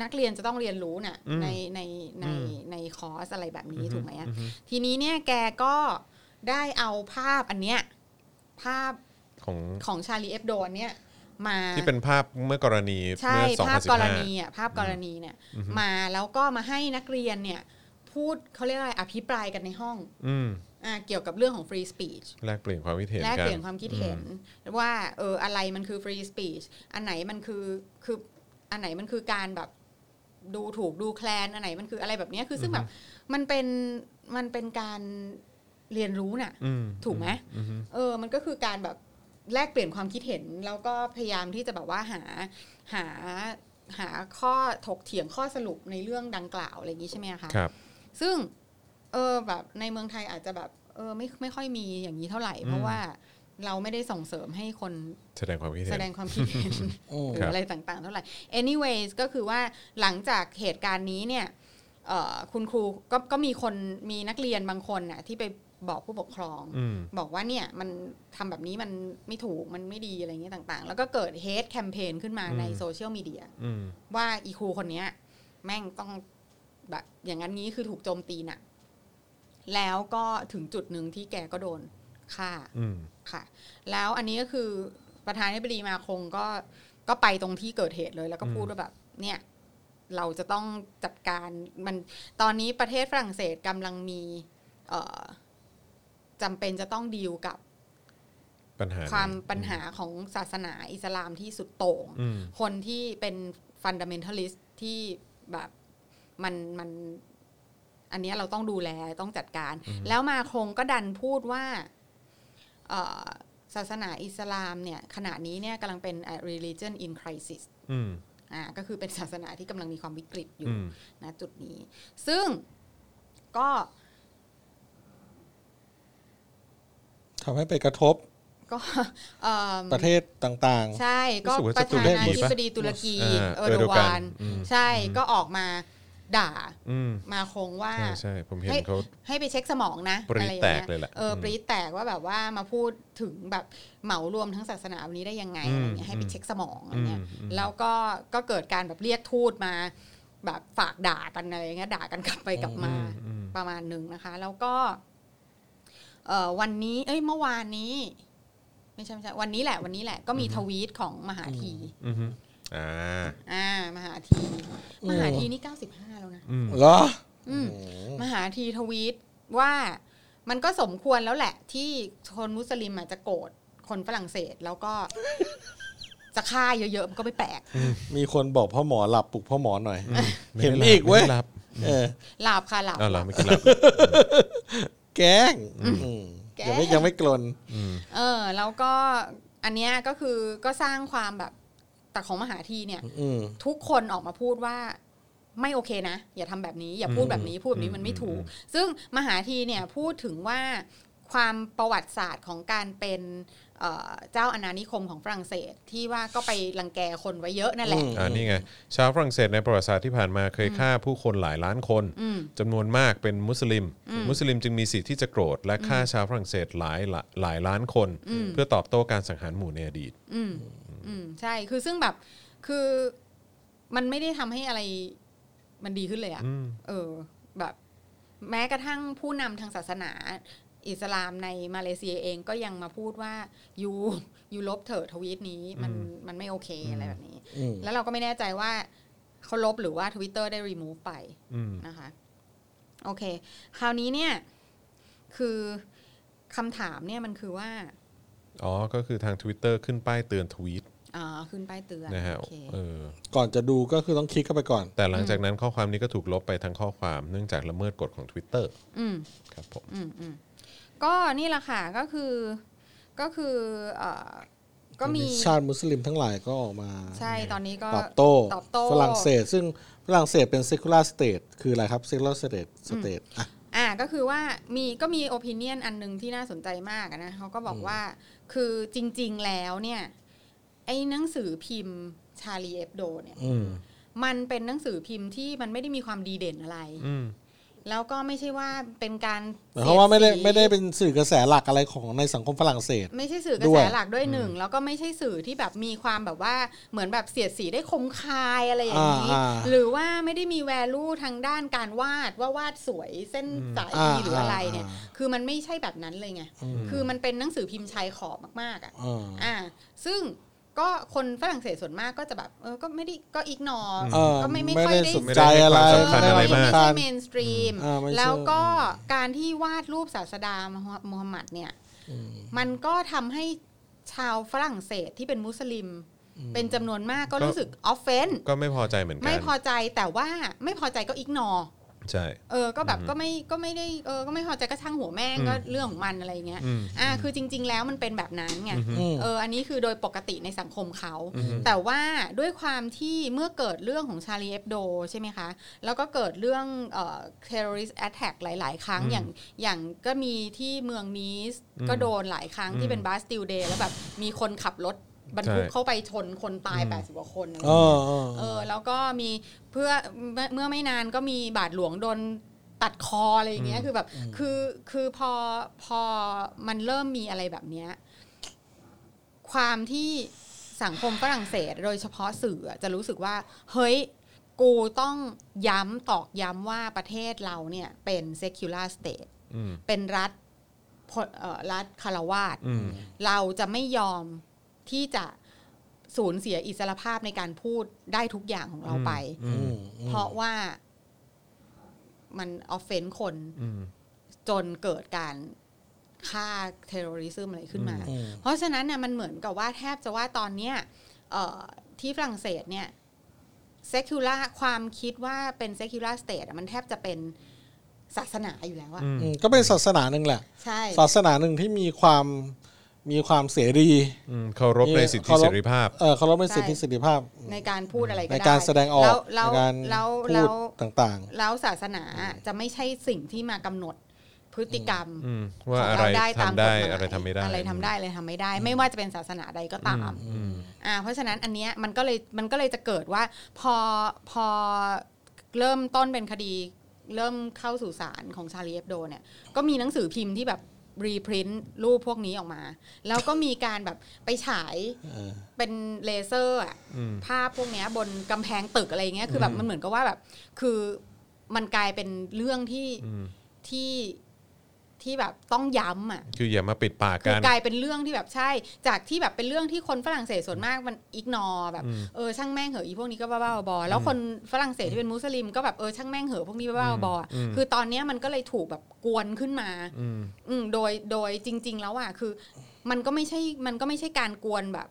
S3: นักเรียนจะต้องเรียนรู้น่ะ
S2: อืม
S3: ในในใน
S2: อืม
S3: ในคอร์สอะไรแบบนี้ถูกไหมอะ
S2: อือฮึ
S3: ทีนี้เนี่ยแกก็ได้เอาภาพอันเนี้ยภาพ
S2: ของ
S3: ของชาลีเอฟโดนเนี่ยมา
S2: ที่เป็นภาพเมื่อกรณี
S3: ใช่
S2: เมื่อสองพั
S3: ภาพ
S2: นสิบ
S3: กร
S2: ห้า
S3: ณีอ่ะภาพกรณีเนี่ย
S2: อือฮึ
S3: มาแล้วก็มาให้นักเรียนเนี่ยพูดเขาเรียกอะไรอภิปรายกันในห้อง
S2: อืม
S3: อ่าเกี่ยวกับเรื่องของ free speech
S2: แลกเปลี่ยนความคิดเห็น
S3: แลก
S2: กัน
S3: เปลี่ยนความคิดเห็นว่าเอออะไรมันคือ free speech อันไหนมันคือคืออันไหนมันคือการแบบดูถูกดูแคลนอันไหนมันคืออะไรแบบเนี้ยคือซึ่งแบบมันเป็นมันเป็นการ เรียนรู้น่ะ
S2: อืม
S3: ถูกไหม
S2: อือืม
S3: เออ มันก็คือการแบบแลกเปลี่ยนความคิดเห็น แล้วก็พยายามที่จะแบบว่าหาหาหาข้อถกเถียงข้อสรุปในเรื่องดังกล่าวอะไรอย่างนี้ใช่ไหมคะ
S2: ครับ
S3: ซึ่งเออแบบในเมืองไทยอาจจะแบบเออไม่ไม่ค่อยมีอย่างนี้เท่าไหร่ เพ
S2: อื
S3: ราะ
S2: ม
S3: ว่าเราไม่ได้ส่งเสริมให้คน
S2: แสดงความคิด
S3: แส
S2: เห็น
S3: ดงความคิดเห็น
S4: โอ้
S3: หรื
S2: ครั
S3: อบ อะไรต่างๆ เท่าไหร่ anyways ก็คือว่าหลังจากเหตุการณ์นี้เนี่ยเอ่อคุณครูก็ก็มีคนมีนักเรียนบางคนน่ะที่ไปบอกผู้ปกครอง
S2: อืม
S3: บอกว่าเนี่ยมันทำแบบนี้มันไม่ถูกมันไม่ดีอะไรเงี้ยต่างๆ แล้วก็เกิด hate campaign ขึ้นมาในโซเชียลมีเดีย
S2: อืม
S3: ว่าอีครูคนเนี้ยแม่งต้องแบบอย่างนั้นนี้คือถูกโจมตีหนักแล้วก็ถึงจุดหนึ่งที่แกก็โดนฆ่า
S2: อืม
S3: ค่ะแล้วอันนี้ก็คือประธานาธิบดีมาคงก็ก็ไปตรงที่เกิดเหตุเลย แล้วก็พูดว่าแบบเนี่ยเราจะต้องจัดการมันตอนนี้ประเทศฝรั่งเศสกำลังมีเอ่อจำเป็นจะต้องดีลกับ
S2: ปัญหา
S3: ความปัญหาของศาสนาอิสลามที่สุดโต่ง
S2: อืม
S3: คนที่เป็นฟันดัมเมนทัลิสต์ที่แบบมันมันอันเนี้ยเราต้องดูแลต้องจัดการ แล้วมาคงก็ดันพูดว่าเอ่อศาสนาอิสลามเนี่ยขณะนี้เนี่ยกำลังเป็น a religion in crisis
S2: อืม
S3: อ่าก็คือเป็นศาสนาที่กำลังมีความวิกฤตอยู่
S2: อืม
S3: นะจุดนี้ ซึ่งก็
S4: ทำให้ไปกระทบ
S3: ก็เอ่อ
S4: ประเทศต่าง
S3: ใช่ก็ประธานาธิบดีตุรกี
S2: อ่า
S3: เออร์โดวาน
S2: อืม
S3: ใช่ก็ออกมาด่า
S2: อืม
S3: มาคงว่า
S2: ใช่ใช่ผมเห็น
S3: ให้
S2: เขา
S3: ให้ไปเช็คสมองนะ
S2: ปรี๊ด
S3: อะไรอย่างเงี้
S2: แตกเลยแหละ
S3: เอออ
S2: ม
S3: ปรีดแตกว่าแบบว่ามาพูดถึงแบบเหมารวมทั้งศาสนาวันนี้ได้ยังไง
S2: อืม
S3: อะไรเงี้ยให้ไปเช็คสมองอะไรเงี้ย
S2: อืมอืม
S3: แล้วก็ก็เกิดการแบบเรียกทูตมาแบบฝากด่ากันอะไรเงี้ยด่ากันกลับไปกลับมา
S2: อืมอืม
S3: ประมาณหนึ่งนะคะ แล้วก็เออวันนี้ เอ้ยเมื่อวานนี้ ไม่ใช่ไม่ใช่วันนี้แหละวันนี้แหละก็มีทวีตของมหาที
S2: อืมอ่า
S3: อ่ามหาที
S4: โอ้
S3: มหาทีนี่เก้าสิบห้าแล้วนะ
S2: อืม
S4: ๆเหรอ
S3: อืม มหาทีทวีตว่ามันก็สมควรแล้วแหละ ที่คนมุสลิมอาจจะโกรธคนฝรั่งเศสแล้วก็ (laughs) จะฆ่าเยอะๆมันก็ไม่แปลก
S4: มีคนบอกพ่อหมอหลับปลุกพ่อหมอหน่อย
S2: ไม่
S4: เห็น
S2: ได้
S4: อีกเว้ย
S2: ไม่ได้รับ
S4: เออ
S3: หลาบค่ะหลาบ
S2: อ้าวเหรอไม่กินรับ
S4: แกล้งอืม
S3: แกล้ง
S4: ยังไม่ยังไม่กลน
S3: เออ แล้วก็อันเนี้ยก็คือก็สร้างความแบบแต่ของมหาทีเนี่ย
S4: อืม
S3: ทุกคนออกมาพูดว่าไม่โอเคนะ อย่าทำแบบนี้อย่าพูดแบบนี้พูดแบบนี้
S2: อืม
S3: มันไม่
S2: อืม
S3: ถูก
S2: อืม
S3: ซึ่งมหาทีเนี่ยพูดถึงว่าความประวัติศาสตร์ของการเป็นเอ่อเจ้าอาณานิคมของฝรั่งเศสที่ว่าก็ไปรังแกคนไว้เยอะนั่นแหละ
S4: อืม
S2: อ่านี่ไง ชาวฝรั่งเศสในประวัติศาสตร์ที่ผ่านมาเคยฆ่าผู้คนหลายล้านคน
S3: อืม
S2: จำนวนมากเป็นมุสลิม มุสลิมจึงมีสิทธิ์ที่จะโกรธ และฆ่าชาวฝรั่งเศสหลายละหลายล้านคน
S3: อืม
S2: เพื่อตอบโต้การสังหารหมู่ในอดีต
S3: อืมอืมใช่คือซึ่งแบบคือมันไม่ได้ทำให้อะไรมันดีขึ้นเลยอะ
S2: อืม
S3: เออแบบแม้กระทั่งผู้นำทางศาสนา อิสลามในมาเลเซียเองก็ยังมาพูดว่ายู (laughs) ยูลบเถอะทวีตนี้มัน
S2: อืม
S3: มันไม่โอเคอะไรแบบนี้
S4: อืม
S3: แล้วเราก็ไม่แน่ใจว่าเขาลบหรือว่า Twitter ได้รีมูฟไป
S2: อืม
S3: นะคะ โอเค คราวนี้เนี่ย คือคำถามเนี่ยมันคือว่า
S2: อ๋อ ก็คือทาง Twitter ขึ้นป้ายเตือนทวีต
S3: อ่าขึ้นป้ายเตือน
S2: นะฮะ
S3: โอเค
S2: เออ
S4: ก่อนจะดูก็คือต้องคลิกเข้าไปก่อน
S2: แต่หลังจากนั้นข้อความนี้ก็ถูกลบไปทั้งข้อความ เนื่องจากละเมิดกฎของ Twitter
S3: อืม
S2: ครับผม
S3: อืมอืมก็นี่แหละค่ะก็คือก็คือเออก็มี
S4: ชาติมุสลิมทั้งหลายก็ออกมา
S3: ใช่ตอนนี้ก็
S4: ตอบโต้
S3: ตอบโต้
S4: ฝรั่งเศส ซึ่งฝรั่งเศสเป็น secular state คืออะไรครับ secular state state อ่ะ
S3: อ่าก็คือว่ามีก็มีโอปินเนียนอันหนึงที่น่าสนใจมากอะนะเขาก็บอกว่าคือจริง ๆ แล้วเนี่ย ไอ้หนังสือพิมพ์ชาลีเอฟโดเนี่ย
S4: อืม
S3: มันเป็นหนังสือพิมพ์ที่มันไม่ได้มีความดีเด่นอะไร
S2: อืม
S3: แล้วก็ไม่ใช่ว่าเป็นการ
S4: หมายความว่าไม่ได้
S3: เสียดสี
S4: ไม่ได้เป็นสื่อกระแสหลักอะไรของในสังคมฝรั่งเศส
S3: ไม่ใช่สื่อกระ
S4: ด้ว
S3: แส
S4: ย
S3: หลักด้วยหนึ่งแล้วก็ไม่ใช่สื่อที่แบบมีความแบบว่าเหมือนแบบเสียดสีได้คมคายอะไรอย่างนี้
S4: อ่าอ่า
S3: หรือว่าไม่ได้มีแวลูทางด้านการวาดว่าวาดสวยเส้นสายดี
S4: อ่า
S3: หรืออะไรเนี่ย
S4: อ่า
S3: คือมันไม่ใช่แบบนั้นเลยไง คือมันเป็นหนังสือพิมพ์ชายขอบมากๆอ่ะ
S4: อ่า
S3: อ่า ซึ่งก็คนฝรั่งเศสส่วนมากก็จะแบบ เออ ก็ไม่ได้ก็อิกนอ
S4: เออ
S3: ก็ไม่ไม่
S4: ไม่
S3: ค่อย
S4: ได้
S3: ได้
S4: สนใจอะไร
S2: ไม่ได้ให้ความสำคัญอะไร
S4: ด้
S2: มาก
S4: สำคั
S3: ใช่
S4: ญ
S3: เมนสตรีม
S4: อ่าไม่ใช่
S3: แล้วก็การที่วาดรูปศาสดามูฮัมหมัดเนี่ย มันก็ทำให้ชาวฝรั่งเศสที่เป็นมุสลิม เป็นจำนวนมากก็รู้สึกออฟเฟน
S2: ก็ไม่พอใจเหมือนกัน
S3: ไม่พอใจแต่ว่าไม่พอใจก็อิกนอ
S2: ใช่
S3: เออ ก็แบบ
S2: อือฮึ
S3: ก็ไม่ก็ไม่ได้เออ ก็ไม่พอใจก็ช่างหัวแม่ง
S2: อืม
S3: ก็เรื่องของมันอะไรเงี้ย
S2: อืม
S3: อ่า คือจริง ๆ แล้วมันเป็นแบบนั้นไง
S2: อืม
S4: อืม
S3: เออ อันนี้คือโดยปกติในสังคมเขา
S2: อือฮึ
S3: แต่ว่าด้วยความที่เมื่อเกิดเรื่องของชาลีเอฟโดใช่ไหมคะ แล้วก็เกิดเรื่องเอ่อ terrorist attack หลาย ๆ ครั้ง
S2: อืม
S3: อย่าง อย่างก็มีที่เมืองนีส
S2: อืม
S3: ก็โดนหลายครั้ง
S2: อื
S3: ที่
S2: ม
S3: เป็นบาสติลเดย์แล้วแบบมีคนขับรถบรรทุก
S2: ใช่
S3: เข้าไปชนคนตาย
S2: อืม
S3: แปดสิบกว่าคนอะไร
S4: เอ
S3: เงี้ย
S4: อเออ
S3: เออแล้วก็มีเพื่อเมื่อเมื่อไม่นานก็มีบาทหลวงโดนตัดคออะไรอย่างเงี้ย
S2: อืม
S3: คือแบบคือคือพอพอมันเริ่มมีอะไรแบบเนี้ยความที่สังคมฝรั่งเศสโดยเฉพาะสื่ออะจะรู้สึกว่า เฮ้ย กูต้องย้ำตอกย้ำว่าประเทศเราเนี่ยเป็น secular state
S2: อืม
S3: เป็นรัฐพลเอ่อรัฐคารวาส
S2: อืม
S3: เราจะไม่ยอมที่จะสูญเสียอิสรภาพในการพูดได้ทุกอย่างของเราไป
S2: อืม
S3: เพราะว่ามันออฟเฟนคน
S2: อืม
S3: จนเกิดการฆ่าเทอร์ริซึมอะไรขึ้นมา
S4: อืม
S3: เพราะฉะนั้นเนี่ยมันเหมือนกับว่าแทบจะว่าตอนเนี้ยเอ่อที่ฝรั่งเศสเนี่ย secular ความคิดว่าเป็น secular state อะมันแทบจะเป็นศาสนาอยู่แล้วอะ
S2: อืม
S4: อืมก็เป็นศาสนาหนึ่งแหละ
S3: ใช่
S4: ศาสนาหนึ่งที่มีความมีความเสรี
S2: อืมเคารพในสิทธิ
S4: เคารพ
S2: เสรีภาพ
S4: เออเคารพในสิทธิ
S3: ใช่
S4: เสรีภาพ
S3: ในการพูดอะไรก็
S4: ใน
S3: ได้
S4: การแสดงออก
S3: แล้ว
S4: ในการ
S3: แล้ว
S4: พู
S3: แล้ว
S4: ดต่าง
S3: แล้วศาสนาจะไม่ใช่สิ่งที่มากำหนดพฤติกรรม
S2: อืม
S3: ข
S2: ว่า
S3: อง
S2: อะไร
S3: เราได้ตาม
S2: ทำ
S3: กฎ
S2: ได้
S3: หมาย
S2: อะไรทำไม่ได้
S3: อะไรทำได้อะไรทำไม่ได้ ไม่ว่าจะเป็นศาสนาใดก็ตาม
S2: อืม
S3: อ่าเพราะฉะนั้นอันเนี้ยมันก็เลยมันก็เลยจะเกิดว่าพอพอเริ่มต้นเป็นคดีเริ่มเข้าสู่ศาลของชาลีเอฟโดเนี่ยก็มีหนังสือพิมพ์ที่แบบรีพรินต์รูปพวกนี้ออกมา แล้วก็มีการแบบไปฉาย
S4: เออ
S3: เป็นเลเซอร์อะ
S2: อืม
S3: ภาพพวกเนี้ยบนกำแพงตึกอะไรเงี้ยคือแบบมันเหมือนกับว่าแบบ คือมันกลายเป็นเรื่องที่
S2: อืม
S3: ที่ที่แบบต้องย้ำอ่ะ
S2: คืออย่ามาปิดปาก
S3: คื
S2: กั
S3: อน กลายเป็นเรื่องที่แบบใช่ จากที่แบบเป็นเรื่องที่คนฝรั่งเศสส่วนมากมันอิกนอแบบ
S2: อืม
S3: เออช่างแม่งเหอะอีพวกนี้ก็บ้าๆบอๆแล้วคนฝรั่งเศสที่เป็นมุสลิมก็แบบเออช่างแม่งเหอะพวกนี้บ้าๆบอๆ
S2: อืม
S3: คือตอนเนี้ยมันก็เลยถูกแบบกวนขึ้นมา
S2: อืม
S3: อืมโดยโดยจริง ๆ แล้วอ่ะคือ มันก็ไม่ใช่มันก็ไม่ใช่การกวนแบบ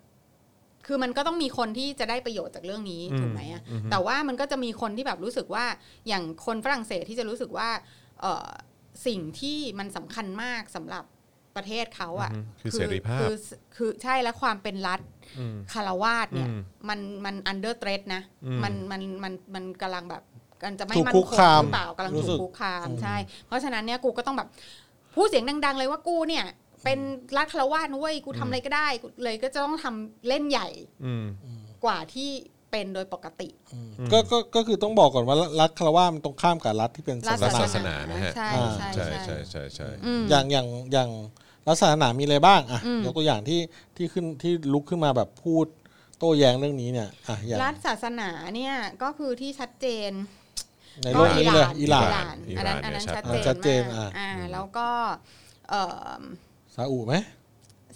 S3: คือมันก็ต้องมีคนที่จะได้ประโยชน์จากเรื่องนี้
S2: อืม
S3: ถูกไหมอ่ะ
S2: อือฮึ
S3: แต่ว่ามันก็จะมีคนที่แบบรู้สึกว่า อย่างคนฝรั่งเศสที่จะรู้สึกว่า เออสิ่งที่มันสำคัญมากสำหรับประเทศเขาอ่ะ
S2: อืมคือเสรีภาพ
S3: คือคือใช่และความเป็นรัฐ
S2: อืม
S3: คารวาสเนี่ย
S2: อืม
S3: มันมันอันเดอร์เทรดนะ
S2: อืม
S3: มันมันมันมันกำลังแบบกันจะไม่
S4: ถูก
S3: มั่น
S4: คุ
S3: ค
S4: ก
S3: ง
S4: คาม
S3: หรือเปล่ากำลัง
S4: รู้
S3: ถู
S4: สึก
S3: กคุกคามใช่ เพราะฉะนั้นเนี่ยกูก็ต้องแบบ พูดเสียงดัง ๆ เลยว่ากูเนี่ย เป็นรัฐคารวาสนะเว้ยกูทำอะไรก็ได้กูเลยก็จะต้องทำเล่นใหญ่
S2: อืม
S3: กว่าที่เป็นโดยปกติ
S2: อืม
S4: ๆก็ก็ก็คือต้องบอกก่อนว่ารัฐคารวะมันตรงข้ามกับรัฐที่เป็น
S3: รั
S4: ศา
S3: ฐ
S2: ศ
S4: สนา
S2: สนานะฮะ
S3: ใช่
S4: อ่า
S3: ใช่
S2: ใช่
S3: ใช่
S2: ใช่ใช่ใช่
S3: อืม
S4: อย่างอย่างอย่างรัฐศาสนามีอะไรบ้างอ่ะ
S3: อืม
S4: ยกตัวอย่างที่ที่ขึ้นที่ลุกขึ้นมาแบบพูดโต้แย้งเรื่องนี้เนี่ยอ่ะอย่าง
S3: รัฐศาสนาเนี่ยก็คือที่ชัดเจน
S4: ในโลกนี้เลยอิหร่าน
S2: อิ
S3: อิ
S2: ห
S3: ห
S2: ร่า
S3: ร่าน นอันนั้น
S2: อิหร่าน
S3: อัน
S2: เนี่
S3: นั้
S2: ย
S3: น
S4: ชั
S3: ชั
S4: ด
S3: ด
S4: เจ
S3: เจ
S4: น
S3: นมา
S4: อ่ะ
S3: กอ่าแล้วก็เอ่อ
S4: ซาอุไหม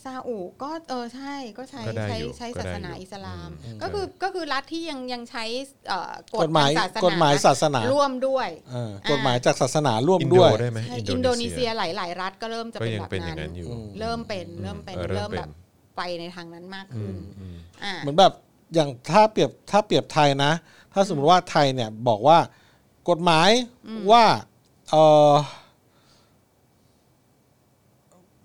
S3: ซาอุก็เออใช่ก็ใช้
S2: ก็ได้
S3: ใช้
S2: อยู่
S3: ใช้
S2: ก็ได้
S3: ศาส
S2: อ
S3: นา
S2: ยู่
S3: อิสลาม
S2: อืม
S3: ก็คือก็คือรัฐที่ยังยังใช้เอ่อก
S4: ก
S3: ฎ
S4: ฎหมาย
S3: ทง
S4: กฎหมายศาสนา
S3: ร่วมด้วย
S4: เออกฎหมายจากศาสนาร่วมด้วย
S2: ินโดได้ไหม
S3: ใช่อินโดนีเซียหลายหลายๆรัฐก็เริ่มจะ
S2: ก็
S3: เป็น
S2: ยัง
S3: แบบ
S2: เป็นอย่าง
S3: นั้
S2: นั้น
S3: น
S2: อยู่
S4: อืม
S3: เริ่มเป็นเริ่มเป็น
S2: เออเริ่
S3: เริ่
S2: ม
S3: ม
S2: เป็น
S3: แบบไปในทางนั้นมาก
S2: อื
S3: ขึ้น
S2: มอืม
S3: อ่า
S4: เหมือนแบบอย่างถ้าเปรียบถ้าเปรียบไทยนะ ถ้าสมมติว่าไทยเนี่ยบอกว่ากฎหมายว่าเออ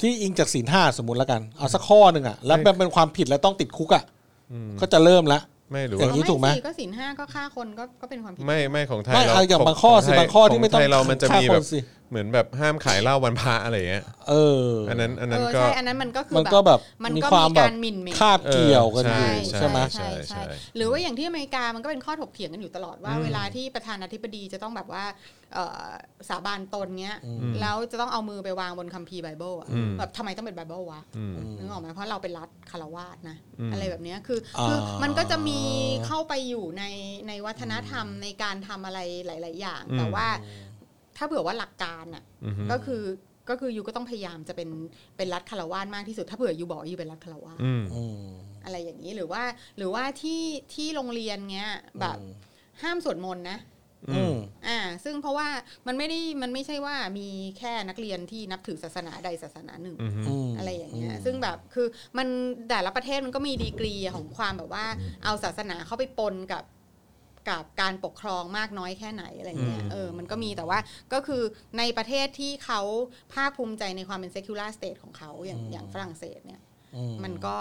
S4: ที่อิงจากศีลห้าสมมติแล้วกันเอาสักข้อหนึ่งอะแล้ว
S2: ไม่
S4: มันเป็นความผิดแล้วต้องติดคุกอะ
S2: อืม
S4: ก็จะเริ่มละ
S2: ไม่หรือ
S4: อย่า
S2: ว่าง
S4: นี้ ถูกไหม
S3: สิก็สินห้าก็ฆ่าคนก็ก็เป็นความผิด
S2: ไม่ไม่ของไทย
S4: ไม่
S2: เรา
S4: เอาอย่างบางข้อสิ
S2: ขไทย
S4: บางข้อที่ไม่ต้อง
S2: ขยเรามันจะมีแบ
S4: ฆ่า
S2: บ
S4: คนสิ
S2: เหมือนแบบห้ามขายเหล้าวันพระอะไรอย่างเงี้ย
S4: เออ
S2: อันนั้นอัน
S3: เอ
S2: นั้น
S3: อ
S2: ก็
S3: ใช่อันนั้นมันก็คือ
S4: มันก็แบบ
S3: มัน
S4: มี
S3: ก็
S4: ความ
S3: มี
S4: แบบ
S3: การหมิ่นเหมน
S4: คาบเกี่ยวกันอยู่
S2: เออใช่
S4: ใช่ไหม
S2: ใช่ใช่ใช่
S3: หรือว่าอย่างที่อเมริกามันก็เป็นข้อถกเถียงกันอยู่ตลอดว่า
S2: อืม
S3: เวลาที่ประธานาธิบดีจะต้องแบบว่าเอ่อสาบานตนเงี้ย
S4: อืม
S3: แล้วจะต้องเอามือไปวางบนคัมภีร์ไบเบิลอะ
S2: อืม
S3: แบบทำไมต้องเป็นไบเบิลวะ
S2: อืม
S3: นึกออกไหมเพราะเราเป็นรัฐคารวาสนะ
S2: อืม
S3: อะไรแบบเนี้ยคือ
S4: อ่า
S3: คือมันก็จะมีเข้าไปอยู่ในในวัฒนธรรมในการทำอะไรหลาย ๆ อย่าง แต่ว่าถ้าเผื่อว่าหลักการอะ
S2: อืม
S3: ก็คือก็คือยูก็ต้องพยายามจะเป็นเป็นรัฐคารวาสมากที่สุด ถ้าเผื่อยูบอกว่ายูเป็นรัฐคารวาส
S2: อืม
S4: อืม
S3: อะไรอย่างนี้หรือว่าหรือว่าที่ที่โรงเรียนเงี้ยแบบห้ามสวดมนต์นะ
S4: อืม
S3: อ่าซึ่งเพราะว่ามันไม่ได้มันไม่ใช่ว่ามีแค่นักเรียนที่นับถือศาสนาใดศาสนาหนึ่ง
S2: อืม
S4: ม
S3: อะไรอย่างเงี้ยซึ่งแบบคือมันแต่ละประเทศมันก็มีดีกรีของความแบบว่า เอาศาสนาเข้าไปปนกับ กับการปกครองมากน้อยแค่ไหนอะไรเงี้ยเออมันก็มีแต่ว่าก็คือในประเทศที่เขาภาคภูมิใจในความเป็น secular state ของเขาอย่างอย่างฝรั่งเศสเนี่ย
S4: อื
S3: มันก็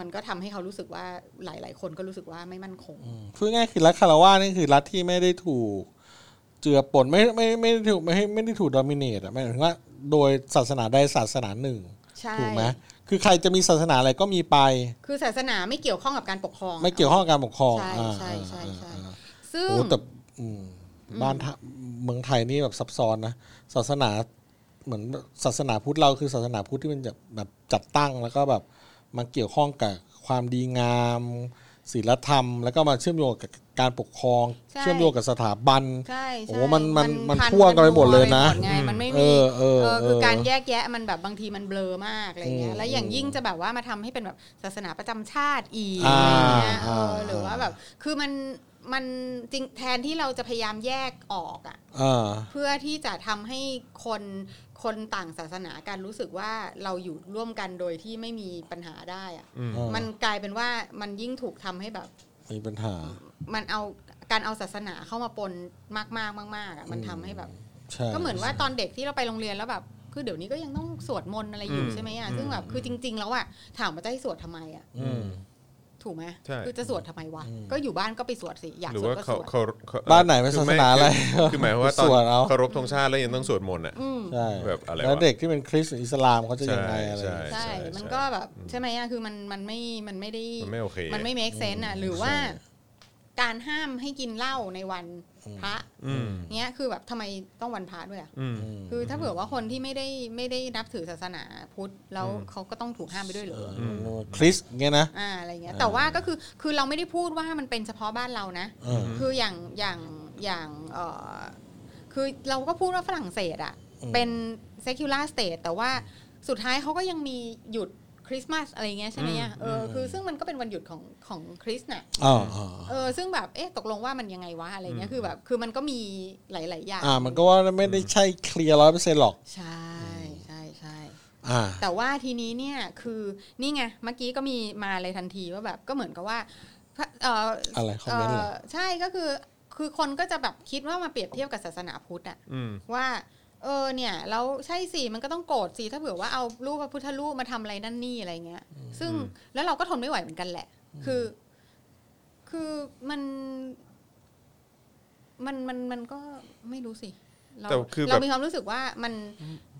S3: มันก็ทำให้เขารู้สึกว่าหลาย ๆ คนก็รู้สึกว่าไม่มั่นคง
S4: อืมพูดง่ายๆคือรัฐคาราวาสนี่คือรัฐที่ไม่ได้ถูก เจือปนไม่ไม่ไม่ได้ถูกไม่ให้ไม่ได้ถูกดอมิเนตอะหมายถึงว่า โดยศาสนาใดศาสนาหนึ่ง
S3: ใช่
S4: ถูกไหมคือใครจะมีศาสนาอะไรก็มีไป
S3: คือศาสนาไม่เกี่ยวข้องกับการปกครอง
S4: ไม่เกี่ยวข้องกับการปกครอง
S3: ใช่
S4: อ่า
S3: ใช่
S4: อ่า
S3: ใช่ใช่
S4: อ่าอ่า
S3: ซึ่ง
S4: โอ้แต่อืมบ้านท่าเมืองไทยนี่แบบซับซ้อนนะศาสนาเหมือนศาสนาพุทธเราคือศาสนาพุทธที่มันแบบแบบจัดตั้งแล้วก็แบบมาเกี่ยวข้องกับความดีงามศีลธรรม แล้วก็มาเชื่อมโยงกับการปกครอง
S3: ใช่
S4: เชื่อมโยงกับสถาบัน
S3: ใช่
S4: โอ้
S3: ใช่
S4: มันมันมัน
S3: พั
S4: พ่วงกันไปหมดเลยนะ
S3: พัวกันไปหมดไงมันไม่
S4: เอ
S3: มี
S4: อเออ
S3: เออคือ
S4: เออ
S3: การแยกแยะมันแบบบางทีมันเบลอมากอะไรเงี้
S4: อื
S3: ย
S4: ม
S3: แล้วอย่างยิ่งจะแบบว่ามาทำให้เป็นแบบศาสนาประจำชาติอีก
S4: อ่า
S3: อะไรเงี้ยเอออา หรือว่าแบบคือมันมันจริงแทนที่เราจะพยายามแยกออกอะ
S4: อ่า
S3: เพื่อที่จะทำให้คนคนต่างศาสนาการรู้สึกว่าเราอยู่ร่วมกันโดยที่ไม่มีปัญหาได้อะ
S2: อืม
S4: มั
S3: มันกลายเป็นว่ามันยิ่งถูกทำให้แบบ
S4: มีปัญหา
S3: มันเอาการเอาศาสนาเข้ามาปนมากๆมากๆอะมันทำให้แบบ
S4: ใช่
S3: ก็เหมือนว่าตอนเด็กที่เราไปโรงเรียนแล้วแบบ คือเดี๋ยวนี้ก็ยังต้องสวดมนต์อะไรอยู่
S2: อืม
S3: ใช่ไหมอ่ะ
S2: อืม
S3: ซึ่งแบบคือจริง ๆ แล้วอ่ะถามว่าจะให้สวดทำไมอ่ะ
S4: อืม
S3: ถูกไหม
S2: ใช่
S3: คือจะสวดทำไมวะ
S4: อืม
S3: ก็อยู่บ้านก็ไปสวดสิอยาก
S2: หรือ
S3: สวด
S2: ว่า
S3: ก็ส
S2: เขา
S3: วด
S2: เขาเข
S4: บ้านไหนไม่
S2: คือ
S4: ศาสนาอะไร
S2: คือคือหมายความว่าตอน
S4: สวดเอา
S2: เคารพธงชาติแล้วยังต้องสวดมนต์อ่ะ
S3: อืม
S4: ใช่
S2: แบบอะไรวะ
S4: แล้วเด็กที่เป็นคริสต์หรืออิสลามเขาจะยังไงอะไร
S2: ใช่
S3: ใช่ มันก็แบบใช่ไหมอ่ะคือมันมันไม่มันไม่ได้
S2: มันไม่โอเค
S3: มันไม่ make sense อ่ะหรือว่า การห้ามให้กินเหล้าในวันพระ
S2: อืม
S3: เนี้ยคือแบบทำไมต้องวันพระด้วยอ่ะ
S2: อืม
S4: อืม
S3: คือถ้าเผื่อว่าคนที่ไม่ได้ไม่ได้นับถือศาสนาพุทธแล้ว
S2: อืม
S3: เขาก็ต้องถูกห้ามไปด้วยเหรอ
S4: เออคริสต์เงี้ยนะ
S3: อ่าอะไรเงี้ย
S4: อ่า
S3: แต่ว่าก็คือคือเราไม่ได้พูดว่ามันเป็นเฉพาะบ้านเรานะ
S4: เออ
S3: คืออย่างอย่างอย่างเออคือเราก็พูดว่าฝรั่งเศสอะ
S4: อืม
S3: เป็น secular state แต่ว่าสุดท้ายเขาก็ยังมีหยุดคริสต์มาสอะไรเงี้ยใช่ไหมอะเออคือซึ่งมันก็เป็นวันหยุดของของคริสต์น่ะ
S4: อ่าอ่า
S3: เออซึ่งแบบเอ๊ะตกลงว่ามันยังไงวะอะไรเงี้ยคือแบบคือมันก็มีหลาย ๆ อย่าง
S4: อ่ามันก็ว่าไม่ได้ใช่เคลียร์ร้อยเปอร์เซ็นต์หรอก
S3: ใช่ใช่ใช่
S4: อ่า
S3: แต่ว่าทีนี้เนี่ยคือนี่ไงเมื่อกี้ก็มีมาเลยทันทีว่าแบบก็เหมือนกับว่าเอออะไร
S4: คอมเมนต์เหรอ
S3: ใช่ก็คือคือคนก็จะแบบคิดว่ามาเปรียบเทียบกับศาสนาพุทธอะ
S2: อืม
S3: ว่า เออเนี่ยแล้วใช่สิมันก็ต้องโกรธสิถ้าเผื่อว่าเอารูปพระพุทธรูปมาทำอะไรนั่นนี่อะไรเงี้ย ซึ่ง
S2: อืม
S3: แล้วเราก็ทนไม่ไหวเหมือนกันแหละ คือ คือมัน มันมันมันก็ไม่รู้สิเรา
S2: แต่คือแบบ
S3: เรามีความรู้สึกว่ามัน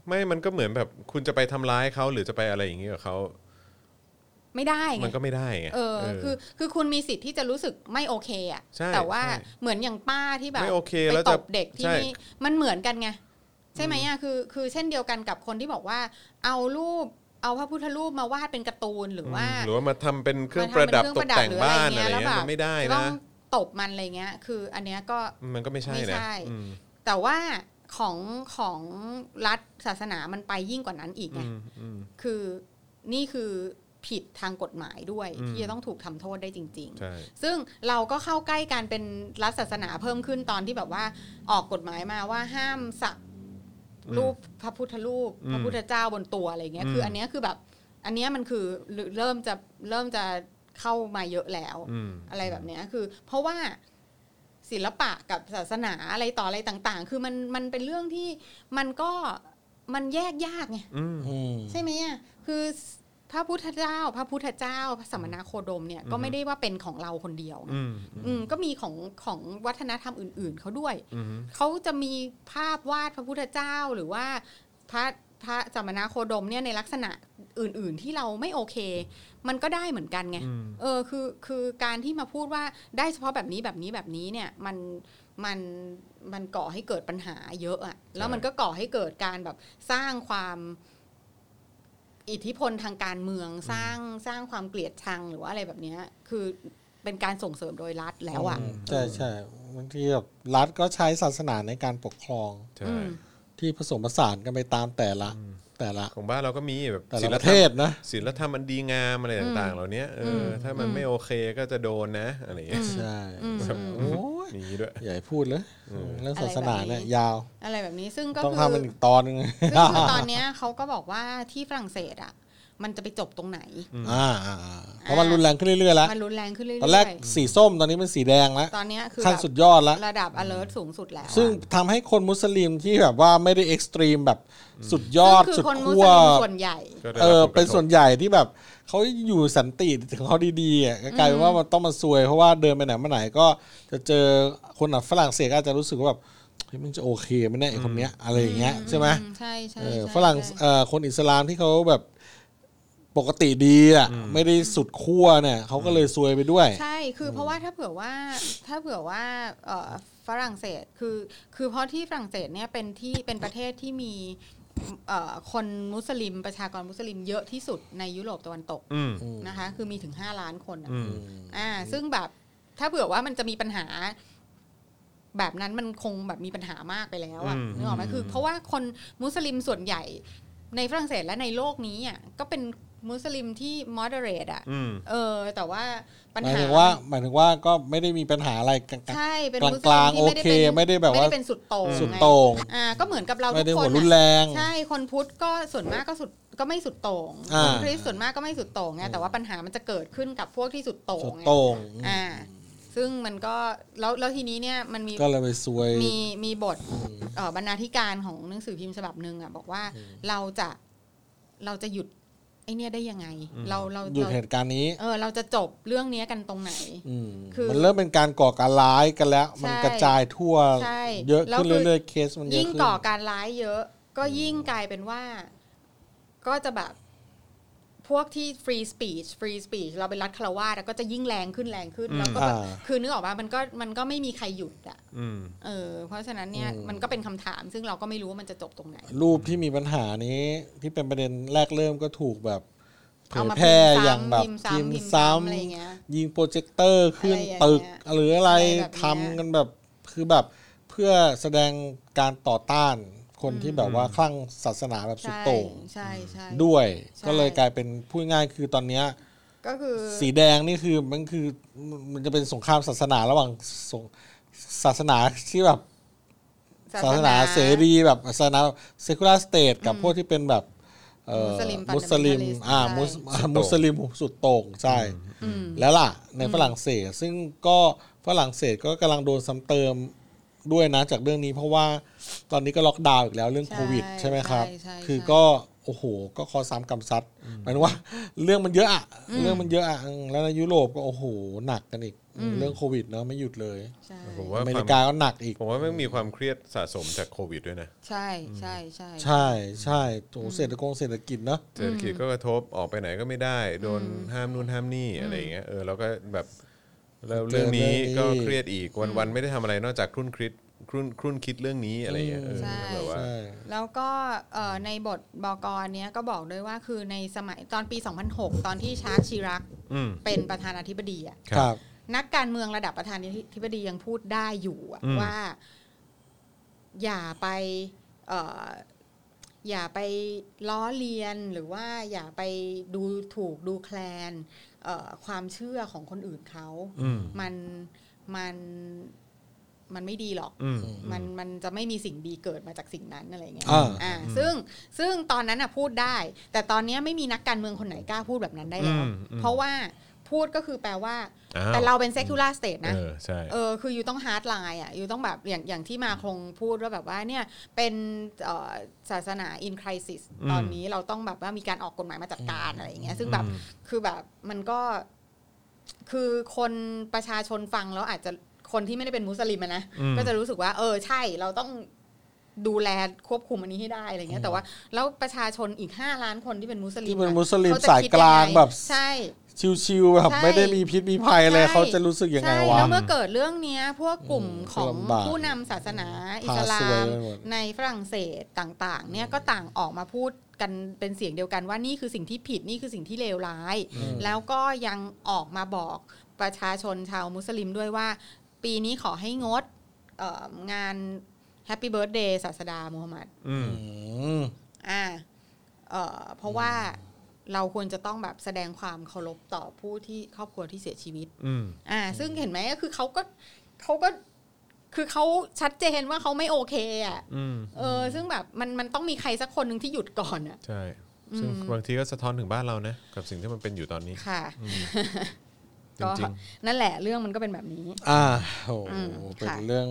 S2: ไม่มันก็เหมือนแบบคุณจะไปทำร้ายเขาหรือจะไปอะไรอย่างเงี้ยกับเขา
S3: ไม่ได้ไง
S2: มันก็ไม่ได้ไง
S3: เออ
S2: เ
S3: คือคือคุณมีสิทธิ์ที่จะรู้สึกไม่โอเคอ่ะ
S2: ใช่
S3: แต่ว่า
S2: ใช่
S3: เหมือนอย่างป้าที่แบบ
S2: ไม่โอเค
S3: ไป
S2: แล้ว
S3: ต
S2: จะ
S3: บเด็กที่
S2: ใช่
S3: นี่มันเหมือนกันไงใช่ไหมอ่ะคือคือเช่นเดียวกันกับคนที่บอกว่า เอารูปเอาพระพุทธรูปมาวาดเป็นการ์ตูนหรือว่า
S2: หรือว่ามาทำเป็นเครื่อง
S3: มาทำ
S2: ประดับ
S3: เค
S2: ตกแต่ง
S3: หรือ
S2: บ้าน
S3: อ
S2: อะไร
S3: แล้ว
S2: เงี้ย
S3: แบบ
S2: มันไม่ได้
S3: ต้
S2: นะ
S3: องตบมันอะไรเงี้ย คืออันเนี้ยก็
S2: มันก็ไม่ใช่
S3: ไม่
S2: นะ
S3: ใช่
S2: อืม
S3: แต่ว่าของของรัฐศาสนามันไปยิ่งกว่านั้นอีกไง
S2: อืมอืม
S3: คือนี่คือผิดทางกฎหมายด้วย
S2: อืม
S3: ที่จะต้องถูกทำโทษได้จริง ๆ
S2: ใช่
S3: ซึ่งเราก็เข้าใกล้การเป็นรัฐศาสนาเพิ่มขึ้นตอนที่แบบว่าออกกฎหมายมาว่าห้ามสัก
S2: อืม
S3: รูปพระพุทธรูป
S2: อืม
S3: พระพุทธเจ้าบนตัวอะไรเงี้ย
S2: อืม
S3: คืออันเนี้ยคือแบบ อันเนี้ยมันคือเริ่มจะเริ่มจะเข้ามาเยอะแล้ว
S2: อืม
S3: อะไรแบบเนี้ยคือ เพราะว่าศิลปะกับศาสนาอะไรต่ออะไรต่าง ๆ คือมันมันเป็นเรื่องที่มันก็มันแยกยากไง
S2: อืม
S4: อืม
S3: ใช่ไหมอ่ะ คือพระพุทธเจ้า พระพุทธเจ้า พระสมณโคดมเนี่ย ก็
S2: อือฮึ
S3: ไม่ได้ว่าเป็นของเราคนเดียวนะ
S2: อืม
S3: อืมก็มีของของวัฒนธรรมอื่น ๆเขาด้วย
S2: อืม
S3: เขาจะมีภาพวาดพระพุทธเจ้าหรือว่าพระพระสมณโคดมเนี่ยในลักษณะอื่น ๆ ที่เราไม่โอเค มันก็ได้เหมือนกันไง
S2: อืม
S3: เออ คือ คือการที่มาพูดว่าได้เฉพาะแบบนี้แบบนี้แบบนี้เนี่ย มัน มัน มันก่อให้เกิดปัญหาเยอะอะแล้วมันก็ก่อให้เกิดการแบบสร้างความอิทธิพลทางการเมือง สร้าง สร้างความเกลียดชังหรือว่าอะไรแบบเนี้ย คือเป็นการส่งเสริมโดยรัฐแล้วอะ
S4: ใช่ใช่บางทีแบบรัฐก็ใช้ศาสนาในการปกครอง
S2: ใช่
S3: อืม
S4: ที่ผสมผสานกันไปตามแต่ละ
S2: อืม
S4: แต่ละ
S2: ของบ้านเราก็มีแบบ
S4: แต่
S2: ศิล
S4: ละประ
S2: ธร
S4: เท
S2: รม
S4: ศนะ
S2: ศิลธรรมอันดีงามอะไรต่างๆ เหล่านี้เอออ
S3: ม
S2: ถ้ามัน
S3: อืม
S2: ไม่โอเคก็จะโดนนะอะไรอย่างเงี้ย
S4: ใช่
S3: อืมอืม
S4: โอ้ย
S2: มีอย่างงี้ด้วย
S4: อย่าให้พูดเลย
S2: อืม
S4: เรื่องศาสนาเนี่ยยาว
S3: อะไรแบบนี้ ซึ่งก็
S4: ต้อง
S3: คื
S4: ทำเป็นอีกตอนหนึง
S3: ซึ่งคือตอนเนี้ยเขาก็บอกว่าที่ฝรั่งเศสอ่ะ มันจะไปจบตรงไหน
S4: อ่าอ่าอ่าเพราะมันรุนแรงขึ้นเรื่อยๆแล้ว
S3: มันรุนแรงขึ้นเรื่อย
S4: ตอนแรก
S3: ๆ
S4: สีส้มตอนนี้เป็นสีแดงแล้ว
S3: ตอนเนี้ยคือ
S4: ขั้น
S3: แบบ
S4: สุดยอดแล้ว
S3: ระดับ alert สูงสุดแล้ว
S4: ซึ่ง
S3: อะ
S4: ทำให้คนมุสลิมที่แบบว่าไม่ได้เอ็กซ์ตรีมแบบสุดยอด
S3: ซึ่งคื
S4: สุด
S3: คนมุ
S4: ขั้
S3: ส
S4: ว
S3: ลิมส่วนใหญ่
S2: ก็ได้รับ
S4: เออ
S2: ผลกระทบ
S4: เป็นส่วนใหญ่ที่แบบเขาอยู่สันติถึงเขาดีๆอ่ะก็กลายเป็นว่ามันต้องมาซวยเพราะว่าเดินไปไหนมาไหนก็จะเจอคนอ่ะฝรั่งเศสก็อาจจะรู้สึกว่าแบบเฮ้ยมึงจะโอเคไหมเนี่ยไอ้คนเนี้ยอะไรอย่างเงี้ยใช่ไหม
S3: อืใช่ใช่
S4: เออ
S3: ใช่
S4: ฝรั่ง
S3: ใช่
S4: เอ่อคนอิสลามที่เขาแบบปกติดีอ่ะไม่ได้สุดขั้วเนี่ยเขาก็เลยซวยไปด้วย
S3: ใช่คือเพราะว่าถ้าเผื่อว่าถ้าเผื่อว่าเอ่อฝรั่งเศสคือคือเพราะที่ฝรั่งเศสเนี่ยเป็นที่เป็นประเทศที่มีเอ่อคนมุสลิมประชากรมุสลิมเยอะที่สุดในยุโรปตะวันตก
S2: อืม
S3: นะคะ คือมีถึง 5 ล้านคนอะ
S2: อืม
S3: อ่าซึ่งแบบถ้าเผื่อว่ามันจะมีปัญหา แบบนั้นมันคงแบบมีปัญหามากไปแล้วอะนึกออกไหมคือ เพราะว่าคนมุสลิมส่วนใหญ่ในฝรั่งเศสและในโลกนี้อ่ะก็เป็นมุสลิมที่ moderate อ่ะ
S2: อืม
S3: เออแต่ว่าปัญ
S4: หมาย
S3: หา
S4: ถึงว่าหมายถึงว่าก็ไม่ได้มีปัญหาอะไรกัน
S3: ใช่เป็นมุส
S4: กลางๆ
S3: ที่ไม่ได้
S4: โอเค
S3: ป็น
S4: ไม่ได้แบบว่า
S3: ไม่ได้เป็นสุดโต่ง
S4: สุด
S3: ไ
S4: โต่ง
S3: อ่าก็เหมือนกับเรา
S4: ไม่ได้
S3: ทุกค
S4: หัวน รุน
S3: อะ
S4: แรง
S3: ใช่คนพุทธก็ส่วนมากก็สุดก็ไม่สุดโต่ง
S4: อ่า
S3: คนคริสต์ส่วนมากก็ไม่สุดโต่งไงแต่ว่าปัญหามันจะเกิดขึ้นกับพวกที่สุดโต่
S4: สุ
S3: ง
S4: ด
S3: ไง
S4: โต่ง
S3: อ่า ซึ่งมันก็แล้วแล้วทีนี้เนี่ยมันมี
S4: ก็เลยไปซวย
S3: มีมีบทเอ่อบรรณาธิการของหนังสือพิมพ์ฉบับหนึ่งอ่ะบอกว่าเราจะเราจะหยุดไอเนี่ยได้ยังไง เราเรา
S4: หยุด
S3: เรา
S4: เหตุการณ์นี้
S3: เออเราจะจบเรื่องเนี้ยกันตรงไหน
S4: อืม
S3: คือ
S4: มันเริ่มเป็นการก่อการร้ายกันแล้ว มัน
S3: ใช่
S4: กระจายทั่ว
S3: ใช่
S4: เยอะ
S3: แล้ว
S4: ขึ้น
S3: คือ
S4: เรื่อยๆเคสมันเยอะ
S3: ยิ่ง
S4: ขึ้น
S3: ก่อการร้ายเยอะ ก็ยิ่งกลายเป็นว่า ก็จะแบบพวกที่ free speech free speech เราเป็นรัฐคารวาสอะก็จะยิ่งแรงขึ้นแรงขึ้น แล้วก็แบบคือนึกออกว่ามันก็มันก็ไม่มีใครหยุดอ่ะ
S2: อืม
S3: เออเพราะฉะนั้นเนี่ยมันก็เป็นคำถาม ซึ่งเราก็ไม่รู้ว่ามันจะจบตรงไหน
S4: รูปที่มีปัญหานี้ที่เป็นประเด็นแรกเริ่มก็ถูกแบบเผ
S3: เอา
S4: ย
S3: มา
S4: แพร่
S3: พิมพ์ซ้ำ
S4: อย่างแบบ
S3: พิมพ์ซ้ำ
S4: พิ
S3: พิมพ์ซ้ำ
S4: มพ์ซ้
S3: อะไรอย่างเงี้ย
S4: ำยิงโปรเจคเตอร์ขึ้น
S3: อะไรอย่าง
S4: ตึก
S3: เงี้ย
S4: หรืออะไร
S3: อะไรแบบเนี้ย
S4: ทำกันแบบคือแบบเพื่อแสดงการต่อต้านคนที่แบบว่าคลั่งศาสนาแบบสุด
S3: ใช่
S4: โต่ง
S3: ใช่ใช่
S4: ด้วย
S3: ใช่
S4: ก็เลยกลายเป็นพูดง่ายๆคือตอนเนี้ย
S3: ก็คือ
S4: สีแดงนี่คือมันคือมันจะเป็นสงครามศาสนาระหว่างสงศาสนาที่แบบศาสนาเสรีแบบศาสนาเซคูลาสเตทกับพวกที่เป็นแบบเอ่
S3: มุ
S4: อ
S3: สลิม
S4: มุสลิม
S3: fundamentalist
S4: อ่า
S3: ใช่
S4: มุสมุสลิมสุดโต่งใช่
S3: อืม
S4: แล้วล่ะในฝรั่งเศส ซึ่งก็ฝรั่งเศสก็กำลังโดนซ้ำเติมด้วยนะจากเรื่องนี้เพราะว่าตอนนี้ก็ล็อกดาวน์อีกแล้วเรื่อง
S3: ใช่
S4: โควิดใช่ไหมครับ
S3: ใช่ใช่
S4: คือ
S3: ใช่
S4: ก็ โอ้โห ก็คอซ้ำกำซัดหมายถึง (laughs) ว่า เรื่องมันเยอะอะเรื่องมันเยอะอะอืมแล้วในยุโรปก็โอ้โหหนักกันอีก เรื่องโควิดเนาะไม่หยุดเลย
S3: ใช่
S2: ผมว่า
S4: อเม
S2: ควา
S4: ริ
S2: ม
S4: กาก็หนักอีก
S2: ผมว่ามันมีความเครียดสะสมจากโควิดด้วยนะ
S3: ใช่ใช่ใช่
S4: ใช่ใช่โอ้โหเศรษฐกงเศรษฐกิจเนาะ
S2: เศรษฐกิจก็กระทบออกไปไหนก็ไม่ได้ โดนห้ามนู่นห้ามนี่อะไรอย่างเงี้ยเออแล้วก็แบบแล้วเรื่องนี้ก็เครียดอีกวันวันๆไม่ได้ทำอะไรนอกจากครุ่นคิดครุ่นครุ่นคิดเรื่องนี้อะไรอย่างเงี้ยเออแบบว่า
S4: ใช่
S3: แล้วก็เอ่อในบทบกรเนี้ยก็บอกด้วยว่าคือในสมัยตอนปี 2006 ตอนที่ชาร์ลส์ชิรัก
S2: อืม
S3: เป็นประธานาธิบดีอะ
S2: ครับ
S4: ครับ
S3: นักการเมืองระดับประธานาธิบดียังพูดได้อยู่อะ
S2: อืม
S3: ว่า อย่าไปเอ่ออย่าไปล้อเลียนหรือว่าอย่าไปดูถูกดูแคลนเอ่อความเชื่อของคนอื่นเขา
S2: อืม
S3: มันมันมันไม่ดีหรอก
S2: อืม
S3: มันมันจะไม่มีสิ่งดีเกิดมาจากสิ่งนั้นอะไรเงี้ย
S4: อ่า
S3: อ่าซึ่งซึ่งตอนนั้นอ่ะพูดได้ แต่ตอนเนี้ยไม่มีนักการเมืองคนไหนกล้าพูดแบบนั้นได้แล้ว
S2: อืมอืม
S3: เพราะว่าพูดก็คือแปลว่า
S2: อ้าว
S3: แต่เราเป็นเซ็ก l ูล s าสเต e นะ
S2: เออใช่
S3: เออคืออยู่ต้องฮาร์ดไลน์อ่ะอยู่ต้องแบบอย่างอย่างที่มาคงพูดว่าแบบว่าเนี่ยเป็นเอ่อศาสนาอินคริสิส
S2: อืม
S3: ตอนนี้เราต้องแบบว่ามีการออกกฎหมายมาจัดการอะไรอย่างเงี้ยซึ่งแบบ
S2: อืม
S3: คือแบบมันก็คือคนประชาชนฟังแล้วอาจจะคนที่ไม่ได้เป็นมุสลิมอะนะก็จะรู้สึกว่า เออใช่เราต้องดูแลควบคุมอันนี้ให้ได้อะไรเงี้ยแต่ว่าแล้วประชาชนอีกห้าล้านคนที่เป็นมุสลิม
S4: ที่เป็น
S3: อะ
S4: มุสลิม
S3: เขจะ
S4: สาย
S3: คิด
S4: กลาง
S3: ยัไ
S4: แบบ
S3: ใช่
S4: ชิวๆแบบ
S3: ใช่
S4: ไม่ได้มีพิษมีภัยอะไร
S3: ใช่
S4: เขาจะรู้สึกยังไง
S3: ใช่
S4: วะ
S3: แล้วเมื่อเกิดเรื่องเนี้ยพวกกลุ่มของ
S4: ลำบาก
S3: ผู้นำศาสนาอิสลา
S4: พาซวย
S3: ม
S4: ไปหมด
S3: ในฝรั่งเศสต่างๆ เนี่ยก็ต่างออกมาพูดกันเป็นเสียงเดียวกันว่านี่คือสิ่งที่ผิดนี่คือสิ่งที่เลวร้าย แล้วก็ยังออกมาบอกประชาชนชาวมุสลิมด้วยว่า ปีนี้ขอให้งดเอ่องานแฮปปี้เบิร์ดเดย์ศาสดามูฮัมหมัด
S2: อืม
S4: อืม
S3: อ่าเอ่อเพราะว่าเราควรจะต้องแบบแสดงความเคารพต่อผู้ที่ครอบครัวที่เสียชีวิต
S2: อืม
S3: อ่าซึ่งเห็นไหมก็คือเขาก็เขาก็คือเขาชัดเจนว่าเขาไม่โอเคอ่ะ
S2: อืม
S3: เออ ซึ่งแบบมันมันต้องมีใครสักคนหนึ่งที่หยุดก่อนอ่ะ
S2: ใช่ ซึ่งบางทีก็สะท้อนถึงบ้านเรานะกับสิ่งที่มันเป็นอยู่ตอนนี้
S3: ค่ะ
S2: จ
S3: ก็
S2: ริง
S3: นั่นแหละเรื่องมันก็เป็นแบบนี้
S4: อ่าโอ้โห
S3: อืม
S4: เป็น
S3: ค่ะ
S4: เรื่อง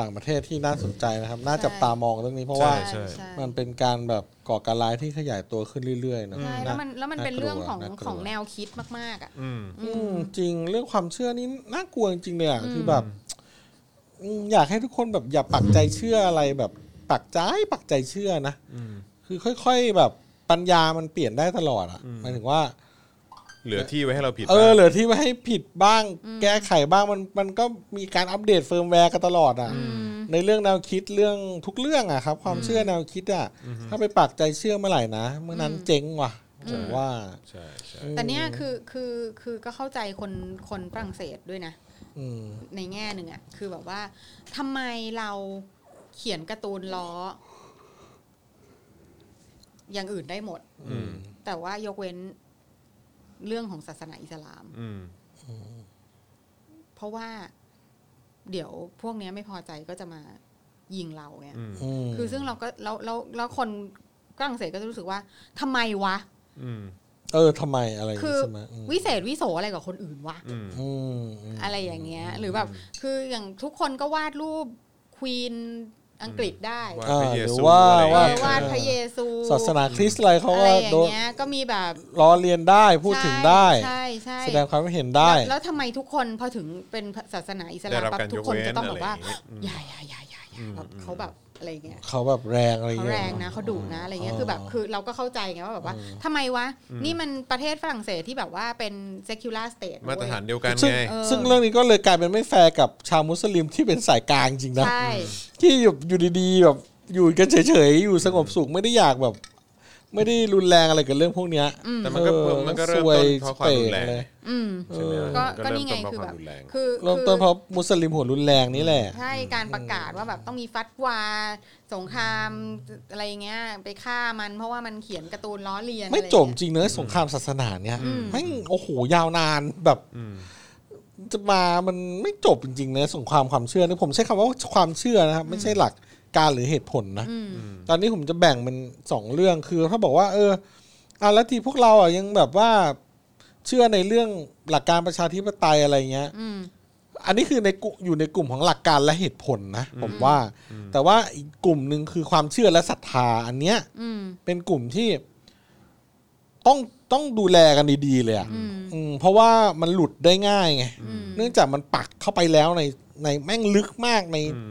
S4: ต่างประเทศที่น่าสนใจนะครับ น่าจับตามองเรื่องนี้เพราะ
S2: ใช่
S4: ว่า
S2: ใช่
S3: ใช่
S4: มันเป็นการแบบก่อการร้ายที่ขยายตัวขึ้นเรื่อยๆเน
S3: ใช่
S4: อะา
S3: แล้วมันแล้วมันเป็นเรื่องของ
S4: น่ากลัว
S3: ของแนวคิดมากๆอ่ะ
S2: อืม
S4: อืมจริงเรื่องความเชื่อนี่น่ากลัวจริงๆเลยอ่ะคือแบบอืมอยากให้ทุกคนแบบอย่าปักใจเชื่ออะไรแบบปักใจปักใจเชื่อนะ
S2: อืม
S4: คือค่อย ๆ แบบปัญญามันเปลี่ยนได้ตลอดอ่ะหมายถึงว่า
S2: เหลือที่ไว้ให้เราผิด
S4: เออ
S2: บ้าง
S4: เหลือที่ไม่ให้ผิดบ้าง แก้ไขบ้างมันมันก็มีการอัปเดตเฟิร์มแวร์กันตลอดอ่ะ ในเรื่องแนวคิดเรื่องทุกเรื่องอ่ะครับ ความเชื่อแนวคิดอ่ะ ถ้าไปปักใจเชื่อเมื่อไหร่นะ เมื่อนั้นเจ๊งว่ะ
S2: อืม
S4: ผมว่า
S2: ใช่ใช่
S3: แต่เนี้ยคือคือคือก็เข้าใจคนคนฝรั่งเศสด้วยนะ
S4: อืม
S3: ในแง่หนึ่งอะคือแบบว่าทำไมเราเขียนการ์ตูนล้อ อย่างอื่นได้หมด
S2: อืม
S3: แต่ว่ายกเว้นเรื่องของศาสนาอิสลาม
S2: อืม
S3: เพราะว่าเดี๋ยวพวกเนี้ยไม่พอใจก็จะมายิงเราเนี่ย
S2: อืม
S4: อืม
S3: คือซึ่งเราก็แล้วแล้วแล้วคนฝรั่งเศสก็จะรู้สึกว่าทำไมวะ
S2: อืม
S4: เออทำไมอะไรอย่าง
S3: คือ
S4: งี้ใช่ไหมอืม
S3: วิเศษวิโสอะไรกับคนอื่นวะ
S2: อืม
S4: อืมอืม
S3: อะไรอย่างเงี้ย หรือแบบ คืออย่างทุกคนก็วาดรูปควีนอังกฤษได้
S2: ว่าพระเยซู
S4: า
S2: อะไร
S3: เอ
S2: เงี้
S3: อย
S4: ว่า
S3: วาดพระเยซู
S4: ศาสนาคริสต์อะไรเขา
S3: อะไร
S4: ก็
S3: อย่า
S4: โด
S3: ง
S4: น
S3: เงี้ยก็มีแบบ
S4: ล้อเลียนได้พูดถึงได้
S3: ใช่ใช่
S4: แสดงความคิดเห็น
S3: แล้
S4: ได้
S3: วแล้วทำไมทุกคนพอถึงเป็นศาสนาอิส
S2: ได้
S3: ลาม
S2: รับ
S3: ปั๊บ
S2: การ
S3: ทุ
S2: ย
S3: ก
S2: ก
S3: คน
S2: เว้น
S3: จะต้องแบบว่า
S2: อะไรอย่างเงี้ย
S3: อย่าอย่าอย่าอย่าอย่าแบบ
S2: อืม
S3: เขาแบบอะไรอย่างเงี้ย
S4: เขาแบบแรงอะไรอย่า
S3: เขา
S4: งเงี้ย
S3: แรงนะเขาดุนะอะไรเงี้ยคือแบบคือเราก็เข้าใจไงว่าแบบว่าทำไมวะ นี่มันประเทศฝรั่งเศสที่แบบว่าเป็น secular state
S2: มาตรฐาน
S3: เว้ย
S2: เดียวกัน
S4: ซึ่ง
S2: ไง
S3: เออ
S4: ซึ่งเรื่องนี้ก็เลยกลายเป็นไม่แฟร์กับชาวมุสลิมที่เป็นสายกลางจริงนะ
S3: ใช่
S4: ที่อยู่อยู่ดีๆแบบอยู่กันเฉยๆอยู่สงบสุขไม่ได้อยากแบบ ไม่ได้รุนแรงอะไรกับเรื่องพวกเนี้ย
S2: แต่มันก็
S4: ออ
S2: มันก็เริ่ม
S4: ซวย
S2: ต้นเพราะความรุนแรง
S4: เป๋เลย
S3: อืม
S2: ใช่ไหม
S3: ก็
S2: มัน
S3: ก็
S2: เริ่
S3: นี่
S2: ม
S3: ไง
S2: ต้เพราะควา
S3: คือแบ
S2: ม
S3: บ
S2: รุนแรง
S3: คือ
S4: เริ่มต้นเพราะมุสลิมหัวรุนแรงนี่แหละ
S3: ใช่การประกาศว่าแบบต้องมีฟัดวาสงครามอะไรเงี้ย ไปฆ่ามันเพราะว่ามันเขียนการ์ตูนล้อเลียน
S4: ไม่
S3: อะร
S4: จ
S3: เงี้ย
S4: บจริงเนื้อะสงครามศาสนาเนี่ย
S3: อืม
S4: แม่งโอ้โหยาวนานแบบ
S2: อืม
S4: จะมามันไม่จบจริงๆเนื้อะสงครามความเชื่อนี่ผมใช้คำว่าความเชื่อนะครับไม่ใช่หลักการหรือเหตุผลนะ
S3: อืม
S4: ตอนนี้ผมจะแบ่งเป็นสองเรื่องคือถ้าบอกว่า เอออ่ะแล้วที่พวกเราอ่ะยังแบบว่าเชื่อในเรื่องหลักการประชาธิปไตยอะไรเงี้ย
S3: อืม
S4: อันนี้คือในกลุ่มอยู่ในกลุ่มของหลักการและเหตุผลนะผมว่า แต่ว่าอีกกลุ่มหนึ่งคือความเชื่อและศรัทธาอันเนี้ย
S3: อืม
S4: เป็นกลุ่มที่ ต้องต้องดูแลกันดีๆเลยอ่ะ
S3: อืม
S4: อืมเพราะว่ามันหลุดได้ง่ายไง
S3: อืม
S4: เนื่องจากมันปักเข้าไปแล้วในในแม่งลึกมากใน
S2: อืม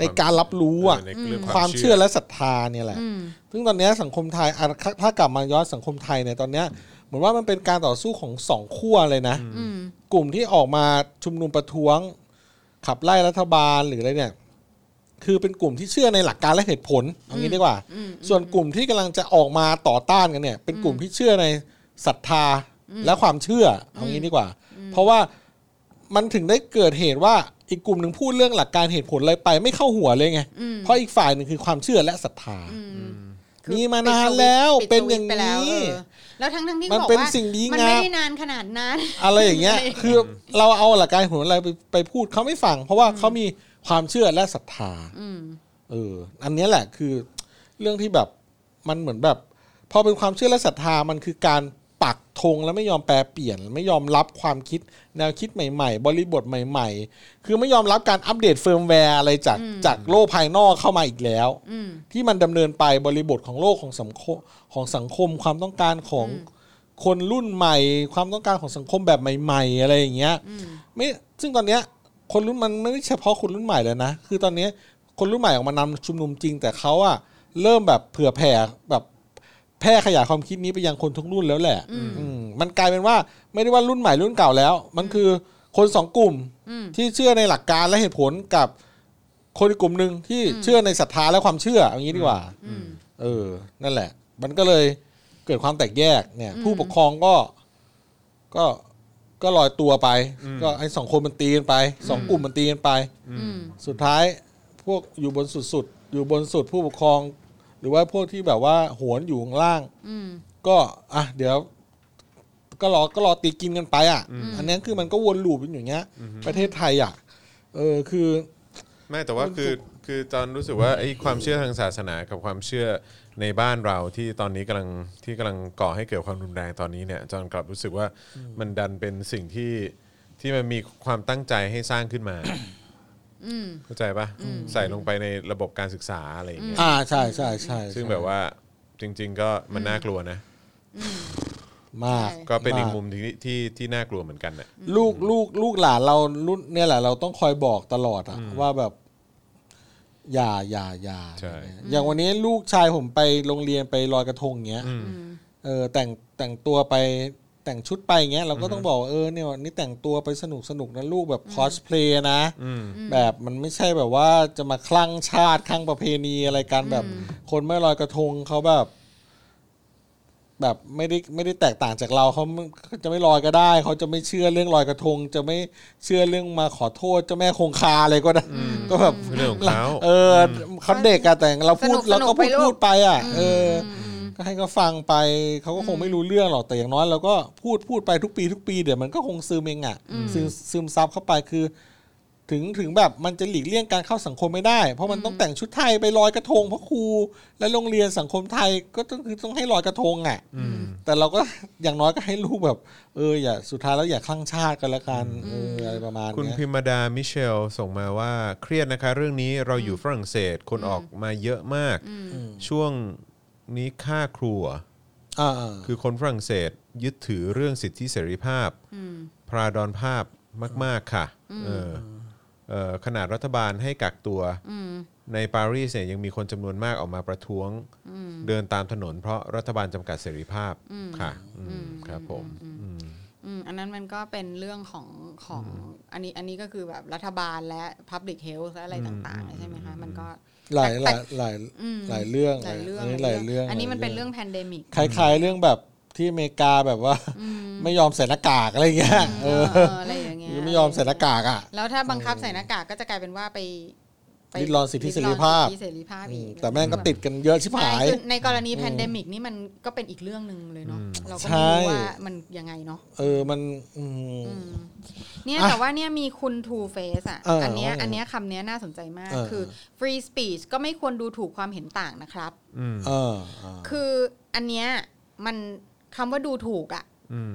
S4: ในการรับรู้อ่ะ
S2: ในเรื่อง
S4: ความเชื่อและศรัทธาเนี่ยแหละ
S3: อืม
S4: ซึ่งตอนเนี้ยสังคมไทยอ่ะถ้าถ้ากลับมาย้อนสังคมไทยเนี่ยตอนเนี้ยเหมือนว่ามันเป็นการต่อสู้ของสองขั้วเลยนะ
S3: อืม
S4: กลุ่มที่ออกมาชุมนุมประท้วง ขับไล่รัฐบาลหรืออะไรเนี่ย คือเป็นกลุ่มที่เชื่อในหลักการและเหตุผลเอางี้ดีกว่า
S3: อืม
S4: ส่วนกลุ่มที่กำลังจะออกมาต่อต้านกันเนี่ย เป็นกลุ่มที่เชื่อในศรัทธาและความเชื่อเอางี้ดีกว่า เพราะว่ามันถึงได้เกิดเหตุว่าอีกกลุ่มหนึ่งพูดเรื่องหลักการเหตุผลอะไรไป ไม่เข้าหัวเลยไง
S3: อืม
S4: เพราะอีกฝ่ายหนึ่งคือความเชื่อและศรัทธา
S3: อืม
S4: มีมานานแล้ว
S3: ปิด
S4: เป็น
S3: ส
S4: อ
S3: วิต
S4: ย่า
S3: ช์
S4: ง
S3: ไปแล้ว
S4: นี้
S3: เออแล้วทั้งทั้งๆที่
S4: มัน
S3: บอก
S4: เป็น
S3: ว่า
S4: สิ่งดี
S3: มัน
S4: งาม
S3: ไม่ได้นานขนาดนั้น
S4: อะไรอย่างเงี้ย คือเราเอาหลักการของอะไรไปไปพูดเขาไม่ฟัง เพราะว่าเขามีความเชื่อและศรัทธา
S3: อืม
S4: เออ อันเนี้ยแหละคือเรื่องที่แบบมันเหมือนแบบพอเป็นความเชื่อและศรัทธามันคือการปักธงแล้วไม่ยอมแปลเปลี่ยน ไม่ยอมรับความคิดแนวคิดใหม่ ๆ บริบทใหม่ ๆ คือไม่ยอมรับการอัปเดตเฟิร์มแวร์อะไรจากจากโลกภายนอกเข้ามาอีกแล้ว
S3: อืม
S4: ที่มันดำเนินไปบริบทของโลกของสังคมของสังคมความต้องการของคนรุ่นใหม่ ความต้องการของสังคมแบบใหม่ ๆ อะไรอย่างเงี้ย
S3: อืม
S4: ไม่ซึ่งตอนเนี้ยคนรุ่นมันไม่ได้เฉพาะคนรุ่นใหม่แล้วนะ คือตอนเนี้ยคนรุ่นใหม่ออกมานำชุมนุมจริง แต่เขาอะเริ่มแบบเผื่อแผ่แบบแพร่ขยายความคิดนี้ไปยังคนทุกรุ่นแล้วแหละ
S3: อืม
S4: อืมมันกลายเป็นว่าไม่ได้ว่ารุ่นใหม่รุ่นเก่าแล้ว มันคือคนสองกลุ่ม
S3: อืม
S4: ที่เชื่อในหลักการและเหตุผลกับคนอีกกลุ่มหนึ่งที่เชื่อในศรัทธาและความเชื่ออย่างนี้ดีกว่า
S3: อืม
S4: เออ นั่นแหละ มันก็เลยเกิดความแตกแยกเนี่ย
S3: อืม
S4: ผู้ปกครองก็ ก็ก็ลอยตัวไป ก็ไอ้สองคนมันตีกันไปสองกลุ่มมันตีกันไป
S3: อืม
S4: สุดท้าย พวกอยู่บนสุดสุดๆอยู่บนสุดผู้ปกครอง หรือว่าพวกที่แบบว่าโหวนอยู่ข้างล่าง
S3: อืม
S4: ก็อ่ะเดี๋ยว ก็รอก็รอตีกินกันไปอ่ะ อันเนี้ยคือมันก็วนลูปกันอย่างเงี้ย ประเทศไทยอ่ะ เออคือ
S2: ไม่แต่ว่าคือคือจอนรู้สึกว่าไอ้ความเชื่อทางศาสนากับความเชื่อ ในบ้านเราที่ตอนนี้กำลังที่กำลังก่อให้เกิดความรุนแรงตอนนี้เนี่ยอาจารย์กลับรู้สึกว่ามันดันเป็นสิ่งที่ที่มันมีความตั้งใจให้สร้างขึ้นมา (coughs) เข้าใจปะใส่ลงไปในระบบการศึกษาอะไรอย่างเงี้ย
S4: อ่าใช่ใช่ใช่
S2: ซึ่งแบบว่าจริง ๆ ก็มันน่ากลัวนะ
S4: มาก
S3: ใช่
S2: ก็เป็นอีก
S4: มาก
S2: มุมที่ที่ที่น่ากลัวเหมือนกันน่ะ
S4: ลูกลูกลูกหลานเรารุ่นเนี่ยแหละ เราต้องคอยบอกตลอดอะว่าแบบ อย่าอย่าอย่า
S2: ใช่
S4: อย่างวันนี้ลูกชายผมไปโรงเรียนไปลอยกระทงเงี้ย
S2: อืม
S4: เออแต่งแต่งตัวไปแต่งชุดไปเงี้ยเราก็ต้องบอกว่าเออเนี่ยวันนี้แต่งตัวไปสนุกสนุกนะลูกแบบคอสเพลย์นะ
S2: อืม
S4: แบบมันไม่ใช่แบบว่าจะมาคลั่งชาติคลั่งประเพณีอะไรกันแบบ คนเมื่อลอยกระทงเขาแบบ แบบไม่ได้ไม่ได้แตกต่างจากเราเขาเขาจะไม่ลอยก็ได้เขาจะไม่เชื่อเรื่องลอยกระทง จะไม่เชื่อเรื่องมาขอโทษเจ้าแม่คงคาอะไรก็ได้ก็แบบ
S2: เรื่องของเขา
S4: เออเขาเด็กอะแต่เราพูด
S3: สนุก
S4: เราก็
S3: สนุกไป
S4: พูด
S3: ลูก
S4: พูดไปอะเอออ ก็ให้เขาฟังไปเขาก็คงไม่รู้เรื่องหรอกแต่อย่างน้อยเราก็พูดพูดไปทุกปีทุกปีเดี๋ยวมันก็คงซึมเองอ่ะซึมซึมซับเข้าไปคือ ถึงถึงแบบมันจะหลีกเลี่ยงการเข้าสังคมไม่ได้ เพราะมันต้องแต่งชุดไทยไปลอยกระทงเพราะครูและโรงเรียนสังคมไทยก็ต้องคือต้องให้ลอยกระทงอ่ะแต่เราก็ อย่างน้อยก็ให้ลูกแบบ เอออย่าสุดท้ายแล้วอย่าคลั่งชาติกันละกันเอออะไรประมาณ
S2: คุณ
S4: เนี้ย
S2: พิมดา มิเชล ส่งมาว่าเครียดนะคะ เรื่องนี้เราอยู่ฝรั่งเศสคนออกมาเยอะมาก ช่วงนี้ค่าครูเหรอ
S4: อ่าๆ
S2: คือคนฝรั่งเศสยึดถือเรื่องสิทธิเสรีภาพ พราดอนภาพมาก ๆ ค่ะเออเออขนาดรัฐบาลให้กักตัวในปารีสเนี่ยยังมีคนจำนวนมากออกมาประท้วงเดินตามถนน เพราะรัฐบาลจำกัดเสรีภาพค่ะอืมครับผมอืม
S3: อืมอันนั้นมันก็เป็นเรื่องของของอันนี้อันนี้ก็คือแบบรัฐบาลและ Public Health และอะไรต่างๆ ใช่ไหมคะ มันก็
S4: หลายห
S3: แต่
S4: ลายหลาย
S3: อืม
S4: หลายเรื่อง
S3: หลายเรื่อง
S4: นนี้หลายเรื่อง
S3: อันนี้มัน
S4: หลาย
S3: เป็น
S4: รื่อง
S3: เรื่องแพนเดมิก
S4: คล้ายๆเรื่องแบบที่อเมริกาแบบว่า ไม่ยอมใส่หน้ากากอะไรอย่างเงี้ยเออ
S3: เอออะไรอย่างเงี้ย
S4: ไม่ยอมใส่หน้ากากอ่ะ
S3: แล้วถ้าบังคับใส่หน้ากากก็จะกลายเป็นว่าไปไป
S4: ริดรอนสิทธิเสรีภาพ
S3: ดอนสิทธิเสรีภาพอีก
S4: แต่แม่งก็ติดกันเยอะชิบ
S3: ใช่
S4: หาย
S3: คือในกรณีแพนเดมิกนี่มันก็เป็นอีกเรื่องหนึ่งเลยเนาะเราก็
S4: ใช่
S3: ไม่รู้ว่ามันยังไงเนาะ
S4: เออมันอืม
S3: อืมเนี่ย
S4: อ่ะ
S3: แต่ว่าเนี่ยมีคุณ Two Face อ่ะ
S4: เอออั
S3: นเนี้ย
S4: ว่าไง
S3: อันเนี้ยคำเนี้ยน่าสนใจมาก
S4: เออ
S3: คือ free speech ก็ไม่ควรดูถูกความเห็นต่างนะครับ
S4: เออเออ
S3: คืออันเนี้ยมันคำว่าดูถูกอ่ะ
S2: อืม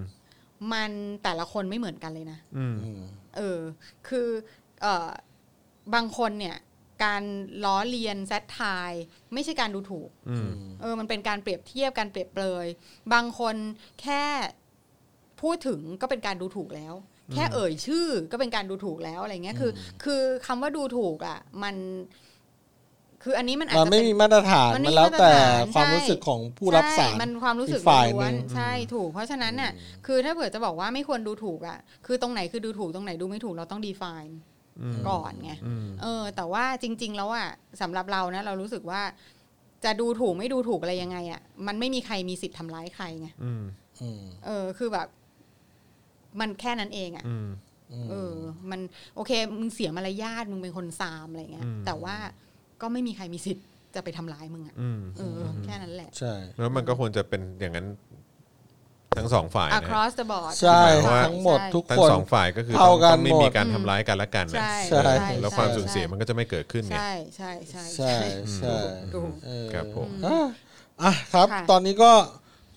S3: มันแต่ละคนไม่เหมือนกันเลยนะ
S2: อืม
S4: อืม
S3: เออ คือเออบางคนเนี่ย การล้อเลียนแซดไทายไม่ใช่การดูถูก
S2: อืม
S3: เออ มันเป็นการเปรียบเทียบการเปรียบเปรย บางคนแค่พูดถึงก็เป็นการดูถูกแล้ว แค่เอ่ยชื่อก็เป็นการดูถูกแล้วอะไรเงี้ย คือ คือคำว่าดูถูกอ่ะ มัน คืออันนี้มันอาจ
S4: มัน
S3: จะ
S4: ไม่
S3: เป็น
S4: มีมาตรฐาน
S3: มันไม่
S4: มัน
S3: มี
S4: แล้วแต่
S3: มาตรฐาน
S4: ความ
S3: ใช่
S4: รู้สึกของผู้รับสาร
S3: ใช่มันความรู้สึก
S4: อีกฝ่าย
S3: ล้วน
S4: หนึ่ง
S3: ๆใช่ถูก เพราะฉะนั้นน่ะ คือถ้าเผื่อจะบอกว่าไม่ควรดูถูกอ่ะ คือตรงไหนคือดูถูกตรงไหนดูไม่ถูกเราต้อง define ก่อนไง เออ แต่ว่าจริง ๆ แล้วอ่ะสำหรับเรานะเรารู้สึกว่า จะดูถูกไม่ดูถูกอะไรยังไงอ่ะมันไม่มีใครมีสิทธิ์ทำร้ายใครไง
S2: อืม
S4: อืม
S3: เออ คือแบบ มันแค่นั้นเองอ่ะ
S2: อืม
S4: อืม
S3: เออ มันโอเคมึงเสียมารยาทมึงเป็นคนซามอะไรเงี้ย
S2: อืม
S3: แต่ว่าก็ไม่มีใครมีสิทธิ์จะไปทำร้ายมึงอ่ะ
S2: อืม
S3: เออ แค่นั้นแหละ
S4: ใช่
S2: แล้วมันก็ควรจะเป็นอย่างนั้นทั้งสองฝ่ายนะ
S3: across the board
S4: ใช่
S2: หมายความว่า
S4: ทั้งหมดทุก
S2: ทั้
S4: ค
S2: ง
S4: น
S2: สองฝ่ายก็คือ
S4: เท่า
S2: ต้อง
S4: กัน
S2: ต้องไม่
S4: หมด
S2: มีการทำร้ายกันและกันนะ
S3: ใช่
S4: ใช่
S2: เออแล้วความสูญเสียมันก็จะไม่เกิดขึ้นไง
S3: ใช่ใช่ใช่
S4: ใช่ใช่
S3: ถูก
S4: เออ
S2: ครับผม
S4: อ่ะอ่ะครับ
S3: ค่ะ
S4: ตอนนี้ก็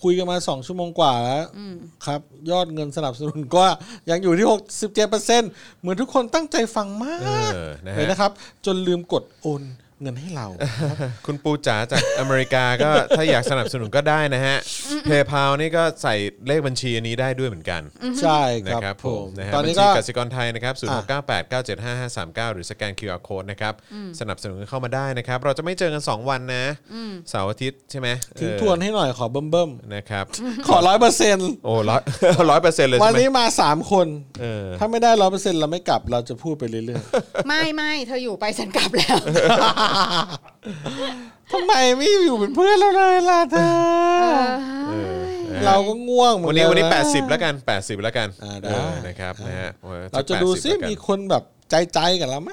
S4: คุยกันมาสองชั่วโมงกว่าแล้ว
S3: อืม
S4: ครับ ยอดเงินสนับสนุนก็ (laughs) ยังอยู่ที่ 67%เหมือนทุกคนตั้งใจฟังมาก
S2: เออนะ
S4: เลย
S2: ฮะ
S4: นะครับ จนลืมกดโอนเงินให้เรา
S2: คุณปูจ๋าจากอเมริกาก็ ถ้าอยากสนับสนุนก็ได้นะฮะเพย์พานี่ก็ใส่เลขบัญชีอันนี้ได้ด้วยเหมือนกัน
S4: ใช่
S2: นะครับ ครับ
S4: ผ
S2: ผม มนะฮะ
S4: ตอน
S2: บัญ
S4: นี้
S2: ชี
S4: ก็
S2: กสิกรไทยนะครับ0
S4: อ่ะ
S2: 6 9 8 9 7 5 5 3 9 หรือสแกน QR Code นะครับสนับสนุนเข้ามาได้นะครับ เราจะไม่เจอกันสองวันนะเสาร์อาทิตย์ใช่ไหม
S4: ทิ้ง
S2: เออ
S4: ทวนให้หน่อยขอเบิ่มเบิ่ม
S2: นะครับ
S4: ๆขอร้อยเปอร์เซ็นต์
S2: โอ้ร้อย (laughs) ร้อยเปอร์เซ็นต์เลย
S4: วัน
S2: ใช่ไหม
S4: นี้มาสามคน
S2: เออ
S4: ถ้าไม่ได้ร้อยเปอร์เซ็นต์เราไม่กลับเราจะพูดไปเรื่อย
S3: ไม่ไม่เธออยู่ไปฉันกลับแล้ว
S4: ๆ (laughs) ทำไมไม่อยู่เป็นเพื่อนเราเลยล่ะเธอ
S2: เออนะฮะ
S4: เราก็ง่วงเหมือ
S2: วัน นนี้วันนี้
S4: กัะ
S2: 80 แล้วกัน 80 แล้วกัน
S4: อ่าได้
S2: เออนะครับนะฮะออ
S4: เราจะดูซิ
S2: 80
S4: มีคนแบบใจใจๆกับเราไหม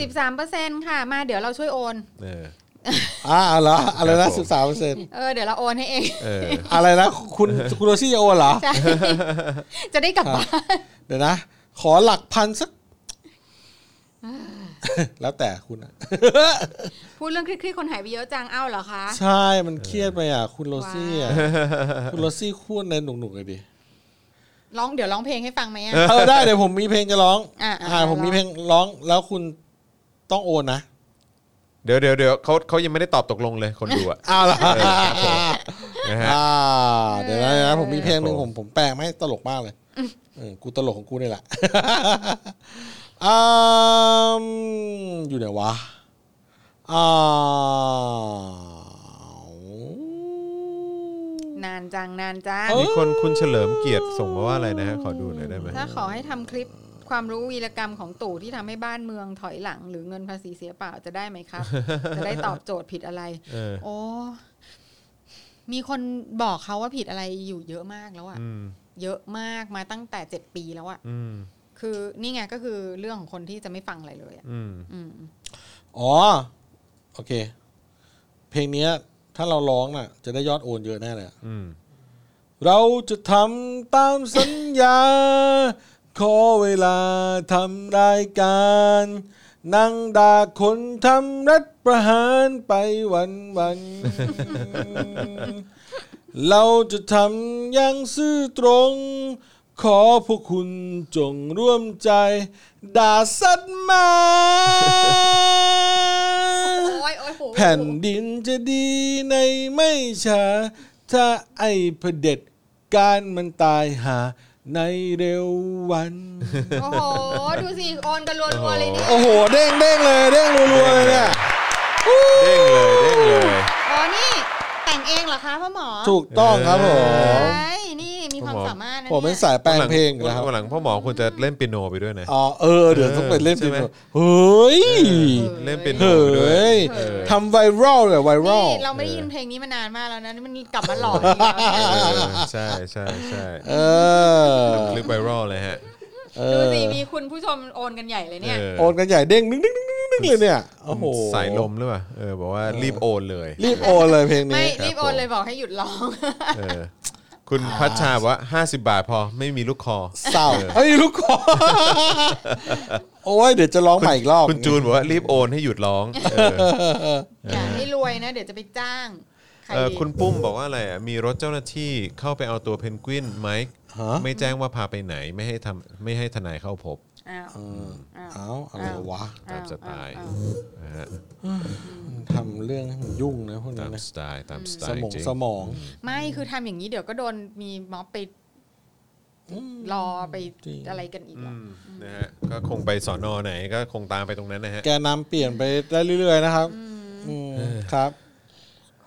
S3: สิบสามเปอร์เซ็นต์ค่ะ มาเดี๋ยวเราช่วยโอน
S2: เออ
S4: อ่าเอาเหรออะไร
S2: ครั
S4: นะ
S2: บผม
S4: สิบสามเปอร์เซ็นต์
S3: เออเดี๋ยวเราโอนให้เอง (laughs)
S2: เออ
S4: อะไรนะคุณคุณโรซี่จะโอนเหรอ
S3: ใช่ จะได้กลับบ้าน
S4: เดี๋ยวนะ ขอหลักพันสัก แล้วแต่คุณอะ
S3: พูดเรื่องเครียดๆคนหายไปเยอะจังเอ้าเหรอคะ
S4: ใช่ มันเครียดไปอ่ะ คุณโรซี่อ่ะ คุณโรซี่คูดในหนุกๆเลยดิ
S3: ร้องเดี๋ยวร้องเพลงให้ฟังไหมอะ
S4: เออได้เดี๋ยวผมมีเพลงจะร้อง
S3: อ่ะอ่ะ
S4: อ่าผม
S3: ร้อง
S4: มีเพลงร้องแล้วคุณต้องโอนนะ
S2: เดี๋ยวเดี๋ยวเดี๋ยวเขาเขายังไม่ได้ตอบตกลงเลยคนดูอ่ะ
S4: อ้าวเหรอ
S2: เออครับผม นะฮะ
S4: อ่าเดี๋ยวนะเดี๋ยวนะผมมีเพลงหนึ่ง
S2: ครับผ
S4: ผ
S2: ม ม
S4: ผมแปลงมาให้ตลกมากเลยเออกูตลกของกูนี่แหละ (laughs) อืมอยู่ไหนวะอ่าว
S3: ๆนานจังนานจัง
S2: มีคนคุณเฉลิมเกียรติส่งมาว่าอะไรนะฮะขอดูหน่อยได้ไหม
S3: ถ้าขอให้ทำคลิปความรู้วีรกรรมของตู่ที่ทำให้บ้านเมืองถอยหลัง หรือเงินภาษีเสียเปล่าจะได้ไหมครับ จะได้ตอบโจทย์ผิดอะไร
S2: เออ
S3: โอ้ มีคนบอกเขาว่าผิดอะไรอยู่เยอะมากแล้วอะ
S2: อืม
S3: เยอะมากมาตั้งแต่เจ็ดปีแล้วอะ
S2: อืม
S3: คือนี่ไงก็คือเรื่องของคนที่จะไม่ฟังอะไรเลยอะ
S2: อืม
S3: อืม
S4: อ๋อโอเค เพลงเนี้ย ถ้าเราร้องน่ะ จะได้ยอดโอนเยอะแน่เลยอะ
S2: อืม
S4: เราจะทำตามสัญญา ขอเวลาทำรายการ นั่งด่าคนทำรัฐประหารไปวันวัน (laughs) ๆ เราจะทำอย่างซื่อตรง ขอพวกคุณจงร่วมใจ ด่าสัตว์มา
S3: โอ้ยโอ้ยโห
S4: แผ่นดินจะดีในไม่ช้าถ้าไอ้เผด็จการมันตายหาในเร็ววัน
S3: โอ้โห ดูสิ โอนกันรัวๆเลยเนี่ย
S4: โอ้โห เด้งเด้งเลยเด้งรัวๆเลยเนี่ย
S2: เด้งเลยเด้งเลย
S3: อ๋อนี่ แต่งเองเหรอคะพ่อหมอ
S4: ถูกต้องครับผม
S3: เฮ้ยนี่มีความ
S2: พ่อหมอ
S3: สามารถนะ
S4: ผมเป็น
S3: ย
S4: สายแปลงเพลงอยู่
S2: วัน
S4: แล้วครับ
S2: หลังพ่อหมอควรจะเล่นเปียโนไปด้วยนะ
S4: อ๋อเออ เดี๋ยวต้องไปเล่น
S2: ใช่
S4: ฟิ
S2: ไหม
S4: ล์มเฮ้ย
S2: เล่นเปียโน
S4: เฮ้
S2: ไปด้วย
S4: ย
S3: เออ
S4: ทำไวรัลเลยไวรัล
S3: นี่เราไม่ได้ยินเพลงนี้มานานมากแล้วนะนี่มันกลับมาหลอกอีกแล้ว
S2: เอ
S3: เนี่ย
S2: อใช่ใช่ใช่
S4: เออ
S2: คลิปไวรัลเลยฮะ
S4: เอ
S3: ดู
S4: อ
S3: สิมีคุณผู้ชมโอนกันใหญ่เลยเนี่ย
S2: เออ
S4: โอนกันใหญ่เด้งดึงดึงดึงดึงเลยเนี่ยโอ้โห
S2: สายลมหรือเปล่าเออบอกว่ารีบโอนเลย
S4: รีบโอนเลยเพลง
S3: ไม่
S4: นี้
S3: รีบโอนเลยบอกให้หยุดร้อง
S2: เออคุณพัชชาบอกว่า 50 บาทพอไม่มีลูกคอ
S4: เศร้าเฮ้ยลูกคอ (laughs) โอ้ยเดี๋ยวจะร้องใหม่อีกรอบ
S2: คุณจูนบอกว่ารีบโอนให้หยุดร้องเออ
S3: อย่าให้รวยนะ เดี๋ยวจะไปจ้างใคร
S2: เออ
S3: ดี
S2: คุณปุ้มบอกว่าอะไรอ่ะมีรถเจ้าหน้าที่เข้าไปเอาตัวเพนกวินไหม
S4: ฮะ
S2: ไม่แจ้งว่าพาไปไหนไม่ให้ทำไม่ให้ทนายเข้าพบ
S3: อ้าวอ้าว
S4: เอาอะไรวะ
S2: ตามสไตล์
S3: อ้าว
S2: นะฮะ
S4: ทำเรื่องให้มันยุ่งนะพวก
S2: ตา
S4: นี้
S2: ม
S4: นะ
S2: สไตล์ตามสไต
S4: ส
S2: ล์
S4: มอง
S2: จริง
S4: สมอง
S3: ไม่คือทำอย่างนี้เดี๋ยวก็โดนมีม็อบไปรอไปอะไรกันอีกหร
S2: อื
S3: อ
S2: มนะฮะก็คงไปสอนอไหนก็คงตามไปตรงนั้นนะฮะ
S4: แกนำเปลี่ยนไปได้เรื่อยๆนะครับอืมครับ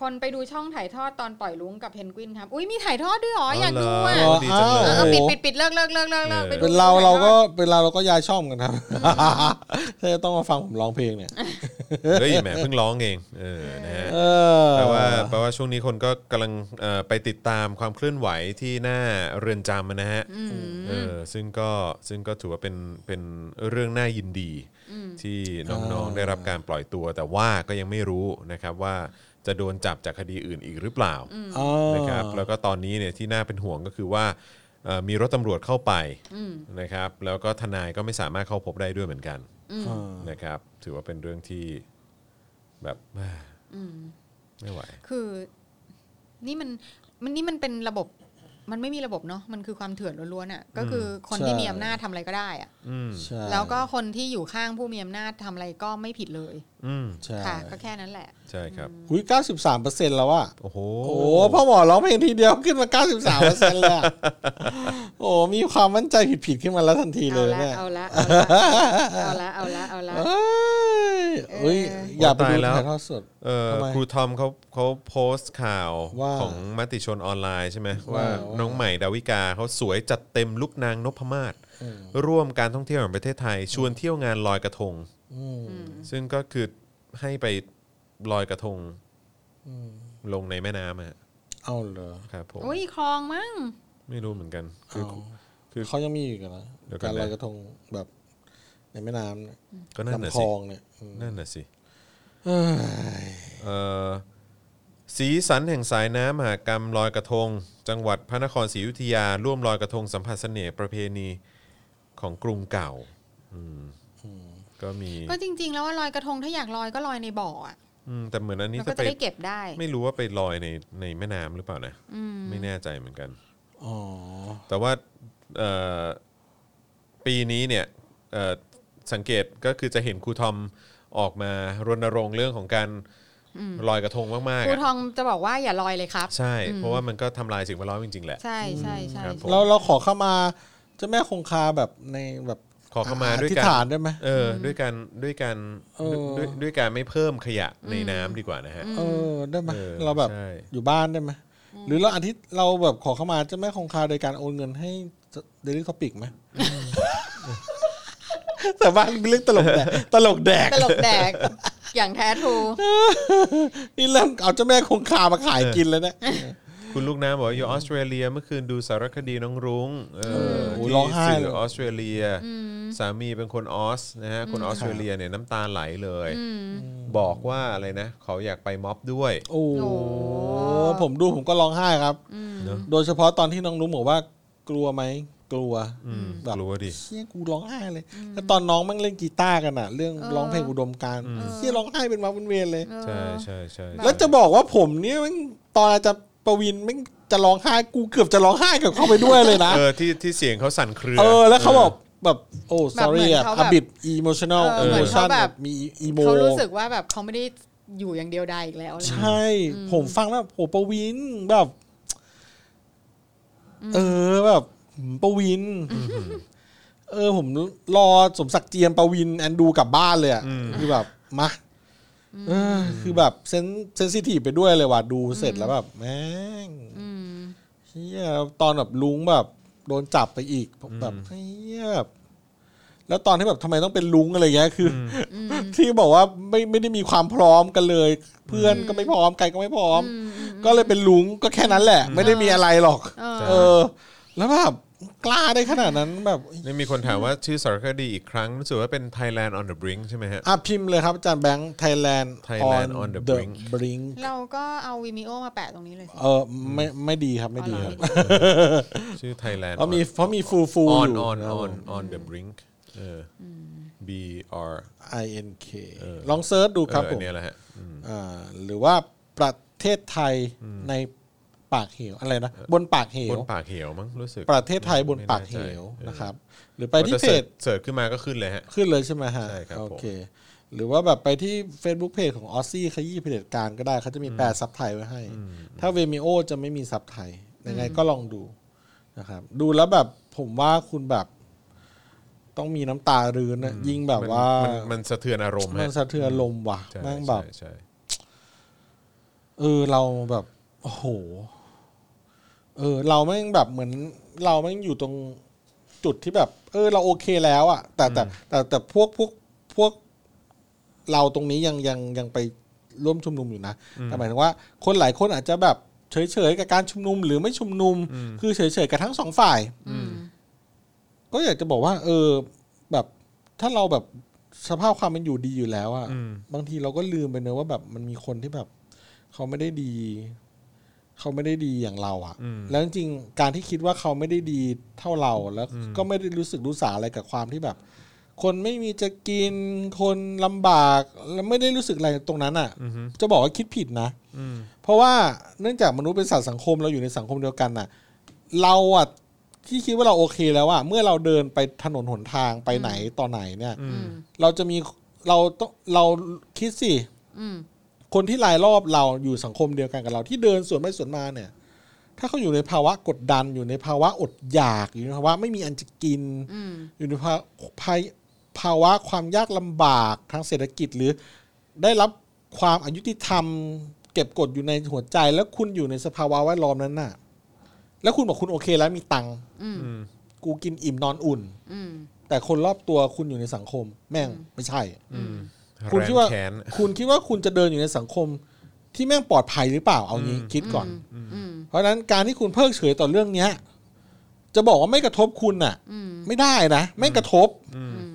S3: คนไปดูช่องถ่ายทอดตอนปล่อยลุงกับเพนกวินครับ อุ้ยมีถ่ายทอดด้วยเหรอ อยาก
S2: เหร
S3: ดูอ่ะ
S4: เหรอ
S2: ดีจังเล
S3: เอย อปิดปิดปิดเลิกเลิกเลิกเลิกเลิกไปดู
S4: เป็นเรา
S3: ถ่ยทอด
S4: เราก็เป็นเราเราก็ยายช่อมกันครับ (laughs) ถ้าจะต้องมาฟังผมร้องเพลงเนี่ย
S2: เฮ้ยแหมเพิ่งร้องเองเออนะฮะ
S4: เออ
S2: แปลว่าแปลว่าช่วงนี้คนก็กำลังเอ่อไปติดตามความเคลื่อนไหวที่หน้าเรือนจำนะฮะ
S3: อืม
S2: เออซึ่งก็ซึ่งก็ถือว่าเป็นเป็นเรื่องน่ายินดี ที่น้องๆได้รับการปล่อยตัว แต่ว่าก็ยังไม่รู้นะครับว่าจะโดนจับจากคดีอื่นอีกหรือเปล่า
S4: อ๋อ
S2: นะครับแล้วก็ตอนนี้เนี่ยที่น่าเป็นห่วงก็คือว่าเอ่อมีรถตำรวจเข้าไปนะครับแล้วก็ทนายก็ไม่สามารถเข้าพบได้ด้วยเหมือนกัน
S4: อ่า
S2: นะครับถือว่าเป็นเรื่องที่แบบ (sighs) ไม่ไหว
S3: คือนี่มันมันนี่มันเป็นระบบมันไม่มีระบบเนาะมันคือความเถื่อนล้วนๆอ่ะก็คือคนที่มีอำนาจทำอะไรก็ได้อ่ะ
S2: อืม
S4: ใช่
S3: แล้วก็คนที่อยู่ข้างผู้มีอำนาจทำอะไรก็ไม่ผิดเลย
S2: อืม
S4: ใช่
S3: ค่ะ ก็แค่นั้นแหละ
S2: ใช่ครับ
S4: อุ้ยเก้าสิบสามเปอร์เซ็นต์แล้วอะ
S2: โอ้โห
S4: โอ้โหพ่อหมอร้องเพลงทีเดียวขึ้นมา 93เปอร์เซ็นต์ (laughs) เลยอะโอ้โหมีความมั่นใจผิดๆขึ้นมาแล้วทันทีเล
S3: เอา
S4: ย
S3: ละ
S4: เนี่ย
S3: เอาละเอาละเอาละเอาละเอาละ
S4: เอ้ยเอ้ยอยากไปดูถ่ายทอดสด
S2: เออ
S4: ทำไม
S2: ครูทอมเขาเขาโพสต์ข่าว
S4: ว่า
S2: ของมติชนออนไลน์ใช่ไหมว่า
S4: ว่า
S2: น้องใหม่ดาวิกาเขาสวยจัดเต็มลูกนางนพมาศร่วมการท่องเที่ยวแห่งประเทศไทย ชวนเที่ยวงานลอยกระทง
S4: อืม
S2: ซึ่งก็คือให้ไปลอยกระทงลงในแม่น้ำอะ
S4: เอาเหรอ
S2: ครับผม
S3: อุ้ยคลองมั้ง
S2: ไม่รู้เหมือนกันคือ
S4: เอาคือเขายังมีอยู่กันนะ
S2: เดี๋ยวก่อ
S4: การ
S2: นนะ
S4: ลอยกระทงแบบในแม่น้ำเนี่ย
S2: ก็นั่นน่ะ
S4: ลำคล
S2: สิ
S4: องเนี่ยอืม
S2: นั่นน่ะสิ
S4: เอ้ย
S2: เอ่อสีสันแห่งสายน้ำมหากรรมลอยกระทง จังหวัดพระนครศรีอยุธยา ร่วมลอยกระทงสัมผัสเสน่ห์ประเพณีของกรุงเก่าอืม ก็มี
S3: ก็จริง ๆ แล้วว่าลอยกระทงถ้าอยากลอยก็ลอยในบ่ออะ
S2: อืมแต่เหมือนอันนี้
S3: มัน
S2: จะ
S3: ก็
S2: ไป
S3: จะได้เก็บได้
S2: ไม่รู้ว่าไปลอยในในแม่น้ำหรือเปล่านะ
S3: อืม
S2: ไม่แน่ใจเหมือนกัน
S4: อ๋อ
S2: แต่ว่าเอ่อปีนี้เนี่ยเอ่อสังเกตก็คือจะเห็นครูทอมออกมารณรงค์เรื่องของการลอยกระทงมาก
S3: ค
S2: ๆ
S3: รู
S2: อะ
S3: ทองจะบอกว่าอย่าลอยเลยครับ
S2: ใช่ เพราะว่ามันก็ทำลายสิ่งแวดล้อมจริง ๆ แหละ
S3: ใช่ใช่ใช่
S2: ครับผม
S4: เราเราขอเข้ามาเจ้าแม่คงคาแบบในแบบ
S2: ขอเข้ามาด้วย
S4: ธิษ
S2: กัน
S4: ฐานได้ไหม
S2: เออด้วยการด้วยการ
S4: เออ
S2: ด้วยด้วยการไม่เพิ่มขยะในน้ำดีกว่านะฮะ
S4: เออได้ไหม
S2: เออ
S4: เราแบบ
S2: ใช่
S4: อยู่บ้านได้ไหมหรือเราอาทิตย์เราแบบขอเข้ามาเจ้าแม่คงคาโดยการโอนเงินให้เดลิทอปิกไหมแต่ว่าเรื่องตลก (laughs) แดกตลกแดก
S3: ตลกแดกอย่างแท้ทรู
S4: นี่เริ่มเอาเจ้าแม่คงคามาขายกินแล้วเนะ
S2: คุณลูกน้ำบอกว่าอยู่ออสเตรเลียเมื่อคืนดูสารคดีน้องรุ้งเอออ
S4: โอ้
S2: ที่
S4: ร้องไห้
S2: สื่
S4: เล
S2: อย ออสเตรเลีย สามีเป็นคนออสนะฮะคนออสเตรเลียเนี่ยน้ำตาไหลเลย บอกว่าอะไรนะเขาอยากไปม็อบด้วย
S4: โอ้โหผมดูผมก็ร้องไห้ครับ
S2: เนอะ
S4: โดยเฉพาะตอนที่น้องนุ้มบอกว่ากลัวไหมกลัว
S2: อืม
S4: แบบ
S2: กลัวดิ
S4: เชี่ยกูร้องไห้เลยแล้วตอนน้องแมั่งเล่นกีตาร์กันอะเรื่องร้องเพลงอุดมการณ์เชี่ยร้องไห้เป็นมาเป็นเวียนเลย
S3: เออ
S2: ใช่ใช่ใช่
S4: แล้วจะบอกว่าผมเนี่ยแม่งตอนอาจารย์ประวินแม่งจะร้องไห้กูเกือบจะร้องไห้กับเข้าไปด้วยเลยนะ
S2: เออที่ที่เสียงเขาสั่นเครือ
S4: เออแล้วเขาบอกแบบโอ้ sorry
S3: แบบเหมือ
S4: อะ
S3: นเขาแบ
S4: อ
S3: บ
S4: บิด emotional
S3: เออเหมือน
S4: emotion
S3: เขาแบบ
S4: มี emo
S3: เขารู้สึกว่าแบบเขาไม่ได้อยู่อย่างเดียวดายอีกแล้วอะไร
S4: ใช
S3: เงี้ย่
S4: ผมฟังแล้วโอ้ประวินแบบ เออแบบประวิน เออ ผมรอสมศักดิ์เจียมประวินแอนดูกลับบ้านเลยอะคือแบบมาเออ คือแบบเซนเซนซิทีฟไปด้วยเลยว่ะดูเสร็จแล้วแบบแม่ง
S3: อืม
S4: เฮียตอนแบบลุงแบบ โดนจับไปอีกผมแบบเฮียแบบแล้วตอนที่แบบทำไมต้องเป็นลุงอะไรเงี้ยคือ ที่บอกว่าไม่ไม่ได้มีความพร้อมกันเลย เพื่อนก็ไม่พร้อมใครก็ไม่พร้อม ก็เลยเป็นลุงก็แค่นั้นแหละ ไม่ได้มีอะไรหรอก
S3: เออ
S4: เออ แล้วแบบกล้าได้ขนาดนั้นแบบ
S2: นี่มีคนถามว่าชื่อสารคดีอีกครั้งรู้สึกว่าเป็น Thailand on the brink ใช่ไหมฮะ
S4: อ่ะพิมพ์เลยครับอาจารย์แบงค์ Thailand
S2: Thailand on the brink
S4: brink
S3: เราก็เอาวิมิโอมาแปะตรงนี้เลยสิ
S4: เออไม่ไม่ดีครับไม่ดีครับ
S2: ชื่อ Thailand
S4: เพราะมีเพราะมีฟูฟูอ
S2: on
S4: ยู่
S2: on on on the brink เอออ B R
S4: I N K ลองเซิร์ชดู
S2: เอ
S4: ครับ
S2: อ
S4: ผ
S2: อัน
S4: ม
S2: เนี้ยแหละฮะอืม
S4: อ่าหรือว่าประเทศไทยในปากเหวอะไรนะบนปากเห
S2: บ
S4: ว
S2: นปากเหวมั้งรู้สึก
S4: ประเทศไทยบนปาก
S2: ไม่แน่ใจ
S4: เหวนะครับ หรือไปที่
S2: พอจะ
S4: เพ
S2: สิร์
S4: จ
S2: ชเสิร์ชขึ้นมาก็ขึ้นเลยฮะ
S4: ขึ้นเลยใช่ไหมฮะ
S2: ใช่ครับผม
S4: โอเค หรือว่าแบบไปที่ Facebook เพจของออซซี่ขยี้เผด็จการก็ได้เขาจะมีแปลซับไทยไว้ให้ ถ้าเวมิโอจะไม่มีซับไทยยังไงก็ลองดูนะครับ ดูแล้วแบบผมว่าคุณแบบ ต้องมีน้ำตารื้นนะยิ่งแบบว่าม
S2: นมันสะเทือนอารมณ์
S4: มั
S2: ฮะ
S4: นสะเทือนลมณ์ว่ะ
S2: ใช่
S4: แม่งแบบ
S2: ใช่ใช่
S4: เออเราแบบโอ้โห เออ เราแม่งแบบเหมือน เราแม่งอยู่ตรงจุดที่แบบ เออ เราโอเคแล้วอะแต่แต่แต่แต่พวกพวกพวก เราตรงนี้ยังยังยังไปร่วมชุมนุมอยู่นะแต่หมายถึงว่า คนหลายคนอาจจะแบบเฉยๆกับการชุมนุมหรือไม่ชุมนุม คือเฉยๆกับทั้งสองฝ่าย
S3: อืม
S4: ก็อยากจะบอกว่า เออ แบบถ้าเราแบบสภาพความเป็นอยู่ดีอยู่แล้วอะ
S2: อืม
S4: บางทีเราก็ลืมไปเนอะว่าแบบมันมีคนที่แบบ เขาไม่ได้ดี เขาไม่ได้ดีอย่างเราอะ
S2: อืม
S4: แล้วจริงๆการที่คิดว่าเขาไม่ได้ดีเท่าเราแล้ว ก็ไม่ได้รู้สึกรู้สาอะไรกับความที่แบบ คนไม่มีจะกิน คนลำบาก แล้วไม่ได้รู้สึกอะไรตรงนั้นอะ
S2: อือฮึ
S4: จะบอกว่าคิดผิดนะ
S2: อืม
S4: เพราะว่าเนื่องจากมนุษย์เป็นสัตว์สังคมเราอยู่ในสังคมเดียวกันน่ะ เราอ่ะที่คิดว่าเราโอเคแล้วอ่ะเมื่อเราเดินไปถนนหนทางไปไหนต่อไหนเนี่ย
S2: อืม
S4: เราจะมีเราต้องเราคิดสิ
S3: อืม
S4: คนที่รายรอบเราอยู่สังคมเดียวกันกับเราที่เดินสวนไปสวนมาเนี่ย ถ้าเขาอยู่ในภาวะกดดันอยู่ในภาวะอดอยากอยู่ในภาวะไม่มีอันจะกิน
S3: อืม
S4: อยู่ในภาภายภาวะความยากลำบากทางเศรษฐกิจหรือได้รับความอายุติธรรม เก็บกดอยู่ในหัวใจ แล้วคุณอยู่ในสภาวะแวดล้อมนั้นน่ะ แล้วคุณบอกคุณโอเคแล้วมีตังค์
S3: อืม
S2: อืม
S4: กูกินอิ่มนอนอุ่น
S3: อืม
S4: แต่คนรอบตัวคุณอยู่ในสังคม แม่งไม่ใช่
S2: อืม
S4: คุณ
S2: แรง
S4: คิดว่า
S2: แค้น
S4: คุณคิดว่าคุณจะเดินอยู่ในสังคม ที่แม่งปลอดภัยหรือเปล่าเอางี้คิดก่อน
S3: อืม
S4: เพราะฉะนั้นการที่คุณเพิกเฉยต่อเรื่องเนี้ย จะบอกว่าไม่กระทบคุณน่ะ
S3: อืม
S4: ไม่ได้นะไม่กระทบ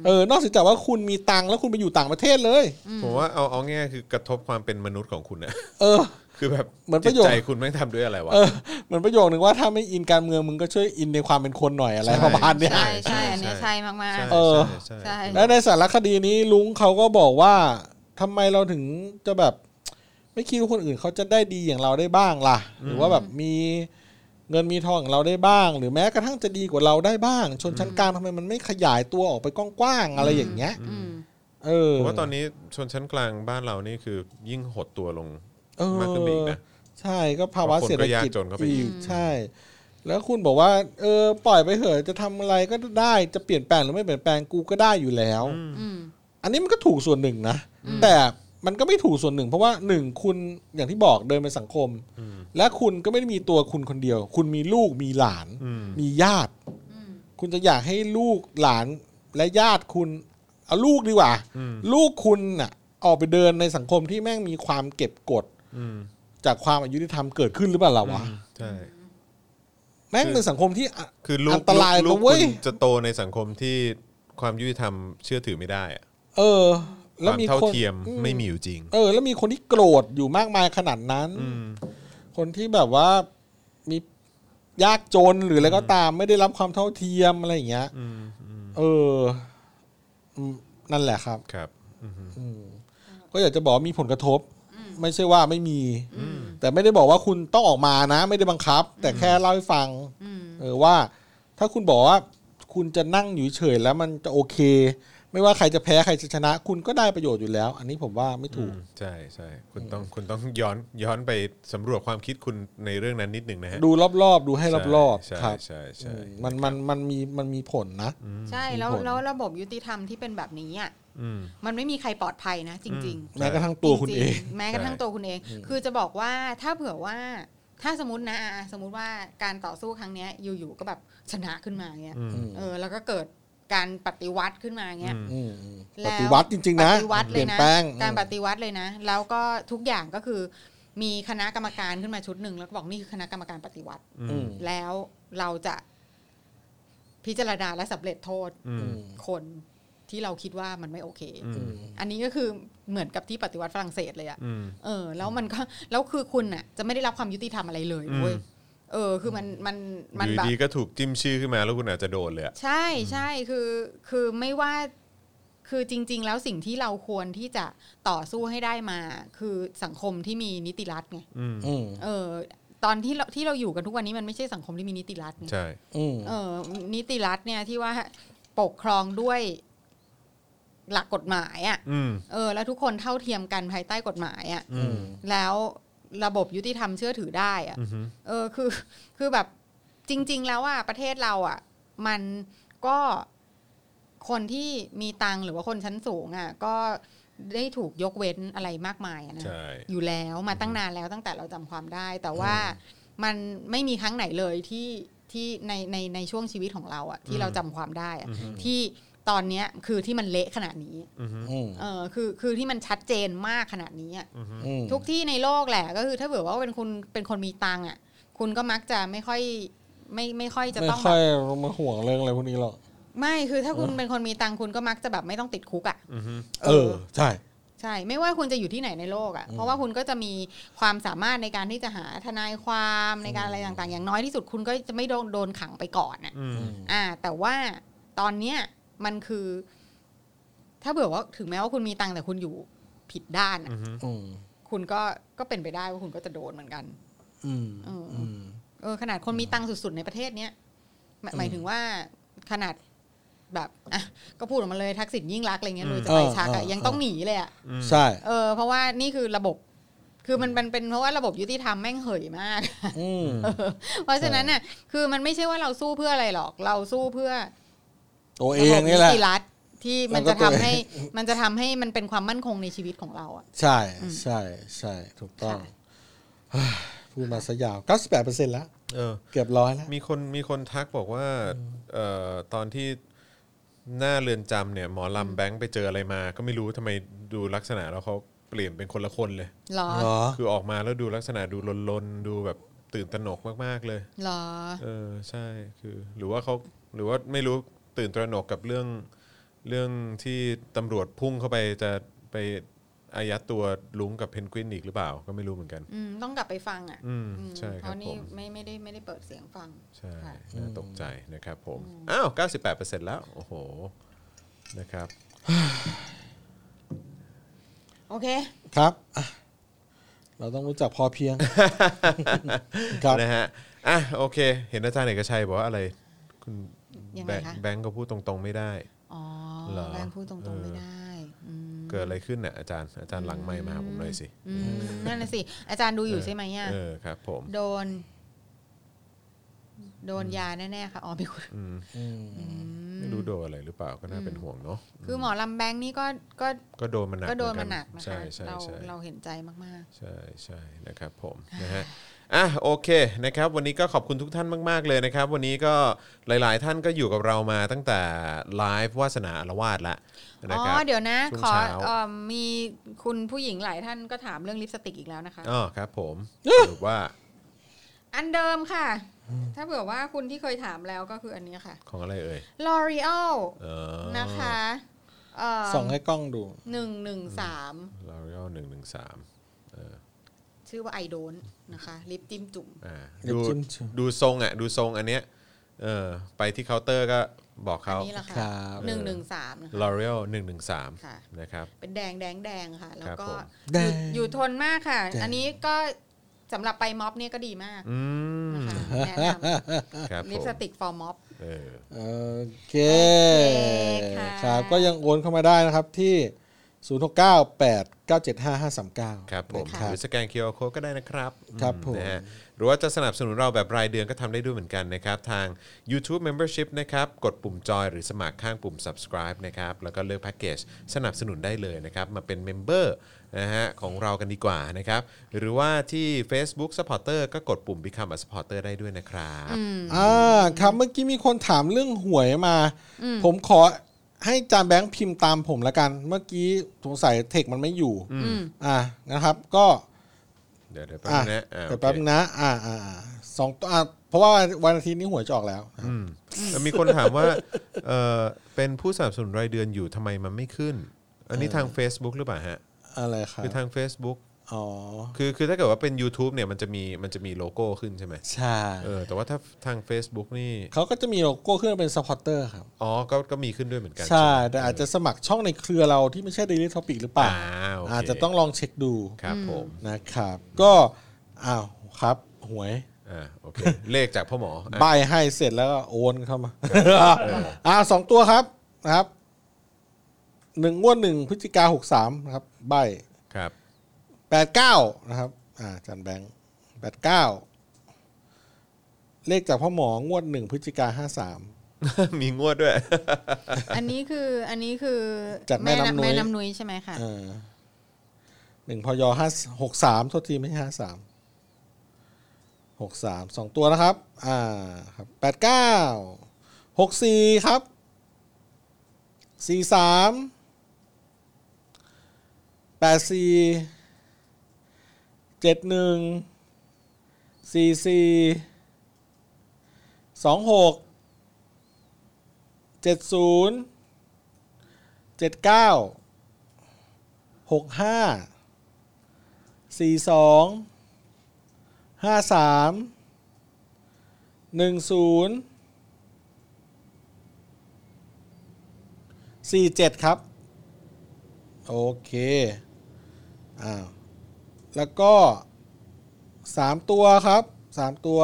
S4: เออ นอกจากว่าคุณมีตังค์แล้วคุณไปอยู่ต่างประเทศเลย
S2: ผมว่าเอาเอาง่ายๆคือกระทบความเป็นมนุษย์ของคุณนะ (laughs)
S4: เออ
S2: คือแบบ
S4: เหมือนป
S2: จิต
S4: ระโยค
S2: ใจคุณแม่งทำด้วยอะไรวะ
S4: เออเหมือนประโยคนึงว่าถ้าไม่อินการเมืองมึงก็ช่วยอินในความเป็นคนหน่อยอะไร
S2: ใช่
S4: ประมาณเนี้ย
S3: ใช่ใช่อันเนี้ยใช่มาก
S4: เออ
S2: ใช่
S3: ใช่
S2: ใช่
S4: และในสารคดีนี้ลุงเขาก็บอกว่าทำไมเราถึงจะแบบ ไม่คิดว่าคนอื่นเขาจะได้ดีอย่างเราได้บ้างล่ะ หรือว่าแบบมีเงินมีทองอย่างเราได้บ้าง หรือแม้กระทั่งจะดีกว่าเราได้บ้าง ชนชั้นกลางทำไมมันไม่ขยายตัวออกไปกว้างๆอะไรอย่างเงี้ย
S3: ๆอืม
S4: เออ
S2: ผมว่าตอนนี้ชนชั้นกลางบ้านเรานี่คือยิ่งหดตัวลง
S4: เออ
S2: มากขึ้นไปอีกนะ
S4: ใช่ก็ภาวะเศรษฐ
S2: คนก็
S4: กิจ
S2: ยากจนเข้าไปอี
S4: อี
S2: ก
S4: กใช่ แล้วคุณบอกว่า เออ ปล่อยไปเถอะจะทำอะไรก็ได้จะเปลี่ยนแปลงหรือไม่เปลี่ยนแปลงกูก็ได้อยู่แล้ว
S3: อืม
S4: อันนี้มันก็ถูกส่วนหนึ่งนะ
S3: อืม
S4: แต่มันก็ไม่ถูกส่วนหนึ่ง เพราะว่าหนึ่งคุณอย่างที่บอกเดินเป็นสังคม และคุณก็ไม่ได้มีตัวคุณคนเดียว คุณมีลูกมีหลาน
S2: อืม
S4: มีญาติ
S3: อืม
S4: คุณจะอยากให้ลูกหลานและญาติคุณเอาลูกดีกว่า
S2: อืม
S4: ลูกคุณน่ะ ออกไปเดินในสังคมที่แม่งมีความเก็บกด
S2: อืม
S4: จากความอายุที่ทำเกิดขึ้นหรือเปล่าล่ะวะ
S2: ใช่
S4: แม่งเป็นสังคมที่อะ
S2: คือลูก
S4: อันตราย
S2: ลูก
S4: นะเว้ย
S2: คุณจะโตในสังคมที่ความยุติธรรมเชื่อถือไม่ได้อะ
S4: เออ
S2: ค
S4: แล้ว
S2: วาม
S4: มี
S2: เท่า
S4: คน
S2: เทียม
S4: อื
S2: ไม่มีอยู่จริง
S4: เออ แล้วมีคนที่โกรธอยู่มากมายขนาดนั้น
S2: ม
S4: คนที่แบบว่ามียากจนหรืออะไรก็ตาม ไม่ได้รับความเท่าเทียมอะไรอย่างเงี้ย
S2: อืมอืม
S4: เอออืมนั่นแหละครับ
S2: ครับอืม
S4: อืมก็อยากจะบอกว่ามีผลกระทบ ไม่ใช่ว่าไม่มี แต่ไม่ได้บอกว่าคุณต้องออกมานะ ไม่ได้บังคับ แต่แค่เล่าให้ฟัง
S3: อืม
S4: เออว่าถ้าคุณบอกว่าคุณจะนั่งอยู่เฉยๆแล้วมันจะโอเค ไม่ว่าใครจะแพ้ใครจะชนะ คุณก็ได้ประโยชน์อยู่แล้ว อันนี้ผมว่าไม่ถูก
S2: ใช่ใช่คุณต้องคุณต้องย้อนย้อนไปสำรวจความคิดคุณในเรื่องนั้นนิดหนึ่งนะฮะ
S4: ดูรอบๆ ดูให้รอบ
S2: ใช่
S4: ๆครับ
S2: ใช่
S4: อื
S2: ใช่
S4: มมันมันมันมีมันมีผลนะ
S3: ใช่แล้วแล้วระบบยุติธรรมที่เป็นแบบนี้อ่ะ
S2: อืม
S3: มันไม่มีใครปลอดภัยนะ จริง ๆ
S4: แม้กระทั่งตัวคุณ
S3: จ
S4: เอ
S3: ริ
S4: ง
S3: ๆแม้กระทั่ง
S2: ใช่
S3: ตัวคุณเอง คือจะบอกว่าถ้าเผื่อว่าถ้าสมมตินะอ่ะสมมติว่าการต่อสู้ครั้งเนี้ยอยู่ๆก็แบบชนะขึ้นมาเงี้ย
S2: อืม
S4: ม
S3: เออแล้วก็เกิดการปฏิวัติขึ้นมาเงี้ย
S2: อืม
S4: อืมอืม
S3: แล้
S4: ป
S3: ว
S4: ฏิวัติจริง ๆ นะ
S3: ปฏิวัติ
S4: เป
S3: เล
S4: ลี่
S3: ย
S4: ยน
S3: นะ
S4: แปลง
S3: การปฏิวัติเลยนะ แล้วก็ทุกอย่างก็คือ มีคณะกรรมการขึ้นมาชุดหนึ่งแล้วก็บอกนี่คือคณะกรรมการปฏิวัติ
S2: อื
S4: อื
S2: ม
S4: ม
S3: แล้วเราจะพิจารณาและสำเร็จโทษ
S2: อืม
S4: อืม
S3: คนที่เราคิดว่ามันไม่โอเค
S2: อื
S4: อื
S2: ม
S4: ม
S3: อันนี้ก็คือเหมือนกับที่ปฏิวัติฝรั่งเศสเลยอะ
S2: อืม
S3: เออแล้วมันก็แล้วคือคุณน่ะ จะไม่ได้รับความยุติธรรมอะไรเลย
S2: อืม
S3: เว้ยเออ คือมันมันมัน
S2: อยู่
S3: แบบ
S2: ดีก็ถูกจิ้มชื่อขึ้นมาแล้วคุณอาจจะโดนเลยอะ
S3: ใช่ใช่คือคือไม่ว่าคือจริง ๆ แล้วสิ่งที่เราควรที่จะต่อสู้ให้ได้มา คือสังคมที่มีนิติรัฐไง
S2: อืม
S4: อืม
S3: เออ ตอนที่เราที่เราอยู่กันทุกวันนี้มันไม่ใช่สังคมที่มีนิติรัฐไง
S2: ใช่
S4: อืม
S3: เออ นิติรัฐเนี่ยที่ว่าปกครองด้วยหลักกฎหมายอ่ะ
S2: อืม
S3: เออ แล้วทุกคนเท่าเทียมกันภายใต้กฎหมายอ่ะ
S2: อืม
S3: แล้วระบบยุติธรรมเชื่อถือได้อะ
S2: อืม
S3: เออคือคือแบบจริง ๆ แล้วอ่ะประเทศเราอ่ะ มันก็คนที่มีตังค์หรือว่าคนชั้นสูงอ่ะ ก็ได้ถูกยกเว้นอะไรมากมายอะนะ
S2: ใช่
S3: อยู่แล้วมาตั้งนานแล้วตั้งแต่เราจำความได้ แต่ว่ามันไม่มีครั้งไหนเลยที่ที่ในในในช่วงชีวิตของเราอ่ะที่เราจำความได้อะที่ตอนเนี้ยคือที่มันเละขนาดนี้
S2: อืม
S4: อืม
S3: เออคือคือที่มันชัดเจนมากขนาดนี้อะ
S2: อืม
S4: อืม
S3: ทุกที่ในโลกแหละก็คือถ้าเผื่อว่าเป็นคุณเป็นคนมีตังค์อ่ะ คุณก็มักจะไม่ค่อยไม่ไม่ค่อยจะ
S4: ไม่
S3: ต้อง
S4: ค่อย
S3: แบบ
S4: มาห่วงเรื่องอะไรพวกนี้หรอก
S3: ไม่คือถ้าคุณเป็นคนมีตังค์คุณก็มักจะแบบไม่ต้องติดคุกอ่ะ
S4: เออ ใช่
S3: ใช่ ไม่ว่าคุณจะอยู่ที่ไหนในโลกอ่ะเพราะว่าคุณก็จะมีความสามารถในการที่จะหาทนายความในการอะไรต่างๆ อย่างน้อยที่สุดคุณก็จะไม่โดนโดนขังไปก่อนอ่ะ
S2: อืม
S3: อ่า แต่ว่าตอนเนี้ยมันคือ ถ้าเผื่อว่าถึงแม้ว่าคุณมีตังค์แต่คุณอยู่ผิดด้านอะ
S4: อืม
S3: คุณก็ก็เป็นไปได้ว่าคุณก็จะโดนเหมือนกัน
S4: อืม
S3: เอออื
S4: อืม
S3: เออขนาดคนมีตังค์สุดๆในประเทศเนี้ยหมายหมายถึงว่าขนาดแบบอ่ะก็พูดออกมาเลยทักษิณยิ่งรักษณ์อะไรเงี้ย
S2: อืม
S3: เลยจะไป
S4: เออ
S3: ชักอะ
S4: เออ
S3: ยังต้องหนีเลยอะ
S4: ใช่
S3: เออเพราะว่านี่คือระบบ คือมันมันเป็นเพราะว่าระบบยุติธรรมแม่งเหยมาก (laughs)
S4: อืม
S3: เพราะฉะนั้นน่ะคือมันไม่ใช่ว่าเราสู้เพื่ออะไรหรอก เราสู้เพื่อ
S4: ตัวเอ
S3: ระบ
S4: ง
S3: บ
S4: นี่แหละ
S3: ติรัฐที่มัน
S4: แล้วก็
S3: จะทำ
S4: ตัวเอง
S3: ให้ (laughs) มันจะทำให้มันเป็นความมั่นคงในชีวิตของเราอะ
S4: ใช่ใช่ใช่ถูกต้อง
S3: ค่ะ
S4: เฮ้ยพูดมาซะยาว 98%แล้ว
S2: เออ
S4: เกือบร้อยแล้ว
S2: มีคนมีคนทักบอกว่าเอ่อตอนที่หน้าเรือนจำเนี่ยหมอลำแบงค์ไปเจออะไรมา ก็ไม่รู้ทำไมดูลักษณะแล้วเขาเปลี่ยนเป็นคนละคนเลย
S3: หรอ
S4: เหรอ
S2: คือออกมาแล้วดูลักษณะดูลนๆดูแบบตื่นตระหนกมากๆเลย
S3: หรอ
S2: เออใช่คือหรือว่าเขาหรือว่าไม่รู้ตื่นตระหนกกับเรื่องเรื่องที่ตำรวจพุ่งเข้าไปจะไป อายัดตัวลุงกับเพนกวินอีกหรือเปล่า ก็ไม่รู้เหมือนกัน
S3: อืมต้องกลับไปฟังอ่ะ
S2: อืม
S3: อืม
S2: ใช่ค
S3: เพ
S2: รับ
S3: ราะ
S2: ผ
S3: นี่
S2: ม
S3: ไม่ไม่ได้ไม่ได้เปิดเสียงฟัง
S2: ใช่
S3: ค่ะ
S2: น่าตกใจนะครับผม อ้าว 98%แล้ว โอ้โห นะครับ
S3: โอเค
S4: ครับอ่ะเราต้องรู้จักพอเพียง ครับ
S2: นะฮะ อ่ะ โอเค เห็นอาจารย์เอกชัยบอกว่าอะไร คุณ
S3: ยัง
S2: แบ
S3: ไง
S2: งค์
S3: คะ
S2: แบงค์ก็พูดตรงๆไม่ได้
S3: อ๋อ
S2: เหรอ
S3: แรงพูดตรงๆไม่ได้อืม
S2: เกิดอะไรขึ้นเนี่ยอาจารย์ อาจารย์หลังไม่มาหาผมหน่อยสิ
S3: อืมนั่นน่ะสิ อาจารย์ดูอยู่ใช่ไหมอ่ะ
S2: เออ ครับผม
S3: โดน โดนยาแน่ๆค่ะอ๋อพี่คุณ
S2: อืม
S4: อืม
S2: ไม่รู้โดนอะไรหรือเปล่า ก็น่าเป็นห่วงเนาะ
S3: คือหมอลำแบงค์นี่ก็ก็
S2: ก็โดนมันหนัก
S3: ก็โดน
S2: เอ
S3: มาหนักนะ
S2: ใช่
S3: คะ
S2: ใช่
S3: เรา
S2: ใช่
S3: เราเห็นใจมาก
S2: ใช่ใช่นะครับผมนะฮะอ่ะโอเคนะครับวันนี้ก็ขอบคุณทุกท่านมาก ๆ เลยนะครับ วันนี้ก็หลายๆท่านก็อยู่กับเรามาตั้งแต่ไลฟ์วาสนาอารวาสละ
S3: ๆ
S2: นะ
S3: อ๋อ
S2: ครับ
S3: เดี๋ยวนะ
S2: ช่วง
S3: ขอ
S2: เช้า
S3: เอ่อมีคุณผู้หญิงหลายท่านก็ถามเรื่องลิปสติกอีกแล้วนะคะ
S2: อ๋อครับ
S3: (gasps)
S2: ผมสรุปว่า
S3: อันเดิมค่ะ ถ้าเผื่อว่าคุณที่เคยถามแล้วก็คืออันเนี้ยค่ะ
S2: ของอะไรเอ่ย
S3: L'Oreal
S2: เออ
S3: นะคะ
S4: ส่องให้กล้องดู
S3: หนึ่งหนึ่งสาม
S2: ลาเรียลหนึ่งหนึ่งสาม
S3: ชื่อว่าไอโดนนะคะลิปจิ้มจุ่ม
S2: อ่า
S4: เดี๋ยว
S2: ดู
S4: จิ้มชิม
S2: ดูทรงอ่ะดูทรงอันเนี้ยเออไปที่เคาน์เตอร์ก็บอก
S3: อัน
S2: เขา
S3: นี้แหละค่ะ
S4: ครับ
S3: หนึ่งหนึ่งสามนะคะ
S2: l o r e a l 113
S3: ค่ะ
S2: นะครับ
S3: เป็นแดงแดงแดงค่ะ แล้วก็
S2: ครับผม
S3: อยู่อยู่ทนมากค่ะ
S4: แดง
S3: อันนี้ก็สำหรับไปม็อบเนี่ยก็ดีมาก
S2: อืม
S3: นะคะแนะ
S2: ครับผ
S3: นำลิป
S2: ม
S3: สติกฟอร์ม็อบ
S2: เออ
S4: โอเค
S3: โอเคค่ะ
S4: ครับ ก็ยังโอนเข้ามาได้นะครับที่ 0 6 9 8 9 7 5 5 3 9
S2: ครับผม
S4: ครั
S2: ห
S4: บ
S2: รือสแกน QR Code ก็ได้นะครับ
S4: ครับ
S2: อื
S4: ผม
S2: นะฮะหรือว่าจะสนับสนุนเราแบบรายเดือนก็ทำได้ด้วยเหมือนกันนะครับ ทาง YouTube Membership นะครับ กดปุ่มจอยหรือสมัครข้างปุ่ม subscribe นะครับ แล้วก็เลือกแพ็กเกจสนับสนุนได้เลยนะครับ มาเป็นเมมเบอร์นะฮะของเรากันดีกว่านะครับ หรือว่าที่ Facebook Supporter ก็กดปุ่ม Become a Supporter ได้ด้วยนะครับ
S4: อ่าครับเมื่อกี้มีคนถามเรื่องหวยมา ผมขอให้จานแบงค์พิมพ์ตามผมละกัน เมื่อกี้สงสัยเทคมันไม่อยู่อ่านะครับ ก็
S2: เดี๋ยวเดี๋ยวแป๊บ
S4: อ่ะ
S2: นึงนะอ่า
S4: เดี๋ยวแป๊บ
S2: โอเค
S4: นะอ่าอ่าอ่าสองตัวอ่ะเพราะว่าวันอาทิตย์นี้หวยจะออกแล้ว
S2: อืมแล้วมีคนถามว่าเออเป็นผู้สนับสนุนรายเดือนอยู่ทำไมมันไม่ขึ้น อันนี้ทาง Facebook หรือเปล่าฮะ
S4: อะไรครับ
S2: คือทาง Facebook
S4: อ๋อ
S2: คือคือถ้าเกิดว่าเป็น YouTube เนี่ยมันจะมีมันจะมีโลโก้ขึ้นใช่ไหม
S4: ใช่
S2: เออแต่ว่าถ้าทาง Facebook นี่
S4: เขาก็จะมีโลโก้ขึ้นมาเป็นซัพพอร์เตอร์ครับ
S2: อ๋อ ก็ก็มีขึ้นด้วยเหมือนกัน
S4: ใช่
S2: ไหม
S4: แต่อาจจะสมัครช่องในเครือเราที่ไม่ใช่ Daily Topic หรือเปล่า
S2: อ่าโเค
S4: อาจจะต้องลองเช็คดู
S2: ครับผม
S4: นะครับ ก็อ้าวครับ หวย
S2: อ่าโอเค เลขจากพ่อหมออ่ะ
S4: ใบให้เสร็จแล้วก็โอนเข้ามาอ่าสองตัวครับนะครับหนึ่งงวดหนึ่งพฤศจิกาหกสามนะครับ ใบ
S2: ครับ (laughs)
S4: แปดเก้านะครับ อ่าอาจันแบงค์แปดเก้าเลขจากพ่อหมองวดหนึ่งพฤศจิกาห้าสาม
S2: มีงวดด้วย
S4: (laughs)
S3: อันนี้คืออันนี้คือ
S4: จากแม่น้ำนุ้ย
S3: แม่น้ำนุ้ยใช่ไหมค่ะ
S4: หนึ่งพยห้าหกสามโทษทีไม่ห้าสามหกสามสองตัวนะครับ อ่าครับแปดเก้าหกสี่ครับสี่สามแปดสี่เจ็ดหนึ่งสี่สี่สองหกเจ็ดศูนย์เจ็ดเก้า หกห้าสี่สองห้าสามหนึ่งศูนย์สี่เจ็ดครับ โอเคอ้าวแล้วก็สามตัวครับสามตัว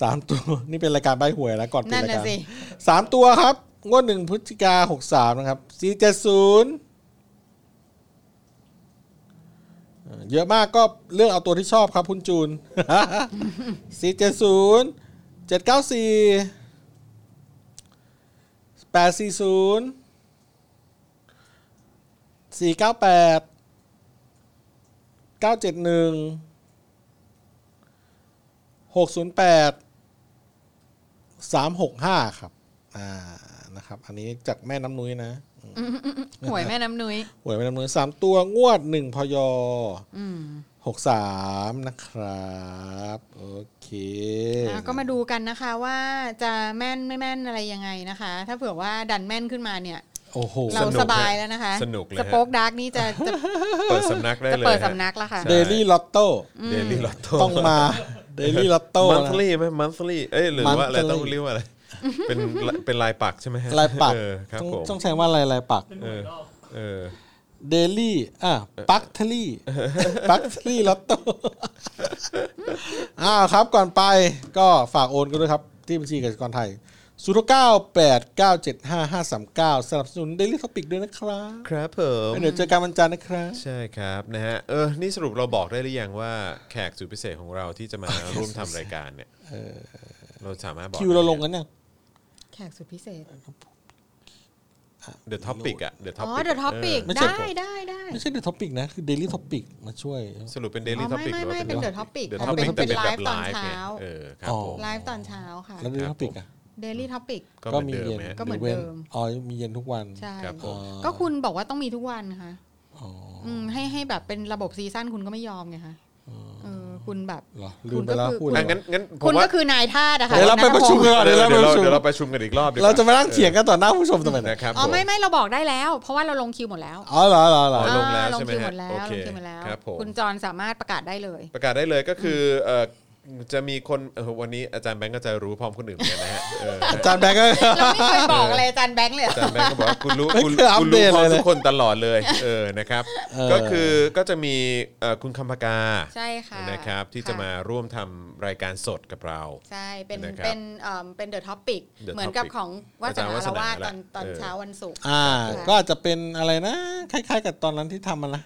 S4: สามตัว นี่เป็นรายการใบหวยแล้วก่อนปิด
S3: นั่น
S4: ราย
S3: น่ะ
S4: การ
S3: สิ
S4: สามตัวครับ งวดหนึ่งพฤศจิกาหกสามนะครับสี่เจ็ดศูนย์เยอะมากก็เลือกเอาตัวที่ชอบครับคุณจูน (laughs) สี่เจ็ดศูนย์เจ็ดเก้าสี่แปดสี่ศูนย์สี่เก้าแปดเก้าเจ็ดหนึ่งหกศูนย์แปด สามหกห้าครับ อ่า นะครับ อันนี้จากแม่น้ำนุ้ยนะ
S3: หวยแม่น้ำนุ้ย
S4: หวยแม่น้ำนุ้ยสามตัวงวดหนึ่งพย
S3: อืม
S4: หกสามนะครับ โอเค
S3: อ่ะก็มาดูกันนะคะว่าจะแม่นไม่แม่นอะไรยังไงนะคะ ถ้าเผื่อว่าดันแม่นขึ้นมาเนี่ย
S4: โอ้โห
S2: ส
S3: เรา
S2: นุก
S3: สบายแล้วนะคะ
S2: สนุกเลยฮะ
S3: สป็อกดาร์กนี่จะจะ
S2: เปิดสำนักได้
S3: จะ
S2: เลย
S3: เปิดสำนักแล้วค่ะ
S4: เดลี่ลอตโต้
S2: เดลี่ลอตโต้
S4: ต้องมาเดลี่ลอตโต้
S2: มันทลีไหมมันทลีเอ้ยหรือว่าอะไร
S4: Monthly
S2: ต้องเรียกว่าอะไร เป็นเป็นลายปักใช่ไหมฮะ
S4: ลายปัก
S2: เออครับ
S4: ต้อง
S2: ผม
S4: ต้องใช้ว่าลายลายปัก
S2: เออเออ
S4: เดลี่อ่ะปักทลี่ปักทลี่ลอตโต้อ้าวครับก่อนไปก็ฝากโอนกันด้วยครับ ที่บัญชีกสิกรไทยศูนย์เก้าแปดเก้าเจ็ดห้าห้าสามเก้าสนับสนุนเดลี่ท็อปิกด้วยนะครับ
S2: ครับผม
S4: เดี๋ยวเจอกันวันจันทร์นะครับ
S2: ใช่ครับนะฮะเออนี่สรุปเราบอกได้หรือยังว่าแขกสุดพิเศษของเราที่จะมา ร่วมทำรายการเนี่ยเราสามารถบอก
S4: คิวเราลงกันยัง
S3: แขกสุดพิเศษ
S2: เดอะท็อปิกอะเดอะท็อ
S3: อ๋อ
S2: ปิก
S3: The Topic ได้ได้ได้
S4: ไม่ใช่เด e t ท็อปิกนะ คือเดลี่ท็อปิกมาช่วย
S2: สรุปเป็นเด
S3: อ๋
S2: ลี่
S3: อ
S2: ท็อ
S3: ไม่
S2: ปิก
S3: ไม่ไม่เป็น The Topic
S2: เดอะ
S3: อ๋
S2: ท็อ
S3: อ
S2: ปิก
S3: เป็
S2: แต่
S3: นเป็น
S2: เป็น
S3: ไล
S2: แบบ
S3: ฟ์
S2: ไล
S3: ตอน
S2: ฟ์ไง
S3: เช้า
S2: เออครับผม
S4: อ๋อ
S3: ไลฟ์ตอนเช้าค่ะ
S4: แล้วเดลี่ท็อปิกอ่ะ
S3: Daily Topic
S2: ก็
S4: ก็
S2: เหมือน
S4: มี
S2: เดิม
S4: เย็น
S2: ฮะ
S3: ก็เหมือนเดิม
S4: อ๋อมีเย็นทุกวัน
S3: ใช่
S2: ครับผม
S3: ก็คุณบอกว่าต้องมีทุกวันค่ะ
S4: อ๋อ
S3: มให้ให้แบบเป็นระบบซีซั่นคุณก็ไม่ยอมไงคะเออคุณแบบ
S4: เหรอลืมไปแล้ว
S3: คุณก็คือ
S4: พูด
S2: อ่ะ
S4: แล้ว
S2: งั้นงั้นผ
S3: คุ
S2: ม
S3: ณ
S2: ว่า
S3: ก็คือนายท่าสอะค่ะ
S4: เดี๋ยวเราไปประชุมกันก่อน
S2: เดี๋
S4: เดี๋
S2: ย
S4: ยว วเราไปป
S2: เรา
S4: ระชุม
S2: เดี๋ยวเราประชุมกันอีกรอบดีกว่า
S4: เราจะมานั่งเถียงกันต่อหน้าผู้ชมทำไมเนี่ย
S2: นะครับ
S3: อ๋อ
S2: ผม
S3: ไม่ไม่เราบอกได้แล้ว เพราะว่าเราลงคิวหมดแล้ว
S4: อ๋อเหรอเหรอเหรอ
S2: ลงแล้ว
S3: อ่า
S2: ใช่ไหม
S3: คิวห
S2: ฮะ
S3: มดแล้ว
S2: โอ
S3: ล
S2: เค
S3: งคิวหมดแล้ว
S2: ครับผม
S3: คุณจรสามารถประกาศได้
S2: (laughs)
S3: เลย
S2: ประกาศได้เลยก็คืออเออจะมีคนเอ่อวันนี้อาจารย์แบงก์ก็จะรู้พร้อมคนอื่นเหมือนกันนะฮะเออ
S4: อาจารย์แบงค์ก็ (laughs)
S3: เราไม่เคยบอกอะไรอาจารย์แบงค์เลยเหร
S2: อา
S3: อ
S2: จารย์แบงก์ก็บอกว่ากูรู้
S4: ไม่
S2: กู
S4: เคยอัป
S2: กู
S4: เด
S2: รู้พ
S4: ต
S2: ร้อม
S4: เลยนะ
S2: ทุกคนตลอดเลยเออนะครับ
S4: เออ
S2: ก็คือก็จะมีเอ่อคุณคำพกา
S3: ใช่ค่ะ
S2: นะครับที่จะ
S3: ค่ะ
S2: มาร่วมทำรายการสดกับเรา
S3: ใช่ เป็น
S2: นะครับ
S3: เป็นเอ่อเป็นเดอะท็อปิก
S2: The
S3: เหมือนกับ
S2: Topic
S3: ของว่าจา
S2: อาจารย์
S3: ราวาส
S2: วาสนา
S3: ตอนตอน
S2: เออ
S3: เช้าวันศุกร์
S4: อ่า
S3: ค่ะ
S4: ก็อาจจะเป็นอะไรนะ คล้ายๆ กับตอนนั้นที่ทำมันละ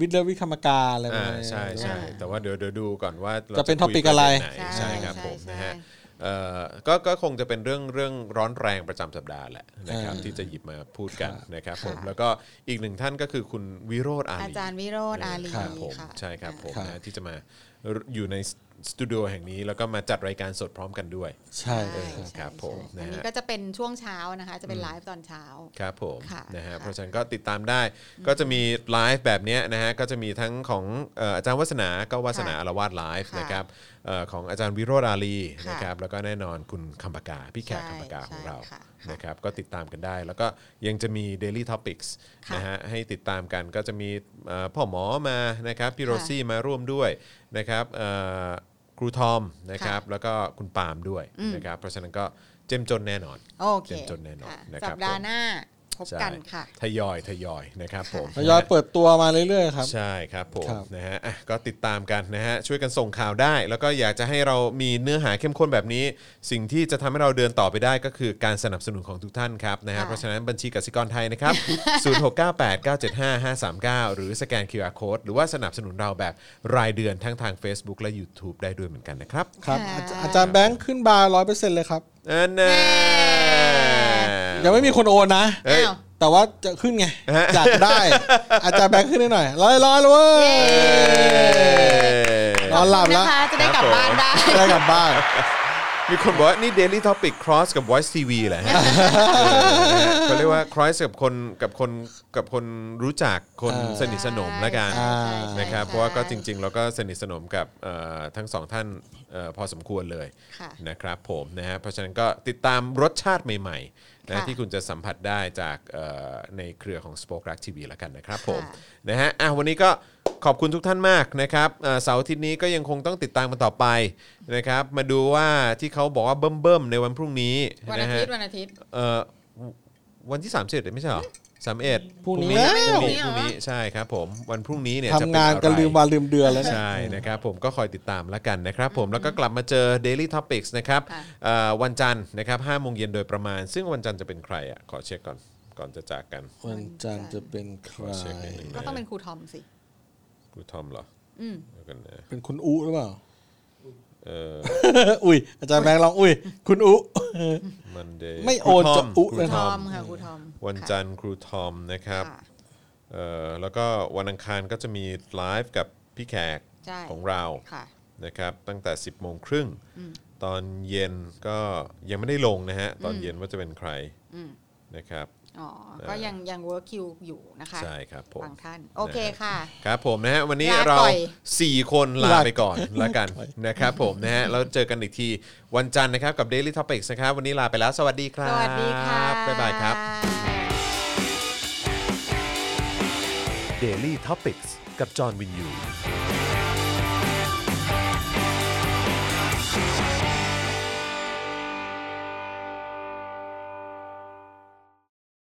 S4: วิทย์เลวิคมการอะไรประ
S2: อ่า
S4: มาณนี้
S2: ใช่ใช่แต่ว่าเดี๋ยวเดี๋ยวดูก่อนว่ารา
S4: จะเป็น
S2: คุย
S4: topic อะไร
S2: ปเด็นหนใช่ครับผม
S3: ใช่
S2: นะฮะ
S3: ใช่
S2: เอ่อก็ก็คงจะเป็นเรื่องเรื่องร้อนแรงประจำสัปดาห์แหละนะครับที่จะหยิบมาพูดกันนะครับผมแล้วก็อีกหนึ่งท่านก็คือคุณวิโรธอา
S3: อา
S2: ลี
S3: จารย์วิโรธอาลี
S2: ครับผม
S3: ค่ะ
S2: ใช่ครับผม
S4: ครับ
S2: นะที่จะมาอยู่ในสตูดิโอแห่งนี้แล้วก็มาจัดรายการสดพร้อมกันด้วย
S4: ใช่
S3: ใช่
S4: ครับ
S3: ใช่
S2: ครับผม
S3: ใช่
S2: นะฮะ
S3: อันนี้ก็จะเป็นช่วงเช้านะคะ จะเป็นไลฟ์ตอนเช้า
S2: ครับผม
S3: ค่ะ
S2: นะฮะ
S3: ค่ะ
S2: เพราะฉะนั้นก็ติดตามได้ก็จะมีไลฟ์แบบเนี้ยนะฮะก็จะมีทั้งของเอ่ออาจารย์วัฒนาก็วัฒนาอารวาสไลฟ์
S3: ค่ะ
S2: นะครับเอ่อของอาจารย์วิโรจน์อาลี
S3: ค่ะ
S2: นะครับแล้วก็แน่นอนคุณคำปากาพี่แขกคำปากาของเรา
S3: ใช่ค่ะ
S2: นะครับก็ติดตามกันได้ แล้วก็ยังจะมี Daily Topics
S3: ค่ะ
S2: นะฮะให้ติดตามกันก็จะมีเอ่อพ่อหมอมานะครับพี่
S3: ค่ะ
S2: โรซี่มาร่วมด้วยนะครับเอ่อครูทอมนะครับแล้วก็คุณปาล์มด้วย
S3: อืม
S2: นะครับเพราะฉะนั้นก็เจ้มจนแน่นอน
S3: โอเค
S2: เจ็บจนแน่นอน
S3: ค่ะ
S2: นะครับ
S3: สัปดาห์หน้าพบ
S2: ใช่
S3: กันค่ะ
S2: ทยอยทยอยนะครับผม
S4: ทยอยเปิดตัวมาเรื่อยๆครับ
S2: ใช่ครับผม
S4: ครับ
S2: นะฮะอ่ะก็ติดตามกันนะฮะช่วยกันส่งข่าวได้ แล้วก็อยากจะให้เรามีเนื้อหาเข้มข้นแบบนี้ สิ่งที่จะทำให้เราเดินต่อไปได้ก็คือการสนับสนุนของทุกท่านครับนะฮะ
S3: ค่ะ
S2: เพราะฉะนั้นบัญชีกสิกรไทยนะครับ (laughs) 0698975539 หรือสแกน QR Code หรือว่าสนับสนุนเราแบบรายเดือนทั้งทาง Facebook และ YouTube ได้ด้วยเหมือนกันนะครับ
S4: ครับ
S3: ค่ะ
S4: อาจอาจารย์แบงค์ขึ้นบาร์ร้อยเปอร์เซ็นต์เลยครับ
S2: อันน่ะ
S4: ยังไม่มีคนโอนนะ
S2: เอ้ย
S3: อ้าว
S4: แต่ว่าจะขึ้นไงอยากได้
S2: (laughs)
S4: อาจารย์แบงค์ขึ้นได้หน่อยร้อยร้อยเลยเว้ย นอนหลับแล้ว
S3: นะคะจะได้กลับบ้านได้
S4: ได้กลับบ้าน
S2: มีคนบอกว่า นี่ Daily Topic Cross กับ Voice TV แห
S3: (laughs)
S2: ละฮะ เขาเรียกว่า Cross กับคนกับคนกับคนรู้จักคน
S4: อ่า
S2: สนิทสนมละกัน
S3: ใช่ใช่ใช่
S2: นะครับ
S3: ใช่
S2: เพราะว่าก็จริง ๆ เราก็สนิทสนมกับเอ่อทั้งสองท่านเอ่อพอสมควรเลย
S3: ค่ะ
S2: นะครับผมนะฮะเพราะฉะนั้นก็ติดตามรสชาติใหม่ๆนะ
S3: ค่ะ
S2: ที่คุณจะสัมผัสได้จากเอ่อในเครือของ Spoke Dark TV ละกันนะครับผม
S3: ค่ะ
S2: นะฮะอ่ะวันนี้ก็ขอบคุณทุกท่านมากนะครับเอ่อเสาร์อาทิตย์นี้ก็ยังคงต้องติดตามกันต่อไปนะครับ มาดูว่าที่เขาบอกว่าเบิ่มๆในวันพรุ่งนี้
S3: วันอา
S2: นะฮะ
S3: ทิตย์วันอาทิตย์
S2: เอ่อวันที่3ามสิบไม่ใช่เหรอสามเอ็ด
S4: พรุ่งนี้
S2: พรุ่งนี้
S3: แล้
S2: พ
S3: ว
S2: รุ่งนี้ใช่ครับผมวันพรุ่งนี้เนี่ยจะเป็
S4: ทำงานกัน
S2: อะไร
S4: ลืมวันลืมเดือนแล้วเนี่ย
S2: ใช่นะครับผมก็คอยติดตามแล้วกันนะครับผมแล้วก็กลับมาเจอ Daily Topics นะครับ
S3: ค่ะ
S2: เอ่อวันจันทร์นะครับห้าโมงเย็นโดยประมาณ ซึ่งวันจันทร์จะเป็นใครอ่ะขอเช็คก่อนก่อนจะจากกัน
S4: วันจันทร์จะเป็นใค
S2: ข
S4: ร
S2: อเช็คนิดนึง
S3: ก็ต้องเป็นครูทอมสิ
S2: ครูทอมเหรอ
S3: อืม
S2: เดี๋ยวกันนะ
S4: เป็นคุณอุหรือเปล่า
S2: เออ
S4: (laughs) อุ้ยอาจารย์แบงค์ลองอุ้ยคุณอุ
S2: Monday
S4: ไม่โอน
S2: ครูท
S4: จะอุ
S2: ครู
S4: เลย
S3: ท
S2: ท
S3: อ
S2: อ
S3: ม
S2: ม
S3: ค่ะครูทอม
S2: วันจันทร์ครูทอมนะครับ
S3: ค่ะ
S2: เอ่อแล้วก็วันอังคารก็จะมีไลฟ์กับพี่แขก
S3: ใช่
S2: ของเรา
S3: ค่ะ
S2: นะครับตั้งแต่ 10โมงครึ่งตอนเย็นก็ยังไม่ได้ลงนะฮะ ตอนเย็นว่าจะเป็นใคร
S3: อืม
S2: นะครับ
S3: อ๋อ ก็ยังยังเวิร์คิวอยู่นะคะ
S2: ใช่ครับผม
S3: บางท่าน โอเคค่ะ
S2: ครับผมนะฮะวันนี้
S3: ลา
S2: เรา
S3: ก่อย
S2: 4 คนลา
S4: ลา
S2: ไปก่อนละ (laughs) กันนะครับผมนะฮะแล้วเจอกันอีกทีวันจันทร์นะครับกับ Daily Topics นะครับวันนี้ลาไปแล้วสวัสดีครับ
S3: สวัสดีค่ะ
S2: บ๊ายบายครับ
S1: Daily t o p i c กกับจอห์นวินยู